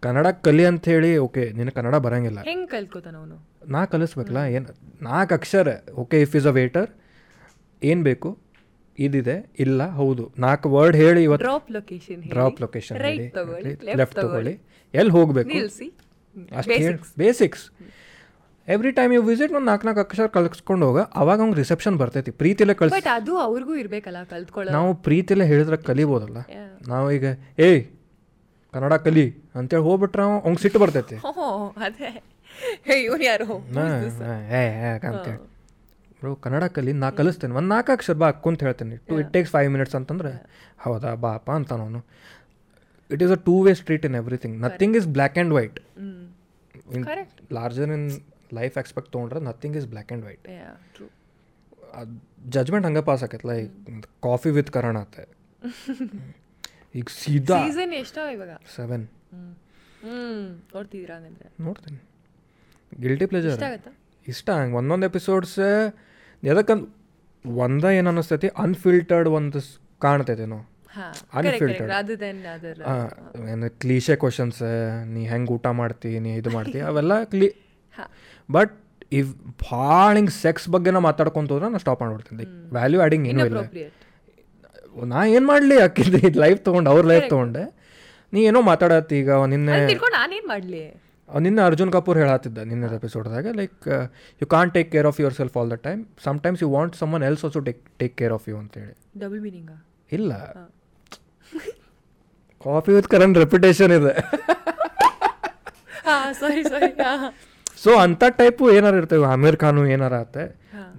ಕನ್ನಡ ಕಲಿ ಅಂಥೇಳಿ ಓಕೆ ನಿನ್ನ ಕನ್ನಡ ಬರಂಗಿಲ್ಲ
ಹೆಂಗ್ ಕಲ್ತ್ಕೋತಾನ ಅವನು
ನಾ ಕಲಿಸ್ಬೇಕಲ್ಲ ಏನು ನಾಲ್ಕು ಅಕ್ಷರ okay if is a waiter ಏನು ಬೇಕು ಇದಿದೆ ಇಲ್ಲ ಹೌದು ನಾಲ್ಕು ವರ್ಡ್ ಹೇಳಿ ಇವತ್ತು
drop location
drop location
right ತಗೊಳ್ಳಿ
ಲೆಫ್ಟ್ ತಗೊಳ್ಳಿ ಎಲ್ಲಿ ಹೋಗಬೇಕು
ನಿಲ್ಸಿ
ಅಷ್ಟೇ basics every time you visit ಒಂದು ನಾಲ್ಕು ನಾಲ್ಕು ಅಕ್ಷರ ಕಲಿಸ್ಕೊಂಡು ಹೋಗ ಅವಾಗ ಅವ್ನಿಗೆ ರಿಸೆಪ್ಷನ್ ಬರ್ತೈತಿ ಪ್ರೀತಿಲೇ ಕಳ್ಸಿ
ಬಟ್ ಅದು ಅವ್ರಿಗೂ ಇರ್ಬೇಕಲ್ಲ ಕಲ್ತ್ಕೊಳ್ಳೋ
ನಾವು ಪ್ರೀತಿಲೇ ಹೇಳಿದ್ರೆ ಕಲಿಬೋದಲ್ಲ ನಾವೀಗ ಏಯ್ ಕನ್ನಡ ಕಲಿ ಅಂತೇಳಿ ಹೋಗ್ಬಿಟ್ರೆ ಅವ ಅವ್ನಿಗೆ ಸಿಟ್ಟು ಬರ್ತೈತಿ
ಹೋ ಅದೇ ಹೇ ಇವನು ಯಾರು
ಅಂತೇಳಿ ಬ್ರೋ ಕನ್ನಡ ಕಲಿ ನಾ ಕಲಿಸ್ತೇನೆ ಒಂದು ನಾಲ್ಕು ಅಕ್ಷರ ಬಾ ಕುಂತ ಹೇಳ್ತೇನೆ to it takes five minutes ಅಂತಂದ್ರೆ ಹೌದಾ ಬಾಪ ಅಂತಾನ ಅವನು it is a two way street in everything nothing is black and white in larger in life expect ತೊಗೊಂಡ್ರೆ nothing is black and white
true
judgement ಹಂಗೆ ಪಾಸ್ ಆಕೈತಲ್ಲ ಈಗ ಕಾಫಿ ವಿತ್ ಕರಣ ಆತ ಈಗ ಸೀದಾ
ಸೀಸನ್ ಎಷ್ಟೋ ಇವಾಗ
ಸೆವೆನ್
ಹ್ಮ್ ನೋಡ್ತಿದ್ದೀರಾ ಹಂಗಂದ್ರೆ
ನೋಡ್ತೀನಿ ಗಿಲ್ಟಿ ಪ್ಲೇಜರ್
ಇಷ್ಟ ಆಗತ್ತಾ
ಇಷ್ಟ ಹಂಗೆ ಒಂದೊಂದು ಎಪಿಸೋಡ್ಸ್ ಎದಕ್ಕಂದ್ ಒಂದ ಏನು ಅನ್ನಿಸ್ತೈತಿ ಅನ್ಫಿಲ್ಟರ್ಡ್ ಒಂದು ಸ್- ಕಾಣ್ತೈತೇನೋ
ಹಾ
Unfiltered.
ರಾದರ್ ದೆನ್ ಅದರ್
ಏನು ಕ್ಲೀಶೆ ಕ್ವಶನ್ಸ್ ನೀ ಹೆಂಗೆ ಊಟ ಮಾಡ್ತಿ ನೀ ಇದು ಮಾಡ್ತಿ ಅವೆಲ್ಲ ಕ್ಲೀ ಬಟ್ ಇವ್ ಭಾಳ ಹಿಂಗೆ ಸೆಕ್ಸ್ ಬಗ್ಗೆನ ಮಾತಾಡ್ಕೊಂತ ಹೋದ್ರೆ ನಾನು ಸ್ಟಾಪ್ ಮಾಡ್ಬಿಡ್ತೀನಿ ಲೈಕ್ ವ್ಯಾಲ್ಯೂ ಆ್ಯಡಿಂಗ್ ಏನೂ ಇಲ್ಲ
ಅಪ್ರೋಪ್ರಿಯೇಟ್
ನಾ ಏನು ಮಾಡಲಿ ಯಾಕಿದ್ರೆ ಇದು ಲೈಫ್ ತೊಗೊಂಡು ಅವ್ರ ಲೈಫ್ ತೊಗೊಂಡೆ ನೀ ಏನೋ ಮಾತಾಡತ್ತಿ ಈಗ ನಿನ್ನೆ
ತಿಳ್ಕೊಂಡು ನಾನೇನ್ ಮಾಡ್ಲಿ
ಅವ್ ನಿನ್ನೆ ಅರ್ಜುನ್ ಕಪೂರ್ ಹೇಳತ್ತಿದ್ದ ನಿನ್ನೆ ಎಪಿಸೋಡ್ದಾಗ like you can't take care of yourself all the time sometimes you want someone else also take take care of you ಅಂತೇಳಿ
ಡಬಲ್ ಮೀನಿಂಗ
ಇಲ್ಲ ಕಾಫಿ ವಿತ್ ಕರೆಂಟ್ ರೆಪ್ಯುಟೇಷನ್ ಇದೆ
ಹಾ ಸಾರಿ ಸಾರಿ
ಸೊ ಅಂಥ ಟೈಪು ಏನಾರ ಇರ್ತೇವೆ ಆಮೀರ್ ಖಾನು ಏನಾರ ಆತೆ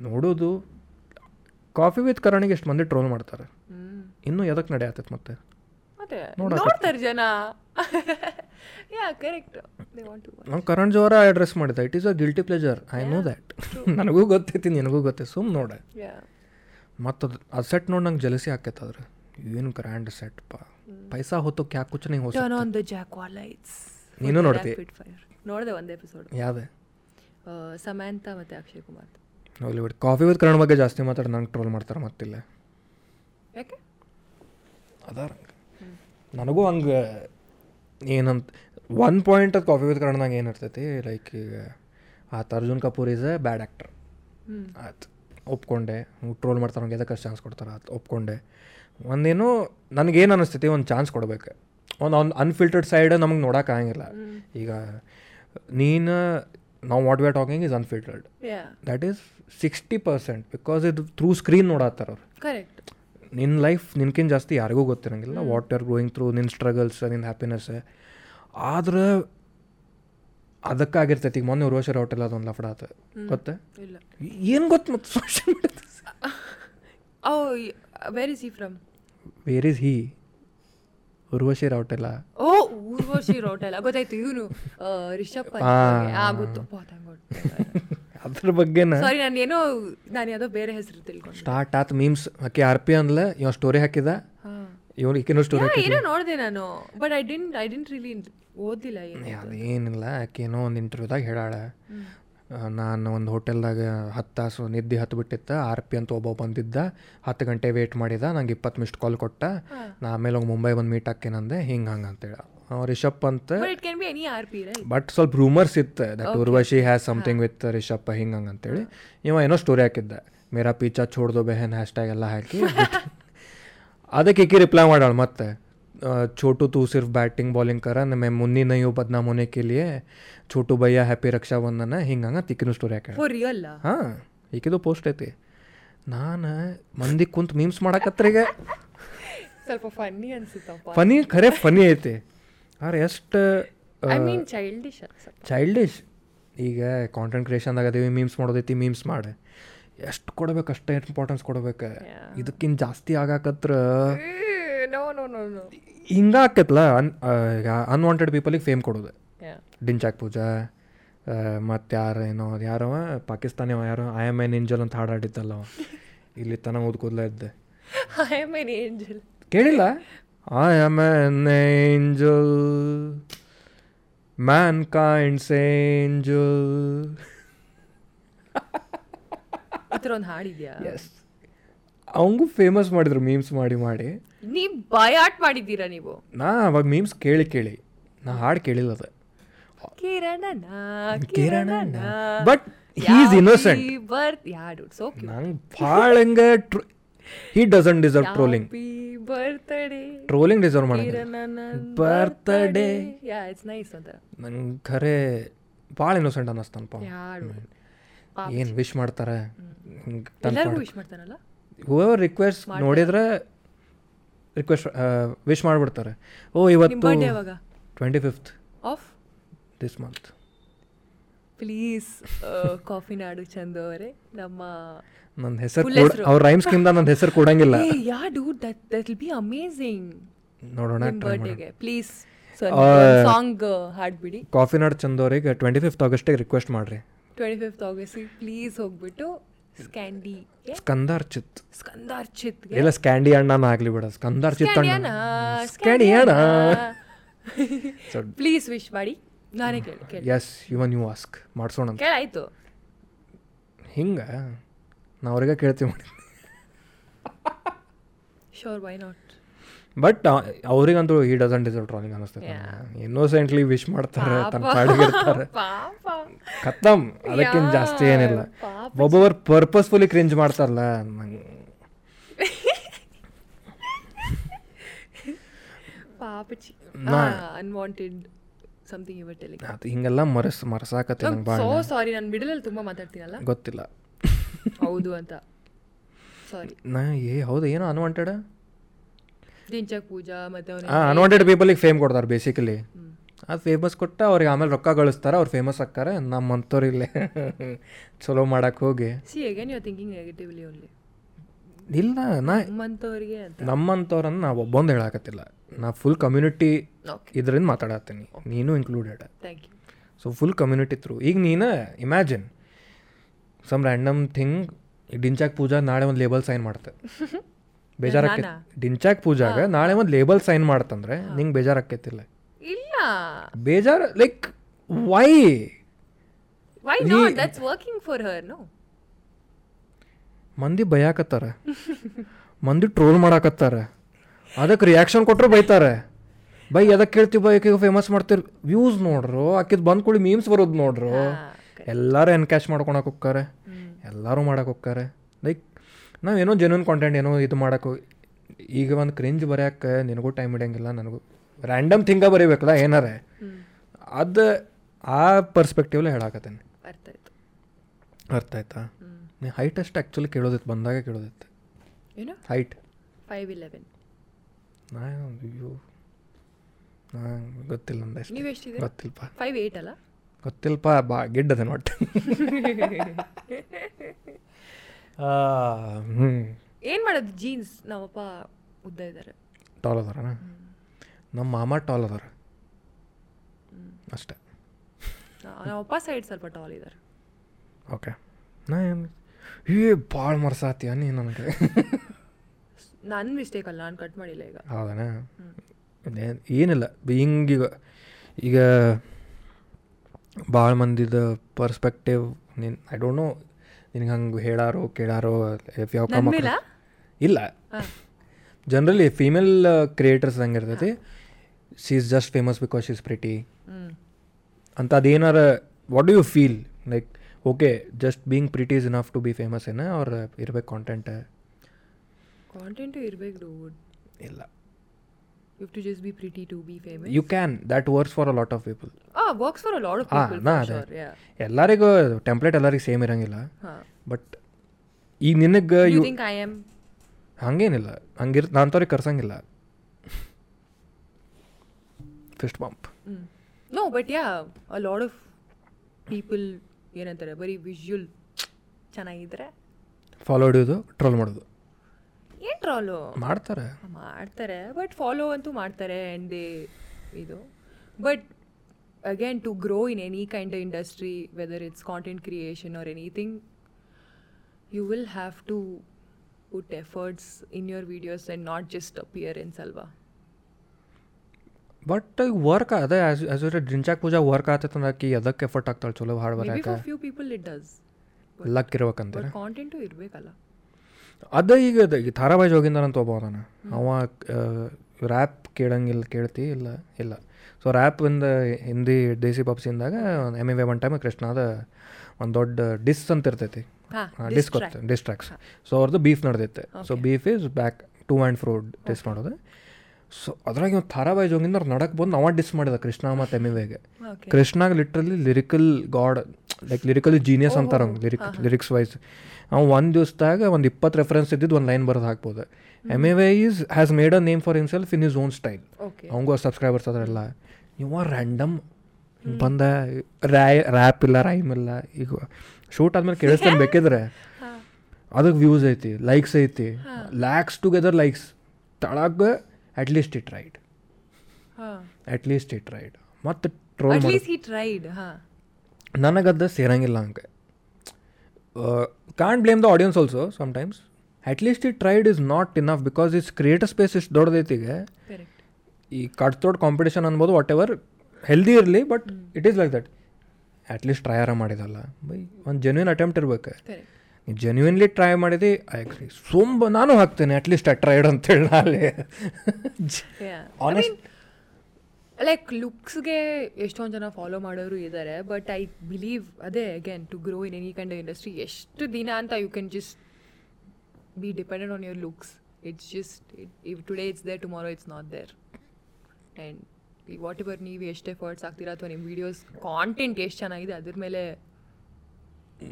ನೋಡೋದು ಕಾಫಿ ವಿತ್ ಕರಣಿಗೆ ಎಷ್ಟು ಮಂದಿ ಟ್ರೋಲ್ ಮಾಡ್ತಾರೆ ಇನ್ನೂ ಎದಕ್ಕೆ ನಡೆಯತ್ತೈತೆ ಮತ್ತೆ
ಮತ್ತೆ ನೋಡ್ತಾರೆ ಜನ yeah correct they want to
ನಾವು ಕರಣ್ ಜೋರ ಅಡ್ರೆಸ್ ಮಾಡಿದ್ದೆ it is a guilty pleasure I know that ನನಗೂ ಗೊತ್ತೈತಿ ನಿನಗೂ ಗೊತ್ತೆ ಸುಮ್ ನೋಡೆ
ಯಾ
ಮತ್ತು ಅದು ಅದು ಸೆಟ್ ನೋಡಿ ನಂಗೆ ಜಲಸಿ ಆಕೈತೆ ಅದ್ರ ಏನು ಗ್ರ್ಯಾಂಡ್ ಸೆಟ್ ಪಾ ಪೈಸಾ ಹೊತ್ತು ಕ್ಯಾ ಕುಚ್ ನೀವು ಹೊಸ
turn on the jack lights
ನೀನು ನೋಡ್ತಿ
ನೋಡಿದೆ ಒಂದು ಎಪಿಸೋಡ್
ಯಾವ್ದು
ಸಮಂತ ಮತ್ತೆ ಅಕ್ಷಯ್ ಕುಮಾರ್
ಹೋಗ್ಲಿ ಬಿಡಿ ಕಾಫಿ ವಿತ್ ಕನ್ನಡ ಬಗ್ಗೆ ಜಾಸ್ತಿ ಮಾತಾಡಿ ನಂಗೆ ಟ್ರೋಲ್ ಮಾಡ್ತಾರೆ ಮತ್ತಿಲ್ಲ
ಯಾಕೆ
ಅದಾರ ನನಗೂ ಹಂಗೆ ಏನಂತ ಒನ್ ಪಾಯಿಂಟ್ ಅದು ಕಾಫಿ ವಿತ್ ಕನ್ನಡ ನಂಗೆ ಏನಿರ್ತೈತಿ ಲೈಕ್ ಈಗ ಆತ Arjun Kapoor is a bad actor ಆಯ್ತು ಒಪ್ಕೊಂಡೆ ಟ್ರೋಲ್ ಮಾಡ್ತಾರೆ ಅವ್ನಿಗೆ ಎದಕ್ಕೆ ಚಾನ್ಸ್ ಕೊಡ್ತಾರೆ ಆಯ್ತು ಒಪ್ಕೊಂಡೆ ಒಂದೇನು ನನಗೇನು ಅನಿಸ್ತೈತಿ ಒಂದು ಚಾನ್ಸ್ ಕೊಡಬೇಕು ಒಂದು ಅವ್ನು ಅನ್ಫಿಲ್ಟರ್ಡ್ ಸೈಡ್ ನಮಗೆ ನೋಡೋಕ್ಕಾಗಂಗಿಲ್ಲ ಈಗ ನೀನು ನಾವು what we are talking is unfiltered
yeah
that is sixty percent because ಇದು ಥ್ರೂ ಸ್ಕ್ರೀನ್ ನೋಡತ್ತಾರ ಅವ್ರು
ಕರೆಕ್ಟ್
ನಿನ್ನ ಲೈಫ್ ನಿನ್ಕಿಂತ ಜಾಸ್ತಿ ಯಾರಿಗೂ ಗೊತ್ತಿರಂಗಿಲ್ಲ ವಾಟ್ ಆರ್ ಗೋಯಿಂಗ್ ಥ್ರೂ ನಿನ್ನ ಸ್ಟ್ರಗಲ್ಸ್ ನಿನ್ನ ಹ್ಯಾಪಿನೆಸ್ ಆದ್ರೆ ಅದಕ್ಕಾಗಿರ್ತೈತಿ ಈಗ ಮೊನ್ನೆ ಉರ್ವಶರ ಹೋಟೆಲ್ ಅದೊಂದು ಲಫಡ ಆತ ಗೊತ್ತೆ
ಇಲ್ಲ
ಏನು ಗೊತ್ತು ಮತ್ತು social media
O where is ಈ from
where is he Urvashi Rautela
ಓ ಊರ್ವಶಿ ರೋಟ್ ಅಲ್ಲ ಗೊತ್ತಾಯ್ತು ಇವನು ರಿಷಬ್ ಪಂತ್ ಆ ಗೊತ್ತು
ಅದ್ರ ಬಗ್ಗೆನ
ಸಾರಿ ನಾನು ಏನೋ ನಾನು ಯಾವುದೋ ಬೇರೆ ಹೆಸರು ತಿಳ್ಕೊಂಡು
ಸ್ಟಾರ್ಟ್ ಆತ್ ಮೀಮ್ಸ್ ಆಕೆ ಆರ್ ಪಿ ಅಂದ್ಲೆ ಇವ್ ಸ್ಟೋರಿ ಹಾಕಿದ ಇವ್ನು ಈಕಿನೂ ಸ್ಟೋರಿ
ಯಾ,
ಹಾಕಿ
ಏನೋ ನೋಡಿದೆ ನಾನು but I didn't I didn't really ಓದಿಲ್ಲ ಏನು
ಅದೇನಿಲ್ಲ ಆಕೆನೋ ಒಂದು ಇಂಟರ್ವ್ಯೂದಾಗ ಹೇಳಾಳ ನಾನು ಒಂದು ಹೋಟೆಲ್ದಾಗ ಹತ್ತು ತಾಸು ನಿದ್ದೆ ಹತ್ತು ಬಿಟ್ಟಿತ್ತ ಆರ್ ಪಿ ಅಂತ ಒಬ್ಬ ಬಂದಿದ್ದ ಹತ್ತು ಗಂಟೆ ವೇಟ್ ಮಾಡಿದ ನಂಗೆ ಇಪ್ಪತ್ತು ಮಿಸ್ಡ್ ಕಾಲ್ ಕೊಟ್ಟ ನಾ ಆಮೇಲೆ ಹೋಗಿ ಮುಂಬೈ ಬಂದು ಮೀಟ್ ಹಾಕೇನಂದೆ ಹಿಂಗೆ ಹಂಗೆ ಅಂತೇಳಿ ಅವ ರಿಷಬ್ ಅಂತ
but it can be any R P right
but ಸ್ವಲ್ಪ ರೂಮರ್ಸ್ ಇತ್ತು that Urvashi has something with ರಿಷಪ್ಪ ಹಿಂಗೆ ಹಂಗೆ ಅಂತೇಳಿ ಇವ ಏನೋ ಸ್ಟೋರಿ ಹಾಕಿದ್ದ ಮೇರಾ ಪೀಚಾ ಛೋಡ್ದೋ ಬೆಹನ್ ಹ್ಯಾಶ್ ಟ್ಯಾಗ್ ಎಲ್ಲ ಹಾಕಿ ಬಿಟ್- ಅದಕ್ಕೆ ಈಕಿ ರಿಪ್ಲೈ ಮಾಡಾಳು ಮತ್ತೆ ಆ, ಛೋಟು ತೂ ಸಿರ್ಫ್ ಬ್ಯಾಟಿಂಗ್ ಬಾಲಿಂಗ್ ಕರ ಮೇ ಮುನ್ನಿ ನಯೋ ಬದ್ನಾಮ್ ಹೋನೆ ಕೆ ಲಿಯೆ ಛೋಟು ಭಯ್ಯ ಹ್ಯಾಪಿ ರಕ್ಷಾ ಬಂಧನ ಹಿಂಗೆ ತಿಕ್ಕಿನ ಸ್ಟೋರಿ ಹಾಕ್ಯಾಳ
ಫಾರ್ ರಿಯಲ್
ಹಾಂ ಈಕಿದು ಪೋಸ್ಟ್ ಐತಿ ನಾನು ಮಂದಿ ಕುಂತ ಮೀಮ್ಸ್ ಮಾಡಕತ್ರಿಗೆ
ಸ್ವಲ್ಪ ಫನ್ನಿ ಅನ್ಸುತ್ತಪ್ಪ
ಫನಿ ಖರೆ ಫನಿ ಐತಿ ಆರ್ ಎಷ್ಟು Uh.
I mean childish
childish ಈಗ ಕಾಂಟೆಂಟ್ ಕ್ರಿಯೇಷನ್ದಾಗ ಅದೇವಿ ಮೀಮ್ಸ್ ಮಾಡೋದೈತಿ ಮೀಮ್ಸ್ ಮಾಡಿ ಎಷ್ಟು ಕೊಡ್ಬೇಕು ಅಷ್ಟೇ ಇಂಪಾರ್ಟೆನ್ಸ್ ಕೊಡ್ಬೇಕು ಇದಕ್ಕಿಂತ ಜಾಸ್ತಿ ಆಗಾಕತ್ರ
ನೋ ನೋ ನೋ ನೋ
ಹಿಂಗ ಆಕತ್ಲ ಅನ್ ಅನ್ವಾಂಟೆಡ್ ಪೀಪಲಿಗೆ ಫೇಮ್ ಕೊಡೋದು ಡಿಂಚಾಕ್ ಪೂಜಾ ಮತ್ತು ಯಾರು ಏನೋ ಯಾರವ ಪಾಕಿಸ್ತಾನಿಯವ ಯಾರೋ ಐ ಎಮ್ ಎನ್ ಇಂಜಲ್ ಅಂತ ಹಾಡು ಹಾಡಿದ್ದಲ್ಲ ಅವ ಇಲ್ಲಿ ತನ ಓದ್ಕೊದ್ಲ ಇದ್ದೆ
ಐ ಆಮ್ ಎನ್ ಏಂಜಲ್
ಕೇಳಿಲ್ಲ I am an angel mankind's angel
ಈ ಥರ ಒಂದು ಹಾಡಿದ್ಯಾ
Um, ಅವಂಗೂ ಫೇಮಸ್ ಮಾಡಿದ್ರು ಮೀಮ್ಸ್ ಮಾಡಿ ಮಾಡಿ
ನೀವು ಬಯಾಟ್ ಮಾಡಿದ್ದೀರಾ ನೀವು
ನಾ ಅವಾಗ ಮೀಮ್ಸ್ ಕೇಳಿ ಕೇಳಿ ನಾ ಹಾಡು ಕೇಳಿಲ್ಲ ಅದು
ಕಿರಣನ
ಕಿರಣನ.
ಕಿರಣನ
But he is innocent.
Birth yeah dude so cute
ನಂಗೆ ಭಾಳ ಹೆಂಗೆ ಟ್ರೋ he doesn't deserve trolling
happy birthday
trolling deserve ಮಾಡಂಗಿಲ್ಲ
ಕಿರಣನ
Birthday.
ಯಾ ಇಟ್ಸ್ ನೈಸ್ ಅಂತ
ನಂಗೆ ಖರೆ ಭಾಳ ಇನ್ನೋಸೆಂಟ್ ಅನ್ನಿಸ್ತಾನಪ್ಪ
ಯಾ ಡೂಡ್
ಏನು ವಿಶ್ ಮಾಡ್ತಾರೆ
ಎಲ್ಲರಿಗೂ ವಿಶ್ ಮಾಡ್ತಾನಲ್ಲ
ರಿಕ್ವೆಸ್ಟ್ ನೋಡಿದ್ರೆ ರಿಕ್ವೆಸ್ಟ್ ವಿಶ್ ಮಾಡಿಬಿಡ್ತಾರೆ ಓ
ನಿಮ್
ಇವತ್ತು
ಬರ್ಡೇ ಯಾವಾಗ
twenty fifth
of
this month
please coffee ನಾಡು ಚಂದ ಅವರೇ ನಮ್ಮ
ನನ್ನ ಹೆಸರು
Full
ಕೂಡ
ಹೆಸ್ರು.
ಅವ್ರ ರೈಮ್ಸ್ಕಿಂತ ನನ್ನ ಹೆಸರು ಕೊಡಂಗಿಲ್ಲ
ಏ yeah dude that that will be amazing
ನೋಡೋಣ
ನಿಮ್ಮ
try ಮಾಡೋಣ Uh,
ಬರ್ಡೇಗೆ ಪ್ಲೀಸ್ ಸಾಂಗ್ ಹಾಡ್ಬಿಡಿ
ಕಾಫಿ ನಾಡ್ ಚಂದವ್ರಿಗೆ ಟ್ವೆಂಟಿ ಫಿಫ್ತ್ ಆಗಸ್ಟಿಗೆ ರಿಕ್ವೆಸ್ಟ್ ಮಾಡಿರಿ
ಟ್ವೆಂಟಿ ಫಿಫ್ತ್ ಆಗಸ್ಟಿಗೆ ಪ್ಲೀಸ್ ಹೋಗ್ಬಿಟ್ಟು ಸ್ಕ್ಯಾಂಡಿಗೆ
ಸ್ಕಂದಾರ್ಚಿತ್
ಸ್ಕಂದಾರ್ಚಿತ್ಗೆ
ಇಲ್ಲ ಸ್ಕ್ಯಾಂಡಿ ಅಣ್ಣನ ಆಗ್ಲಿ ಬಿಡ ಸ್ಕಂದಾರ್ಚಿತ್ ಅಣ್ಣ ಸ್ಕ್ಯಾಂಡಿಯಾನ
ಪ್ಲೀಸ್ ವಿಶ್ ಮಾಡಿ ನಾನೇ ಕೇಳಿ ಕೇಳಿ
ಎಸ್ ಇವನ್ ಯು ಆಸ್ಕ್ ಮಾಡ್ಸೋಣ ಅಂತ
ಕೇಳಾಯ್ತು
ಹಿಂಗ ನಾ ಅವ್ರಿಗೆ ಕೇಳ್ತೀವಿ ಮಾಡಿ
ಶೋರ್ ವೈ ನಾಟ್
ಬಟ್ ಅವ್ರಿಗಂತೂ ಈ ಡಸನ್ ಡಿಸರ್ವ್ ಟ್ರಾಲಿಂಗ್ ಅನಿಸ್ತದೆ ಇನ್ನೋಸೆಂಟ್ಲಿ ವಿಶ್ ಮಾಡ್ತಾರೆ ತನ್ನ ಪಾಡಿಗಿರ್ತಾರೆ
ಪಾಪ
ಖತಮ್ ಅದಕ್ಕಿಂತ ಜಾಸ್ತಿ ಏನಿಲ್ಲ ಒಬ್ಬೊಬ್ಬರು ಪರ್ಪಸ್ಫುಲಿ ಕ್ರಿಂಜ್ ಮಾಡ್ತಾರಲ್ಲ ನಂಗ್
ಪಾಪಚಿ ಅನ್ವಾಂಟೆಡ್ ಸಮಥಿಂಗ್ ಇವರ್ ಟೆಲಿಂಗ್
ಅದು ಹಿಂಗೆಲ್ಲ ಮರೆಸ್ ಮರೆಸಾಕತ್ತೆ ನಂಗೆ ಭಾಳ
ಸೋ ಸಾರಿ ನಾನು ಮಿಡಲಲ್ಲಿ ತುಂಬ ಮಾತಾಡ್ತೀನಲ್ಲ
ಗೊತ್ತಿಲ್ಲ
ಹೌದು ಅಂತ ಸಾರಿ
ನಾ ಏ ಹೌದು ಏನೋ ಅನ್ವಾಂಟೆಡ್
ದಿಂಚಕ್ ಪೂಜಾ ಮತ್ತೆ ಅವನ
ಹಾಂ ಅನ್ವಾಂಟೆಡ್ ಪೀಪಲಿಗೆ ಫೇಮ್ ಕೊಡ್ತಾರೆ ಬೇಸಿಕಲಿ ಅದು ಫೇಮಸ್ ಕೊಟ್ಟ ಅವ್ರಿಗೆ ಆಮೇಲೆ ರೊಕ್ಕ ಗಳಿಸ್ತಾರೆ ಅವ್ರು ಫೇಮಸ್ ಆಕ್ತಾರೆ ನಮ್ಮಂಥವ್ರು ಇಲ್ಲೇ ಚಲೋ ಮಾಡಕ್ಕೆ ಹೋಗಿ
see again you thinking negatively only
ಇಲ್ಲ ನಾ
ನಮ್ಮಂಥವ್ರಿಗೆ ಅಂತ
ನಮ್ಮಂಥವ್ರನ್ನ ನಾ ಒಬ್ಬೊಂದು ಹೇಳಾಕತ್ತಿಲ್ಲ ನಾ ಫುಲ್ ಕಮ್ಯುನಿಟಿ
ಓಕೆ
ಇದರಿಂದ ಮಾತಾಡತ್ತೀನಿ ನೀನು included
thank you
so full community through ಈಗ ನೀನು imagine some random thing Dhinchak Pooja ನಾಳೆ ಒಂದು ಲೇಬಲ್ ಸೈನ್ ಮಾಡ್ತೆ ಬೇಜಾರಾಕೈತಿ ಡಿಂಚಾಕ್ ಪೂಜಾಗ ನಾಳೆ ಒಂದು ಲೇಬಲ್ ಸೈನ್ ಮಾಡ್ತಂದ್ರೆ ನಿಂಗೆ ಬೇಜಾರಾಕೈತಿಲ್ಲ
ಇಲ್ಲ
ಬೇಜಾರು like why
why not that's working for her no
ಮಂದಿ ಬೈಯಾಕತ್ತಾರ ಮಂದಿ ಟ್ರೋಲ್ ಮಾಡಾಕತ್ತಾರ ಅದಕ್ಕೆ ರಿಯಾಕ್ಷನ್ ಕೊಟ್ಟರು ಬೈತಾರೆ Oh. ಬೈ ಅದಕ್ಕೆ ಕೇಳ್ತಿ ಬೈ ಆಕೆಗೆ ಫೇಮಸ್ ಮಾಡ್ತೀರಿ ವ್ಯೂಸ್ ನೋಡ್ರು ಆಕಿದ್ ಬಂದ್ಕೊಳ್ಳಿ ಮೀಮ್ಸ್ ಬರೋದು ನೋಡ್ರು
Ah,
ಎಲ್ಲರೂ ಎನ್ಕ್ಯಾಶ್ ಮಾಡ್ಕೊಳಕ್ಕೆ ಹೋಗ್ತಾರೆ ಎಲ್ಲರೂ ಮಾಡಕ್ಕೆ ಹೋಗ್ತಾರೆ ಲೈಕ್ ನಾವೇನೋ ಜೆನ್ಯೂನ್ ಕಾಂಟೆಂಟ್ ಏನೋ ಇದು ಮಾಡಕ್ಕೆ ಈಗ ಒಂದು ಕ್ರಿಂಜ್ ಬರೆಯೋಕ್ಕೆ ನಿನಗೂ ಟೈಮ್ ಇಡೋಂಗಿಲ್ಲ ನನಗೂ ರ್ಯಾಂಡಮ್ ಥಿಂಗ ಬರೀಬೇಕಲ್ಲ ಏನಾರೆ ಅದು ಆ ಪರ್ಸ್ಪೆಕ್ಟಿವ್ಲೆ ಹೇಳಾಕತ್ತೇನೆ
ಅರ್ಥ ಆಯ್ತು
ಅರ್ಥ ಆಯ್ತಾ ನೀ ಹೈಟ್ ಅಷ್ಟು ಆ್ಯಕ್ಚುಲಿ ಕೇಳೋದಿತ್ತು ಬಂದಾಗ ಕೇಳೋದಿತ್ತು
ಏನು
ಹೈಟ್
ಫೈವ್ ಇಲೆವೆನ್
ನಾ ಅಯ್ಯೋ ನಾ ಗೊತ್ತಿಲ್ಲ ನಂದು ಅಷ್ಟು
ನೀವು ಎಷ್ಟಿದ್ದೀರಾ
ಗೊತ್ತಿಲ್ಲಪ್ಪ
ಫೈವ್ ಏಯ್ಟ್ ಅಲ್ಲ
ಗೊತ್ತಿಲ್ಪ ಬಾ ಗಿಡ್ಡದೆ ನೋಟ್ ಹ್ಞೂ
ಏನು ಮಾಡೋದು ಜೀನ್ಸ್ ನಮ್ಮಪ್ಪ ಉದ್ದ ಇದ್ದಾರೆ
ಟಾಲ್ ಅದಾರಣ ನಮ್ಮ ಮಾಮ ಟಾಲ್ ಅದಾರ ಅಷ್ಟೇ
ನಮ್ಮಪ್ಪ ಸೈಡ್ ಸ್ವಲ್ಪ ಟಾಲ್ ಇದ್ದಾರೆ
ಓಕೆ ನಾ ಏನು ಏ ಭಾಳ ಮರ್ಸಾತೀಯ ನೀ ನನಗೆ
ನನ್ನ ಮಿಸ್ಟೇಕ್ ಅಲ್ಲ ನಾನು ಕಟ್ ಮಾಡಿಲ್ಲ ಈಗ
ಹೌದಣ ಇದೇನ್- ಏನಿಲ್ಲ ಹಿಂಗೀಗ ಈಗ ಭಾಳ ಮಂದಿದ ಪರ್ಸ್ಪೆಕ್ಟಿವ್ ನೀನು ಐ ಡೋಂಟ್ ನೋ ನಿನಗೆ ಹಂಗೆ ಹೇಳಾರೋ ಕೇಳಾರೋ if ಯಾವ
ನನ್
ಕಮ
ಮೇಲ
ಇಲ್ಲ ಜನರಲಿ ಫೀಮೇಲ್ ಕ್ರಿಯೇಟರ್ಸ್ ಹಂಗೆ ಇರ್ತೈತಿ she is just famous because she is pretty ಅಂತ ಅದೇನಾರ what do you feel like okay just being pretty is enough to be famous ಏನ ಅವ್ರ ಇರ್ಬೇಕು uh, ಕಾಂಟೆಂಟ್
ಕಾಂಟೆಂಟು ಇರಬೇಕು ಡೂಡ್
ಇಲ್ಲ
you to just be pretty to be famous
you can that works for a lot of people
ಆ works for a lot of
ಹಾ,
ಪೀಪಲ್
ನಾ
ಫಾರ್
ಅದೇ.
ಶೋರ್ ಯಾ
ಎಲ್ಲರಿಗೂ ಟೆಂಪ್ಲೇಟ್ ಎಲ್ಲರಿಗೂ ಸೇಮ್ ಇರಂಗಿಲ್ಲ
ಹಾ
ಬಟ್ ಈಗ ನಿನಗೆ
you
you
think I am
ಹಂಗೇನಿಲ್ಲ ಹಂಗಿರ್ ನಾನು ತೋರಿ ಕರ್ಸಂಗಿಲ್ಲ fist pump
no but yeah a lot of people ಏನಂತಾರೆ ಬರೀ ವಿಜುವಲ್ ಚೆನ್ನಾಗಿದ್ರೆ
ಫಾಲೋ ಹಿಡಿಯೋದು ಟ್ರೋಲ್ ಮಾಡೋದು
ಏನು ಟ್ರಾಲು
ಮಾಡ್ತಾರೆ
ಮಾಡ್ತಾರೆ ಬಟ್ ಫಾಲೋ ಅಂತೂ ಮಾಡ್ತಾರೆ ಆ್ಯಂಡ್ ದೇ ಇದು but again to grow in any kind of industry whether it's content creation or anything you will have to put efforts in your videos and not just appearance ಅಲ್ವಾ
ಬಟ್ ವರ್ಕ್ ಅದೇ ಆಸ್ ಯೂಸ್ ಜಿಂಚಾಕ್ ಪೂಜಾ ವರ್ಕ್ ಆತೈತೆ ಅನ್ನೋಕಿ ಅದಕ್ಕೆ ಎಫರ್ಟ್ ಆಗ್ತಾಳೆ ಚಲೋ ಹಾಡ್
ಮೇಬಿ
ಬರಕ್ಕೆ
for few people it does
luck ಇರ್ಬೇಕಂತೀರ
ಬಟ್ ಕಾಂಟೆಂಟು ಇರಬೇಕಲ್ಲ
ಅದ ಈಗ ಅದ ಈಗ ಧಾರಾವಾಹಿ ಜೋಗಿಂದರ್ ಅಂತ ಒಬ್ಬ ನಾನು ಅವ ರ್ಯಾಪ್ ಕೇಳಂಗಿಲ್ಲ ಕೇಳ್ತಿ ಇಲ್ಲ ಇಲ್ಲ ಸೊ ರ್ಯಾಪ್ ಇಂದ ಹಿಂದಿ ದೇಸಿ ಪಬ್ಸಿಂದಾಗ ಎಮ್ ಎ ಒನ್ ಟೈಮ್ ಕೃಷ್ಣಾದ ಒಂದು ದೊಡ್ಡ ಡಿಸ್ ಅಂತ ಇರ್ತೈತಿ
ಹಾಂ
ಡಿಸ್ ಗೊತ್ತ ಡಿಸ್ಟ್ರಾಕ್ಸ್ ಸೊ ಅವ್ರದ್ದು ಬೀಫ್ ನಡೆದೈತೆ so beef is back to and fro diss ಮಾಡೋದು ಸೊ ಅದ್ರಾಗ ಇವ್ನು ಧಾರಾವಾಹಿ ಜೋಗಿಂದ ಅವ್ರು ನಡಕ್ಕೆ ಬಂದು ಅವ ಡಿಸ್ ಮಾಡಿದ ಕೃಷ್ಣ ಮತ್ತು ಎಮ್ ಎಗೆ
ಓಕೆ
ಕೃಷ್ಣಾಗ literally lyrical god like lyrically genius ಅಂತಾರ ಲಿರಿಕ್ ಲಿರಿಕ್ಸ್ ವೈಸ್ ಅವ ಒಂದು ದಿವಸದಾಗ ಒಂದು ಇಪ್ಪತ್ತು ರೆಫರೆನ್ಸ್ ಇದ್ದಿದ್ದು ಒಂದು ಲೈನ್ ಬರೋದು ಹಾಕ್ಬೋದು Emiway is has made a name for himself in his own style
okay
ಅವಂಗೂ ಸಬ್ಸ್ಕ್ರೈಬರ್ಸ್ ಅದರೆಲ್ಲ ಇವ ರ್ಯಾಂಡಮ್ ಬಂದ ರ್ಯಾ ರ್ಯಾಪ್ ಇಲ್ಲ ರೈಮ್ ಇಲ್ಲ ಈಗ ಶೂಟ್ ಆದ್ಮೇಲೆ ಕೇಳಿಸ್ತಾನೆ ಬೇಕಿದ್ರೆ ಅದಕ್ಕೆ ವ್ಯೂಸ್ ಐತಿ ಲೈಕ್ಸ್ ಐತಿ ಲ್ಯಾಕ್ಸ್ ಟುಗೆದರ್ ಲೈಕ್ಸ್ ತಳಗ ಅಟ್ ಲೀಸ್ಟ್ ಇಟ್ ರೈಟ್
ಹಾಂ
ಅಟ್ ಲೀಸ್ಟ್ ಇಟ್ ರೈಟ್ ಮತ್ತು ಟ್ರೋಲ್
ಅಟ್ಲೀಸ್ಟ್ ಹಿ ಟ್ರೈಡ್ ಹಾಂ
ನನಗದ ಸೇರಂಗಿಲ್ಲ ಹಂಗೆ can't blame the audience also sometimes at least ಈ tried is not enough because it's creator space ಇಷ್ಟು ದೊಡ್ಡದೈತಿಗೆ
ಕರೆಕ್ಟ್
ಈ ಕಟ್ ತೋಡ್ ಕಾಂಪಿಟೇಷನ್ ಅನ್ಬೋದು ವಾಟ್ ಎವರ್ ಹೆಲ್ದಿ ಇರಲಿ but it is like that at least try ಆರ ಮಾಡಿದಲ್ಲ ಬೈ ಒಂದು ಜೆನ್ಯೂನ್ ಅಟೆಂಪ್ಟ್ ಇರ್ಬೇಕು
ಕರೆಕ್ಟ್
ನೀವು ಜೆನ್ಯೂನ್ಲಿ ಟ್ರೈ ಮಾಡಿದಿ ಐ ಅಗ್ರಿ ಸೋಂಬ ನಾನು ಹಾಕ್ತೇನೆ ಅಟ್ಲೀಸ್ಟ್ ಅಟ್ ಟ್ರೈಡ್ ಅಂತೇಳಿ ನಾಳೆ
ಯಾ
ಆನೆಸ್ಟ್
ಲೈಕ್ ಲುಕ್ಸ್ಗೆ ಎಷ್ಟೊಂದು ಜನ ಫಾಲೋ ಮಾಡೋರು ಇದ್ದಾರೆ ಬಟ್ ಐ ಬಿಲೀವ್ ಅದೇ again to grow in any kind industry ಎಷ್ಟು ದಿನ ಅಂತ you can just be dependent on your looks it's just it if today it's there tomorrow it's not there and ಈ ವಾಟ್ ಎವರ್ ನೀವು ಎಷ್ಟು ಎಫರ್ಟ್ಸ್ ಆಗ್ತೀರಾ ಅಥವಾ ನಿಮ್ಮ ವೀಡಿಯೋಸ್ ಕಾಂಟೆಂಟ್ ಎಷ್ಟು ಚೆನ್ನಾಗಿದೆ ಅದ್ರ ಮೇಲೆ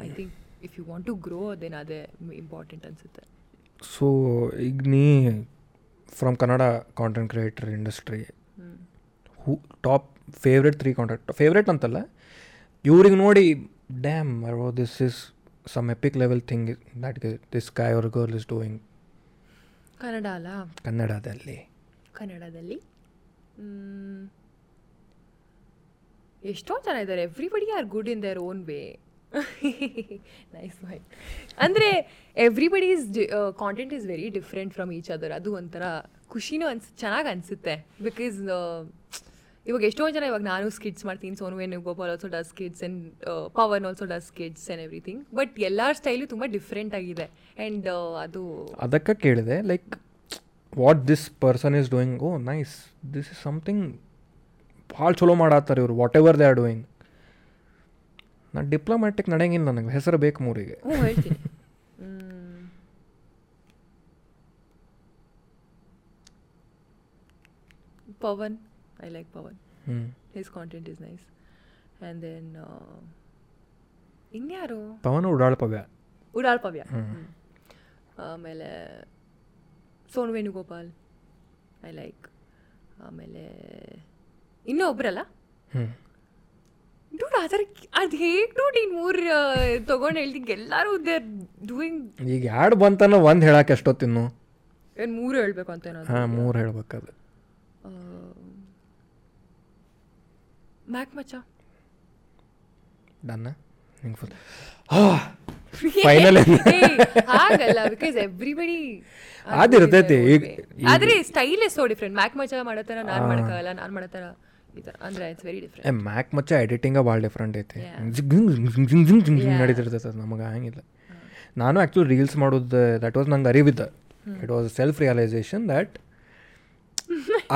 I think if you want to grow then ಅದೇ ಇಂಪಾರ್ಟೆಂಟ್ ಅನಿಸುತ್ತೆ
ಸೊ ಈಗ ನೀ from Kannada content creator industry who top favourite three content favourite ಅಂತಲ್ಲ ಇವ್ರಿಗೆ ನೋಡಿ ಡ್ಯಾಮ್ ಅರೋ this is some epic level thing that this ಕೈ ಅವ್ರ ಗರ್ಲ್ ಇಸ್ ಡೂಯಿಂಗ್
ಕನ್ನಡ ಅಲ್ಲ
ಕನ್ನಡದಲ್ಲಿ
ಕನ್ನಡದಲ್ಲಿ ಮ್, ಎಷ್ಟೋ ಜನ ಇದ್ದಾರೆ everybody are good in their own way nice point ಅಂದರೆ everybody is content is very different from each other ಅದು ಒಂಥರ ಖುಷಿನೂ ಅನ್ಸ್ ಚೆನ್ನಾಗಿ ಅನಿಸುತ್ತೆ ಬಿಕಾಸ್ uh, ಇವಾಗ ಎಷ್ಟೋ ಜನ ಇವಾಗ ನಾನು ಸ್ಕಿಡ್ಸ್ ಮಾಡ್ತೀನಿ Sonu Venu Gopal also does skits and Pavan also does skits and everything but ಎಲ್ಲರ ಸ್ಟೈಲು ತುಂಬ ಡಿಫ್ರೆಂಟ್ ಆಗಿದೆ ಆ್ಯಂಡ್ ಅದು
ಅದಕ್ಕೆ ಕೇಳಿದೆ like what this person is doing oh nice this is something ಭಾಳ ಚಲೋ ಮಾಡಾತಾರೆ ಇವ್ರು whatever they are doing ನಾನು ಡಿಪ್ಲೊಮ್ಯಾಟಿಕ್ ನಡೆಯಂಗಿಲ್ಲ ನನಗೆ ಹೆಸರು ಬೇಕು ಮೂರಿಗೆ
ಹ್ಞೂ ಹೇಳ್ತೀನಿ ಹ್ಮ್. ಪವನ್ ಐ ಲೈಕ್ ಪವನ್
ಹ್ಞೂ
his content is nice and then ಇನ್ಯಾರು
ಪವನ ಉಡಾಳ್ಪವ್ಯ
ಉಡಾಲ್ ಪವ್ಯ ಹ್ಮ್. ಆಮೇಲೆ ಸೋನು ವೇಣುಗೋಪಾಲ್ ಐ ಲೈಕ್ ಆಮೇಲೆ ಇನ್ನೂ ಒಬ್ರಲ್ಲ
ಹ್ಞೂ
ಡೂಡ್ ಅದರ ಅದು ಹೇಗೆ ನೋಡಿ ಮೂರು ತೊಗೊಂಡು ಹೇಳ್ತಿಗೆ ಎಲ್ಲರೂ ದೇರ್ ಡೂಯಿಂಗ್
ಈಗ ಎರಡು ಬಂತನೋ ಒಂದು ಹೇಳಕ್ಕೆ ಎಷ್ಟೊತ್ತಿನ್ನು
ಏನು ಮೂರು ಹೇಳಬೇಕು ಅಂತ ಏನಾದ್ರು
ಹಾಂ ಮೂರು ಹೇಳ್ಬೇಕದು
ಮ್ಯಾಕ್ ಮಚ್ಚ
ಡನ್ನ ನಿಂಗೆ ಫುಲ್ Finally.
ಏಯ್, ಹಾಗಲ್ಲ ಬಿಕಾಸ್ ಎವ್ರಿಬಡಿ
ಅದಿರ್ತೈತಿ ಈಗ
ಆದ್ರೆ style so different Mac Macha ಮಾಡತ್ತಾರ ನಾನು ಮಾಡಕ್ಕಾಗಲ್ಲ ನಾನು ಮಾಡತ್ತಾರ ಈ ಥರ ಅಂದ್ರೆ ಇಟ್ಸ್ ವೆರಿ ಡಿಫ್ರೆಂಟ್
ಏ ಮ್ಯಾಕ್ ಮಚ್ಚ ಎಡಿಟಿಂಗ ಭಾಳ ಡಿಫ್ರೆಂಟ್ ಐತಿ
Yeah.
ಜಿಗ್ ಜಿಂಗ್ ಜಿಂಗ್ ಜಿಂಗ್ ಜಿಂಗ್ ಜಿಂಗ್ ಜಿಂಗ್ ಜಿಂಗ್ ನಡೀತಿರ್ತೈತೆ ಅದು ನಮಗೆ ಹಂಗಿಲ್ಲ ನಾನು ಆ್ಯಕ್ಚುಲಿ ರೀಲ್ಸ್ ಮಾಡೋದು ದಟ್ ವಾಸ್ ನಂಗೆ ಅರಿವಿದ್ದ it was self realisation that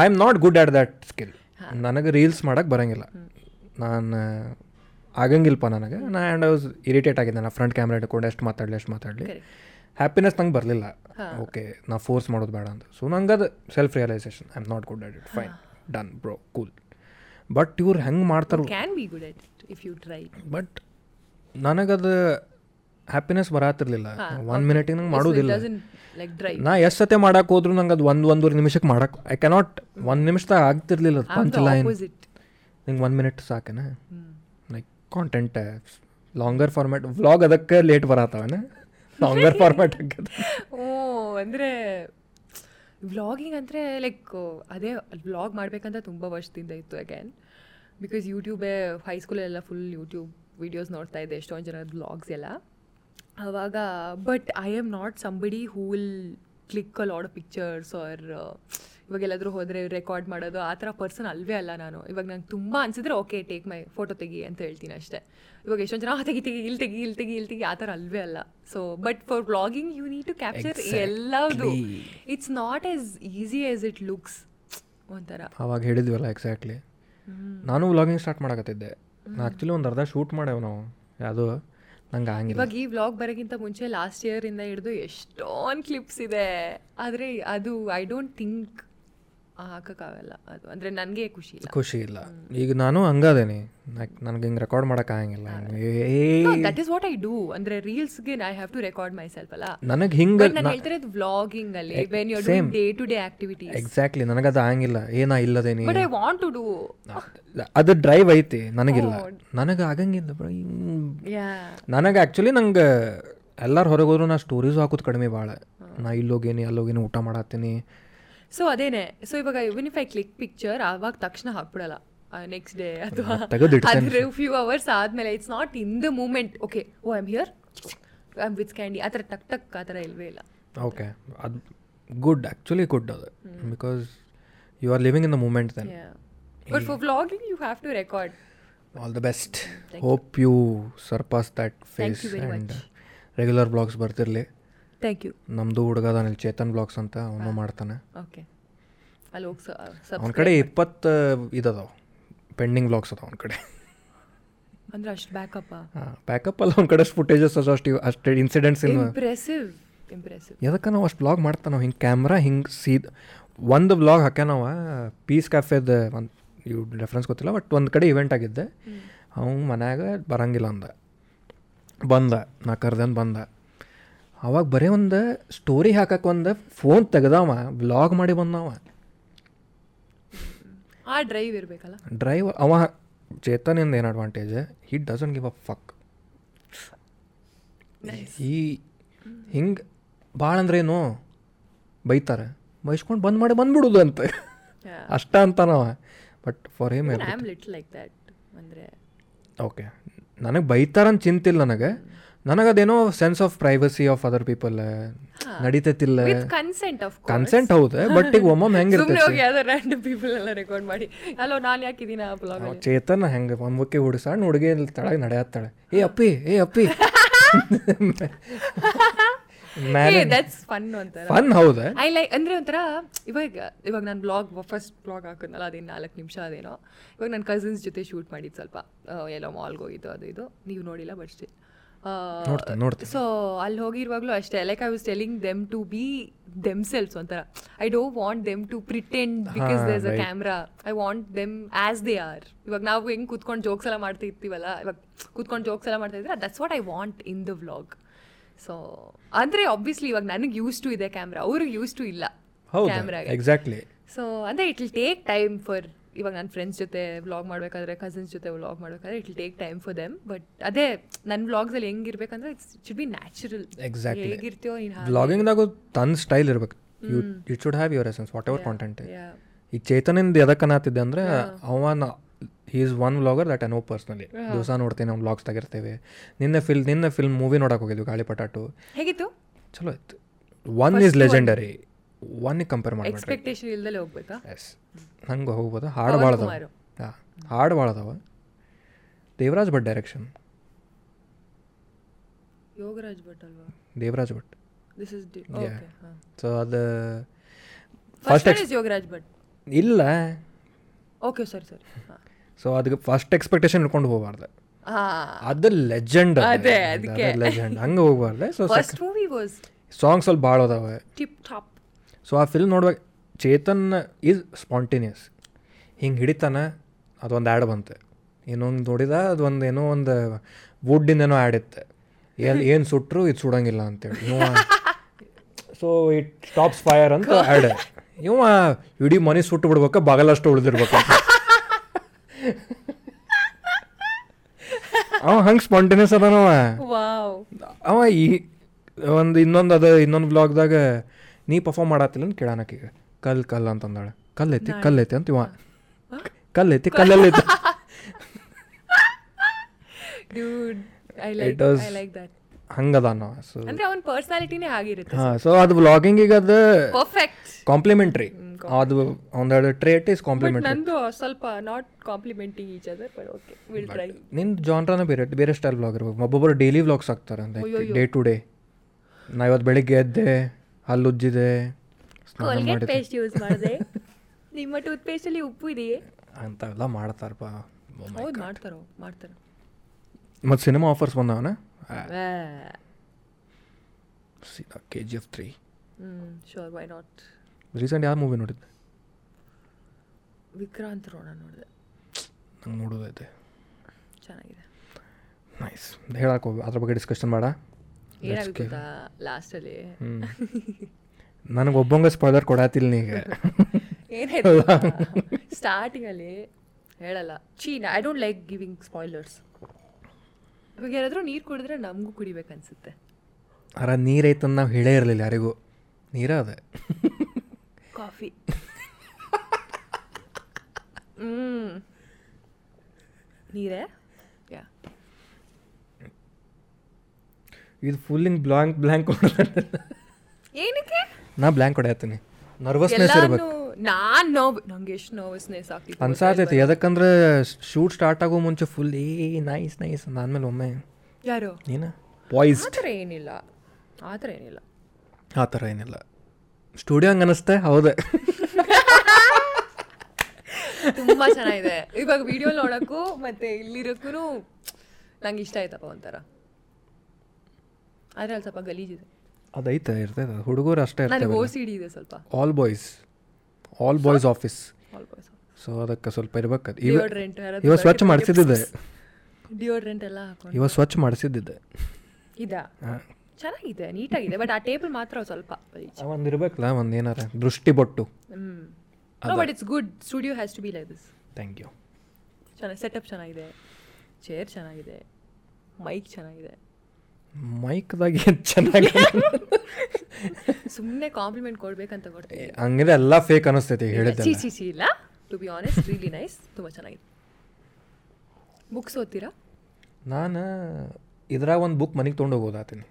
I am not good at that skill ನನಗೆ ರೀಲ್ಸ್ ಮಾಡೋಕ್ಕೆ ಬರೋಂಗಿಲ್ಲ ನಾನು ಆಗಂಗಿಲ್ಲಪ್ಪ ನನಗೆ ನಾ ಆ್ಯಂಡ್ ಐ ವಾಸ್ ಇರಿಟೇಟ್ ಆಗಿದ್ದೆ ನಾನು ಫ್ರಂಟ್ ಕ್ಯಾಮ್ರಾ ಇಟ್ಕೊಂಡು ಎಷ್ಟು ಮಾತಾಡಲಿ ಎಷ್ಟು ಮಾತಾಡಲಿ ಹ್ಯಾಪಿನೆಸ್ ನಂಗೆ ಬರಲಿಲ್ಲ ಓಕೆ ನಾ ಫೋರ್ಸ್ ಮಾಡೋದು ಬೇಡ ಅಂತ ಸೊ ನಂಗೆ ಅದು self realisation I am not good at it fine done bro cool but ಇವ್ರು ಹೆಂಗೆ ಮಾಡ್ತಾರೋ
can be good at it if you try
but ನನಗದು ಹ್ಯಾಪಿನೆಸ್ ಬರತ್ತಿರ್ಲಿಲ್ಲ ಒನ್ ಮಿನಿಟಿಗೆ ನಂಗೆ ಮಾಡೋದಿಲ್ಲ
ಲೈಕ್ ಡ್ರೈ
ನಾ ಎಷ್ಟು ಸತೆ ಮಾಡಕ್ಕೆ ಹೋದ್ರು ನಂಗೆ ಅದು ಒಂದು ಒಂದೂವರೆ ನಿಮಿಷಕ್ಕೆ ಮಾಡಕ್ಕೆ ಐ ಕ್ಯಾನಾಟ್ ಒಂದು ನಿಮಿಷದಾಗ ಆಗ್ತಿರ್ಲಿಲ್ಲ ಅದು ಪಂಚ್ ಲೈನ್
ಆಪೋಸಿಟ್
ನಿಂಗೆ ಒನ್ ಮಿನಿಟ್ ಸಾಕೇನ uh, like content longer format vlog ಅದಕ್ಕೆ ಲೇಟ್ ಬರತ್ತಾವನ ಲಾಂಗರ್ ಫಾರ್ಮ್ಯಾಟ್ ಹಾಕಿದ್ರೆ
ಓ ಅಂದ್ರೆ ವ್ಲಾಗಿಂಗ್ ಅಂದರೆ ಲೈಕ್ ಅದೇ ವ್ಲಾಗ್ ಮಾಡ್ಬೇಕಂತ ತುಂಬ ವರ್ಷದಿಂದ ಇತ್ತು ಅಗೇನ್ ಬಿಕಾಸ್ ಯೂಟ್ಯೂಬೇ ಹೈಸ್ಕೂಲಲ್ಲೆಲ್ಲ ಫುಲ್ ಯೂಟ್ಯೂಬ್ ವಿಡಿಯೋಸ್ ನೋಡ್ತಾ ಇದ್ದೆ ಎಷ್ಟೊಂದು ಜನದ ವ್ಲಾಗ್ಸ್ ಎಲ್ಲ ಆವಾಗ but I am not somebody who will click a lot pictures or uh, ಇವಾಗ ಎಲ್ಲಾದರೂ ಹೋದರೆ ರೆಕಾರ್ಡ್ ಮಾಡೋದು ಆ ಥರ ಪರ್ಸನ್ ಅಲ್ವೇ ಅಲ್ಲ ನಾನು ಇವಾಗ ನಂಗೆ ತುಂಬ ಅನ್ಸಿದ್ರೆ ಓಕೆ ಟೇಕ್ ಮೈ ಫೋಟೋ ತೆಗಿ ಅಂತ ಹೇಳ್ತೀನಿ ಅಷ್ಟೇ ಇವಾಗ ಎಷ್ಟೊಂದು ಜನ "ಆ, ತೆಗಿ ತೆಗಿ ಇಲ್ಲಿ ತೆಗಿ ಇಲ್ಲಿ ತೆಗಿ ಇಲ್ಲಿ ತೆಗಿ ಆ ಥರ ಅಲ್ವೇ ಅಲ್ಲ so but for vlogging you need to capture ಎಲ್ಲದು it's not as easy as it looks ಒಂಥರ
ಅವಾಗ ಹೇಳಿದ್ವಲ್ಲ ಎಕ್ಸಾಕ್ಟ್ಲಿ ನಾನು ವ್ಲಾಗಿಂಗ್ ಸ್ಟಾರ್ಟ್ ಮಾಡಕತ್ತಿದ್ದೆ ನಾ ಆ್ಯಕ್ಚುಲಿ ಒಂದು ಅರ್ಧ ಶೂಟ್ ಮಾಡ್ಯಾವ ನಾವು ಅದು ನಂಗೆ ಆಗಿಲ್ಲ
ಇವಾಗ ಈ ವ್ಲಾಗ್ ಬರೋಕ್ಕಿಂತ ಮುಂಚೆ ಲಾಸ್ಟ್ ಇಂದ ಹಿಡಿದು ಎಷ್ಟೊಂದು ಕ್ಲಿಪ್ಸ್ ಇದೆ ಆದರೆ ಅದು ಐ ಡೋಂಟ್ ಥಿಂಕ್ ಹಾಕೋಕ್ಕಾಗಲ್ಲ ಅದು ಅಂದರೆ ನನಗೆ ಖುಷಿ ಇಲ್ಲ
ಖುಷಿ ಇಲ್ಲ ಈಗ ನಾನು ಹಂಗದೇನಿ ನನಗೆ ಹಿಂಗೆ ರೆಕಾರ್ಡ್ ಮಾಡೋಕ್ಕಾಗಂಗಿಲ್ಲ ಏ
that is what I do ಅಂದರೆ ರೀಲ್ಸ್ಗೆ I have to record myself ಅಲ್ಲ
ನನಗೆ ಹಿಂಗೆ
ಬಟ್ ನಾನು ಹೇಳ್ತಾ ಇರೋದು ವ್ಲಾಗಿಂಗ್ ಅಲ್ಲಿ when you
Eh, same. Eh.
Day to day activities
exactly ನನಗದು ಹಂಗಿಲ್ಲ ಏನಾ ಇಲ್ಲದೇನಿ
but I want to do
ಅದು ಡ್ರೈವ್ ಐತಿ ನನಗಿಲ್ಲ
Oh.
ನನಗೆ ಆಗಂಗಿಲ್ಲ ಬರೀ ಹಿಂಗ್
ಯಾ
ನನಗೆ ಆ್ಯಕ್ಚುಲಿ ನಂಗೆ ಎಲ್ಲರೂ ಹೊರಗೆ ಹೋದ್ರು ನಾ ಸ್ಟೋರೀಸ್ ಹಾಕೋದು ಕಡಿಮೆ ಭಾಳ ನಾ ಇಲ್ಲೋಗೇನಿ ಅಲ್ಲೋಗೇನಿ ಊಟ ಮಾಡತ್ತೀನಿ
ಸೊ ಅದೇನೆ ಸೊ ಇವಾಗ even if I click picture ಆವಾಗ ತಕ್ಷಣ ಹಾಕ್ಬಿಡಲ್ಲ ನೆಕ್ಸ್ಟ್ ಡೇ ಅಥವಾ
ತೆಗೆದಿಡ್ತೇನೆ.
ಅದ್ರ ಫ್ಯೂ ಅವರ್ಸ್ ಆದ್ಮೇಲೆ it's not in the moment okay oh I'm here I am with candy ಆ ಥರ ಟಕ್ ಟಕ್ ಆ ಥರ ಇಲ್ವೇ ಇಲ್ಲ
ಓಕೆ ಅದು ಗುಡ್ ಆ್ಯಕ್ಚುಲಿ ಗುಡ್ ಅದು because you are living in the moment then
but for vlogging you have to record
all the best hope you surpass that face
you very
and regular blogs ಬರ್ತಿರಲಿ
ಥ್ಯಾಂಕ್ ಯು
ನಮ್ಮದು ಹುಡುಗದಾನಲ್ಲಿ ಚೇತನ್ ಬ್ಲಾಗ್ಸ್ ಅಂತ ಅವನು ಮಾಡ್ತಾನೆ
ಓಕೆ ಅಲ್ಲಿ ಹೋಗಿ
ಅವ್ನ
ಸಬ್
ಕಡೆ ಇಪ್ಪತ್ತು ಇದದಾವ ಪೆಂಡಿಂಗ್ ಬ್ಲಾಗ್ಸ್ ಅದಾವ ಅವ್ನ ಕಡೆ
ಅಂದ್ರೆ ಅಷ್ಟು ಬ್ಯಾಕಪ್ಪ
ಬ್ಯಾಕಪ್ ಅಲ್ಲ ಅವ್ನ ಕಡೆ ಫುಟೇಜಸ್ ಅದಾವ ಅಷ್ಟು ಇವ್- ಅಷ್ಟು ಇನ್ಸಿಡೆಂಟ್ಸ್ ಇನ್ನು
ಇಂಪ್ರೆಸಿವ್ ಇಂಪ್ರೆಸಿವ್
ಎದಕ್ಕೆ ನಾವು ಅಷ್ಟು ಬ್ಲಾಗ್ ಮಾಡ್ತಾನೆ ನಾವು ಹಿಂಗೆ ಕ್ಯಾಮ್ರಾ ಹಿಂಗೆ ಸೀದ್ ಒಂದು ಬ್ಲಾಗ್ ಹಾಕ್ಯಾನವ ಪೀಸ್ ಕ್ಯಾಫೆದ ಒಂದು ಇವ್ ರೆಫರೆನ್ಸ್ ಗೊತ್ತಿಲ್ಲ ಬಟ್ ಒಂದು ಕಡೆ ಇವೆಂಟ್ ಆಗಿದ್ದೆ ಅವ್ನು ಮನ್ಯಾಗ ಬರಂಗಿಲ್ಲ ಅಂದ ಬಂದ ನಾ ಕರ್ದನ್ ಬಂದ ಅವಾಗ ಬರೀ ಒಂದು ಸ್ಟೋರಿ ಹಾಕಕ್ಕೆ ಒಂದು ಫೋನ್ ತೆಗ್ದವ ಬ್ಲಾಗ್ ಮಾಡಿ ಬಂದವ
ಆ ಡ್ರೈವ್ ಇರಬೇಕಲ್ಲ
ಡ್ರೈವ್ ಅವ ಚೇತನಿಂದ ಏನು advantage he doesn't give a fuck ಈ ಹಿಂಗೆ ಭಾಳ ಅಂದ್ರೇನು ಬೈತಾರೆ ಬೈಸ್ಕೊಂಡು ಬಂದ್ ಮಾಡಿ ಬಂದ್ಬಿಡುದು ಅಂತ ಅಷ್ಟ ಅಂತನವ but for him
I am lit like that ಅಂದರೆ
ಓಕೆ ನನಗೆ ಬೈತಾರಂತ ಚಿಂತಿಲ್ಲ ನನಗೆ ನನಗದೇನೋ sense of privacy of other people ನಡೀತೈತಿಲ್ಲ
ವಿತ್ ಕನ್ಸೆಂಟ್ ಆಫ್
ಕನ್ಸೆಂಟ್ ಹೌದು ಬಟ್ ಈಗ ಒಮ್ಮೊಮ್ಮೆ
ಸುಮ್ಮನೆ
ಹೆಂಗಿರ್ತೈತಿ
ಹೋಗಿ ಯಾವ್ದೋ ರ್ಯಾಂಡಮ್ ಪೀಪಲ್ ಎಲ್ಲ ರೆಕಾರ್ಡ್ ಮಾಡಿ ಅಲ್ಲೋ ನಾನು ಯಾಕಿದ್ದೀನಿ ಆ ಬ್ಲಾಗ್
ಅವ ಚೇತನ ಹೆಂಗೆ ಒಮ್ಮಕ್ಕೆ ಹುಡುಗ ಸಣ್ಣ ಹುಡುಗಿ ತಳಗೆ ನಡೆಯತ್ತಾಳೆ ಏ ಅಪ್ಪಿ ಏ ಅಪ್ಪಿ Marriage-
ದಟ್ಸ್ ಫನ್ ಅಂತಾರ
ಫನ್ ಹೌದಾ
ಐ ಲೈಕ್ ಅಂದರೆ ಒಂಥರ ಇವಾಗ ಇವಾಗ ನಾನು ಬ್ಲಾಗ್ ಫಸ್ಟ್ ಬ್ಲಾಗ್ ಹಾಕಿದ್ನಲ್ಲ ಅದೇನು ನಾಲ್ಕು ನಿಮಿಷ ಅದೇನೋ ಇವಾಗ ನನ್ನ ಕಸಿನ್ಸ್ ಜೊತೆ ಶೂಟ್ ಮಾಡಿದ್ದು ಸ್ವಲ್ಪ ಆ, ಎಲ್ಲೋ ಮಾಲ್ಗೆ ಹೋಗಿದ್ದು ಅದು ಇದು ನೀವು ನೋಡಿಲ್ಲ ಬಟ್ ಸ್ಟಿಲ್
ನೋಡ್ತೀನಿ, ನೋಡ್ತೀನಿ.
ಸೊ ಅಲ್ಲಿ ಹೋಗಿರುವಾಗಲೂ ಅಷ್ಟೇ like I was telling them to be themselves ಒಂಥರ I don't want them to pretend because there's a
right.
Camera I want them as they are ಇವಾಗ ನಾವು ಹೆಂಗೆ ಕೂತ್ಕೊಂಡು ಜೋಕ್ಸ್ ಎಲ್ಲ ಮಾಡ್ತಾ ಇರ್ತೀವಲ್ಲ ಇವಾಗ ಕೂತ್ಕೊಂಡು ಜೋಕ್ಸ್ ಎಲ್ಲ ಮಾಡ್ತಾ ಇದ್ರೆ that's what I want in the vlog so ಅಂದರೆ ಆಬ್ವಿಯಸ್ಲಿ ಇವಾಗ ನನಗೆ ಯೂಸ್ ಟು ಇದೆ ಕ್ಯಾಮ್ರಾ ಅವ್ರಿಗೆ ಯೂಸ್ ಟು ಇಲ್ಲ
ಹೌದಾ
ಕ್ಯಾಮ್ರಾಗೆ
ಎಕ್ಸಾಕ್ಟ್ಲಿ
ಸೊ ಅಂದರೆ it will take time for ಇವಾಗ ನನ್ನ ಫ್ರೆಂಡ್ಸ್ ಜೊತೆ ವ್ಲಾಗ್ ಮಾಡಬೇಕಾದ್ರೆ ಕಸಿನ್ಸ್ ಜೊತೆ ವ್ಲಾಗ್ ಮಾಡಬೇಕಾದ್ರೆ it will take time for them but ಅದೇ ನನ್ನ ವ್ಲಾಗ್ಸಲ್ಲಿ ಹೆಂಗಿರ್ಬೇಕಂದ್ರೆ it's it be natural
Exactly.
ಹೇಗಿರ್ತೀಯೋ ನೀನು
ವ್ಲಾಗಿಂಗ್ನಾಗು ತನ್ನ ಸ್ಟೈಲ್ ಇರ್ಬೇಕು you it should have your essence whatever content
yeah
ಈಗ ಚೇತನಿಂದ ಎದಕ್ಕೆ ಅನ್ನತ್ತಿದ್ದೆ ಅಂದರೆ ಅವನ he is one vlogger that I know personally ದಿವಸ ನೋಡ್ತೀನಿ ನಾವು ವ್ಲಾಗ್ಸ್ ತೆಗಿರ್ತೇವೆ ನಿನ್ನೆ ಫಿಲ್ ನಿನ್ನೆ ಫಿಲ್ಮ್ ಮೂವಿ ನೋಡಕ್ಕೆ ಹೋಗಿದ್ವಿ ಗಾಳಿ ಪಟಾಟು
ಹೇಗಿತ್ತು
ಚಲೋ ಇತ್ತು ಒನ್ ಈಸ್ ಲೆಜೆಂಡರಿ ಒನ್ಗೆ ಕಂಪೇರ್ ಮಾಡಬೇಡ್ರಿ
ಎಕ್ಸ್ಪೆಕ್ಟೇಷನ್ ಇಲ್ದಲೇ ಹೋಗ್ಬೇಕಾ
ಎಸ್ ಹಂಗೆ ಹೋಗ್ಬೋದು ಹಾಡು ಭಾಳ ಅದಾವ
ಕುಮಾರು.
ಹಾಂ ಹಾಡು ಭಾಳ ಅದಾವ ದೇವರಾಜ್ ಭಟ್ ಡೈರೆಕ್ಷನ್
ಯೋಗರಾಜ್ ಭಟ್ ಅಲ್ವಾ
Devaraj Bhat
this is D
Yeah.
Okay
so ಅದು
first
first
is Yogaraj Bhat
ಇಲ್ಲ
ಓಕೆ ಸರಿ ಸರಿ
ಸೊ ಅದಕ್ಕೆ ಫಸ್ಟ್ ಎಕ್ಸ್ಪೆಕ್ಟೇಷನ್ ಇಟ್ಕೊಂಡು ಹೋಗಬಾರ್ದು
ಹಾಂ
ಅದು ಲೆಜೆಂಡ್
ಅದೇ, ಅದಕ್ಕೆ.
ಲೆಜೆಂಡ್ ಹಂಗೆ ಹೋಗ್ಬಾರ್ದೆ so
first movie was
songs ಅಲ್ಲಿ ಭಾಳ ಅದಾವೆ
ಟಿಪ್ ಟಾಪ್
ಸೊ ಆ ಫಿಲ್ಮ್ ನೋಡ್ಬೇಕು ಚೇತನ್ ಈಸ್ ಸ್ಪಾಂಟೇನಿಯಸ್ ಹಿಂಗೆ ಹಿಡಿತಾನ ಅದೊಂದು ಆ್ಯಡ್ ಬಂತೆ ಇನ್ನೊಂದು ನೋಡಿದ ಅದೊಂದು ಏನೋ ಒಂದು ವುಡ್ಡಿಂದ ಏನೋ ಆ್ಯಡ್ ಇತ್ತು ಎಲ್ಲಿ ಏನು ಸುಟ್ಟರು ಇದು ಸುಡಂಗಿಲ್ಲ ಅಂತೇಳಿ ಇವ ಸೊ ಇಟ್ ಸ್ಟಾಪ್ಸ್ ಫೈರ್ ಅಂತ ಆ್ಯಡ್ ಇವ ಇಡೀ ಮನೆ ಸುಟ್ಟು ಬಿಡ್ಬೇಕು ಬಗಲಷ್ಟು ಉಳಿದಿರ್ಬೇಕು ಅವ ಹಂಗೆ ಸ್ಪಾಂಟೇನಿಯಸ್ ಅದಾನವ
ವಾವ್
ಅವ ಈ ಒಂದು ಇನ್ನೊಂದು ಅದ ಇನ್ನೊಂದು ಬ್ಲಾಗ್ದಾಗ ನೀ ಪರ್ಫಾರ್ಮ್ ಮಾಡತ್ತಿಲ್ಲ ಅಂತ ಕೇಳಾನಕೀಗ ಕಲ್ ಕಲ್ ಅಂತಂದಾಳೆ ಕಲ್ ಐತಿ ಕಲ್ ಐತಿ ಅಂತ ಇವ ಕಲ್ ಐತಿ ಕಲ್ಲಲ್ಲಿ ಐತಿ
dude I like
does-
I like that
ಹಂಗದ ನಾವು ಸೊ
ಅಂದ್ರೆ ಅವನ ಪರ್ಸನಾಲಿಟಿನೇ ಆಗಿರುತ್ತೆ
ಹಾಂ ಸೊ ಅದು ವ್ಲಾಗಿಂಗಿಗೆ ಅದು
ಪರ್ಫೆಕ್ಟ್
ಕಾಂಪ್ಲಿಮೆಂಟ್ರಿ ಅದು ಒಂದೆರಡು ಟ್ರೇಟ್ ಇಸ್ ಕಾಂಪ್ಲಿಮೆಂಟ್ರಿ
ನಂದು ಸ್ವಲ್ಪ not complementing each other but okay will try
ನಿನ್ನ ಜಾನ್ರನ ಬೇರೆ ಬೇರೆ ಸ್ಟೈಲ್ ಬ್ಲಾಗ್ ಇರ್ಬೇಕು ಒಬ್ಬೊಬ್ಬರು ಡೈಲಿ ವ್ಲಾಗ್ಸ್ ಹಾಕ್ತಾರೆ ಲೈಕ್ ಡೇ ಟು ಡೇ ನಾ ಇವತ್ತು ಬೆಳಿಗ್ಗೆ ಎದ್ದೆ ಹಲ್ಲು ಉಜ್ಜಿದೆ ಸ್ನಾನ
ಕೋಲ್ಗೇಟ್
ಮಾಡಿದೆ
ಪೇಸ್ಟ್ ಯೂಸ್ ಮಾಡಿದೆ ನಿಮ್ಮ ಟೂತ್ ಪೇಸ್ಟ್ ಅಲ್ಲಿ ಉಪ್ಪು ಇದೆಯೇ
Oh ಅಂಥವೆಲ್ಲ ಮಾಡ್ತಾರಪ್ಪ
ಹೌದು ಮಾಡ್ತಾರೋ ಮಾಡ್ತಾರೋ
ಮತ್ತು ಸಿನಿಮಾ ಆಫರ್ಸ್ ಬಂದವನ ಸೀದಾ K G F three
hmm sure why not
recent ಯಾವ ಮೂವಿ ನೋಡಿದ್ದೆ
ವಿಕ್ರಾಂತ್ ರೋಣ ನೋಡಿದೆ
ನಂಗೆ ನೋಡೋದೈತೆ
ಚೆನ್ನಾಗಿದೆ
ನೈಸ್ ಹೇಳಕ್ಕೆ ಹೋಗಿ ಅದ್ರ ಬಗ್ಗೆ ಡಿಸ್ಕಷನ್ ಬೇಡ
ಏನಾಗುತ್ತೆ ಗೊತ್ತಾ ಲಾಸ್ಟಲ್ಲಿ
ನನಗೆ ಒಬ್ಬಂಗ ಸ್ಪಾಯ್ಲರ್ ಕೊಡತ್ತಿಲ್ಲ ನೀಗ
ಏನಾಯ್ತು ಸ್ಟಾರ್ಟಿಂಗಲ್ಲಿ ಹೇಳಲ್ಲ ಚೀನಾ I don't like giving spoilers ಇವಾಗ ಯಾರಾದರೂ ನೀರು ಕುಡಿದ್ರೆ ನಮಗೂ ಕುಡಿಬೇಕನ್ಸುತ್ತೆ
ಅರ ನೀರೈತಂದು ನಾವು ಹೇಳೇ ಇರಲಿಲ್ಲ ಯಾರಿಗೂ ನೀರ ಅದ
ಕಾಫಿ ಹ್ಮ್ ನೀರೇ ಯಾ
ಇದು ಫುಲ್ಲಿಂಗ್ ಬ್ಲಾಂಕ್ ಬ್ಲ್ಯಾಂಕ್
ಏನಕ್ಕೆ
ನಾ ಬ್ಲ್ಯಾಂಕ್ ಹೊಡೆಯತ್ತೀನಿ ನರ್ವಸ್ನೆಸ್ ಇರ್ಬೇಕು
ಎಲ್ಲಾನು ನಾನ್ ನೋವ್ ನಂಗೆ ಎಷ್ಟು ನರ್ವಸ್ನೆಸ್ ಆಗ್ತಿತ್ತು
ಅನ್ಸಾತೈತಿ ಯಾಕಂದ್ರೆ ಶೂಟ್ ಸ್ಟಾರ್ಟ್ ಆಗೋ ಮುಂಚೆ ಫುಲ್ ಏ ನೈಸ್ ನೈಸ್ ಅಂದಾದ್ಮೇಲೆ ಒಮ್ಮೆ
ಯಾರು
ಏನ
ಆ
ಪಾಯ್ಸ್ಡ್
ಥರ ಏನಿಲ್ಲ ಆ ಥರ ಏನಿಲ್ಲ
ಆ ಥರ ಏನಿಲ್ಲ ಸ್ಟುಡಿಯೋ ಹಂಗೆ ಅನಿಸ್ತೆ ಹೌದೇ
ತುಂಬಾ ಚೆನ್ನಾಗಿದೆ ಇವಾಗ ವಿಡಿಯೋ ನೋಡಕ್ಕೂ ಮತ್ತೆ ಇಲ್ಲಿರೋಕ್ಕೂ ನಂಗೆ ಇಷ್ಟ ಆಯ್ತಪ್ಪ ಒಂಥರ ಆದ್ರೆ ಅಲ್ಲಿ ಸ್ವಲ್ಪ ಗಲೀಜಿದೆ
ಅದೈತೆ ಇರ್ತೈತೆ ಹುಡುಗರು ಅಷ್ಟೇ
ನನಗೆ
ಇರ್ತವೆ
ಓ ಸಿ ಡಿ ಇದೆ ಸ್ವಲ್ಪ
all boys all boys office
almost
so ಅದಕ್ಕೆ ಸ್ವಲ್ಪ ಇರ್ಬೇಕು ಇವ
ಡಿಯೋಡ್ರೆಂಟ್
ಇವ ಸ್ವಚ್ಛ ಮಾಡಿಸಿದ್ದಿದೆ
ಡಿಯೋಡ್ರೆಂಟ್ ಎಲ್ಲ ಹಾಕೊಂಡು
ಇವ ಸ್ವಚ್ಛ ಮಾಡಿಸಿದ್ದಿದೆ
ಇದಾ ಚೆನ್ನಾಗಿದೆ ನೀಟಾಗಿದೆ ಬಟ್ ಆ ಟೇಬಲ್ ಮಾತ್ರ ಸ್ವಲ್ಪ
ಒಂದು ಇರ್ಬೇಕಲ್ಲ ಒಂದು ಏನಾರ ದೃಷ್ಟಿ ಬೊಟ್ಟು
hmm but it's good studio has to be like this
thank you
ಚೆನ್ನಾಗಿ ಸೆಟಪ್ ಚೆನ್ನಾಗಿದೆ ಚೇರ್ ಚೆನ್ನಾಗಿದೆ ಮೈಕ್ ಚೆನ್ನಾಗಿದೆ
ಮೈಕ್ದಾಗ ಏನು ಚೆನ್ನಾಗಿ
ಸುಮ್ಮನೆ ಕಾಂಪ್ಲಿಮೆಂಟ್ ಕೊಡ್ಬೇಕಂತ ಕೊಡ್ತೀನಿ
ಹಂಗಿದ್ರೆ ಎಲ್ಲ ಫೇಕ್ ಅನಿಸ್ತೈತಿ
ಚಿ
ಹೇಳಿದ್ದೆಲ್ಲ
ಚಿ ಚಿ ಇಲ್ಲ to be honest really nice ತುಂಬ ಚೆನ್ನಾಗಿದೆ ಬುಕ್ಸ್ ಓದ್ತೀರಾ
ನಾನು ಇದ್ರಾಗ ಒಂದು ಬುಕ್ ಮನೆಗೆ ತೊಗೊಂಡು ಓದಾತೀನಿ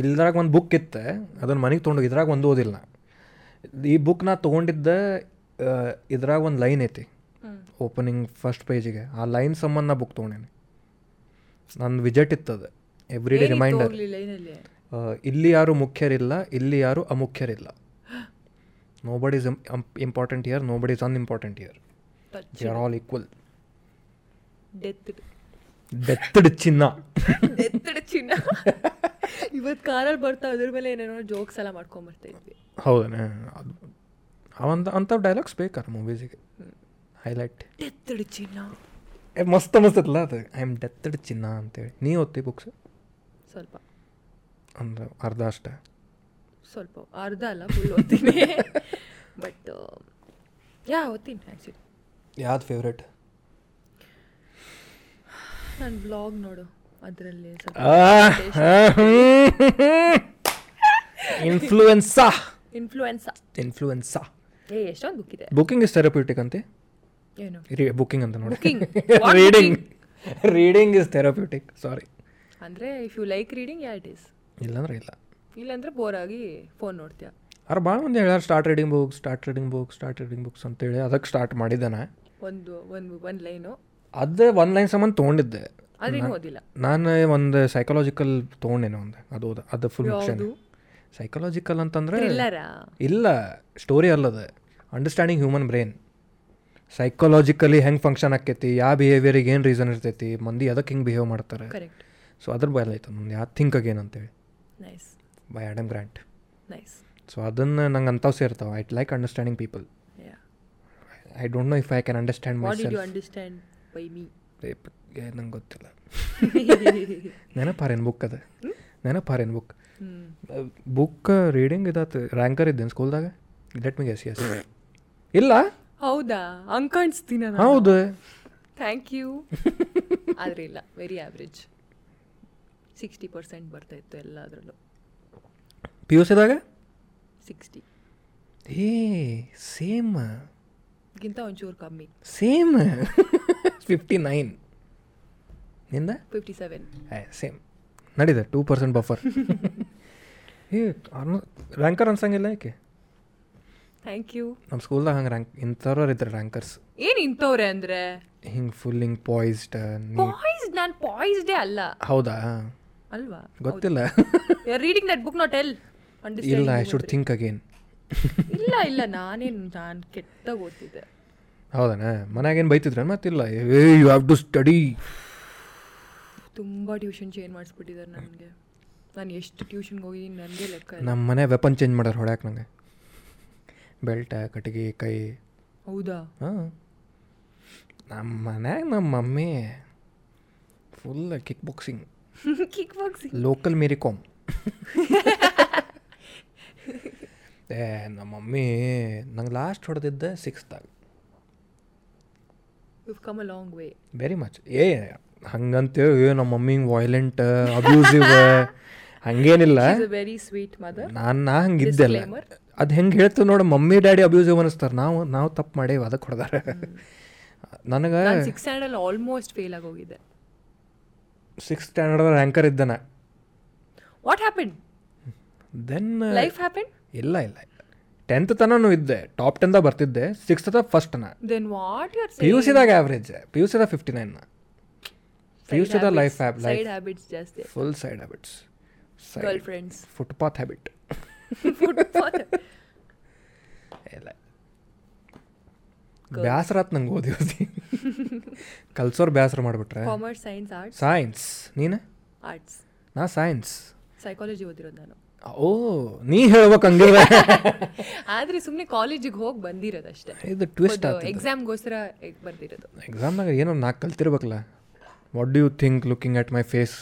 ಇಲ್ದ್ರಾಗ ಒಂದು ಬುಕ್ ಇತ್ತೆ ಅದನ್ನು ಮನೆಗೆ ತೊಗೊಂಡು ಇದ್ರಾಗ ಒಂದು ಓದಿಲ್ಲ ನಾ. ಈ ಬುಕ್ ನಾ ತೊಗೊಂಡಿದ್ದೆ ಆ, ಇದ್ರಾಗ ಒಂದು ಲೈನ್ ಐತಿ ಓಪನಿಂಗ್ ಫಸ್ಟ್ ಪೇಜಿಗೆ ಆ ಲೈನ್ ಸಂಬಂಧ ನಾ ಬುಕ್ ತೊಗೊಂಡೇನಿ ನನ್ನ ವಿಜೆಟ್ ಇತ್ತದ ಎವ್ರಿ ಡೇ ರಿಮೈಂಡರ್
ಹೋಗ್ಲಿ ಲೈನಲ್ಲಿ
ಆ, ಇಲ್ಲಿ ಯಾರು ಮುಖ್ಯರಿಲ್ಲ ಇಲ್ಲಿ ಯಾರು ಅಮುಖ್ಯರಿಲ್ಲ nobody is important here nobody is unimportant here they are all equal
death
ಡೆತ್ತಡ್ ಚಿನ್ನ
ಡೆತ್ ಚಿನ್ನ ಇವತ್ತು ಕಾರಲ್ಲಿ ಬರ್ತಾ ಅದ್ರ ಮೇಲೆ ಏನೇನೋ ಜೋಕ್ಸ್ ಎಲ್ಲ ಮಾಡ್ಕೊಂಬರ್ತಾ ಇದ್ವಿ
ಹೌದಾ ಅದು ಅವಂತ ಅಂಥ ಡೈಲಾಗ್ಸ್ ಬೇಕಾರೆ ಮೂವೀಸಿಗೆ ಹೈಲೈಟ್
ಡೆತ್ ಚಿನ್ನ
ಏ ಮಸ್ತ್ ಅನಿಸ್ತದಲ್ಲ ಅದು ಐ ಆಮ್ ಡೆತ್ತಡ್ ಚಿನ್ನ ಅಂತೇಳಿ ನೀ ಓದ್ತಿ ಬುಕ್ಸ್
ಸ್ವಲ್ಪ
ಅಂದ್ರೆ ಅರ್ಧ ಅಷ್ಟೇ
ಸ್ವಲ್ಪ ಅರ್ಧ ಅಲ್ಲ ಫುಲ್ ಓದ್ತೀನಿ ಬಟ್ ಯಾ ಓದ್ತೀನಿ ಆ್ಯಕ್ಚುಲಿ
ಯಾವ್ದು ಫೇವ್ರೇಟ್
ನಾನು ಬ್ಲಾಗ್ ನೋಡು ಅದರಲ್ಲಿ ಸ್ವಲ್ಪ
ಇನ್ಫ್ಲೂಯೆನ್ಸಾ
ಇನ್ಫ್ಲೂಯೆನ್ಸ
ಇನ್ಫ್ಲೂಯೆನ್ಸಾ
ಏ ಎಷ್ಟೊಂದು ಬುಕ್ ಇದೆ
ಬುಕಿಂಗ್ ಇಸ್ ಥೆರಪ್ಯೂಟಿಕ್ ಅಂತೆ
ಏನು
ಬುಕಿಂಗ್ ಅಂತ ನೋಡಿ
Booking? What
reading reading is therapeutic sorry
ಅಂದರೆ if you like reading yeah it is
ಇಲ್ಲಾಂದ್ರೆ ಇಲ್ಲ
ಇಲ್ಲಾಂದ್ರೆ ಬೋರ್ ಆಗಿ ಫೋನ್ ನೋಡ್ತೀಯ
ಅವ್ರು ಭಾಳ ಮಂದಿ ಹೇಳ್ಯಾರ start reading books start reading books start reading books ಅಂತೇಳಿ ಅದಕ್ಕೆ ಸ್ಟಾರ್ಟ್ ಮಾಡಿದ್ದಾನೆ
ಒಂದು ಒಂದು ಒಂದು ಲೈನು
ಅದು ಒಂದು ಲೈನ್ ಸಂಬಂಧ ತೊಗೊಂಡಿದ್ದೆ
ಆದ್ರೆ ಇನ್ನೂ ಓದಿಲ್ಲ
ನಾನು ಒಂದು ಸೈಕಲಾಜಿಕಲ್ ತೊಗೊಂಡೇನೆ ಒಂದು ಅದು ಹೌದು ಅದು ಫುಲ್ ಮಿಕ್ಷನ್ ಸೈಕಲಾಜಿಕಲ್ ಅಂತಂದರೆ
ಥ್ರಿಲ್ಲರಾ
ಇಲ್ಲ ಸ್ಟೋರಿ ಅಲ್ಲದ ಅಂಡರ್ಸ್ಟ್ಯಾಂಡಿಂಗ್ ಹ್ಯೂಮನ್ ಬ್ರೈನ್ ಸೈಕಲಾಜಿಕಲಿ ಹೆಂಗೆ ಫಂಕ್ಷನ್ ಆಕೈತಿ ಯಾವ ಬಿಹೇವಿಯರಿಗೆ ಏನು ರೀಸನ್ ಇರ್ತೈತಿ ಮಂದಿ ಅದಕ್ಕೆ ಹಿಂಗೆ ಬಿಹೇವ್ ಮಾಡ್ತಾರೆ
ಕರೆಕ್ಟ್
ಸೊ ಅದ್ರ ಬಯಲ ಆಯ್ತು ನಂದು ಯಾವ ಥಿಂಕ್ ಅಗೇನ್ ಅಂತೇಳಿ
nice
by Adam Grant
nice
so ಅದನ್ನು ನಂಗೆ ಅಂಥವು ಸೇರ್ತಾವೆ I'd like understanding people
yeah
I don't know if I can understand my
what did you understand by me
ರೇಪ್ ನಂಗೆ ಗೊತ್ತಿಲ್ಲ ನೆನಪಾರೇನು ಬುಕ್ ಅದ ನೆನಪಾರೇನು ಬುಕ್
Hmm.
ಬುಕ್ ರೀಡಿಂಗ್ ಇದಾತು ರ್ಯಾಂಕರ್ ಇದ್ದೇನೆ ಸ್ಕೂಲ್ದಾಗ ಲೆಟ್ ಮಿ ಗೆಸ್ ಎಸ್ ಇಲ್ಲ
ಹೌದಾ ಹಂಗ್ ಕಾಣಿಸ್ತೀನ
ಹೌದು
ಥ್ಯಾಂಕ್ ಯು ಆದ್ರೆ ಇಲ್ಲ ವೆರಿ ಆವ್ರೇಜ್ ಸಿಕ್ಸ್ಟಿ ಪರ್ಸೆಂಟ್ ಬರ್ತಾ ಇತ್ತು ಎಲ್ಲದರಲ್ಲೂ
ಪಿ ಯು ಸಿದಾಗ
ಸಿಕ್ಸ್ಟಿ
ಏ ಸೇಮ್
ಗಿಂತ ಒಂಚೂರು ಕಮ್ಮಿ
ಸೇಮ್ ಫಿಫ್ಟಿ ನೈನ್ ನಿಂದ
ಫಿಫ್ಟಿ ಸೆವೆನ್
ಸೇಮ್ ನಡೀದೆ ಟೂ ಪರ್ಸೆಂಟ್ ಬಫರ್ ಏ ರ್ಯಾಂಕರ್ ಅನ್ಸಂಗಿಲ್ಲ ಯಾಕೆ
ಥ್ಯಾಂಕ್ ಯು
ನಮ್ಮ ಸ್ಕೂಲ್ದಾಗ ಹಂಗೆ ರ್ಯಾಂಕ್ ಇಂಥವ್ರವ್ರು ಇದ್ದಾರೆ ರ್ಯಾಂಕರ್ಸ್
ಏನ್ ಇಂಥವ್ರೆ ಅಂದ್ರೆ
ಹಿಂಗೆ ಫುಲ್ ಹಿಂಗೆ ಪಾಯ್ಸ್ಡ್ ನೀ
ಬಾಯ್ಸ್ ನಾನು ಬಾಯ್ಸ್ಡೇ ಅಲ್ಲ
ಹೌದಾ
ಅಲ್ವಾ
ಗೊತ್ತಿಲ್ಲ
you reading that book not ಎಲ್
ಇಲ್ಲ ಐ ಶುಡ್ ಥಿಂಕ್ ಅಗೇನ್
ಇಲ್ಲ ಇಲ್ಲ ನಾನೇನು ನಾನು ಕೆಟ್ಟಾಗ ಓದ್ತಿದ್ದೆ
ಹೌದಾ ಮನ್ಯಾಗೇನು ಬೈತಿದ್ರೆ ಮತ್ತಿಲ್ಲ ಏ ಯು ಹ್ಯಾವ್ ಟು ಸ್ಟಡಿ
ತುಂಬ ಟ್ಯೂಷನ್ ಚೇಂಜ್ ಮಾಡಿಸ್ಬಿಟ್ಟಿದ್ದಾರೆ ನನಗೆ ನಾನು ಎಷ್ಟು ಟ್ಯೂಷನ್ಗೆ ಹೋಗಿದ್ದೀನಿ ನನಗೆ ಲೆಕ್ಕ ಇಲ್ಲ.
ನಮ್ಮ ಮನೆ ವೆಪನ್ ಚೇಂಜ್ ಮಾಡ್ಯಾರ ಹೊಡ್ಯಾಕೆ ನಂಗೆ ಬೆಲ್ಟ ಕಟ್ಟಿಗೆ ಕೈ
ಹೌದಾ
ಹಾಂ ನಮ್ಮ ಮನ್ಯಾಗ ನಮ್ಮ mummy full kick boxing
kick boxing
local Mary com ಏ ನಮ್ಮ ಮಮ್ಮಿ ನಂಗೆ ಲಾಸ್ಟ್ ಹೊಡೆದಿದ್ದೆ ಸಿಕ್ಸ್ತಾಗ
you come a long way
very much ಏ ಹಂಗಂತೇಳಿ ನಮ್ಮ ಮಮ್ಮಿ ವೈಲೆಂಟ್ ಅಬ್ಯೂಸಿವ್ ಹಂಗೇನಿಲ್ಲ
is a very sweet mother
ನಾನು ನಾ ಹಂಗಿದ್ದೆಲ್ಲ
Disclaimer.
ಅದು ಹೆಂಗೆ ಹೇಳ್ತೀವಿ ನೋಡಿ ಮಮ್ಮಿ ಡ್ಯಾಡಿ ಅಬ್ಯೂಸಿವ್ ಅನಿಸ್ತಾರೆ ನಾವು ನಾವು ತಪ್ಪು ಮಾಡೇವಿ ಅದಕ್ಕೆ ಹೊಡೆದಾರೆ ನನಗೆ
ನಾನು ಸಿಕ್ಸ್ ಸ್ಟ್ಯಾಂಡರ್ಡ್ ಆಲ್ಮೋಸ್ಟ್ ಫೇಲ್ ಆಗಿ ಹೋಗಿದ್ದೆ
ಸಿಕ್ಸ್ ಸ್ಟ್ಯಾಂಡರ್ಡ್ ರ್ಯಾಂಕರ್ ಇದ್ದಾನೆ
what happen
then
life happen
ಇಲ್ಲ ಇಲ್ಲ ಟೆಂತ್ ತನೂ ಇದ್ದೆ ಟಾಪ್ ಟೆನ್ದ ಬರ್ತಿದ್ದೆ ಸಿಕ್ಸ್ತ್ ತ ಫಸ್ಟ್ನ
then what your
P U ಸಿದಾಗ ಆ್ಯಾವ್ರೇಜ್ ಪಿ ಯು ಸಿದ ಫಿಫ್ಟಿ ನೈನ್ನ ಪಿ ಯು ಸಿದ ಲೈಫ್ ಹ್ಯಾಬ್ ಲೈಫ್
ಸೈಡ್ ಹ್ಯಾಬಿಟ್ಸ್ ಜಾಸ್ತಿ
full side habits
girlfriends
footpath habit ಇಲ್ಲ ಬ್ಯಾಸರ ಆತ್ ನಂಗೆ ಓದಿ ಓದಿ ಕಲ್ಸೋರು ಬ್ಯಾಸರ ಮಾಡಿಬಿಟ್ರೆ
ಕಾಮರ್ಸ್ ಸೈನ್ಸ್ ಆರ್ಟ್ಸ್
ಸೈನ್ಸ್ ನೀನು
ಆರ್ಟ್ಸ್
ನಾ ಸೈನ್ಸ್
ಸೈಕಾಲಜಿ ಓದಿರೋದು ನಾನು
ಓ ನೀ ಹೇಳ್ಬೇಕು ಹಂಗಿದ್ರೆ
ಆದ್ರೆ ಸುಮ್ಮನೆ ಕಾಲೇಜಿಗೆ ಹೋಗಿ ಬಂದಿರೋದು ಅಷ್ಟೇ
ಇದು ಟ್ವಿಸ್ಟ್ ಆಗ್ತದೆ
ಎಕ್ಸಾಮ್ಗೋಸ್ಕರ ಬರ್ದಿರೋದು
ಎಕ್ಸಾಮ್ನಾಗ ಏನೋ ನಾಲ್ಕು ಕಲ್ತಿರ್ಬೇಕಲ್ಲ what do you think looking at my face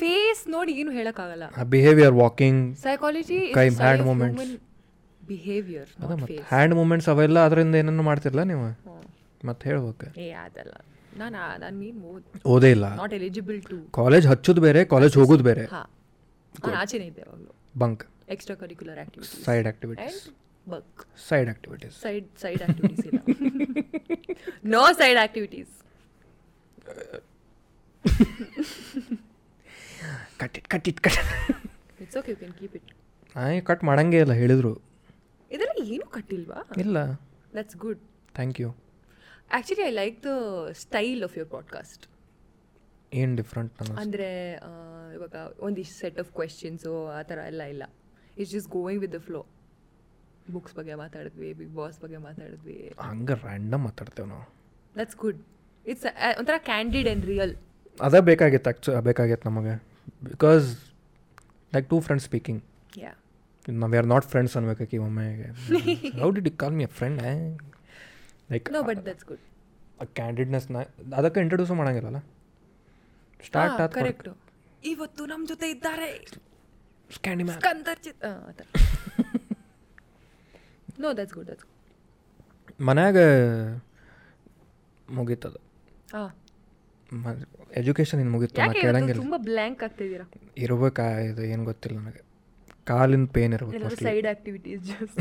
face ನೋಡಿ ಏನು ಹೇಳಕ್ಕಾಗಲ್ಲ
ಬಿಹೇವಿಯರ್ ವಾಕಿಂಗ್
ಸೈಕಾಲಜಿ
ಕೈ hand movements.
ಬಿಹೇವಿಯರ್
ಅದ ಮತ್ತು ಹ್ಯಾಂಡ್ ಮೂಮೆಂಟ್ಸ್ ಅವೆಲ್ಲ ಅದರಿಂದ ಏನನ್ನು ಮಾಡ್ತಿರಲ್ಲ ನೀವು ಮತ್ತೆ ಹೇಳ್ಬೇಕು
ಏ ಅದಲ್ಲ ನಾನು ನಾನು ಏನು
ಓದೇ ಇಲ್ಲ
ನಾಟ್ ಎಲಿಜಿಬಲ್ ಟು
ಕಾಲೇಜ್ ಹಚ್ಚೋದು ಬೇರೆ ಕಾಲೇಜ್ ಹೋಗೋದು ಬೇರೆ
ಹಾ ನಾನು ಆಚೆನೇ ಇದ್ದೆ ಅವಾಗಲೂ
bunk
extra curricular activities
side activities
and ಬಕ್
side activities
side side activities ಇಲ್ಲ no side activities
cut it cut it cut
it's okay you can keep it
ಆಯ್ ಕಟ್ ಮಾಡಂಗೇ ಇಲ್ಲ ಹೇಳಿದ್ರು
ಇದೆಲ್ಲ ಏನು ಕಟ್ಟಿಲ್ವಾ
ಇಲ್ಲ
that's good
thank you
actually I like the style of your podcast
ಏನು ಡಿಫ್ರೆಂಟ್ ನಾನು
ಅಂದರೆ ಇವಾಗ ಒಂದಿಷ್ಟು ಸೆಟ್ ಆಫ್ ಕ್ವೆಶನ್ಸು ಆ ಥರ ಎಲ್ಲ ಇಲ್ಲ it's just going with the flow books ಬಗ್ಗೆ ಮಾತಾಡಿದ್ವಿ ಬಿಗ್ ಬಾಸ್ ಬಗ್ಗೆ ಮಾತಾಡಿದ್ವಿ
ಹಂಗೆ ರ್ಯಾಂಡಮ್ ಮಾತಾಡ್ತೇವೆ ನಾವು
ದಟ್ಸ್ ಗುಡ್ ಇಟ್ಸ್ ಒಂಥರ ಕ್ಯಾಂಡಿಡ್ ಆ್ಯಂಡ್ ರಿಯಲ್
ಅದೇ ಬೇಕಾಗಿತ್ತು ಆ್ಯಕ್ಚು ಬೇಕಾಗಿತ್ತು ನಮಗೆ because like two friends speaking
yeah
ನಾವು ಆರ್ ನಾಟ್ ಫ್ರೆಂಡ್ಸ್ ಅನ್ಬೇಕಾಕಿ ಒಮ್ಮೆಗೆ how did you call me a friend like
no but that's good
ಕ್ಯಾಂಡಿಡ್ನೆಸ್ನ ಅದಕ್ಕೆ ಇಂಟ್ರೊಡ್ಯೂಸ್ ಮಾಡಂಗಿಲ್ಲಲ್ಲ ಸ್ಟಾರ್ಟ್ ಆದ
ಕರೆಕ್ಟು Ah, ಇವತ್ತು ನಮ್ಮ ಜೊತೆ ಇದ್ದಾರೆ
ಸ್ಕ್ಯಾಂಡಿ ಮ್ಯಾನ್
ಕಂದರ್ ಚಿತ್ ನೋ ದಟ್ಸ್ ಗುಡ್ ದಟ್ಸ್
ಮನ್ಯಾಗ ಮುಗೀತದ
ಹಾಂ
ಎಜುಕೇಷನ್ ಇನ್ನು ಮುಗೀತು ನಾ
Ah, ಯಾಕೆ ಇವತ್ತು
ಕೇಳಂಗಿಲ್ಲ
ತುಂಬಾ ಬ್ಲ್ಯಾಂಕ್ ಆಗ್ತಿದ್ದೀರಾ
ಇರ್ಬೇಕಾ ಇದು ಏನು ಗೊತ್ತಿಲ್ಲ ನನಗೆ ಕಾಲಿನ ಪೇನ್ ಇರ್ಬೇಕು
ಏನಾದ್ರು
ಮೋಸ್ಟ್ಲಿ
ಸೈಡ್ ಆಕ್ಟಿವಿಟೀಸ್ ಜಸ್ಟ್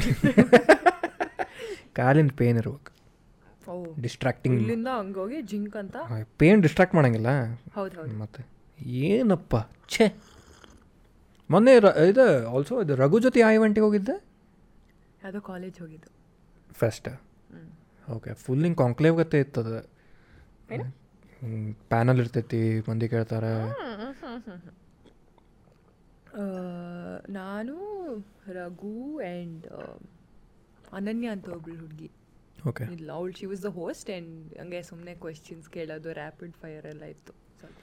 ಕಾಲಿನ ಪೇನ್ ಇರ್ಬೇಕು
ಓ
ಡಿಸ್ಟ್ರಾಕ್ಟಿಂಗ್
ಇಲ್ಲಿಂದ ಹಂಗೋಗಿ ಜಿಂಕ್ ಅಂತ
ಪೇನ್ ಡಿಸ್ಟ್ರಾಕ್ಟ್ ಮಾಡಂಗಿಲ್ಲ
ಹೌದು ಹೌದು
ಮತ್ತೆ ಏನಪ್ಪ ಛೇ ಮೊನ್ನೆ ರ ಇದು ಆಲ್ಸೋ ಇದು ರಘು ಜೊತೆ ಆ ಇವೆಂಟಿಗೆ ಹೋಗಿದ್ದೆ
ಯಾವುದೋ ಕಾಲೇಜ್ ಹೋಗಿದ್ದು
ಫೆಸ್ಟ್ ಓಕೆ ಫುಲ್ ಹಿಂಗೆ ಕಾಂಕ್ಲೇವ್ ಗತೆ ಇರ್ತದೆ ಪ್ಯಾನಲ್ ಇರ್ತೈತಿ ಮಂದಿ ಕೇಳ್ತಾರೆ
ಆ, ನಾನು ರಘು ಆ್ಯಂಡ್ ಅನನ್ಯ ಅಂತ ಒಬ್ಳು ಹುಡುಗಿ
ಓಕೆ
ಇಲ್ಲ ಅವಳು she was the host and ಹಂಗೆ ಸುಮ್ಮನೆ ಕ್ವೆಶ್ಚನ್ಸ್ ಕೇಳೋದು ರ್ಯಾಪಿಡ್ ಫೈರ್ ಎಲ್ಲ ಇತ್ತು ಸ್ವಲ್ಪ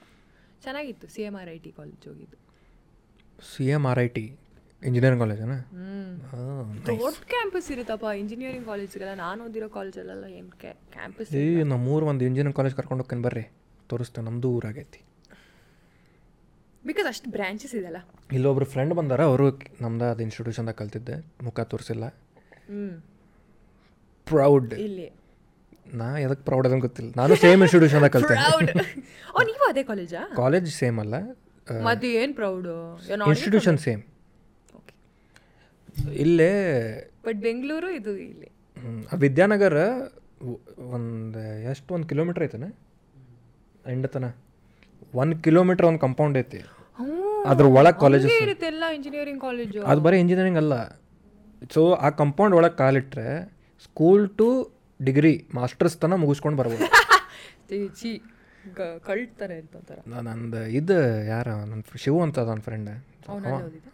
ಚೆನ್ನಾಗಿತ್ತು C M R I T college ಹೋಗಿದ್ದು
C M R I T engineering ಕಾಲೇಜನ
ದೊಡ್ಡ ಕ್ಯಾಂಪಸ್ ಇರುತ್ತಪ್ಪ ಇಂಜಿನಿಯರಿಂಗ್ ಕಾಲೇಜ್ಗೆಲ್ಲ ನಾನು ಓದಿರೋ ಕಾಲೇಜಲ್ಲೆಲ್ಲ ಏನು ಕ್ಯಾಂಪಸ್
ಏ ನಮ್ಮೂರು ಒಂದು ಇಂಜಿನಿಯರಿಂಗ್ ಕಾಲೇಜ್ ಕರ್ಕೊಂಡು ಹೋಗ್ಕೊಂಡು ಬರ್ರಿ ತೋರಿಸ್ತೇವೆ ನಮ್ಮದು ಊರಾಗೈತಿ
ಬಿಕಾಸ್ ಅಷ್ಟು ಬ್ರಾಂಚಸ್ ಇದೆಲ್ಲ
ಇಲ್ಲೊಬ್ರು ಫ್ರೆಂಡ್ ಬಂದಾರ ಅವರು ನಮ್ದು ಅದು ಇನ್ಸ್ಟಿಟ್ಯೂಷನ್ದಾಗ ಕಲ್ತಿದ್ದೆ ಮುಖ ತೋರಿಸಿಲ್ಲ
ಹ್ಞೂ
ಪ್ರೌಡ್
ಇಲ್ಲಿ
ನಾ ಎದಕ್ಕೆ ಪ್ರೌಡ್ ಅದಂಗೆ ಗೊತ್ತಿಲ್ಲ ನಾನು ಸೇಮ್ ಇನ್ಸ್ಟಿಟ್ಯೂಷನ್ದಾಗ ಕಲ್ತೆ
ಪ್ರೌಡ್ ಓ ನೀವು ಅದೇ ಕಾಲೇಜಾ
ಕಾಲೇಜ್ ಸೇಮ್ ಅಲ್ಲ
ಮತ್ತೆ ಏನು ಪ್ರೌಡು
ಇನ್ಸ್ಟಿಟ್ಯೂಷನ್ ಸೇಮ್
ಓಕೆ
ಇಲ್ಲೇ
ಬಟ್ ಬೆಂಗಳೂರು ಇದು ಇಲ್ಲಿ
ಹ್ಮ್, ಆ ವಿದ್ಯಾನಗರ ಒಂದು ಎಷ್ಟು ಒಂದು ಕಿಲೋಮೀಟ್ರ್ ಐತನ ಎಂಡತನ ಒಂದು ಕಿಲೋಮೀಟ್ರ್ ಒಂದು ಕಂಪೌಂಡ್ ಐತಿ ಅದ್ರ ಒಳಗೆ ಕಾಲೇಜಸ್
ಇರುತ್ತೆ ಎಲ್ಲ ಇಂಜಿನಿಯರಿಂಗ್ ಕಾಲೇಜು
ಅದು ಬರೀ ಇಂಜಿನಿಯರಿಂಗ್ ಅಲ್ಲ ಸೊ ಆ ಕಂಪೌಂಡ್ ಒಳಗೆ ಕಾಲಿಟ್ರೆ ಸ್ಕೂಲ್ ಟು ಡಿಗ್ರಿ ಮಾಸ್ಟರ್ಸ್ ತನ ಮುಗಿಸ್ಕೊಂಡು ಬರ್ಬೋದು
ಚಿ ಕಳ್ತಾರೆ ಅಂತ ಒಂಥರ
ನಾ- ನಂದು ಇದು ಯಾರ ನನ್ನ ಶಿವು ಅಂತ ನನ್ನ ಫ್ರೆಂಡ್
ಅವನಲ್ಲೇ ಓದಿದ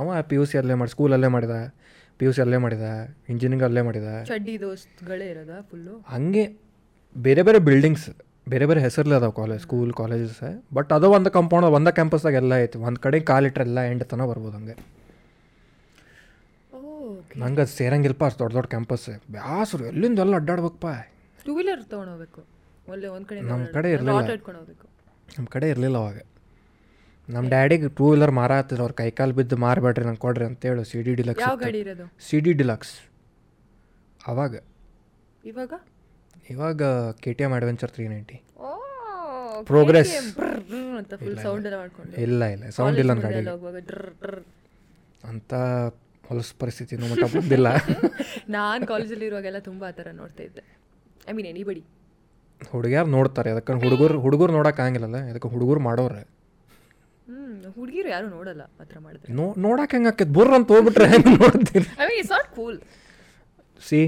ಅವ ಪಿ ಯು ಸಿ ಅಲ್ಲೇ ಮಾಡಿ ಸ್ಕೂಲ್ ಅಲ್ಲೇ ಮಾಡಿದ ಪಿ ಯು ಸಿ ಅಲ್ಲೇ ಮಾಡಿದ ಇಂಜಿನಿಯರಿಂಗ್ ಅಲ್ಲೇ ಮಾಡಿದ
ಚಡ್ಡಿ ದೋಸ್ತ್ಗಳೇ ಇರೋದಾ ಫುಲ್ಲು
ಹಂಗೆ ಬೇರೆ ಬೇರೆ ಬಿಲ್ಡಿಂಗ್ಸ್ ಬೇರೆ ಬೇರೆ ಹೆಸರ್ಲೆ ಅದಾವೆ ಕಾಲೇಜ್ ಸ್ಕೂಲ್ ಕಾಲೇಜಸ್ ಬಟ್ ಅದು ಒಂದು ಕಂಪೌಂಡ್ ಒಂದೇ ಕ್ಯಾಂಪಸ್ದಾಗ ಎಲ್ಲ ಐತಿ ಒಂದು ಕಡೆ ಕಾಲಿಟ್ರೆ ಎಲ್ಲ ಎಂಡ್ ತನಕ ಬರ್ಬೋದು ಹಂಗೆ
ಓಕೆ
ನಂಗೆ ಅದು ಸೇರಂಗಿಲ್ಲಪ್ಪ ಅಷ್ಟು ದೊಡ್ಡ ದೊಡ್ಡ ಕ್ಯಾಂಪಸ್ ಬ್ಯಾಸರು ಎಲ್ಲಿಂದ ಎಲ್ಲ ಅಡ್ಡಾಡ್ಬೇಕಪ್ಪ
ಟೂ ವೀಲರ್ ತೊಗೊಂಡೋಗ್ಬೇಕು ಒಳ್ಳೆ ಒಂದು ಕಡೆ
ನಮ್ ಕಡೆ ಇರ್ಲಿಲ್ಲ.
ಆಟೋ ಇಟ್ಕೊಂಡು ಹೋಗ್ಬೇಕು
ನಮ್ಮ ಕಡೆ ಇರಲಿಲ್ಲ ಅವಾಗ ನಮ್ಮ ಡ್ಯಾಡಿಗೆ ಟೂ ವೀಲರ್ ಮಾರಾತಿದ್ರು ಅವ್ರು ಕೈಕಾಲು ಬಿದ್ದು ಮಾರಬೇಡ್ರಿ ನಂಗೆ ಕೊಡ್ರಿ ಅಂತೇಳು ಸಿ ಡಿ ಡಿಲಕ್ಸ್
ಯಾವ ಗಾಡಿ ಇರೋದು
ಸಿ ಡಿ ಡಿಲಕ್ಸ್ ಅವಾಗ
ಇವಾಗ
ಇವಾಗ K T M adventure three ninety
ಓ
Progress.
KTM ಬ್ರ್ ಬ್ರ್ ಅಂತ ಫುಲ್ ಸೌಂಡ್ ಎಲ್ಲ ಮಾಡ್ಕೊಂಡು
ಇಲ್ಲ ಇಲ್ಲ ಸೌಂಡ್ ಇಲ್ಲ ನನ್ನ
ಮುಂದೆಲ್ಲ
ಗಾಡಿಗೆ
ಹೋಗುವಾಗ ಡ್ರ್ ಡ್ರ್.
ಅಂಥ ಹೊಲಸು ಪರಿಸ್ಥಿತಿ ಮಟ್ಟ ಬಂದಿಲ್ಲ
ನಾನ್ ಕಾಲೇಜಲ್ಲಿ ಇರುವಾಗೆಲ್ಲ ತುಂಬಾ ಆ ಥರ ನೋಡ್ತಾ ಇದ್ದೆ ಐ ಮೀನ್ ಎನಿಬಡಿ
ಹುಡುಗ್ಯಾರು ನೋಡ್ತಾರೆ ಅದಕ್ಕೆ ಹುಡುಗರು ಹುಡುಗರು ನೋಡೋಕ್ಕಾಗಿಲ್ಲಲ್ಲ ಅದಕ್ಕೆ ಹುಡುಗರು ಮಾಡೋರೆ
ಹ್ಮ್ ಹುಡುಗಿರು ಯಾರು ನೋಡಲ್ಲ ಆ ಥರ ಮಾಡಿದ್ರೆ
ನೋ ನೋಡಕ್ಕೆ ಹೆಂಗೆ ಆಕೈತೆ ಬುರ್ರ ಅಂತ ಹೋಗ್ಬಿಟ್ರೆ ಹೆಂಗೆ ನೋಡ್ತೀನಿ
I mean it's not cool
see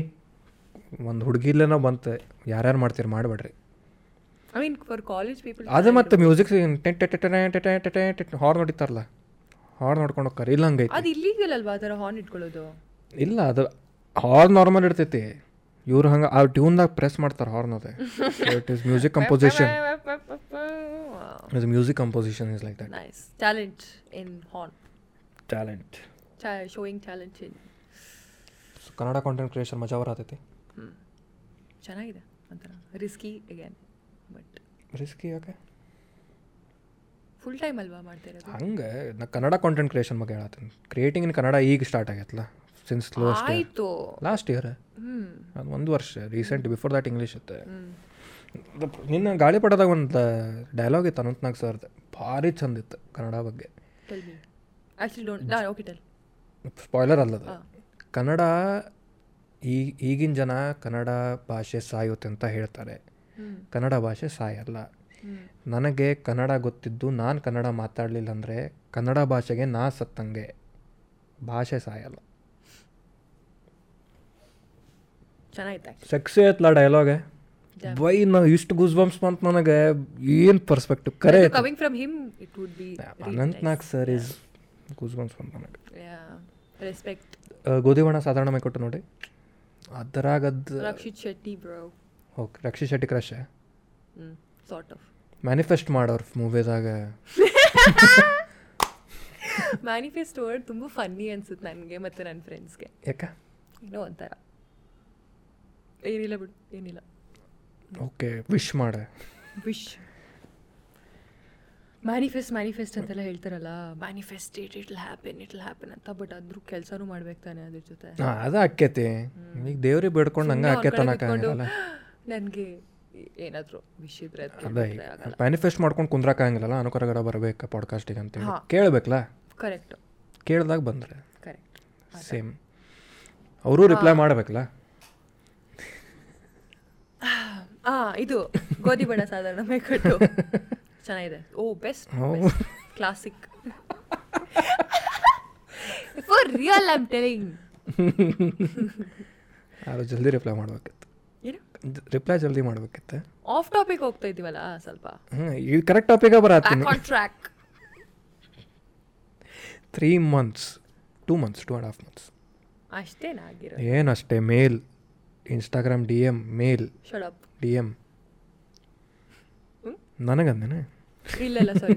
ಒಂದು ಹುಡುಗಿಲೇನೋ ಬಂತು ಯಾರ್ಯಾರು ಮಾಡ್ತೀರಿ ಮಾಡಬೇಡ್ರಿ
I mean for college people
ಅದು ಮತ್ತೆ ಮ್ಯೂಸಿಕ್ ಹಾರ್ನ್ ಹೊಡಿತಾರಲ್ಲ ಹಾರ್ನ್ ಹೊಡ್ಕೊಂಡು ಹೋಗ್ತಾರೆ ಇಲ್ಲ ಹಂಗೈತಿ
ಅದು ಇಲ್ಲಿಗಲ್ ಅಲ್ವಾ ಆ ಥರ ಹಾರ್ನ್ ಇಟ್ಕೊಳ್ಳೋದು
ಇಲ್ಲ ಅದು ಹಾರ್ನ್ ನಾರ್ಮಲ್ ಇರ್ತೈತಿ ಇವ್ರು ಹಂಗೆ ಆ ಟ್ಯೂನ್ದಾಗ ಪ್ರೆಸ್ ಮಾಡ್ತಾರೆ ಹಾರ್ನ್ ಅದೇ it is music composition is music composition is like that
nice talent in horn
talent
showing talent in
Kannada content creation ಮಜಾವರ ಆತೈತಿ
ಚೆನ್ನಾಗಿದೆ ಒಂಥರ ರಿಸ್ಕಿ ಅಗೇನ್ ಬಟ್
ರಿಸ್ಕಿ ಯಾಕೆ
ಫುಲ್ ಟೈಮ್ ಅಲ್ವಾ ಮಾಡ್ತಾ ಇರೋದು
ಹಂಗೆ ನಾ ಕನ್ನಡ ಕಾಂಟೆಂಟ್ ಕ್ರಿಯೇಷನ್ ಬಗ್ಗೆ ಹೇಳತ್ತೀನಿ ಕ್ರಿಯೇಟಿಂಗ್ ಇನ್ ಕನ್ನಡ ಈಗ ಸ್ಟಾರ್ಟ್ ಆಗೈತಲ್ಲ ಸಿನ್ಸ್ ಲಾಸ್ಟ್ ಇಯರ್
ಆಯ್ತು
ಲಾಸ್ಟ್ ಇಯರ್
ಹ್ಮ್
ಅದು ಒಂದು ವರ್ಷ ರೀಸೆಂಟ್ ಬಿಫೋರ್ ದ್ಯಾಟ್ ಇಂಗ್ಲೀಷ್ ಇತ್ತು ದ- ನಿನ್ನ ಗಾಳಿ ಪಡೆದಾಗ ಒಂದು ಡೈಲಾಗ್ ಇತ್ತು ಅನಂತ್ನಾಗ್ ಸರ್ದು ಭಾರಿ ಚಂದ ಇತ್ತು ಕನ್ನಡ ಬಗ್ಗೆ
ಟೆಲ್ ಮಿ ಆ್ಯಕ್ಚುಲಿ ಡೋಂಟ್ ನಾ ಓಕೆ ಟೆಲ್
ಸ್ಪಾಯ್ಲರ್ ಅಲ್ಲದ ಕನ್ನಡ ಈ ಈಗಿನ ಜನ ಕನ್ನಡ ಭಾಷೆ ಸಾಯುತ್ತೆ ಅಂತ ಹೇಳ್ತಾರೆ ಕನ್ನಡ ಭಾಷೆ ಸಾಯಲ್ಲ ನನಗೆ ಕನ್ನಡ ಗೊತ್ತಿದ್ದು ನಾನು ಕನ್ನಡ ಮಾತಾಡಲಿಲ್ಲ ಅಂದರೆ ಕನ್ನಡ ಭಾಷೆಗೆ ನಾ ಸತ್ತಂಗೆ ಭಾಷೆ ಸಾಯಲ್ಲ
ಚೆನ್ನಾಗಿತ್ತು
ಸೆಕ್ಸಿ ಆಯ್ತಲ್ಲ ಡೈಲಾಗೆ ಬೈ ನಾ ಇಷ್ಟು ಗುಸ್ ಬಂಪ್ಸ್ ಬಂತು ನನಗೆ ಏನು ಪರ್ಸ್ಪೆಕ್ಟಿವ್ ಕರೆ
coming from him it would be
Anant Nag sir is ಗುಸ್ bumps ಬಂತು ನನಗೆ
ರೆಸ್ಪೆಕ್ಟ್
ಆ, ಗೋಧಿವಣ ಸಾಧಾರಣ ಕೊಟ್ಟು ನೋಡಿ ಅದರಾಗದ್
Rakshit Shetty bro
okay ರಕ್ಷಿ Shetty crush
Mm, sort of
manifest ಮಾಡೋರ್ ಮೂವಿದಾಗ
ಮ್ಯಾನಿಫೆಸ್ಟ್ ವರ್ಡ್ ತುಂಬ ಫನ್ನಿ ಅನ್ಸುತ್ತೆ ನನಗೆ ಮತ್ತು ನನ್ನ ಫ್ರೆಂಡ್ಸ್ಗೆ
ಯಾಕ
ಏನೋ ಒಂಥರ ಏನಿಲ್ಲ ಬಿಡು ಏನಿಲ್ಲ
ಓಕೆ ವಿಶ್ ಮಾಡ
ವಿಶ್ ಮ್ಯಾನಿಫೆಸ್ಟ್ ಮ್ಯಾನಿಫೆಸ್ಟ್ ಅಂತೆಲ್ಲ ಹೇಳ್ತಾರಲ್ಲ manifest it it happen it happen ಅಂತ ಬಟ್ ಅದ್ರ ಕೆಲಸನೂ ಮಾಡ್ಬೇಕು ತಾನೆ ಅದ್ರ ಜೊತೆ
ಹಾಂ ಅದು ಆಕ್ಕೇತಿ
Hmm.
ಈಗ ದೇವ್ರಿಗೆ ಬೇಡ್ಕೊಂಡು ಹಂಗೆ ಆಕ್ಕೇತಿ ಅನ್ನಕ್ಕಾಗಲ್ಲ
ನನಗೆ ಏನಾದರೂ ವಿಶ್ ಇದ್ರೆ ಅದ್
ಅದೇ
ಕೇಳ್ಬಿಟ್ರೆ ಆಗಲ್ಲ
ಮ್ಯಾನಿಫೆಸ್ಟ್ ಮಾಡ್ಕೊಂಡು ಕುಂದ್ರಕ್ಕಾಗಂಗಿಲ್ಲಲ್ಲ ಅನುಕರಗಡ ಬರಬೇಕು ಪಾಡ್ಕಾಸ್ಟಿಗೆ ಅಂತೇಳಿ
ಹಾ.
ಕೇಳಬೇಕಲ್ಲ
ಕರೆಕ್ಟ್
ಕೇಳಿದಾಗ ಬಂದ್ರೆ
ಕರೆಕ್ಟ್
ಸೇಮ್ ಅವರು ರಿಪ್ಲೈ ಮಾಡಬೇಕಲ್ಲ
ಆ ಇದು ಗೋಧಿ ಬಣ್ಣ ಸಾಧಾರಣ ಮೇಕಟ್ಟು ಚೆನ್ನಾಗಿದೆ oh best classic
for real I'm telling
ಯಾರು ಜಲ್ದಿ ರಿಪ್ಲೈ ಮಾಡ್ಬೇಕಿತ್ತು
ಏನು
ರಿಪ್ಲೈ ಜಲ್ದಿ ಮಾಡ್ಬೇಕಿತ್ತು
ಆಫ್ ಟಾಪಿಕ್ ಹೋಗ್ತಾ ಇದೀವಲ್ಲ ಸ್ವಲ್ಪ
ಹ್ಞೂ ಈ ಕರೆಕ್ಟ್ ಟಾಪಿಗೆ ಬರತ್ತೀನಿ
on track
three months two months two and half months
ಅಷ್ಟೇನಾಗಿರೋ
ಏನಷ್ಟೇ mail Instagram D M mail
shut up
D M ನನಗಂದೇನೆ
ಇಲ್ಲ ಇಲ್ಲ sorry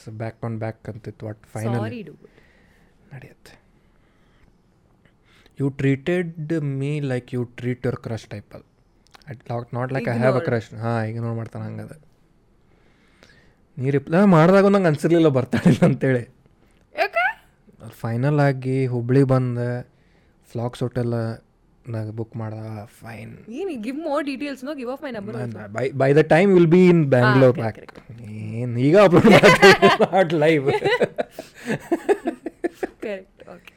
so back on back ಅಂತಿತ್ತು ಬಟ್ ಫೈನಲ್
ಸಾರಿ ಡು
ನಡೆಯುತ್ತೆ you treated me like you treat your crush type ಅದು at lock not like I have a
Ignore.
Crush ಹಾಂ ಇಗ್ನೋರ್ ಮಾಡ್ತಾನೆ ಹಂಗದ ನೀ ರಿಪ್ಲೈ ಮಾಡಿದಾಗ ನಂಗೆ ಅನ್ಸಿರ್ಲಿಲ್ಲ ಬರ್ತಾಳಿಲ್ಲ ಅಂತೇಳಿ
ಯಾಕೆ
ಫೈನಲ್ ಆಗಿ ಹುಬ್ಳಿ ಬಂದ ಫ್ಲಾಕ್ಸ್ ಹೋಟೆಲ್ನಾಗ ಬುಕ್ ಮಾಡ್ದ ಫೈನ್
ಏನು give more details no give of my number
bye bye the time will be in Bangalore back ಏನು ಈಗ upload not live
correct okay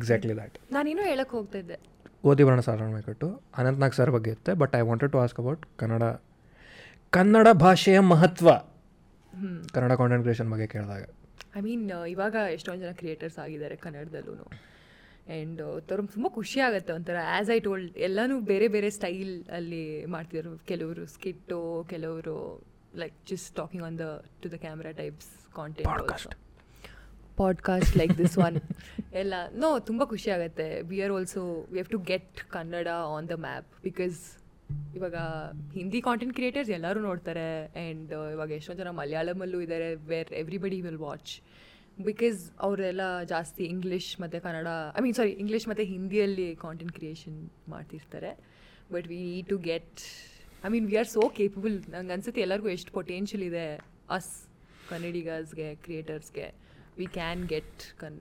exactly that
ನಾನೇನೋ ಹೇಳಕ್ ಹೋಗ್ತಾ ಇದ್ದೆ
ಗೋಧಿ ಬಣ್ಣ ಸಾಧಾರಣ ಮೇಕಟ್ಟು ಅನಂತ್ನಾಗ್ ಸರ್ ಬಗ್ಗೆ ಇರುತ್ತೆ but I wanted to ask about Kannada Kannada ಭಾಷೆಯ ಮಹತ್ವ ಕನ್ನಡ ಕಾಂಟೆಂಟ್ ಕ್ರಿಯೇಷನ್ ಬಗ್ಗೆ ಕೇಳಿದಾಗ
ಐ ಮೀನ್ uh, ಇವಾಗ ಎಷ್ಟೊಂದು ಜನ ಕ್ರಿಯೇಟರ್ಸ್ ಆಗಿದ್ದಾರೆ ಕನ್ನಡದಲ್ಲೂ ಆ್ಯಂಡ್ ಒಂಥರ ತುಂಬ ಖುಷಿ ಆಗುತ್ತೆ ಒಂಥರ ಆ್ಯಸ್ ಐ ಟೋಲ್ಡ್ ಎಲ್ಲನೂ ಬೇರೆ ಬೇರೆ ಸ್ಟೈಲ್ ಅಲ್ಲಿ ಮಾಡ್ತಿದ್ರು ಕೆಲವರು ಸ್ಕಿಟ್ಟು ಕೆಲವರು like just talking on the to the camera types content podcast like this one ಎಲ್ಲ ನೋ ತುಂಬ ಖುಷಿ ಆಗುತ್ತೆ we are also we have to get Kannada on the map because ಇವಾಗ ಹಿಂದಿ ಕಾಂಟೆಂಟ್ ಕ್ರಿಯೇಟರ್ಸ್ ಎಲ್ಲರೂ ನೋಡ್ತಾರೆ ಆ್ಯಂಡ್ ಇವಾಗ ಎಷ್ಟೊಂದು ಜನ ಮಲಯಾಳಮಲ್ಲೂ ಇದ್ದಾರೆ where everybody will watch because ಅವರೆಲ್ಲ ಜಾಸ್ತಿ ಇಂಗ್ಲೀಷ್ ಮತ್ತು Kannada I mean sorry English ಮತ್ತು ಹಿಂದಿಯಲ್ಲಿ ಕಾಂಟೆಂಟ್ ಕ್ರಿಯೇಷನ್ ಮಾಡ್ತಿರ್ತಾರೆ but we need to get I mean we are so capable ನಂಗೆ ಅನ್ಸುತ್ತೆ ಎಲ್ಲರಿಗೂ ಎಷ್ಟು ಪೊಟೆನ್ಷಿಯಲ್ ಇದೆ ಅಸ್ ಕನ್ನಡಿಗರ್ಸ್ಗೆ ಕ್ರಿಯೇಟರ್ಸ್ಗೆ ವಿ ಕ್ಯಾನ್ ಗೆಟ್ ಕನ್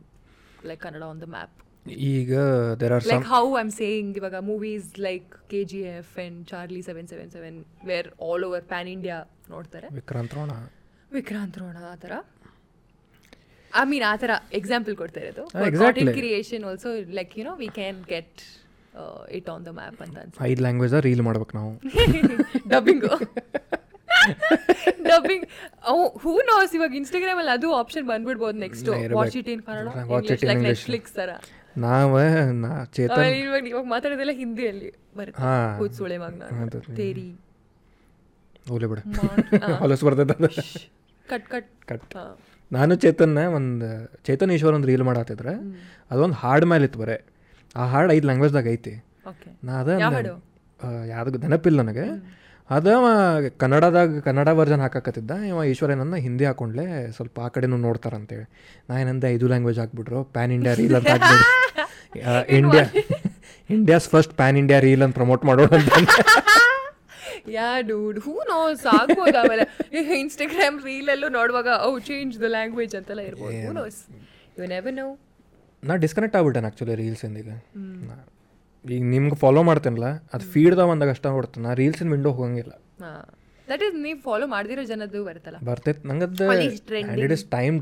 like Kannada on the map
ಈಗ there are
like
some
how I'm saying ಇವಾಗ movies like K G F and Charlie seven seven seven where all over pan India ನೋಡ್ತಾರೆ
ವಿಕ್ರಾಂತ್ ರೋಣ
ವಿಕ್ರಾಂತ್ ರೋಣ ಆ ಥರ ಐ ಮೀನ್ ಆ ಥರ ಎಕ್ಸಾಂಪಲ್ ಕೊಡ್ತಾ ಇರೋದು
Ah, exactly.
Creation also like you know we can get it on the map ಅಂತ ಅನ್ಸುತ್ತೆ
ಐದು ಲ್ಯಾಂಗ್ವೇಜ ರೀಲ್ ಮಾಡ್ಬೇಕು ನಾವು
dubbing dubbing who knows Oh, ಇವಾಗ ಇನ್ಸ್ಟಾಗ್ರಾಮ್ ಅಲ್ಲಿ ಅದು ಆಪ್ಷನ್ ಬಂದ್ಬಿಡ್ಬೋದು ನೆಕ್ಸ್ಟ್
ಇಲ್ಲ, ಇರ್ಬೇಕು.
Watch it in Kannada
Watch it in English.
Netflix ತರ
ನಾವೇ ನಾ ಚೇತನ್
ಆಮೇಲೆ ಇವಾಗ ಇವಾಗ ಮಾತಾಡೋದೆಲ್ಲ ಹಿಂದಿಯಲ್ಲಿ ಬರುತ್ತೆ
ಹಾ.
ಕೂತ್ಸುಳೆ ಮಗ್ನ
ಅದು.
ತೇರಿ
ಹೋಗ್ಲಿ ಬಿಡು
ಮಾಡ್-
ಹೊಲಸು ಬರ್ತೈತೆ ಅದು.
ಕಟ್ ಕಟ್
ಕಟ್
ಹಾ.
ನಾನು ಚೇತನ್ನ ಒಂದು ಚೇತನ್ ಈಶ್ವರ್ ಒಂದು ರೀಲ್ ಮಾಡತ್ತಿದ್ರೆ ಅದೊಂದು ಹಾಡ್ ಮೇಲೆ ಇತ್ತು ಬರೇ ಆ ಹಾಡ್ ಐದು ಲ್ಯಾಂಗ್ವೇಜ್ದಾಗ ಐತಿ
ಓಕೆ
ನಾ ಅದ
ಯಾವ ಹಾಡು?
ಯಾವ್ದು ನೆನಪಿಲ್ಲ ನನಗೆ ಅದ ಅವ ಕನ್ನಡದಾಗ ಕನ್ನಡ ವರ್ಜನ್ ಹಾಕಕತ್ತಿದ್ದ ಇವ ಈಶ್ವರನನ್ನ ಹಿಂದಿ ಹಾಕೊಂಡ್ಲೆ ಸ್ವಲ್ಪ ಆ ಕಡೆನೂ ನೋಡ್ತಾರಂತೇಳಿ ನಾ ಏನಂದೆ ಐದು ಲ್ಯಾಂಗ್ವೇಜ್ ಹಾಕ್ಬಿಟ್ರು ಪ್ಯಾನ್ ಇಂಡಿಯಾ ರೀಲ್ ಅಂತ ಹಾಕ್ಬಿಡು India India's first pan India reel ಅಂತ ಪ್ರಮೋಟ್ ಮಾಡೋಣ ಅಂತ ಅಂದೆ.
ಯಾ ಡೂಡ್ ಹೂ ನೋಸ್ ಆಗ್ಬೋದು ಆಮೇಲೆ ಇನ್ಸ್ಟಾಗ್ರಾಮ್ ರೀಲ್ ಅಲ್ಲೂ ನೋಡುವಾಗ oh, oh change the language ಅಂತೆಲ್ಲ ಇರ್ಬೋದು who knows you never know
ನಾ ಡಿಸ್ಕನೆಕ್ಟ್ ಆಗ್ಬಿಟ್ಟೆನೆ ಆ್ಯಕ್ಚುಲಿ ರೀಲ್ಸಿಂದ ಈಗ ನಾ- ಈಗ ನಿಮ್ಗೆ ಫಾಲೋ ಮಾಡ್ತೇನಲ್ಲ ಅದು ಫೀಡ್ದಾಗ ಒಂದಾಗ ಅಷ್ಟ ನೋಡ್ತೇನೆ ನಾ ರೀಲ್ಸಿನ ವಿಂಡೋ ಹೋಗಂಗಿಲ್ಲ
ದಟ್ ಈಸ್ ನೀವು ಫಾಲೋ ಮಾಡ್ದಿರೋ ಜನದ್ದು ಬರುತ್ತಲ್ಲ
ಬರ್ತೈತೆ ನಂಗದ್ದು
All is trending.
It is time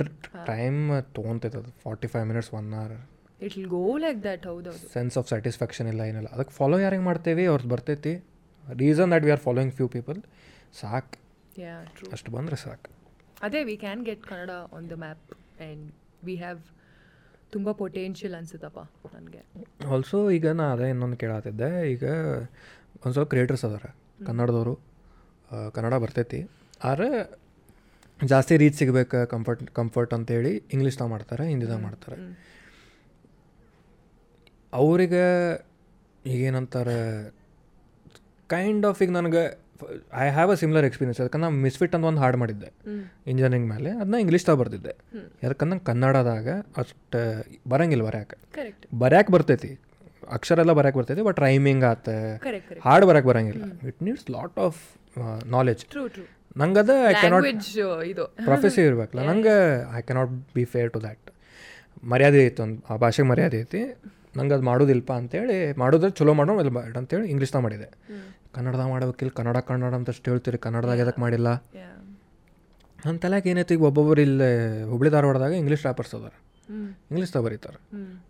time ತೊಗೊಂತೈತೆ ಅದು forty five minutes one hour
it will go like that ಹೌದೌದು
ಸೆನ್ಸ್ ಆಫ್ ಸ್ಯಾಟಿಸ್ಫ್ಯಾಕ್ಷನ್ ಇಲ್ಲ ಏನಿಲ್ಲ ಅದಕ್ಕೆ ಫಾಲೋ ಯಾರಿಗೆ ಮಾಡ್ತೇವೆ ಅವ್ರದ್ದು ಬರ್ತೈತಿ reason that we are following few people ಸಾಕು
ಯಾ ಟ್ರೂ
ಅಷ್ಟು ಬಂದರೆ ಸಾಕು
ಅದೇ we can get Kannada on the map and we have ತುಂಬ ಪೊಟೆನ್ಷಿಯಲ್ ಅನ್ಸುತ್ತಪ್ಪ ನನಗೆ
ಆಲ್ಸೋ ಈಗ ನಾ ಅದೇ ಇನ್ನೊಂದು ಕೇಳತ್ತಿದ್ದೆ ಈಗ ಒಂದು ಸ್ವಲ್ಪ ಕ್ರಿಯೇಟರ್ಸ್ ಅದಾರ ಕನ್ನಡದವರು ಆ, ಕನ್ನಡ ಬರ್ತೈತಿ ಆದ್ರೆ ಜಾಸ್ತಿ ರೀಚ್ ಸಿಗ್ಬೇಕು ಕಂಫರ್ಟ್ ಕಂಫರ್ಟ್ ಅಂತೇಳಿ ಇಂಗ್ಲೀಷ್ದಾಗ ಮಾಡ್ತಾರೆ ಹಿಂದಿದಾಗ ಮಾಡ್ತಾರೆ ಅವ್ರಿಗೆ ಈಗೇನಂತಾರೆ ಕೈಂಡ್ ಆಫ್ ಈಗ ನನಗೆ I have a similar experience ಯಾಕಂದ್ರೆ ನಾನು ಮಿಸ್ಫಿಟ್ ಅಂತ ಒಂದು ಹಾಡು ಮಾಡಿದ್ದೆ ಇಂಜಿನಿಯರಿಂಗ್ ಮೇಲೆ ಅದನ್ನ ಇಂಗ್ಲೀಷ್ದಾಗ ಬರ್ದಿದ್ದೆ ಯಾಕಂದ್ರೆ ನಂಗ್ ಕನ್ನಡದಾಗ ಅಷ್ಟು ಬರಂಗಿಲ್ಲ ಬರ್ಯಾಕೆ
ಕರೆಕ್ಟ್
ಬರ್ಯಾಕೆ ಬರ್ತೈತಿ ಅಕ್ಷರ ಎಲ್ಲ ಬರ್ಯಾಕೆ ಬರ್ತೈತಿ ಬಟ್ ರೈಮಿಂಗ್ ಆತ
ಕರೆಕ್ಟ್ ಕರೆಕ್ಟ್
ಹಾಡು ಬರಕ್ಕೆ ಬರಂಗಿಲ್ಲ it needs lot of knowledge
true true
uh, ನಂಗದ ಐ ಕ್ಯಾನಾಟ್
ಲ್ಯಾಂಗ್ವೇಜ್ uh, ಇದು
ಪ್ರೊಫೆಸಿ ಇರ್ಬೇಕಲ್ಲ ನಂಗೆ I cannot be fair to that ಮರ್ಯಾದೆ ಐತಿ ಒಂದು ಆ ಭಾಷೆಗೆ ಮರ್ಯಾದೆ ಐತಿ ನಂಗೆ ಅದು ಮಾಡೋದಿಲ್ಪ ಅಂತೇಳಿ ಮಾಡೋದ್ರೆ ಚಲೋ ಮಾಡೋ ಇಲ್ಲ ಬೇಡ ಅಂತೇಳಿ ಇಂಗ್ಲೀಷ್ದಾಗ ಮಾಡಿದೆ ಕನ್ನಡದಾಗ ಮಾಡ್ಬೇಕಿಲ್ಲ ಕನ್ನಡ ಕನ್ನಡ ಅಂತ ಅಷ್ಟು ಹೇಳ್ತೀರಿ ಕನ್ನಡದಾಗ ಎದಕ್ಕೆ ಮಾಡಿಲ್ಲ ನನ್ನ ತಲೆಗೆ ಏನೈತಿ ಈಗ ಒಬ್ಬೊಬ್ಬರು ಇಲ್ಲಿ ಹುಬ್ಳಿ ಧಾರವಾಡದಾಗ ಇಂಗ್ಲೀಷ್ ರ್ಯಾಪರ್ಸ್ ಅದಾರ ಇಂಗ್ಲೀಷ್ದಾಗ ಬರೀತಾರೆ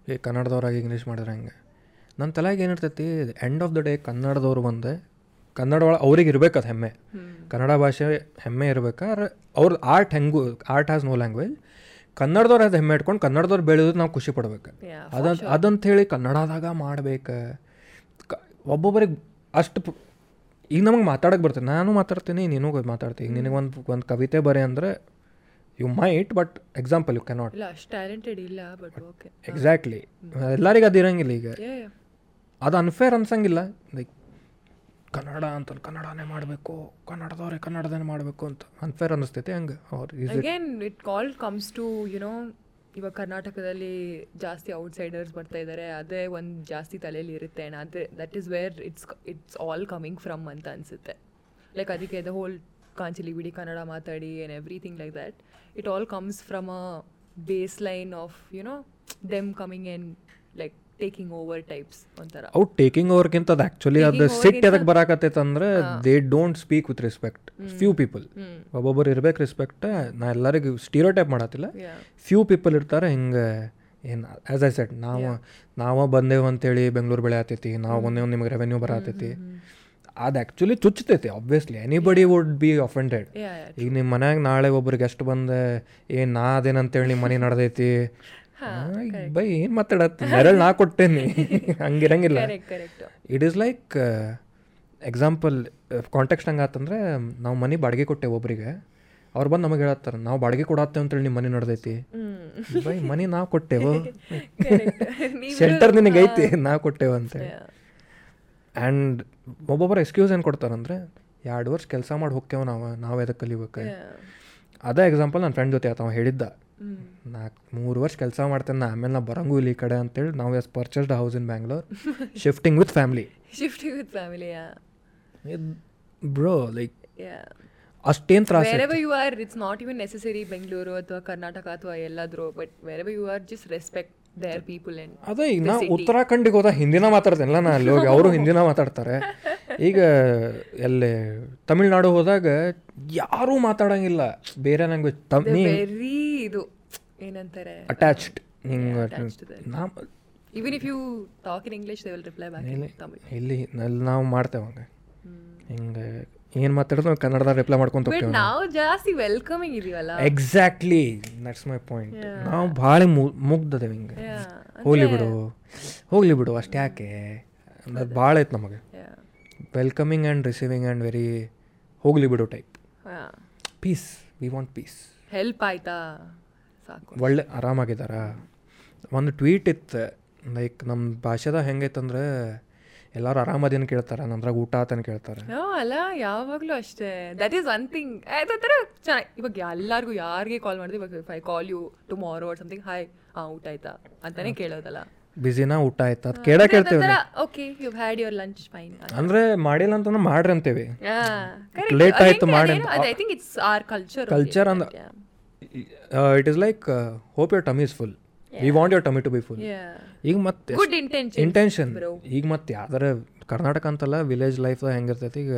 ಈ ಕನ್ನಡದವ್ರಾಗಿ ಇಂಗ್ಲೀಷ್ ಮಾಡಿದ್ರೆ ಹೆಂಗೆ ನನ್ನ ತಲೆಗೆ ಏನಿರ್ತೈತಿ ಎಂಡ್ ಆಫ್ ದ ಡೇ ಕನ್ನಡದವ್ರು ಬಂದೆ ಕನ್ನಡ ಒಳಗೆ ಅವ್ರಿಗೆ ಇರ್ಬೇಕದು ಹೆಮ್ಮೆ ಕನ್ನಡ ಭಾಷೆ ಹೆಮ್ಮೆ ಇರ್ಬೇಕಾದ್ರೆ ಅವ್ರ ಆರ್ಟ್ ಹೆಂಗು ಆರ್ಟ್ ಹ್ಯಾಸ್ ನೋ ಲ್ಯಾಂಗ್ವೇಜ್ ಕನ್ನಡದವ್ರು ಅದು ಹೆಮ್ಮೆ ಇಟ್ಕೊಂಡು ಕನ್ನಡದವ್ರು ಬೆಳೆಯೋದು ನಾವು ಖುಷಿ ಪಡ್ಬೇಕು
Yeah,
ಅದಂತ ಅದಂತ ಹೇಳಿ ಕನ್ನಡದಾಗ ಮಾಡ್ಬೇಕು ಕ- ಒಬ್ಬೊಬ್ಬರಿಗೆ ಅಷ್ಟು ಪ್- ಈಗ ನಮಗೆ ಮಾತಾಡಕ್ಕೆ ಬರ್ತದೆ ನಾನು ಮಾತಾಡ್ತೀನಿ ನೀನು ಮಾತಾಡ್ತೀನಿ ಈಗ ನಿನಗೆ ಒಂದು ಒಂದು ಕವಿತೆ ಬರೆ ಅಂದರೆ you might but example you cannot
ಇಲ್ಲ ಅಷ್ಟು ಟ್ಯಾಲೆಂಟೆಡ್ ಇಲ್ಲ ಬಟ್ ಓಕೆ
ಎಕ್ಸಾಕ್ಟ್ಲಿ ಎಲ್ಲರಿಗೂ ಅದು ಇರಂಗಿಲ್ಲ ಈಗ
ಯಾ
ಅದು ಅನ್ಫೇರ್ ಅನ್ಸಂಗಿಲ್ಲ ಲೈಕ್ ಕನ್ನಡ ಅಂತ ಕನ್ನಡನೇ ಮಾಡಬೇಕು ಕನ್ನಡದವ್ರೆ ಕನ್ನಡದನೇ ಮಾಡಬೇಕು ಅಂತ ಅನ್ಫೇರ್ ಅನ್ನಿಸ್ತೈತೆ ಹಂಗೆ ಅವ್ರು is
again it call comes to you know ಇವಾಗ ಕರ್ನಾಟಕದಲ್ಲಿ ಜಾಸ್ತಿ ಔಟ್ಸೈಡರ್ಸ್ ಬರ್ತಾ ಇದ್ದಾರೆ ಅದೇ ಒಂದು ಜಾಸ್ತಿ ತಲೆಯಲ್ಲಿ ಇರುತ್ತೆ and ಅದೇ that is where it's it's all coming from ಅಂತ ಅನಿಸುತ್ತೆ ಲೈಕ್ ಅದಕ್ಕೆ ದ ಹೋಲ್ ಕಾಂಚಲಿ ಬಿಡಿ ಕನ್ನಡ ಮಾತಾಡಿ and everything like that it all comes from a base line of you know them coming and like taking over types ಒಂಥರ
ಔಟ್ ಟೇಕಿಂಗ್ ಓವರ್ಗಿಂತ ಅದು ಆ್ಯಕ್ಚುಲಿ ಅದು
Taking over
ಸಿಟ್
ಗಿಂತ-
ಎದಕ್ಕೆ ಬರಾಕತ್ತೈತೆ ಅಂದ್ರೆ they don't speak with respect few people ಒಬ್ಬೊಬ್ಬರು ಇರ್ಬೇಕು ರೆಸ್ಪೆಕ್ಟ್ ನಾ ಎಲ್ಲರಿಗೂ ಸ್ಟೀರೋ ಟೈಪ್ ಮಾಡತ್ತಿಲ್ಲ
Yeah.
ಫ್ಯೂ ಪೀಪಲ್ ಇರ್ತಾರೆ ಹಿಂಗೆ ಏನು ಆ್ಯಸ್ ಐ ಸೆಟ್ ನಾವು ನಾವು ಬಂದೇವು ಅಂತೇಳಿ ಬೆಂಗಳೂರು ಬೆಳೆ ಆತೈತಿ ನಾವು ಬಂದೇವು ನಿಮಗೆ ರೆವೆನ್ಯೂ ಬರತೈತಿ ಅದು ಆ್ಯಕ್ಚುಲಿ ಚುಚ್ಚತೈತಿ obviously anybody would be offended
Yeah, yeah,
ಈಗ ನಿಮ್ಮ ಮನ್ಯಾಗ ನಾಳೆ ಒಬ್ರು ಗೆಸ್ಟ್ ಬಂದೆ ಏನ್ ನಾ ಅದೇನಂತೇಳಿ ನಿಮ್ಮ ಮನೆ ನಡೆದೈತಿ ಬೈ ಏನು ಮಾತಾಡತ್ತಿ ನೆರಳು ನಾ ಕೊಟ್ಟೇನಿ ಹಂಗಿರಂಗಿಲ್ಲ
correct correct
it is like example context ಹಂಗೆ ಆತಂದ್ರೆ ನಾವು ಮನೆ ಬಾಡಿಗೆ ಕೊಟ್ಟೆವು ಒಬ್ರಿಗೆ ಅವ್ರು ಬಂದು ನಮಗೆ ಹೇಳತ್ತಾರೆ ನಾವು ಬಾಡಿಗೆ ಕೊಡತ್ತೇವೆ ಅಂತೇಳಿ ನಿಮ್ಮ ಮನೆ ನಡೆದೈತಿ ಬೈ ಮನೆ ನಾವು ಕೊಟ್ಟೆವು ಶೆಲ್ಟರ್ ನಿನಗೈತಿ ನಾವು ಕೊಟ್ಟೆವು ಅಂತೇಳಿ ಆ್ಯಂಡ್ ಒಬ್ಬೊಬ್ಬರು ಎಕ್ಸ್ಕ್ಯೂಸ್ ಏನು ಕೊಡ್ತಾರಂದ್ರೆ ಎರಡು ವರ್ಷ ಕೆಲಸ ಮಾಡಿ ಹೋಗ್ತೇವೆ ನಾವು ನಾವು ಎದಕ್ಕೆ ಕಲಿಬೇಕು ಅದೇ ಎಕ್ಸಾಂಪಲ್ ನನ್ನ ಫ್ರೆಂಡ್ ಜೊತೆ ಆತ ಅವ ಹೇಳಿದ್ದ ನಾಲ್ಕು ಮೂರು ವರ್ಷ ಕೆಲಸ ಮಾಡ್ತೇನೆ ನಾ ಆಮೇಲೆ ನಾ ಬರಂಗೂ ಇಲ್ಲ ಈ ಕಡೆ ಅಂತೇಳಿ ನಾವು as purchased house in Bangalore shifting with family
shifting with ಫ್ಯಾಮಿಲಿಯಾ
ಬ್ರೋ ಲೈಕ್
ಯಾ
ಅಷ್ಟೇನು ತ್ರಾಸ
wherever you are it's not even necessary bengaluru ಅಥವಾ ಕರ್ನಾಟಕ ಅಥವಾ ಎಲ್ಲಾದ್ರೂ but wherever you are just respect their people and
ಅದೇ ಈಗ ನಾ ಉತ್ತರಾಖಂಡಿಗೆ ಹೋದ ಹಿಂದಿನ ಮಾತಾಡ್ತೇನಲ್ಲ ನಾ ಅಲ್ಲಿ ಹೋಗಿ ಅವರು ಹಿಂದಿನ ಮಾತಾಡ್ತಾರೆ ಈಗ ಎಲ್ಲಿ ತಮಿಳ್ನಾಡು ಹೋದಾಗ ಯಾರೂ ಮಾತಾಡಂಗಿಲ್ಲ ಬೇರೆ ಲ್ಯಾಂಗ್ವೇಜ್ ತಮ್ ನೀ
ವೆರಿ ಇದು ಏನಂತಾರೆ
ಅಟ್ಯಾಚ್ಡ್ ಹಿಂಗೆ ನಾ
even if you talk in english they will reply back in tamil
ಇಲ್ಲಿ ಅಲ್ಲಿ ನಾವು ಮಾಡ್ತೇವೆ ಹಂಗೆ ಹಿಂಗೆ ಏನು ಮಾತಾಡಿದ್ರು ಕನ್ನಡದಾಗ ರಿಪ್ಲೈ ಮಾಡ್ಕೊಂತ
but
ಹೋಗ್ತೇವೆ
now ಜಾಸ್ತಿ ವೆಲ್ಕಮಿಂಗ್ ಇದೀವಲ್ಲ
ಎಕ್ಸಾಕ್ಟ್ಲಿ ದಟ್ಸ್ ಮೈ ಪಾಯಿಂಟ್ ನಾವು ಭಾಳ ಮುಗ್ದದೇವೆ ಹಿಂಗೆ ಹೋಗ್ಲಿ ಬಿಡು ಹೋಗ್ಲಿ ಬಿಡು ಅಷ್ಟು ಯಾಕೆ ಅದು ಭಾಳ ಐತೆ ನಮಗೆ
Yeah.
Welcoming and receiving and very ಹೋಗ್ಲಿ ಬಿಡು ಟೈಪ್
ಹಾ.
Peace we want peace
help ಆಯ್ತಾ ಸಾಕು
ಒಳ್ಳೆ ಆರಾಮಾಗಿದ್ದಾರ ಒಂದು ಟ್ವೀಟ್ ಇತ್ತು ಲೈಕ್ ನಮ್ಮ ಭಾಷೆದಾಗ ಹೆಂಗೈತಂದ್ರೆ ಎಲ್ಲರೂ ಆರಾಮದೇನು ಕೇಳ್ತಾರೆ ನಂದ್ರಾಗ ಊಟ ಆತನ ಕೇಳ್ತಾರೆ
ಹಾ, ಅಲ್ಲ ಯಾವಾಗ್ಲೂ ಅಷ್ಟೇ ದಟ್ ಈಸ್ ಒನ್ ಥಿಂಗ್ ಅದೊಂಥರ ಚೆನ್ನಾಗಿ ಇವಾಗ ಎಲ್ಲರಿಗೂ ಯಾರಿಗೆ ಕಾಲ್ ಮಾಡಿದ್ರೆ ಇವಾಗ I call you tomorrow or something hi ಹಾ ಊಟ ಆಯ್ತಾ ಅಂತಾನೆ ಕೇಳೋದಲ್ಲ
ಬ್ಯುಸಿನ ಊಟ ಆಯ್ತು ಅದು ಕೇಳ ಕೇಳ್ತೇವೆ
okay you had your lunch fine
ಅಂದರೆ ಮಾಡಿಲ್ಲ ಅಂತಂದ್ರೆ ಮಾಡ್ರಿ ಅಂತೇವಿ Late
ಕರೆಕ್ಟ್
ಆಯ್ತು ಮಾಡಿ
I think it's our culture
Culture and- it is like hope your tummy is full we want your tummy to be full ಈಗ ಮತ್ತೆ
ಗುಡ್ ಇಂಟೆನ್ಷನ್
ಇಂಟೆನ್ಷನ್ ಈಗ ಮತ್ತೆ ಯಾವ್ದಾರ ಕರ್ನಾಟಕ ಅಂತಲ್ಲ ವಿಲೇಜ್ ಲೈಫ್ದಾಗ ಹೆಂಗಿರ್ತೈತಿ ಈಗ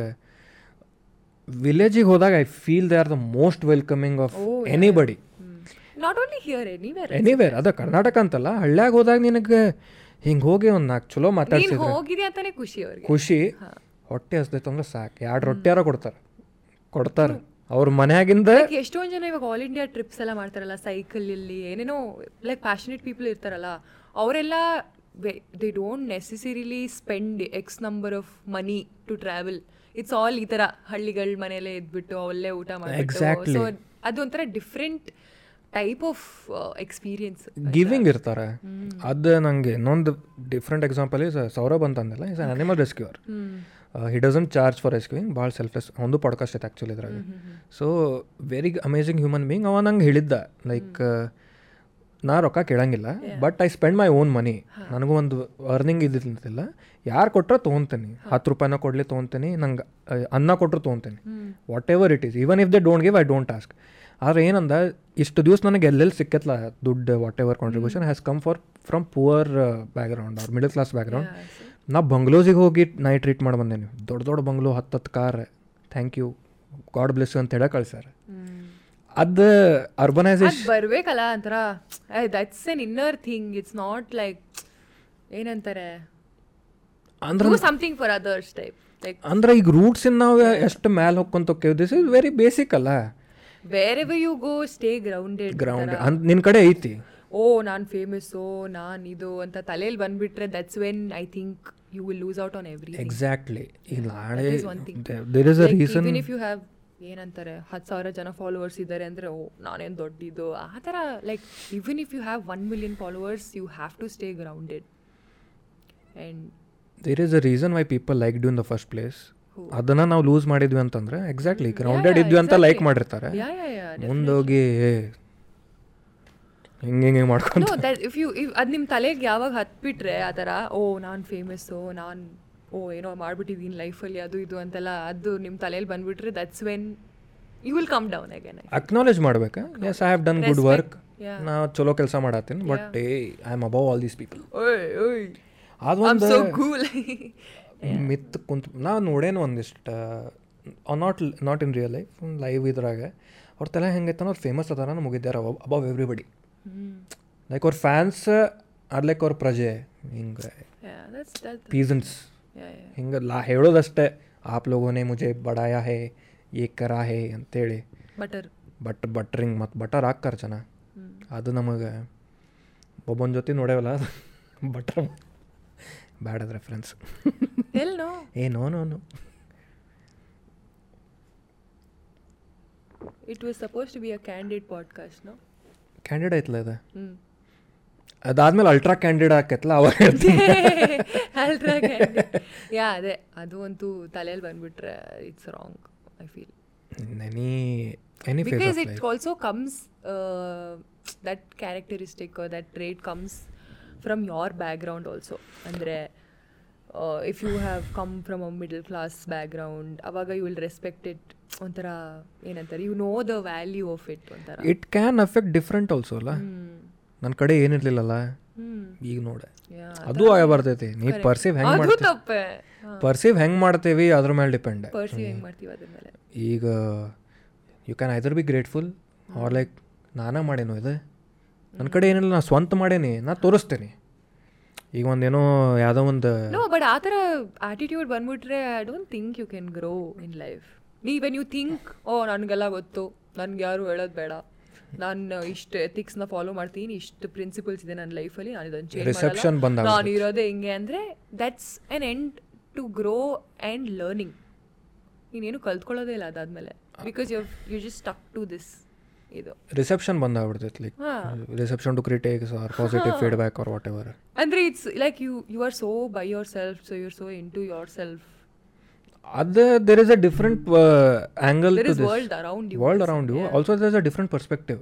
ವಿಲೇಜಿಗೆ ಹೋದಾಗ I feel they are the most welcoming of anybody
not only here anywhere
anywhere ಅದ ಕರ್ನಾಟಕ ಅಂತಲ್ಲ ಹಳ್ಳ್ಯಾಗ ಹೋದಾಗ ನಿನಗೆ ಹಿಂಗೆ ಹೋಗಿ ಒಂದು ನಾಲ್ಕು ಚಲೋ
ನೀನ್
ಮಾತಾಡ್ಸಿದ್ರೆ
ಹೋಗಿದೆ ಅಂತಾನೆ ಖುಷಿ ಅವ್ರಿಗೆ
ಖುಷಿ ಹೊಟ್ಟೆ ಹಸ್ದೈತೆ ಅಂದ್ರೆ ಸಾಕು ಎರಡು ರೊಟ್ಟಿಯಾರ ಕೊಡ್ತಾರೆ ಕೊಡ್ತಾರೆ ಅವ್ರ ಮನ್ಯಾಗಿಂದ
Like, ಎಷ್ಟೊಂದ್ ಜನ ಇವಾಗ ಆಲ್ ಇಂಡಿಯಾ ಟ್ರಿಪ್ಸ್ ಎಲ್ಲ ಮಾಡ್ತಾರಲ್ಲ ಸೈಕಲ್ ಇಲ್ಲಿ ಏನೇನೋ ಲೈಕ್ ಪ್ಯಾಷನೇಟ್ ಪೀಪಲ್ ಇರ್ತಾರಲ್ಲ ಅವರೆಲ್ಲ they don't necessarily spend X number of money to travel it's all ಈ ಥರ ಹಳ್ಳಿಗಳ ಮನೆಯಲ್ಲೇ ಇದ್ಬಿಟ್ಟು ಅಲ್ಲೇ ಊಟ ಮಾಡ್ಬಿಟ್ಟು
Exactly.
ಸೊ ಅದೊಂಥರ different type of experience
giving ಇರ್ತಾರೆ ಅದು ನನಗೆ ಇನ್ನೊಂದು ಡಿಫ್ರೆಂಟ್ ಎಕ್ಸಾಂಪಲ್ ಇಸ್ ಸೌರಭ್ ಅಂತಂದಿಲ್ಲ is an animal rescuer he doesn't charge for rescuing ಭಾಳ ಸೆಲ್ಫ್ಲೆಸ್ ಒಂದು ಪಾಡ್ಕಾಸ್ಟ್ ಐತೆ ಆ್ಯಕ್ಚುಲಿ ಇದ್ರಾಗ so very amazing human being ಅವ ನಂಗೆ ಹೇಳಿದ್ದ ಲೈಕ್ ನಾ ರೊಕ್ಕ ಕೇಳಂಗಿಲ್ಲ but I spend my own money ನನಗೂ ಒಂದು ಅರ್ನಿಂಗ್ ಇದ್ದಿಲ್ಲ ಯಾರು ಕೊಟ್ರೆ ತೊಗೊತೀನಿ ಹತ್ತು ರೂಪಾಯಿನ ಕೊಡಲಿ ತೊಗೊತೀನಿ ನಂಗೆ ಅನ್ನ ಕೊಟ್ಟರು ತೊಗೊತೀನಿ whatever it is even if they don't give I don't task ಆದ್ರೆ ಏನಂದ ಇಷ್ಟು ದಿವಸ ನನಗೆ ಎಲ್ಲೆಲ್ಲಿ ಸಿಕ್ಕತ್ತಲ್ಲ ದುಡ್ಡು whatever contribution has come for from poor background ಅವ್ರ ಮಿಡಲ್ ಕ್ಲಾಸ್ ಬ್ಯಾಕ್ಗ್ರೌಂಡ್ ನಾ ಬಂಗ್ಲೋಸಿಗೆ ಹೋಗಿ ನೈಟ್ ಟ್ರೀಟ್ ಮಾಡಿ ಬಂದೇನಿ ದೊಡ್ಡ ದೊಡ್ಡ ಬಂಗ್ಲೋ ಹತ್ತು ಹತ್ತು car thank you god bless ಅಂತ ಹೇಳಕ್ಕೆ ಕಳ್ಸ್ಯಾರ ಅದು ಅರ್ಬನೈಸೇಷನ್
ಅದ್ ಬರ್ಬೇಕಲ್ಲ ಒಂಥರ that's an inner thing it's not like ಏನಂತಾರೆ
ಅಂದ್ರೆ
something for others type like
ಅಂದ್ರೆ ಈಗ ರೂಟ್ಸ್ ನಾವು ಎಷ್ಟು ಮ್ಯಾಲೆ ಹೋಗ್ಕೊಂತ ಹೋಗ್ತೇವೆ ದಿಸ್ ಇಸ್ ವೆರಿ ಬೇಸಿಕ್ ಅಲ್ಲ
wherever you go stay grounded
ground ಅಂದ್ ನಿನ್ನ ಕಡೆ ಐತಿ
ಓ ನಾನು ಫೇಮಸ್ಸು ನಾನು ಇದು ಅಂತ ತಲೆಯಲ್ಲಿ ಬಂದ್ಬಿಟ್ರೆ that's when I think you will lose out on every
exactly ಈಗ ನಾಳೆ
That is one thing.
There is a reason
even if you have ಏನಂತಾರೆ ಹತ್ತು ಸಾವಿರ ಜನ ಫಾಲೋವರ್ಸ್ ಇದ್ದಾರೆ ಅಂದರೆ ಓ ನಾನೇನು ದೊಡ್ಡಿದ್ದು ಆ ಥರ like even if you have one million followers you have to stay grounded and
there is a reason why people like you in the first place ಅದನ್ನ ನಾವು ಲೂಸ್ ಮಾಡಿದ್ವಿ ಅಂತಂದ್ರೆ ಎಕ್ಸಾಕ್ಟ್ಲಿ ಗ್ರೌಂಡೆಡ್ ಇದ್ವಿ ಅಂತ ಲೈಕ್ ಮಾಡಿರ್ತಾರೆ
ಯಾ ಯಾ ಯಾ
ಮುಂದೋಗಿ ಹಿಂಗೆ ಹಿಂಗೆ ಮಾಡ್ಕೊಂಡು
no that if you if ಅದು ನಿಮ್ಮ ತಲೆಗೆ ಯಾವಾಗ ಹತ್ಬಿಟ್ರೆ ಆ ಥರ ಓ ನಾನು ಫೇಮಸ್ಸು ನಾನು ಓ ಏನೋ ಮಾಡ್ಬಿಟ್ಟಿದ್ದೀನಿ ಲೈಫಲ್ಲಿ ಅದು ಇದು ಅಂತೆಲ್ಲ ಅದು ನಿಮ್ಮ ತಲೆಯಲ್ಲಿ ಬಂದ್ಬಿಟ್ರೆ that's when you will come down again
acknowledge ಮಾಡ್ಬೇಕಾ yes I have done good work
yeah.
ನಾ ಚಲೋ ಕೆಲಸ ಮಾಡತ್ತೀನಿ but uh I am above all these people
ಓಯ್ ಓಯ್ ಐ
ಅದೊಂದು
ಸೋ ಕೂಲ್
ಮಿತ್ ಕುಂತ್ ನಾ ನೋಡೇನು ಒಂದಿಷ್ಟು not not in real life live ಇದ್ರಾಗ ಅವ್ರ ತಲೆ ಹೆಂಗೈತೆ ಅವ್ರು ಫೇಮಸ್ ಅದಾರ ಮುಗಿದ್ಯಾರ ಅಬೌವ್ ಎವ್ರಿಬಡಿ ಲೈಕ್ ಅವ್ರ ಫ್ಯಾನ್ಸ್ ಆರ್ ಲೈಕ್ ಅವ್ರ ಪ್ರಜೆ ಹಿಂಗೆ ಪೀಸನ್ಸ್ ಹಿಂಗೆ ಲಾ ಹೇಳೋದಷ್ಟೇ ಆಪ್ ಲೋಗೋನೆ ಮುಜೆ ಬಡಾಯ ಹೇ ಏ ಕರ ಹೇ ಅಂತೇಳಿ
ಬಟರ್
ಬಟ್ ಬಟ್ರಿಂಗ್ ಮತ್ತು ಬಟರ್ ಹಾಕ್ತಾರೆ ಜನ ಅದು ನಮಗೆ ಒಬ್ಬನ ಜೊತೆ ನೋಡೇವಲ್ಲ ಬಟರ್ ಬ್ಯಾಡದ ರೆಫರೆನ್ಸ್
ಎಲ್ no
uh no no no
it was suppose to be a candid podcast no
candid ಐತಲ್ಲ ಇದು
ಹ್ಞೂ
ಅದಾದ್ಮೇಲೆ ಅಲ್ಟ್ರಾ ಕ್ಯಾಂಡಿಡ್ ಹಾಕೈತಲ್ಲ ಅವಾಗ ಹೇಳ್ತೀನಿ
ಅಲ್ಟ್ರಾ ಯಾ ಅದೇ ಅದು ಅಂತೂ ತಲೆಯಲ್ಲಿ ಬಂದ್ಬಿಟ್ರೆ it's wrong I feel
any any phase
because
of
it also comes uh, that characteristic or that trait comes from your background also andre uh, if you have come from a middle class background avaga you will respect it ontara ಏನಂತಾರೆ you know the value of it ontara
it can affect different also ಅಲ್ಲ ನನ್ನ ಕಡೆ ಏನಿರ್ಲಿಲ್ಲಲ್ಲ ಈಗ ನೋಡ
Hmm, yeah
ಅದು ಆಯ ಬರ್ತೈತಿ ನೀ ಪರ್ಸೀವ್ ಹೆಂಗ್
ಅದು
ಮಾಡ್ತೀವಿ
ತಪ್ಪೆ
ಪರ್ಸೀವ್ ಹೆಂಗ್ ಮಾಡ್ತೀವಿ ಅದ್ರ ಮೇಲೆ ಡಿಪೆಂಡ್
ಪರ್ಸಿ ಹೆಂಗ್ ಮಾಡ್ತೀವಿ ಅದ್ರ ಮೇಲೆ
ಈಗ you can either be grateful or like ನಾನೇ ಮಾಡೇನೋ ಇದು ನನ್ನ ಕಡೆ ಏನಿಲ್ಲ ನಾ ಸ್ವಂತ ಮಾಡೇನಿ ನಾ ತೋರಿಸ್ತೇನೆ ಈಗ ಒಂದೇನೋ ಯಾವುದೋ ಒಂದು
ನೋ ಬಟ್ ಆ ಥರ ಆಟಿಟ್ಯೂಡ್ ಬಂದ್ಬಿಟ್ರೆ I don't think you can grow in life ನೀ ವೆನ್ ಯು ಥಿಂಕ್ ಓ ನನಗೆಲ್ಲ "Oh, ಗೊತ್ತು ನನ್ಗೆ ಯಾರು ಹೇಳೋದು ಬೇಡ ನಾನು ಇಷ್ಟು ಎಥಿಕ್ಸ್ನ ಫಾಲೋ ಮಾಡ್ತೀನಿ ಇಷ್ಟು ಪ್ರಿನ್ಸಿಪಲ್ಸ್ ಇದೆ ನನ್ನ ಲೈಫಲ್ಲಿ ನಾನು ಇದನ್ನು
Reception
ಚೇಂಜ್
ಬಂದಾಗ್ಬಿಡುತ್ತೆ.
ನಾನು ಇರೋದೇ ಹಿಂಗೆ ಅಂದರೆ that's an end to grow and learning ನೀನೇನು ಕಲ್ತ್ಕೊಳ್ಳೋದೇ ಇಲ್ಲ ಅದಾದಮೇಲೆ because you you just stuck to this ಇದು
ರಿಸೆಪ್ಷನ್ ಬಂದಾಗ್ಬಿಡ್ತೈತಿ ಲೈಕ್
ಹಾ.
Reception to critics or positive feedback or whatever
ಅಂದರೆ it's like you you are so by yourself so you are so into yourself
ಅದು there is a different angle
There is world around you Hmm.
World around you also there is a different perspective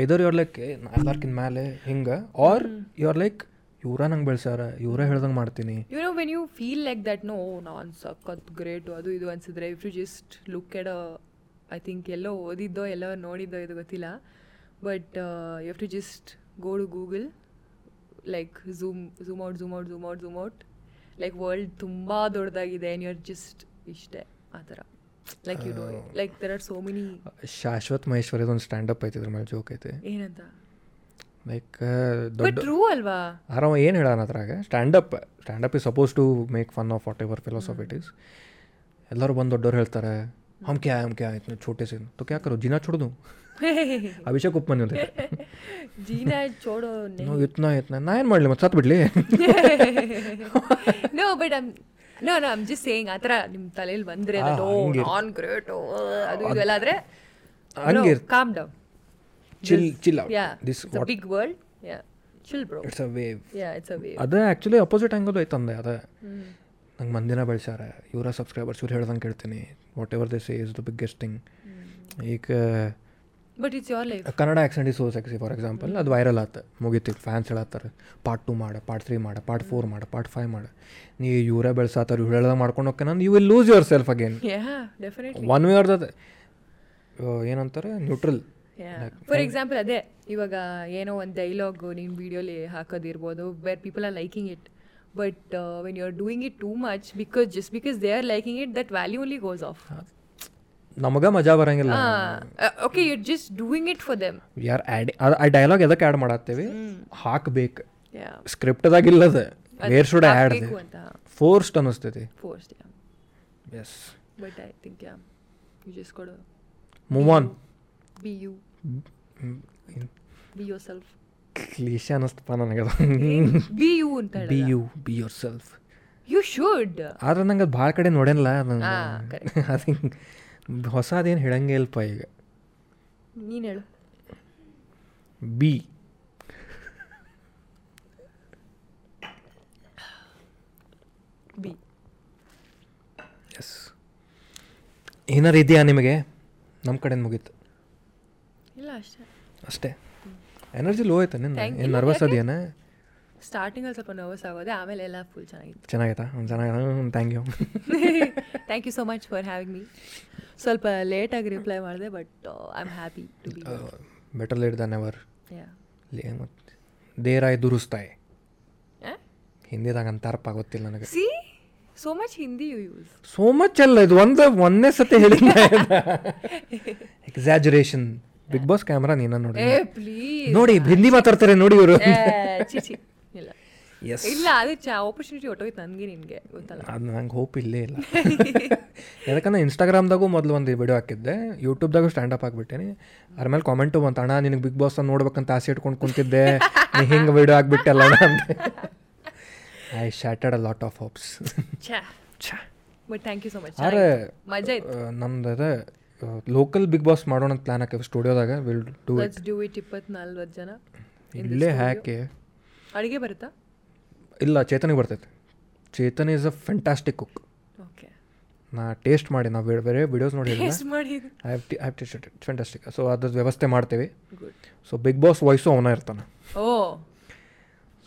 either your like ನಾ ಎಲ್ಲರ್ಕಿನ್ ಮೇಲೆ ಹಿಂಗೆ ಆರ್ ಯು ಆರ್ ಲೈಕ್ ಇವರ ನಂಗೆ ಬೆಳೆಸ್ಯಾರ ಇವರ ಹೇಳ್ದಂಗೆ ಮಾಡ್ತೀನಿ
you know when you feel like that no ನಾನ್ ಸಖತ್ ಗ್ರೇಟ್ ಅದು ಇದು ಅನ್ಸಿದ್ರೆ if you just look at I think ಎಲ್ಲೋ ಓದಿದ್ದೋ ಎಲ್ಲೋ ನೋಡಿದ್ದೋ ಇದು ಗೊತ್ತಿಲ್ಲ uh, but you have to just go to Google like zoom zoom out zoom out zoom out zoom out like world ತುಂಬ ದೊಡ್ಡದಾಗಿದೆ ಆ್ಯಂಡ್ ಯು ಆರ್ ಜಸ್ಟ್ ಇಷ್ಟೇ ಆ ಥರ like you do like there are so many
Shashwat ಮಹೇಶ್ವರಿದ ಒಂದು ಸ್ಟ್ಯಾಂಡಪ್ ಐತಿ ಇದ್ರ ಮೇಲೆ ಜೋಕ್ ಐತಿ
ಏನಂತ
ಲೈಕ್
ಬಟ್
ದೊಡ್ಡ
ಟ್ರೂ ಅಲ್ವಾ
ಆರಾಮ ಏನು ಹೇಳೋಣ ಅದ್ರಾಗ standup standup is suppose to make fun of whatever philosophy it is ಎಲ್ಲರೂ ಬಂದು ದೊಡ್ಡವ್ರು ಹೇಳ್ತಾರೆ हम क्या है हम क्या है इतने छोटे से तो क्या करो जीना छोड़ दूँ ಅಭಿಷೇಕ್ ಉಪ್ಮನ್ ಅಂತ
ಜೀನಾ ಚೋಡೋ
ನಾವು ಇತ್ನ ಇತ್ನ ನಾ ಏನು ಮಾಡಲಿ ಮತ್ತೆ ಸತ್ತು ಬಿಡ್ಲಿ
no but I'm no no I'm just saying ಆ ಥರ ನಿಮ್ಮ ತಲೆಯಲ್ಲಿ ಬಂದರೆ
ಆ, ಹಂಗೆ.
ಆನ್ ಗ್ರೇಟ್ ಅದು ಇದು ಎಲ್ಲ ಆದರೆ
ಹಂಗೆ
calm down
chill chill out
yeah
this
it's a big world yeah chill bro
it's a wave
yeah it's a way
ಅದೇ ಆ್ಯಕ್ಚುಲಿ ಅಪೋಸಿಟ್ ಹ್ಯಾಂಗದು ಐತೆ ಅಂದೆ ಅದೇ ನಂಗೆ ಮಂದಿನ ಬೆಳೆಸ್ಯಾರ ಇವರ ಸಬ್ಸ್ಕ್ರೈಬರ್ಸ್ ಇವ್ರು ಹೇಳ್ದಂಗೆ ಕೇಳ್ತೀನಿ whatever this is the biggest thing ಈಗ
but it's your life
Kannada accent is so sexy for example ಅದು ವೈರಲ್ ಆತ ಮುಗೀತಿ ಫ್ಯಾನ್ಸ್ ಹೇಳತ್ತಾರೆ ಪಾರ್ಟ್ ಟು ಮಾಡ ಪಾರ್ಟ್ ತ್ರೀ ಮಾಡ ಪಾರ್ಟ್ ಫೋರ್ ಮಾಡ ಪಾರ್ಟ್ ಫೈವ್ ಮಾಡ ನೀ ಇವರೇ ಬೆಳೆಸಾತಾರ ಇವ್ರು ಹೇಳ್ದಂಗೆ ಮಾಡ್ಕೊಂಡು ಹೋಗ್ಕೆ ನಾನು you will lose yourself again
yeah definitely
one way or that ಏನಂತಾರೆ ನ್ಯೂಟ್ರಲ್
ಫಾರ್ ಎಕ್ಸಾಂಪಲ್ ಅದೇ ಇವಾಗ ಏನೋ ಒಂದು ಡೈಲಾಗ್ ನಿಮ್ಮ ವಿಡಿಯೋಲಿ ಹಾಕೋದಿರ್ಬೋದು where people are liking it but when you are doing it too much because just because they are liking it that value only goes off
ನಮಗ ಮಜಾ ಬರಂಗಿಲ್ಲ
Ah, okay you just doing it for them
ಯಾರು ಆ್ಯಡ್ ಆ ಡೈಲಾಗ್ ಎದಕ್ಕೆ ಆ್ಯಡ್ ಮಾಡತ್ತೇವಿ ಹಾಕ್ಬೇಕು
ಯಾ
ಸ್ಕ್ರಿಪ್ಟ್ದಾಗ ಇಲ್ಲದ ವೇರ್ ಶುಡ್ ಆ್ಯಡ್
ಬೇಕು ಅಂತ
ಫೋರ್ಸ್ಟ್ ಅನ್ನಿಸ್ತೈತಿ
force yeah
yes
but I think yeah you just ಕೊಡು
move on
B you be yourself
cliche ಅನ್ನಿಸ್ತಪ್ಪ ನನಗೆ
ಬಿ ಯು ಅಂತ
ಬಿ
ಹೇಳಿ
you be yourself
you should
ಆದ್ರೆ ನಂಗೆ ಅದು ಭಾಳ ಕಡೆ ನೋಡೇನಲ್ಲ
ಹಾ ಕರೆಕ್ಟ್
ಅದು ಹೊಸ ಅದೇನು ಹೇಳಂಗೆ ಇಲ್ಪ ಈಗ
ನೀನು ಹೇಳು
ಬಿ
ಬಿ
ಎಸ್ ಏನಾರು ಇದೆಯಾ ನಿಮಗೆ ನಮ್ಮ ಕಡೆಯಿಂದ ಮುಗೀತು
ಇಲ್ಲ ಅಷ್ಟೇ
ಅಷ್ಟೇ ಎನರ್ಜಿ ಲೋ ಆಯ್ತಾ ನಿನ್ನ
Thank
ಏನು
you.
ನರ್ವಸ್
ಯಾಕೆ?
ಅದೇನ
ಸ್ಟಾರ್ಟಿಂಗಲ್ಲಿ ಸ್ವಲ್ಪ ನರ್ವಸ್ ಆಗೋದೆ ಆಮೇಲೆ ಎಲ್ಲ ಫುಲ್ ಚೆನ್ನಾಗಿತ್ತು
ಚೆನ್ನಾಗೈತಾ ಚೆನ್ನಾಗ thank you
thank you so much for having me ಸ್ವಲ್ಪ ಲೇಟಾಗಿ ರಿಪ್ಲೈ ಮಾಡಿದೆ but I am happy to be
Uh, better late than ever
yeah
ಮತ್ತೆ ದೇರಾಯ್ ದುರುಸ್ತಾಯ್
Eh?
ಹಿಂದಿದಾಗ ಅಂತಾರಪ್ಪ ಗೊತ್ತಿಲ್ಲ ನನಗೆ
see so much Hindi you use
so much ಅಲ್ಲ ಇದು ಒಂದು ಒಂದನೇ ಸತಿ ಹೇಳಿ ಎಕ್ಸಾಜುರೇಷನ್ ಬಿಗ್ ಬಾಸ್ ಕ್ಯಾಮ್ರಾ ನೀನ ನೋಡಿ
ಏ ಪ್ಲೀಸ್
ನೋಡಿ ಹಿಂದಿ ಮಾತಾಡ್ತಾರೆ ನೋಡಿ ಇವರು
ಚಿಚಿ Eh, ಇಲ್ಲ
ಎಸ್
ಇಲ್ಲ ಅದು ಚಾ ಆಪರ್ಚುನಿಟಿ ಹೊಟ್ಟೋಯ್ತು ನನಗೆ ನಿನಗೆ ಗೊತ್ತಲ್ಲ
ಅದು ನಂಗೆ ಹೋಪ್ ಇಲ್ಲೇ ಇಲ್ಲ ಯಾಕಂದ್ರೆ ಇನ್ಸ್ಟಾಗ್ರಾಮ್ದಾಗೂ ಮೊದಲು ಒಂದು ವಿಡಿಯೋ ಹಾಕಿದ್ದೆ ಯೂಟ್ಯೂಬ್ದಾಗೂ ಸ್ಟ್ಯಾಂಡಪ್ ಹಾಕ್ಬಿಟ್ಟೇನಿ ಅದ್ರ ಮೇಲೆ ಕಾಮೆಂಟು ಬಂತು ಅಣ್ಣ ನಿನಗೆ ಬಿಗ್ ಬಾಸ್ ನೋಡ್ಬೇಕಂತ ಆಸೆ ಇಟ್ಕೊಂಡು ಕುಂತಿದ್ದೆ ನೀ ಹಿಂಗೆ ವಿಡಿಯೋ ಹಾಕ್ಬಿಟ್ಟಲ್ಲ ಅಂತ I shattered a lot of hopes
ಛಾ but thank you so much
ಆರೆ
ಮಜಾ ಇತ್ತು
ನಮ್ದು ಅದೇ ಲೋಕಲ್ ಬಿಗ್ ಬಾಸ್ ಮಾಡೋಣ ಅಂತ ಪ್ಲಾನ್ ಹಾಕಿವಿ ಸ್ಟುಡಿಯೋದಾಗ will do it
let's do it ಇಪ್ಪತ್ನಾಲ್ವತ್ತು ಜನ
ಇಲ್ಲೇ ಹ್ಯಾಕೆ
ಅಡುಗೆ ಬರುತ್ತಾ
ಇಲ್ಲ ಚೇತನಿಗೆ ಬರ್ತೈತೆ Chetan is a fantastic cook
okay
ನಾ ಟೇಸ್ಟ್ ಮಾಡಿ ನಾವು ಬೇರೆ ಬೇರೆ ವಿಡಿಯೋಸ್ ನೋಡಿ
ಟೇಸ್ಟ್ ಮಾಡಿ
I have I have taste it fantastic so ಅದ್ರ ವ್ಯವಸ್ಥೆ ಮಾಡ್ತೀವಿ
good
so big boss voice ಅವನ ಇರ್ತಾನೆ
ಓ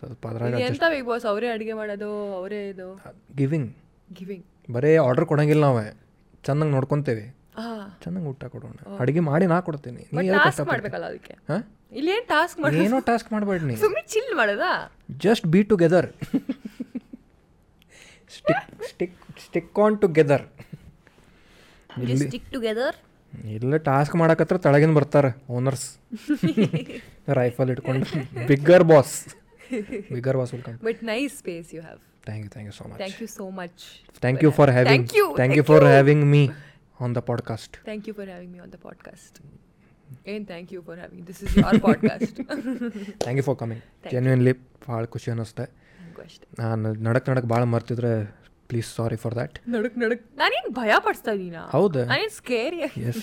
ಸ್ವಲ್ಪ ಅದ್ರಾಗ
ಎಂತ ಬಿಗ್ ಬಾಸ್ ಅವರೇ ಅಡುಗೆ ಮಾಡೋದು ಅವರೇ ಇದು
ಗಿವಿಂಗ್
ಗಿವಿಂಗ್
ಬರೀ ಆರ್ಡರ್ ಕೊಡಂಗಿಲ್ಲ ನಾವೇ ಚೆನ್ನಾಗಿ ನೋಡ್ಕೊತೇವೆ
ಆ
ಚೆನ್ನಾಗಿ ಊಟ ಕೊಡೋಣ
Oh.
ಅಡುಗೆ ಮಾಡಿ ನಾ ಕೊಡ್ತೀನಿ ನೀ ಯಾಕೆ
ಟಾಸ್ಕ್
ಕಷ್ಟಪಡ್ತಿ?
ಮಾಡ್ಬೇಕಲ್ಲ ಅದಕ್ಕೆ
ಹಾ?
ಇಲ್ಲಿ ಏನ್ ಟಾಸ್ಕ್ ಮಾಡಿ
ಏನೋ ಟಾಸ್ಕ್ ಮಾಡಬೇಡ ನೀ
ಸುಮ್ಮನೆ ಚಿಲ್ ಮಾಡೋದಾ
just be together stick stick stick on together
stick together
ಇಲ್ಲ ಟಾಸ್ಕ್ ಮಾಡಕತ್ರ ತಳಗಿನ ಬರ್ತಾರೆ ಓನರ್ಸ್ ರೈಫಲ್ ಇಟ್ಕೊಂಡು bigger boss bigger boss welcome
but nice space you have
thank you thank you so much
thank
thank
you so much
you for having
Thank you,
thank you
thank
for
you.
Having me on the podcast
thank you for having me on the podcast ಏನ್ thank you for having this is your podcast
thank you for coming genuinely ಭಾಳ ಖುಷಿ ಅನ್ನಿಸ್ತೆ
ಅಷ್ಟೇ
ನಾನು ನಡಕ್ ನಡಕ್ ಭಾಳ ಮರ್ತಿದ್ರೆ ಪ್ಲೀಸ್ ಸಾರಿ ಫಾರ್ ದ್ಯಾಟ್
ನಡುಕ್ ನಡುಕ್ ನಾನೇನ್ ಭಯ ಪಡಿಸ್ತಾ ಇದೀನ
ಹೌದಾ?
ನಾನೇನ್ square
S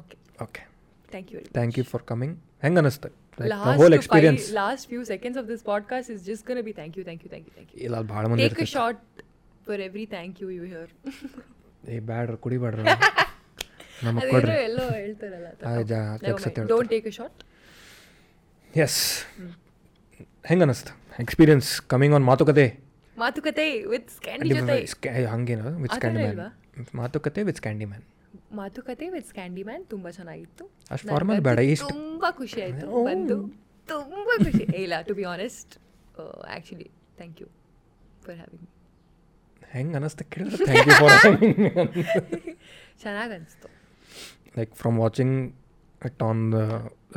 okay
okay
thank you very
thank you for coming ಹೆಂಗೆ ಅನ್ನಿಸ್ತೆ
last
whole experience
last few seconds of this podcast is just gonna be thank you thank you thank you thank you
ಇಲ್ಲ ಭಾಳ ಮಂದಿ
take a short for every thank you you hear
ಏ ಬ್ಯಾಡ್ರಿ ಕುಡಿಬೇಡ್ರಿ ನಮಗೆ
ಅದೇನೋ
ಕೊಡ್ರಿ
ಎಲ್ಲೋ ಹೇಳ್ತಾರಲ್ಲ
ಆ, ಜಾ- ಕೆಲ್ಸ ಹೇಳ್ತಾರೆ.
Don't take a shot
yes ಹೆಂಗೆ ಅನ್ನಿಸ್ತು ಎಕ್ಸ್ಪೀರಿಯನ್ಸ್ ಕಮಿಂಗ್ ಆನ್ ಮಾತುಕತೆ
ಮಾತುಕತೆ ವಿತ್ ಸ್ಕ್ಯಾಂಡಿ ಜೊತೆ
ಹಂಗೇನು ವಿತ್
ಆ ಥರ
ಸ್ಕ್ಯಾಂಡಿ
ಇಲ್ವಾ?
ಮ್ಯಾನ್ ಮಾತುಕತೆ ವಿತ್ ಸ್ಕ್ಯಾಂಡಿ ಮ್ಯಾನ್
ಮಾತುಕತೆ ವಿತ್ ಸ್ಕ್ಯಾಂಡಿ ಮ್ಯಾನ್ ತುಂಬಾ ಚೆನ್ನಾಗಿತ್ತು
ಅಷ್ಟ್ formal ಬೇಡ,
ನನಗಂತೂ
ಇಷ್ಟ್-
ತುಂಬಾ ಖುಷಿ ಆಯ್ತು ಬಂದು ತುಂಬಾ ಖುಷಿ ಏ, ಇಲ್ಲ to be honest actually thank you for having
ಹೆಂಗೆ ಅನ್ನಿಸ್ತು ಕೇಳಿದ್ರೆ ಥ್ಯಾಂಕ್ ಯು ಫಾರ್
ಚೆನ್ನಾಗಿ ಅನಿಸ್ತು
like from watching it on the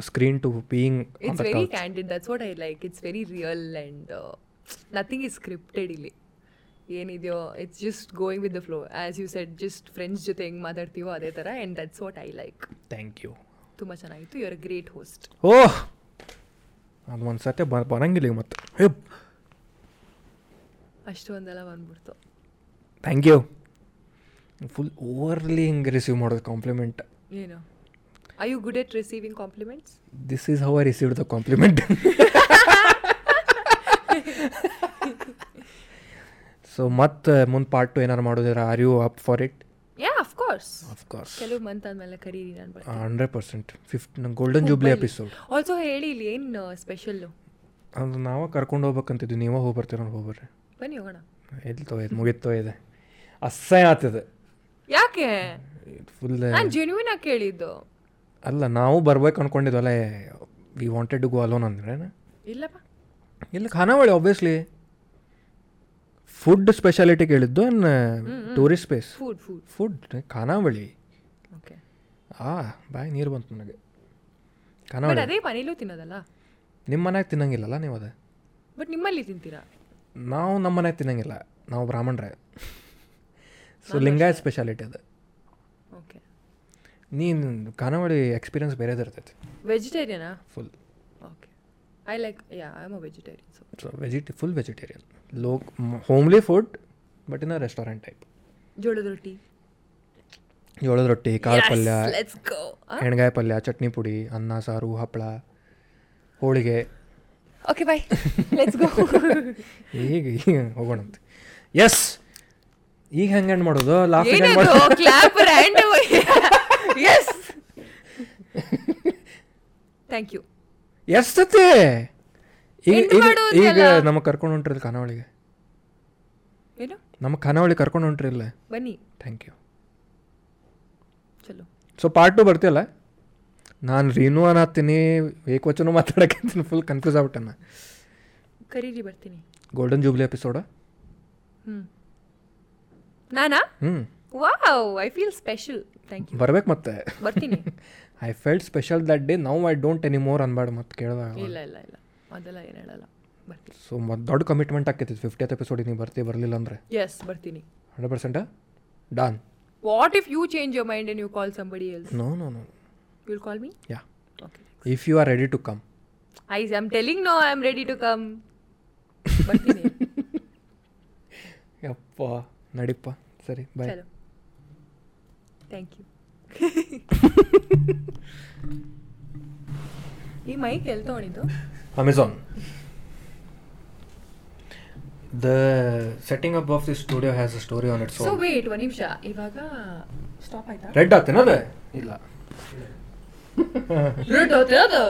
screen to being on
it's
the
very
couch.
uh, candid that's what I like it's very real and nothing is scripted ಇಲ್ಲಿ ಏನಿದೆಯೋ it's just going with the flow as you said just friends ಜೊತೆ ಹೆಂಗೆ ಮಾತಾಡ್ತೀವೋ ಅದೇ ಥರ and that's what I like
thank you
ತುಂಬ ಚೆನ್ನಾಗಿತ್ತು you are great host
oh Oh! ಅದು ಒಂದು ಸತಿ ಬ ಬರಂಗಿಲ್ಲ ಈಗ ಮತ್ತೆ ಏ
ಅಷ್ಟು ಒಂದೆಲ್ಲ ಬಂದ್ಬಿಡ್ತು
ಥ್ಯಾಂಕ್ ಯು ಫುಲ್ ಓವರ್ಲಿ ಹಿಂಗೆ ರಿಸೀವ್ ಮಾಡೋದು ಕಾಂಪ್ಲಿಮೆಂಟ್
ಏನು I you good at receiving compliments
this is how I received the compliment so ಮತ್ತೆ ಮುಂದೆ ಪಾರ್ಟ್ ಟು ಏನಾರು ಮಾಡೋದಿರ are you up for it
yeah of course
of course
ಕೆಲವು ಮಂತ್ ಆದಮೇಲೆ ಕರೀರಿ ನಾನು ಬರ್ತೀನಿ
hundred percent fifth golden jubilee episode
also ಹೇಳಿ ಇಲ್ಲಿ uh, ಏನು ಸ್ಪೆಷಲ್ಲು
ಅದು ನಾವೇ ಕರ್ಕೊಂಡು ಹೋಗ್ಬೇಕಂತಿದ್ವಿ ನೀವೇ ಹೋಗಿ ಬರ್ತೀರ ಹೋಗ್ಬರ್ರಿ
ಬನ್ನಿ ಹೋಗೋಣ
ಎಲ್ಲಿ ತೊಯ್ದು ಮುಗಿತೋ ಇದೆ ಅಸಹ್ಯ ಆಗ್ತದೆ
ಯಾಕೆ
ಫುಲ್
ನಾನು ಜೆನ್ಯೂನ್ ಆಗಿ ಕೇಳಿದ್ದು
ಅಲ್ಲ ನಾವು ಬರ್ಬೇಕು ಅನ್ಕೊಂಡಿದ್ವಲ್ಲ we wanted to go alone ಅಂದ್ರೆ
ಇಲ್ಲಪ್ಪ
ಇಲ್ಲ ಖಾನಾವಳಿ ಆಬ್ವಿಯಸ್ಲಿ ಫುಡ್ ಸ್ಪೆಷಾಲಿಟಿ ಕೇಳಿದ್ದು ಅನ್ನ tourist place
food food
food ಖಾನಾವಳಿ
ಓಕೆ
ಆ ಬಾಯ್ ನೀರು ಬಂತು ನನಗೆ
ಬಟ್
ಖಾನಾವಳಿ
ಅದೇ ಮನೇಲೂ ತಿನ್ನೋದಲ್ಲ
ನಿಮ್ಮ ಮನ್ಯಾಗ ತಿನ್ನಂಗಿಲ್ಲಲ್ಲ ನೀವು ಅದೇ
ಬಟ್ ನಿಮ್ಮಲ್ಲಿ ತಿಂತೀರಾ
ನಾವು ನಮ್ಮ ಮನ್ಯಾಗ ತಿನ್ನಂಗಿಲ್ಲ ನಾವು ಬ್ರಾಹ್ಮಣರೇ ಸೊ ಲಿಂಗಾಯತ್ ಸ್ಪೆಷಾಲಿಟಿ ಅದು
ಓಕೆ
ನೀನು ಖಾನಾವಳಿ ಎಕ್ಸ್ಪೀರಿಯನ್ಸ್ ಬೇರೆದು ಇರ್ತೈತಿ
ವೆಜಿಟೇರಿಯನಾ
full
okay I like yeah I am a vegetarian so
so vegeta full vegetarian ಲೋ homely food but in a restaurant type
ಜೋಳದ ರೊಟ್ಟಿ
ಜೋಳದ ರೊಟ್ಟಿ ಕಾಳು ಪಲ್ಯ
ಲೆಟ್ಸ್ ಗೋ
ಎಣ್ಗಾಯಿ ಪಲ್ಯ ಚಟ್ನಿ ಪುಡಿ ಅನ್ನ ಸಾರು ಹಪ್ಪಳ ಹೋಳಿಗೆ
ಓಕೆ ಬೈ ಲೆಟ್ಸ್ ಗೋ
ಈಗ ಈಗ ಹೋಗೋಣಂತೆ ಎಸ್ ಈಗ ಹೆಂಗೆ ಎಂಡ್ ಮಾಡೋದು ಲಾಸ್ಟ್ ಹೆಂಗೆ
ಏನದು
ಮಾಡೋದು
clap random yes thank you
yes ಸತಿ ಈಗ
End
ಈಗ ಈಗ
ಮಾಡೋದಲ್ಲ.
ನಮಗೆ ಕರ್ಕೊಂಡು ಹೊಂಟ್ರಿಲ್ಲ ಖಾನಾವಳಿಗೆ
ಏನು
ನಮ್ಮ ಖಾನಾವಳಿ ಕರ್ಕೊಂಡು ಹೊಂಟ್ರಿಲ್ಲ
ಬನ್ನಿ
ಥ್ಯಾಂಕ್ ಯು
ಚಲೋ
ಸೊ ಪಾರ್ಟ್ ಟು ಬರ್ತೀಯಲ್ಲ ನಾನು ರೀನು ಅನ್ನತ್ತೀನಿ ಏಕವಚನ ಮಾತಾಡಕಂತೀನಿ ಫುಲ್ ಕನ್ಫ್ಯೂಸ್ ಆಗ್ಬಿಟ್ಟೆ ನಾ
ಕರೀರಿ ಬರ್ತೀನಿ
ಗೋಲ್ಡನ್ ಜೂಬ್ಲಿ ಎಪಿಸೋಡ
ಹ್ಞೂ ನಾನಾ
ಹ್ಞೂ
wow I feel special thank you
ಬರ್ಬೇಕು ಮತ್ತೆ
ಬರ್ತೀನಿ
I felt special that day now I don't anymore ಅನ್ಬಾರ್ದು ಮತ್ತೆ ಕೇಳಿದಾಗ
ಇಲ್ಲ ಇಲ್ಲ ಇಲ್ಲ ಅದೆಲ್ಲ ಏನು ಹೇಳಲ್ಲ ಬರ್ತೀನಿ
ಸೊ ಮತ್ತು ದೊಡ್ಡ ಕಮಿಟ್ಮೆಂಟ್ ಆಕೈತಿ ಫಿಫ್ಟಿಯತ್ ಎಪಿಸೋಡಿಗೆ ನೀವು ಬರ್ತೀವಿ ಬರಲಿಲ್ಲ ಅಂದರೆ
ಎಸ್ ಬರ್ತೀನಿ
hundred percent Don
what if you change your mind and you call somebody else
no no no
you'll call me
yeah
okay
if you are ready to come
I am telling no I am ready to come ಬರ್ತೀನಿ
ಯಪ್ಪ ನಡಿಪ್ಪ ಸರಿ ಬಾಯ್
ಚಲೋ ಥ್ಯಾಂಕ್ ಯು ಈ ಮೈಕ್ ಎಲ್ಲಿ ತೊಗೊಂಡಿದ್ದು
Amazon. The setting up of this studio has a story on its
so
own.
Wait ಒಂದು ನಿಮಿಷ ಇವಾಗ ಸ್ಟಾಪ್ ಆಯ್ತಾ
ರೆಡ್ ಆಗ್ತೇನ ಅದ ಇಲ್ಲ
ರೂಟ್ ಹೋಗ್ತದೆ ಅದು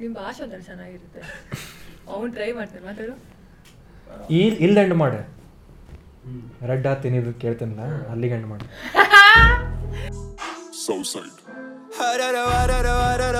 ನಿಮ್ಮ ಭಾಷೆ ಒಂಥರ ಚೆನ್ನಾಗಿರುತ್ತೆ ಅವ್ನು ಟ್ರೈ ಮಾಡ್ತಾನೆ ಮಾತಾಡು
ಈ ಇಲ್ಲಿ ಎಂಡ್ ಮಾಡು ರೆಡ್ ಆಗ್ತೀನಿ ಇದು ಕೇಳ್ತೇನಲ್ಲ ಅಲ್ಲಿಗೆ ಎಂಡ್ ಮಾಡು
Southside.
ಹರರ ಹರರ ಹರರ